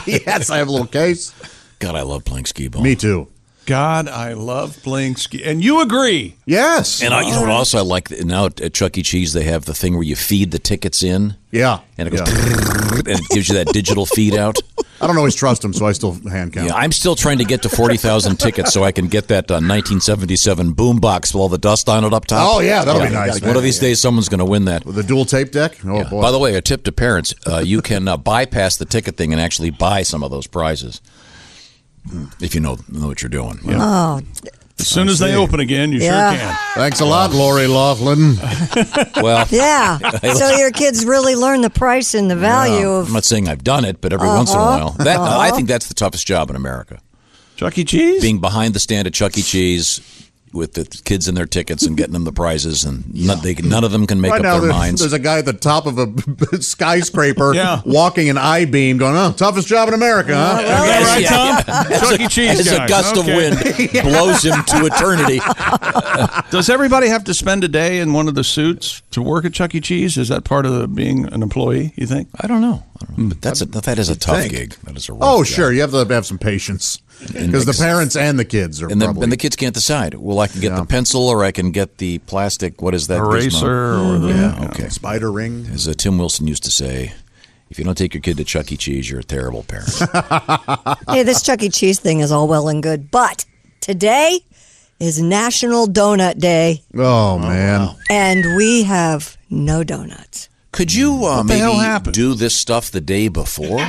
Speaker 4: yes, I have a little case.
Speaker 6: God, I love playing skee ball.
Speaker 4: Me too.
Speaker 24: God, I love playing ski. And you agree.
Speaker 4: Yes.
Speaker 6: And I, you know what also I like that now at Chuck E. Cheese they have the thing where you feed the tickets in.
Speaker 4: Yeah.
Speaker 6: And it goes and it gives you that digital feed out.
Speaker 4: I don't always trust them, so I still hand count.
Speaker 6: Yeah, I'm still trying to get to 40,000 tickets so I can get that uh, 1977 boombox with all the dust on it up top.
Speaker 4: Oh, yeah, that'll be nice,
Speaker 6: One
Speaker 4: man.
Speaker 6: of these days someone's going to win that.
Speaker 4: The dual tape deck. Oh boy.
Speaker 6: By the way, a tip to parents: uh, you can uh, bypass the ticket thing and actually buy some of those prizes if you know know what you're doing.
Speaker 5: Oh,
Speaker 24: As soon as they open again, you
Speaker 5: Yeah.
Speaker 24: sure can.
Speaker 4: Thanks a lot, Lori Laughlin.
Speaker 6: Well,
Speaker 5: yeah. so your kids really learn the price and the value
Speaker 6: uh,
Speaker 5: of.
Speaker 6: I'm not saying I've done it, but every once in a
Speaker 5: Uh-huh.
Speaker 6: while, that
Speaker 5: Uh-huh.
Speaker 6: I think that's the toughest job in America.
Speaker 24: Chuck E. Cheese?
Speaker 6: Being behind the stand at Chuck E. Cheese, with the kids and their tickets and getting them the prizes, and none, they, can- none of them can make
Speaker 4: right
Speaker 6: up
Speaker 4: now,
Speaker 6: their
Speaker 4: there's,
Speaker 6: minds.
Speaker 4: there's a guy at the top of a skyscraper
Speaker 6: Yeah.
Speaker 4: walking an I beam going, oh, toughest job in America, huh?
Speaker 6: Yes, yeah. As
Speaker 4: Chuck
Speaker 6: a-
Speaker 4: E. Cheese
Speaker 6: As
Speaker 4: guy.
Speaker 6: a gust
Speaker 4: Okay.
Speaker 6: of wind blows him to eternity.
Speaker 24: Does everybody have to spend a day in one of the suits to work at Chuck E. Cheese? Is that part of the, being an employee? You think?
Speaker 6: I don't know. I don't know. But that's a, that is a tough gig. That is a rough
Speaker 4: Oh,
Speaker 6: job.
Speaker 4: sure. You have to have some patience
Speaker 6: And
Speaker 4: because the
Speaker 6: makes-
Speaker 4: parents and the kids are
Speaker 6: and the,
Speaker 4: probably.
Speaker 6: and the kids can't decide. Well, I can get the pencil, or I can get the plastic. What is that? gizmo?
Speaker 4: Eraser or the-
Speaker 6: yeah, okay.
Speaker 4: Hmm. spider ring.
Speaker 6: As uh, Tim Wilson used to say, if you don't take your kid to Chuck E. Cheese, you're a terrible parent.
Speaker 4: Oh,
Speaker 5: hey, this Chuck E. Cheese thing is all well and good, but today is National Donut Day,
Speaker 4: oh, man.
Speaker 5: and we have no donuts.
Speaker 6: Could you uh,
Speaker 5: What the hell
Speaker 6: maybe do this stuff the day before?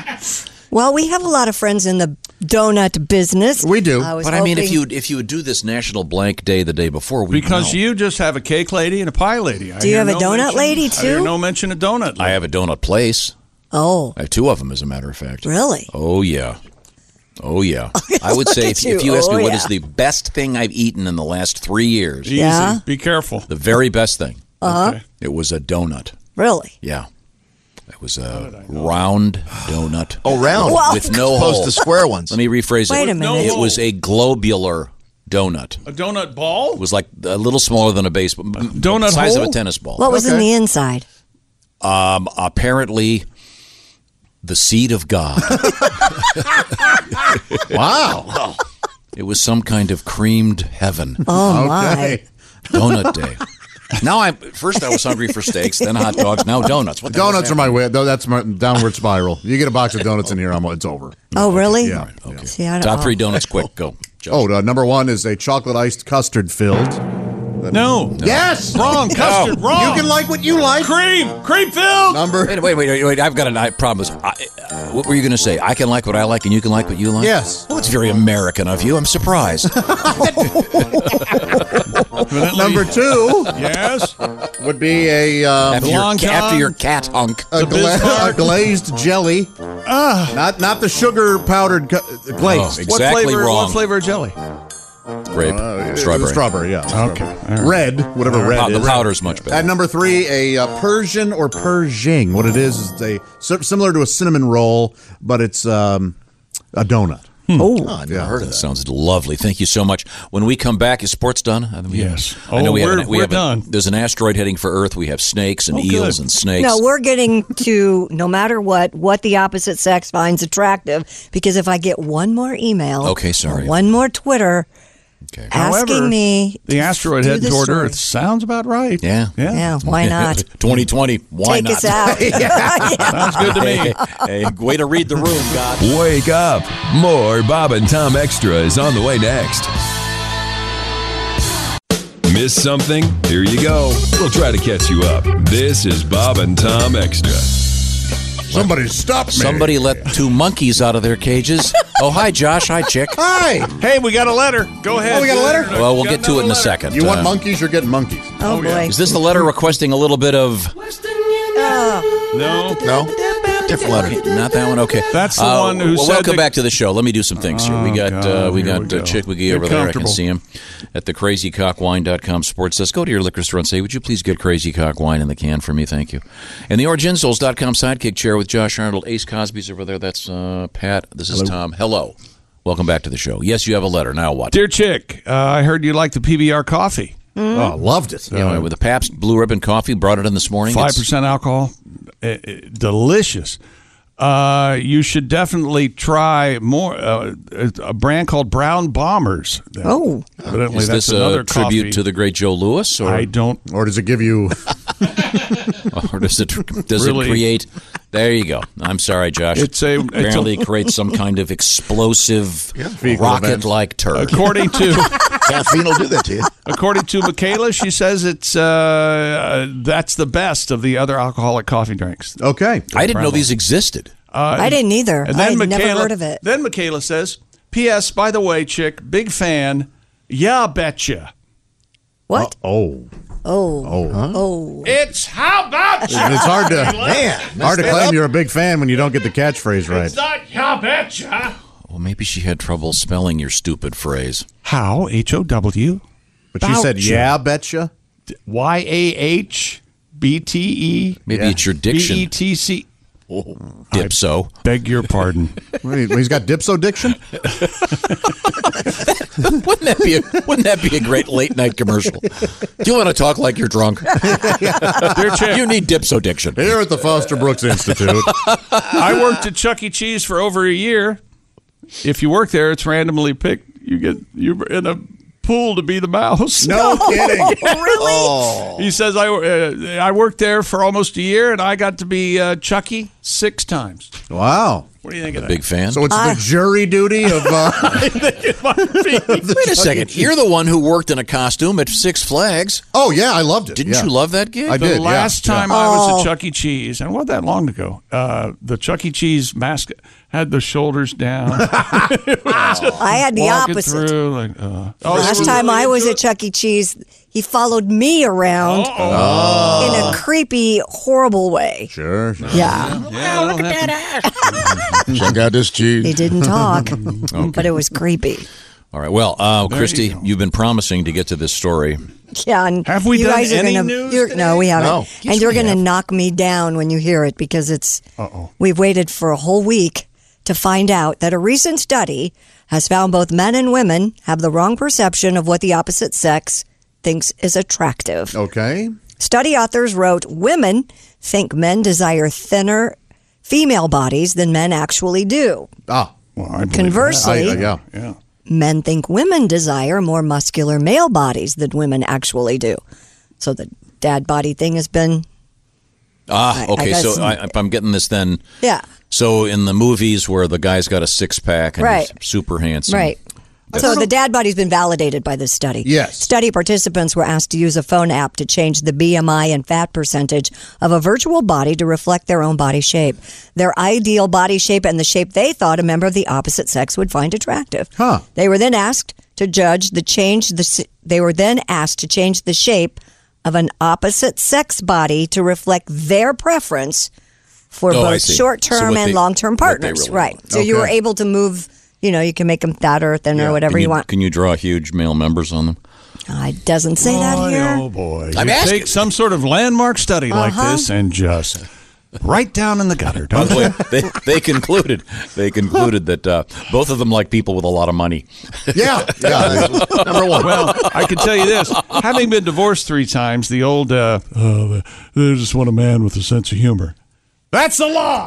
Speaker 5: Well, we have a lot of friends in the donut business.
Speaker 4: We do,
Speaker 5: I was
Speaker 6: but I mean, if
Speaker 5: hoping-
Speaker 6: you if you would do this National Blank Day the day before, we
Speaker 24: Because you just have a cake lady and a pie lady. I
Speaker 5: Do you
Speaker 24: hear
Speaker 5: have a
Speaker 24: no
Speaker 5: donut
Speaker 24: mention-
Speaker 5: lady,
Speaker 24: I hear
Speaker 5: too?
Speaker 24: no mention of donut.
Speaker 6: I have a donut place.
Speaker 5: Oh,
Speaker 6: I have two of them, as a matter of fact.
Speaker 5: Really?
Speaker 6: Oh yeah, oh yeah. I would
Speaker 24: Look
Speaker 6: say
Speaker 24: at
Speaker 6: if, if
Speaker 24: you.
Speaker 6: you ask me
Speaker 24: Oh,
Speaker 6: what
Speaker 24: yeah.
Speaker 6: is the best thing I've eaten in the last three years,
Speaker 24: Easy. Yeah? Be careful.
Speaker 6: The very best thing.
Speaker 5: Uh-huh. Okay.
Speaker 6: It was a donut.
Speaker 5: Really?
Speaker 6: Yeah. It was a round donut.
Speaker 36: Oh, round. Well,
Speaker 6: with no
Speaker 36: opposed
Speaker 6: hole.
Speaker 36: to square ones.
Speaker 6: Let me rephrase
Speaker 36: Wait
Speaker 6: it.
Speaker 36: a With no minute.
Speaker 6: It was a globular donut.
Speaker 24: A donut ball?
Speaker 6: It was like a little smaller than a baseball.
Speaker 24: donut
Speaker 6: size of
Speaker 24: hole?
Speaker 6: a tennis ball.
Speaker 5: what was in the inside?
Speaker 6: Um, apparently, the seed of God.
Speaker 4: wow.
Speaker 6: It was some kind of creamed heaven.
Speaker 5: Oh, my. Okay.
Speaker 6: Donut day. Now I first I was hungry for steaks, then hot dogs, now donuts. What the hell's
Speaker 4: donuts are my way. though That's my downward spiral. You get a box of donuts in here, I'm, it's over.
Speaker 5: Oh, really?
Speaker 4: Yeah.
Speaker 6: Okay.
Speaker 5: See, I don't,
Speaker 6: Top three donuts, quick, go.
Speaker 4: Oh, uh, number one is a chocolate iced custard filled.
Speaker 24: No.
Speaker 4: Yes. Oh.
Speaker 24: Wrong. Custard. Wrong.
Speaker 4: You can like what you like.
Speaker 24: Cream. Cream filled.
Speaker 4: Number.
Speaker 6: Wait, wait, wait, wait, wait. I've got a I promise. I, uh, what were you going to say? I can like what I like, and you can like what you like.
Speaker 4: Yes.
Speaker 6: Oh, it's very American of you. I'm surprised.
Speaker 4: Number two.
Speaker 24: yes.
Speaker 4: Would be a um,
Speaker 6: After your- Long after John. your cat hunk.
Speaker 4: A,
Speaker 6: The
Speaker 4: gla-
Speaker 6: Bismarck.
Speaker 4: a glazed jelly. not not the sugar powdered cu- glazed.
Speaker 6: Oh, exactly
Speaker 24: Ah. what flavor,
Speaker 6: wrong.
Speaker 24: What flavor of jelly?
Speaker 6: Grape,
Speaker 4: Uh,
Speaker 6: strawberry,
Speaker 4: strawberry, yeah.
Speaker 24: Okay.
Speaker 4: Red, whatever red
Speaker 6: Pow-
Speaker 4: is.
Speaker 6: The powder's much better.
Speaker 4: At number three, a uh, Persian or Pershing. What it is is a si- similar to a cinnamon roll, but it's um, a donut.
Speaker 6: Oh, I've never heard of that. Sounds lovely. Thank you so much. When we come back, is sports done? I mean,
Speaker 24: Yes.
Speaker 6: I
Speaker 24: Oh,
Speaker 6: know we have.
Speaker 24: we're-
Speaker 6: an- we
Speaker 24: we're
Speaker 6: have a-
Speaker 24: done. Oh,
Speaker 6: there's an asteroid heading for Earth. We have snakes and eels and snakes.
Speaker 5: No, we're getting to no matter what, what the opposite sex finds attractive. Because if I get one more email,
Speaker 24: Okay, sorry.
Speaker 5: or one more Twitter asking
Speaker 24: However,
Speaker 5: me,
Speaker 24: The asteroid
Speaker 5: do
Speaker 24: heading
Speaker 5: the
Speaker 24: toward
Speaker 5: story.
Speaker 24: Earth sounds about right.
Speaker 6: Yeah.
Speaker 24: Yeah.
Speaker 5: Yeah, why not?
Speaker 6: 2020. Why
Speaker 5: Take
Speaker 6: not?
Speaker 5: us out.
Speaker 24: Sounds good to me.
Speaker 6: Hey, hey, way to read the room, God.
Speaker 30: Wake up. More Bob and Tom Extra is on the way next. Miss something? Here you go. We'll try to catch you up. This is Bob and Tom Extra.
Speaker 4: Somebody stop me.
Speaker 6: Somebody let two monkeys out of their cages. Oh, hi, Josh. Hi, Chick.
Speaker 4: Hi.
Speaker 24: Hey, we got a letter. Go ahead.
Speaker 4: Oh, we got a letter?
Speaker 6: Well, we'll get to it in a second.
Speaker 4: You want
Speaker 6: Uh,
Speaker 4: monkeys? You're getting monkeys.
Speaker 5: Oh, boy.
Speaker 6: Is this the letter requesting a little bit of
Speaker 24: No.
Speaker 6: No. Different letter. Not that one. Okay. Uh,
Speaker 24: That's the one who
Speaker 6: well,
Speaker 24: said
Speaker 6: Welcome
Speaker 24: that- Oh,
Speaker 6: back to the show. Let me do some things here. We got uh, we got uh, Chick McGee
Speaker 24: Get
Speaker 6: over there. I can
Speaker 24: comfortable.
Speaker 6: see him at the crazycockwine.com sports desk. Go to your liquor store and say, "Would you please get Crazy Cock wine in the can for me? Thank you." And the originals.com sidekick chair with Josh Arnold, Ace Cosby's over there. That's uh, Pat. This is
Speaker 24: Hello.
Speaker 6: Tom. Hello. Welcome back to the show. Yes, you have a letter. Now what?
Speaker 24: Dear Chick, uh, I heard you like the PBR coffee.
Speaker 6: Mm.
Speaker 4: Oh, loved it.
Speaker 6: Anyway, with the Pabst Blue Ribbon Coffee, brought it in this morning.
Speaker 24: Five
Speaker 6: It's-
Speaker 24: percent alcohol, Eh, eh, delicious. Uh, you should definitely try more uh, a brand called Brown Bombers.
Speaker 5: Oh,
Speaker 24: evidently
Speaker 6: Is
Speaker 24: that's
Speaker 6: this
Speaker 24: another
Speaker 6: a tribute
Speaker 24: coffee.
Speaker 6: to the great Joe Lewis? Or
Speaker 24: I don't.
Speaker 4: Or does it give you?
Speaker 6: or Oh, does it does
Speaker 24: Really?
Speaker 6: it create? There you go. I'm sorry, Josh.
Speaker 24: It's a- it's a-
Speaker 6: apparently it creates some kind of explosive
Speaker 24: Vehicle
Speaker 6: rocket-like turd.
Speaker 24: According to
Speaker 36: Caffeine will do that to you.
Speaker 24: according to Michaela, she says it's uh, uh, that's the best of the other alcoholic coffee drinks.
Speaker 4: Okay,
Speaker 6: I didn't know these existed.
Speaker 24: Uh,
Speaker 5: I didn't either.
Speaker 24: And
Speaker 5: I
Speaker 24: then
Speaker 5: had
Speaker 24: Michaela,
Speaker 5: never heard of it.
Speaker 24: Then Michaela says, "P.S. By the way, chick, big fan. Yeah, betcha.
Speaker 5: What?
Speaker 4: Oh,
Speaker 5: Oh,
Speaker 4: oh.
Speaker 5: oh.
Speaker 24: It's how about you?
Speaker 4: It's hard to
Speaker 24: Man,
Speaker 4: hard to
Speaker 24: messed it
Speaker 4: claim
Speaker 24: up.
Speaker 4: you're a big fan when you don't get the catchphrase right.
Speaker 24: not yeah, betcha.
Speaker 6: Well, maybe she had trouble spelling your stupid phrase.
Speaker 24: How H O W
Speaker 4: But you said,
Speaker 24: Boucher.
Speaker 4: yeah, betcha.
Speaker 24: Y A H B T E.
Speaker 6: Maybe it's your diction.
Speaker 24: B E T C.
Speaker 6: Dipso.
Speaker 24: beg your pardon.
Speaker 4: Oh. he's got dipso diction?
Speaker 6: wouldn't that be a, wouldn't that be a great late night commercial? Do you want to talk like you're drunk? you need dipso diction.
Speaker 4: Here at the Foster Brooks Institute.
Speaker 24: I worked at Chuck E. Cheese for over a year. If you work there, it's randomly picked. You get you're in a pool to be the mouse.
Speaker 4: No No kidding.
Speaker 24: really?
Speaker 4: Oh.
Speaker 24: He says I uh, I worked there for almost a year, and I got to be uh, Chucky six times.
Speaker 4: Wow.
Speaker 24: What do you think of
Speaker 6: A
Speaker 24: that?
Speaker 6: big fan.
Speaker 24: So it's the
Speaker 5: Ah.
Speaker 4: The jury duty of. Uh,
Speaker 6: Wait a second. You're the one who worked in a costume at Six Flags.
Speaker 4: Oh yeah, I loved it.
Speaker 6: Didn't
Speaker 24: yeah.
Speaker 6: you love that gig?
Speaker 24: the last time I was at Chuck E. Cheese, and it wasn't that long ago, uh, the Chuck E. Cheese mask had the shoulders down.
Speaker 5: I had the
Speaker 24: Walking
Speaker 5: opposite.
Speaker 24: through, like, uh, oh,
Speaker 5: Last time I was at Chuck E. Cheese, he followed me around
Speaker 24: Oh.
Speaker 5: in a creepy, horrible way.
Speaker 4: Sure.
Speaker 5: Yeah.
Speaker 24: Wow, look at
Speaker 5: that
Speaker 6: Check out this cheese.
Speaker 5: They didn't talk, but it was creepy.
Speaker 6: All right. Well, uh, Christy, you have been promising to get to this story.
Speaker 5: Yeah, and
Speaker 6: Have we
Speaker 5: you
Speaker 6: done
Speaker 5: guys are
Speaker 6: any
Speaker 5: gonna,
Speaker 6: news
Speaker 5: you're- No, we haven't.
Speaker 6: No.
Speaker 5: And you're going to knock me down when you hear it because it's.
Speaker 24: Uh-oh.
Speaker 5: We've waited for a whole week to find out that a recent study has found both men and women have the wrong perception of what the opposite sex thinks is attractive.
Speaker 4: Okay.
Speaker 5: Study authors wrote women think men desire thinner female bodies than men actually do.
Speaker 4: Ah.
Speaker 24: Well, I believe that.
Speaker 5: Conversely-
Speaker 4: I- I- yeah.
Speaker 24: Yeah.
Speaker 5: men think women desire more muscular male bodies than women actually do. So the dad body thing has been,
Speaker 6: Ah,
Speaker 5: I- I
Speaker 6: okay.
Speaker 5: got
Speaker 6: so
Speaker 5: some-
Speaker 6: I, if I'm getting this, then
Speaker 5: yeah,
Speaker 6: so in the movies where the guy's got a six pack and
Speaker 5: Right.
Speaker 6: he's super handsome,
Speaker 5: right. So the dad body's been validated by this study.
Speaker 6: Yes.
Speaker 5: Study participants were asked to use a phone app to change the BMI and fat percentage of a virtual body to reflect their own body shape, their ideal body shape, and the shape they thought a member of the opposite sex would find attractive. Huh. They were then asked to judge the change. The s- they were then asked to change the shape of an opposite sex body to reflect their preference for
Speaker 12: Oh, I
Speaker 5: both
Speaker 12: see.
Speaker 5: short-term
Speaker 12: So what
Speaker 5: and
Speaker 12: they-
Speaker 5: long-term
Speaker 12: what they
Speaker 5: partners.
Speaker 12: really
Speaker 5: right.
Speaker 12: want.
Speaker 5: So you were
Speaker 12: Okay.
Speaker 5: able to move. You know, you can make them fatter, thinner, whatever
Speaker 6: Can
Speaker 5: you want.
Speaker 6: Can you draw huge male members on them?
Speaker 5: I doesn't say that here.
Speaker 24: Oh boy!
Speaker 6: I'm
Speaker 24: you
Speaker 6: asking-
Speaker 24: take some sort of landmark study like
Speaker 5: Uh-huh.
Speaker 24: this and just right down in the gutter.
Speaker 6: By
Speaker 24: Don't
Speaker 6: the way, they, they concluded they concluded that uh, both of them like people with a lot of money.
Speaker 4: Yeah,
Speaker 24: Well, I can tell you this: having been divorced three times, the old uh, oh, they just want a man with a sense of humor. That's the law.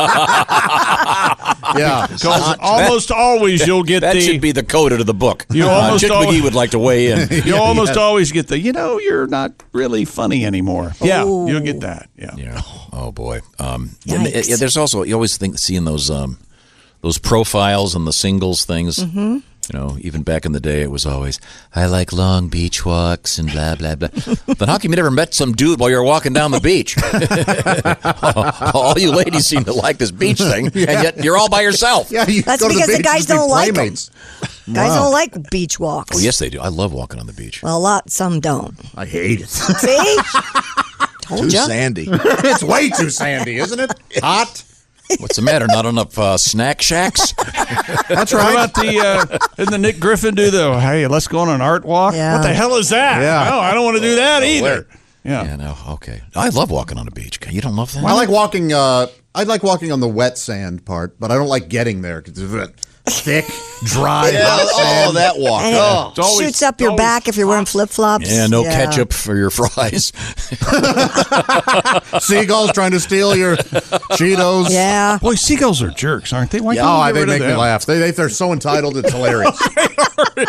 Speaker 4: yeah,
Speaker 24: Because almost always you'll get
Speaker 6: that
Speaker 24: the-
Speaker 6: should be the coda to the book.
Speaker 24: You almost
Speaker 6: uh, Chick
Speaker 24: always-
Speaker 6: McGee would like to weigh in.
Speaker 24: You almost always get the. You know, you're not really funny anymore. Yeah, you'll get that. Yeah.
Speaker 6: Oh boy. Um, and, uh, yeah, there's also you always think seeing those um, those profiles and the singles things.
Speaker 4: Mm-hmm.
Speaker 12: Mhm.
Speaker 6: You know, even back in the day, it was always I like long beach walks and blah blah blah. but how come you never met some dude while you were walking down the beach? all you ladies seem to like this beach thing, and yet you're all by yourself.
Speaker 4: Yeah, you
Speaker 5: That's
Speaker 4: go to
Speaker 5: because the
Speaker 4: beach,
Speaker 5: guys
Speaker 4: just be
Speaker 5: don't like 'em.
Speaker 4: playmates.
Speaker 5: Guys
Speaker 6: Wow.
Speaker 5: don't like beach walks.
Speaker 6: Oh yes, they do. I love walking on the beach.
Speaker 5: Well, a lot some don't.
Speaker 4: I hate it.
Speaker 5: See, told ya.
Speaker 4: it's way too sandy, isn't it? Hot.
Speaker 6: What's the matter? Not enough uh, snack shacks.
Speaker 4: That's
Speaker 24: How
Speaker 4: right.
Speaker 24: about the uh, didn't the Nick Griffin do the hey let's go on an art walk?
Speaker 5: Yeah.
Speaker 24: What the hell is that?
Speaker 4: Yeah.
Speaker 24: No, I don't want to do that
Speaker 6: Oh,
Speaker 24: either.
Speaker 6: wait.
Speaker 24: Yeah.
Speaker 6: no. Okay. I love walking on a beach. You don't love that?
Speaker 4: I like walking. Uh, I like walking on the wet sand part, but I don't like getting there because it's uh, thick, dry.
Speaker 5: Yeah,
Speaker 4: wet
Speaker 5: oh,
Speaker 4: sand.
Speaker 5: that walk. Oh. And it
Speaker 6: Oh.
Speaker 4: Yeah.
Speaker 5: shoots up your back if you're wearing flip flops.
Speaker 6: Yeah, no ketchup for your fries.
Speaker 4: Seagulls trying to steal your Cheetos.
Speaker 5: Yeah.
Speaker 24: Boy, seagulls are jerks, aren't they? Why
Speaker 4: Yeah,
Speaker 24: can't
Speaker 4: oh,
Speaker 24: we get
Speaker 4: they
Speaker 24: rid of
Speaker 4: make me
Speaker 24: them?
Speaker 4: laugh. They, they, they're so entitled, it's hilarious.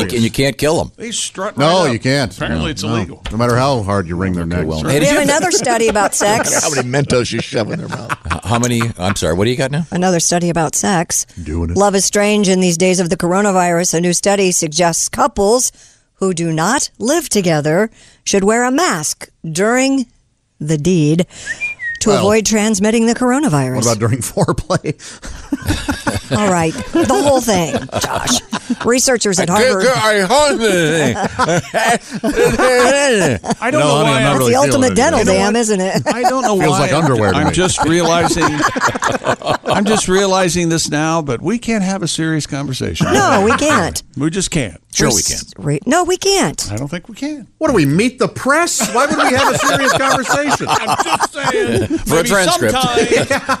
Speaker 6: And you, and you can't kill them.
Speaker 24: They strut.
Speaker 4: no,
Speaker 24: right up.
Speaker 4: you can't.
Speaker 24: Apparently,
Speaker 4: No,
Speaker 24: it's
Speaker 4: no.
Speaker 24: illegal.
Speaker 4: No matter how hard you wring their neck.
Speaker 6: well,
Speaker 5: We have another study about sex.
Speaker 6: Mentos you shove in their mouth? How many? I'm sorry. What do you got now?
Speaker 5: Another study about sex.
Speaker 6: Doing
Speaker 5: Love is strange in these days of the coronavirus. A new study suggests couples who do not live together should wear a mask during the deed to
Speaker 4: Well,
Speaker 5: avoid transmitting the coronavirus.
Speaker 4: What about during foreplay?
Speaker 5: All right, the whole thing, Josh. Researchers at
Speaker 6: I
Speaker 5: Harvard.
Speaker 6: can't go- I haunt the thing.
Speaker 5: I
Speaker 6: don't No, know honey, why
Speaker 5: That's
Speaker 6: I'm not really
Speaker 5: the
Speaker 6: feeling
Speaker 5: ultimate
Speaker 6: it.
Speaker 5: dental
Speaker 6: You know
Speaker 5: dam,
Speaker 6: what?
Speaker 5: isn't it?
Speaker 24: I don't know
Speaker 5: why.
Speaker 24: Feels like
Speaker 14: underwear to
Speaker 24: I'm
Speaker 14: me.
Speaker 24: just realizing. I'm just realizing this now, but we can't have a serious conversation.
Speaker 5: No, we can't.
Speaker 24: We just can't.
Speaker 5: We're s- re- no, we can't.
Speaker 24: I don't think we can.
Speaker 4: What do we meet the press? Why would we have a serious conversation? I'm just saying.
Speaker 6: For a transcript.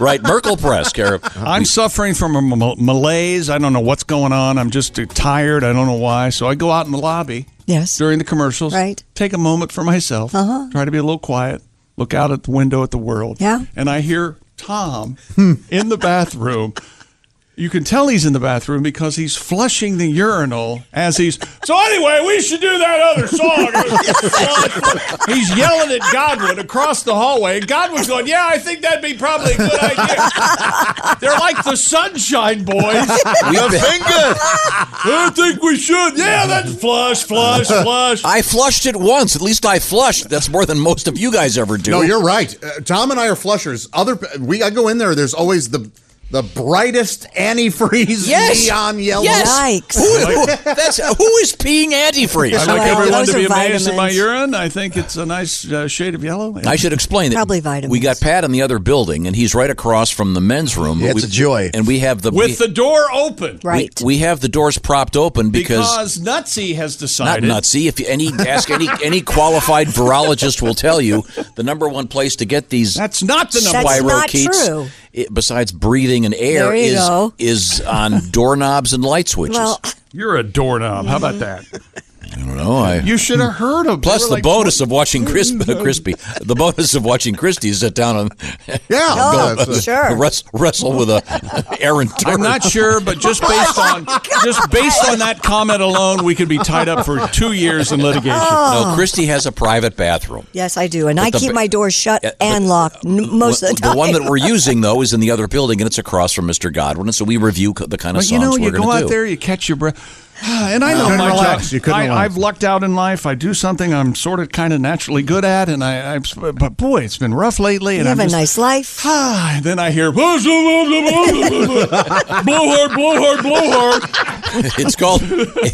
Speaker 6: right, Merkel Press, Kara.
Speaker 24: I'm suffering from a mal- malaise. I don't know what's going on. I'm just uh, tired. I don't know why. So I go out in the lobby.
Speaker 5: Yes.
Speaker 24: During the commercials. Right. Take a moment for myself. Uh-huh. Try to be a little quiet. Look out at the window at the world. Yeah. Hmm. And I hear Tom in the bathroom. You can tell he's in the bathroom because he's flushing the urinal as he's. So anyway, we should do that other song. he's yelling at Godwin across the hallway, and Godwin's going, "Yeah, I think that'd be probably a good idea." They're like the Sunshine Boys.
Speaker 6: We
Speaker 24: the
Speaker 6: bet.
Speaker 24: finger. I think we should. Yeah, that's flush, flush, flush.
Speaker 6: I flushed it once. At least I flushed. That's more than most of you guys ever do.
Speaker 4: No, you're right. Uh, Tom and I are flushers. Other we, I go in there. There's always the the brightest antifreeze
Speaker 6: Yes.
Speaker 4: neon yellow.
Speaker 6: Yes. Who, that's, who is peeing antifreeze?
Speaker 24: I'd like everyone to be amazed at my urine. I think it's a nice uh, shade of yellow.
Speaker 6: I should explain that
Speaker 24: Probably vitamins.
Speaker 6: We got Pat in the other building, and he's right across from the men's room.
Speaker 24: Yeah, it's
Speaker 6: We-
Speaker 24: a joy.
Speaker 6: And we have the
Speaker 24: With the door open.
Speaker 6: we, We, have the doors propped open
Speaker 24: Because
Speaker 6: because,
Speaker 24: Nutsy has
Speaker 6: not
Speaker 24: decided.
Speaker 6: nutsy. If you, any ask any any qualified virologist will tell you, the number one place to get these
Speaker 24: that's not the number- That's not true.
Speaker 6: besides breathing and air
Speaker 5: There you
Speaker 6: is
Speaker 5: go.
Speaker 6: is on doorknobs and light switches.
Speaker 5: Well,
Speaker 24: You're a doorknob. How about that?
Speaker 6: I don't know. I,
Speaker 24: You should have heard of.
Speaker 6: Plus
Speaker 24: they were
Speaker 6: the
Speaker 24: like-
Speaker 6: bonus of watching Chris, Crispy, the bonus of watching Christie sit down and
Speaker 24: Yeah,
Speaker 6: go-
Speaker 24: oh, sure.
Speaker 6: wrest- wrestle with a errant.
Speaker 24: I'm not sure, but just
Speaker 6: Oh
Speaker 24: based on just based on that comment alone, we could be tied up for two years in litigation.
Speaker 5: Oh.
Speaker 6: Oh. No, Christie has a private bathroom.
Speaker 5: Yes, I do, and I
Speaker 6: But the
Speaker 5: keep
Speaker 6: ba-
Speaker 5: my doors shut
Speaker 6: Yeah,
Speaker 5: and
Speaker 6: but-
Speaker 5: locked n- most of the time.
Speaker 6: one that we're using though is in the other building, and it's across from Mr. Godwin, and so we review co- the kind of
Speaker 24: But
Speaker 6: songs
Speaker 24: you know,
Speaker 6: we're
Speaker 24: you
Speaker 6: going
Speaker 24: go
Speaker 6: to
Speaker 24: out
Speaker 6: do.
Speaker 24: there, you catch your breath. And I
Speaker 6: You
Speaker 24: know
Speaker 6: couldn't
Speaker 24: my
Speaker 6: relax.
Speaker 24: job.
Speaker 6: You couldn't
Speaker 24: I,
Speaker 6: relax.
Speaker 24: I've lucked out in life. I do something I'm sort of kind of naturally good at, and I, I. But boy, it's been rough lately.
Speaker 5: You
Speaker 24: And
Speaker 5: have
Speaker 24: I'm
Speaker 5: a
Speaker 24: just-
Speaker 5: nice life.
Speaker 24: Ah, and then I hear blowhard, blowhard, blowhard.
Speaker 6: it's called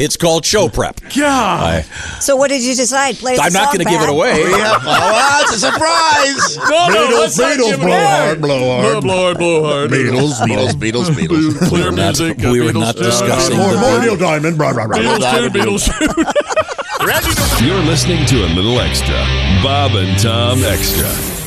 Speaker 6: it's called show prep.
Speaker 24: Yeah.
Speaker 5: So what did you decide? Play the
Speaker 6: I'm not
Speaker 5: song
Speaker 6: going to give it
Speaker 5: back?
Speaker 6: away.
Speaker 37: Oh, that's a surprise.
Speaker 24: No, no, let's not give it away.
Speaker 14: blowhard,
Speaker 24: blowhard, blowhard.
Speaker 14: Beatles, Beatles,
Speaker 6: Beatles, Beatles.
Speaker 14: Clear we music. we were not
Speaker 30: discussing
Speaker 14: More,
Speaker 30: the
Speaker 14: more
Speaker 30: Beatles.
Speaker 14: Neil Diamond. Blah, blah, blah.
Speaker 30: You're listening to a little extra. Bob and Tom Extra.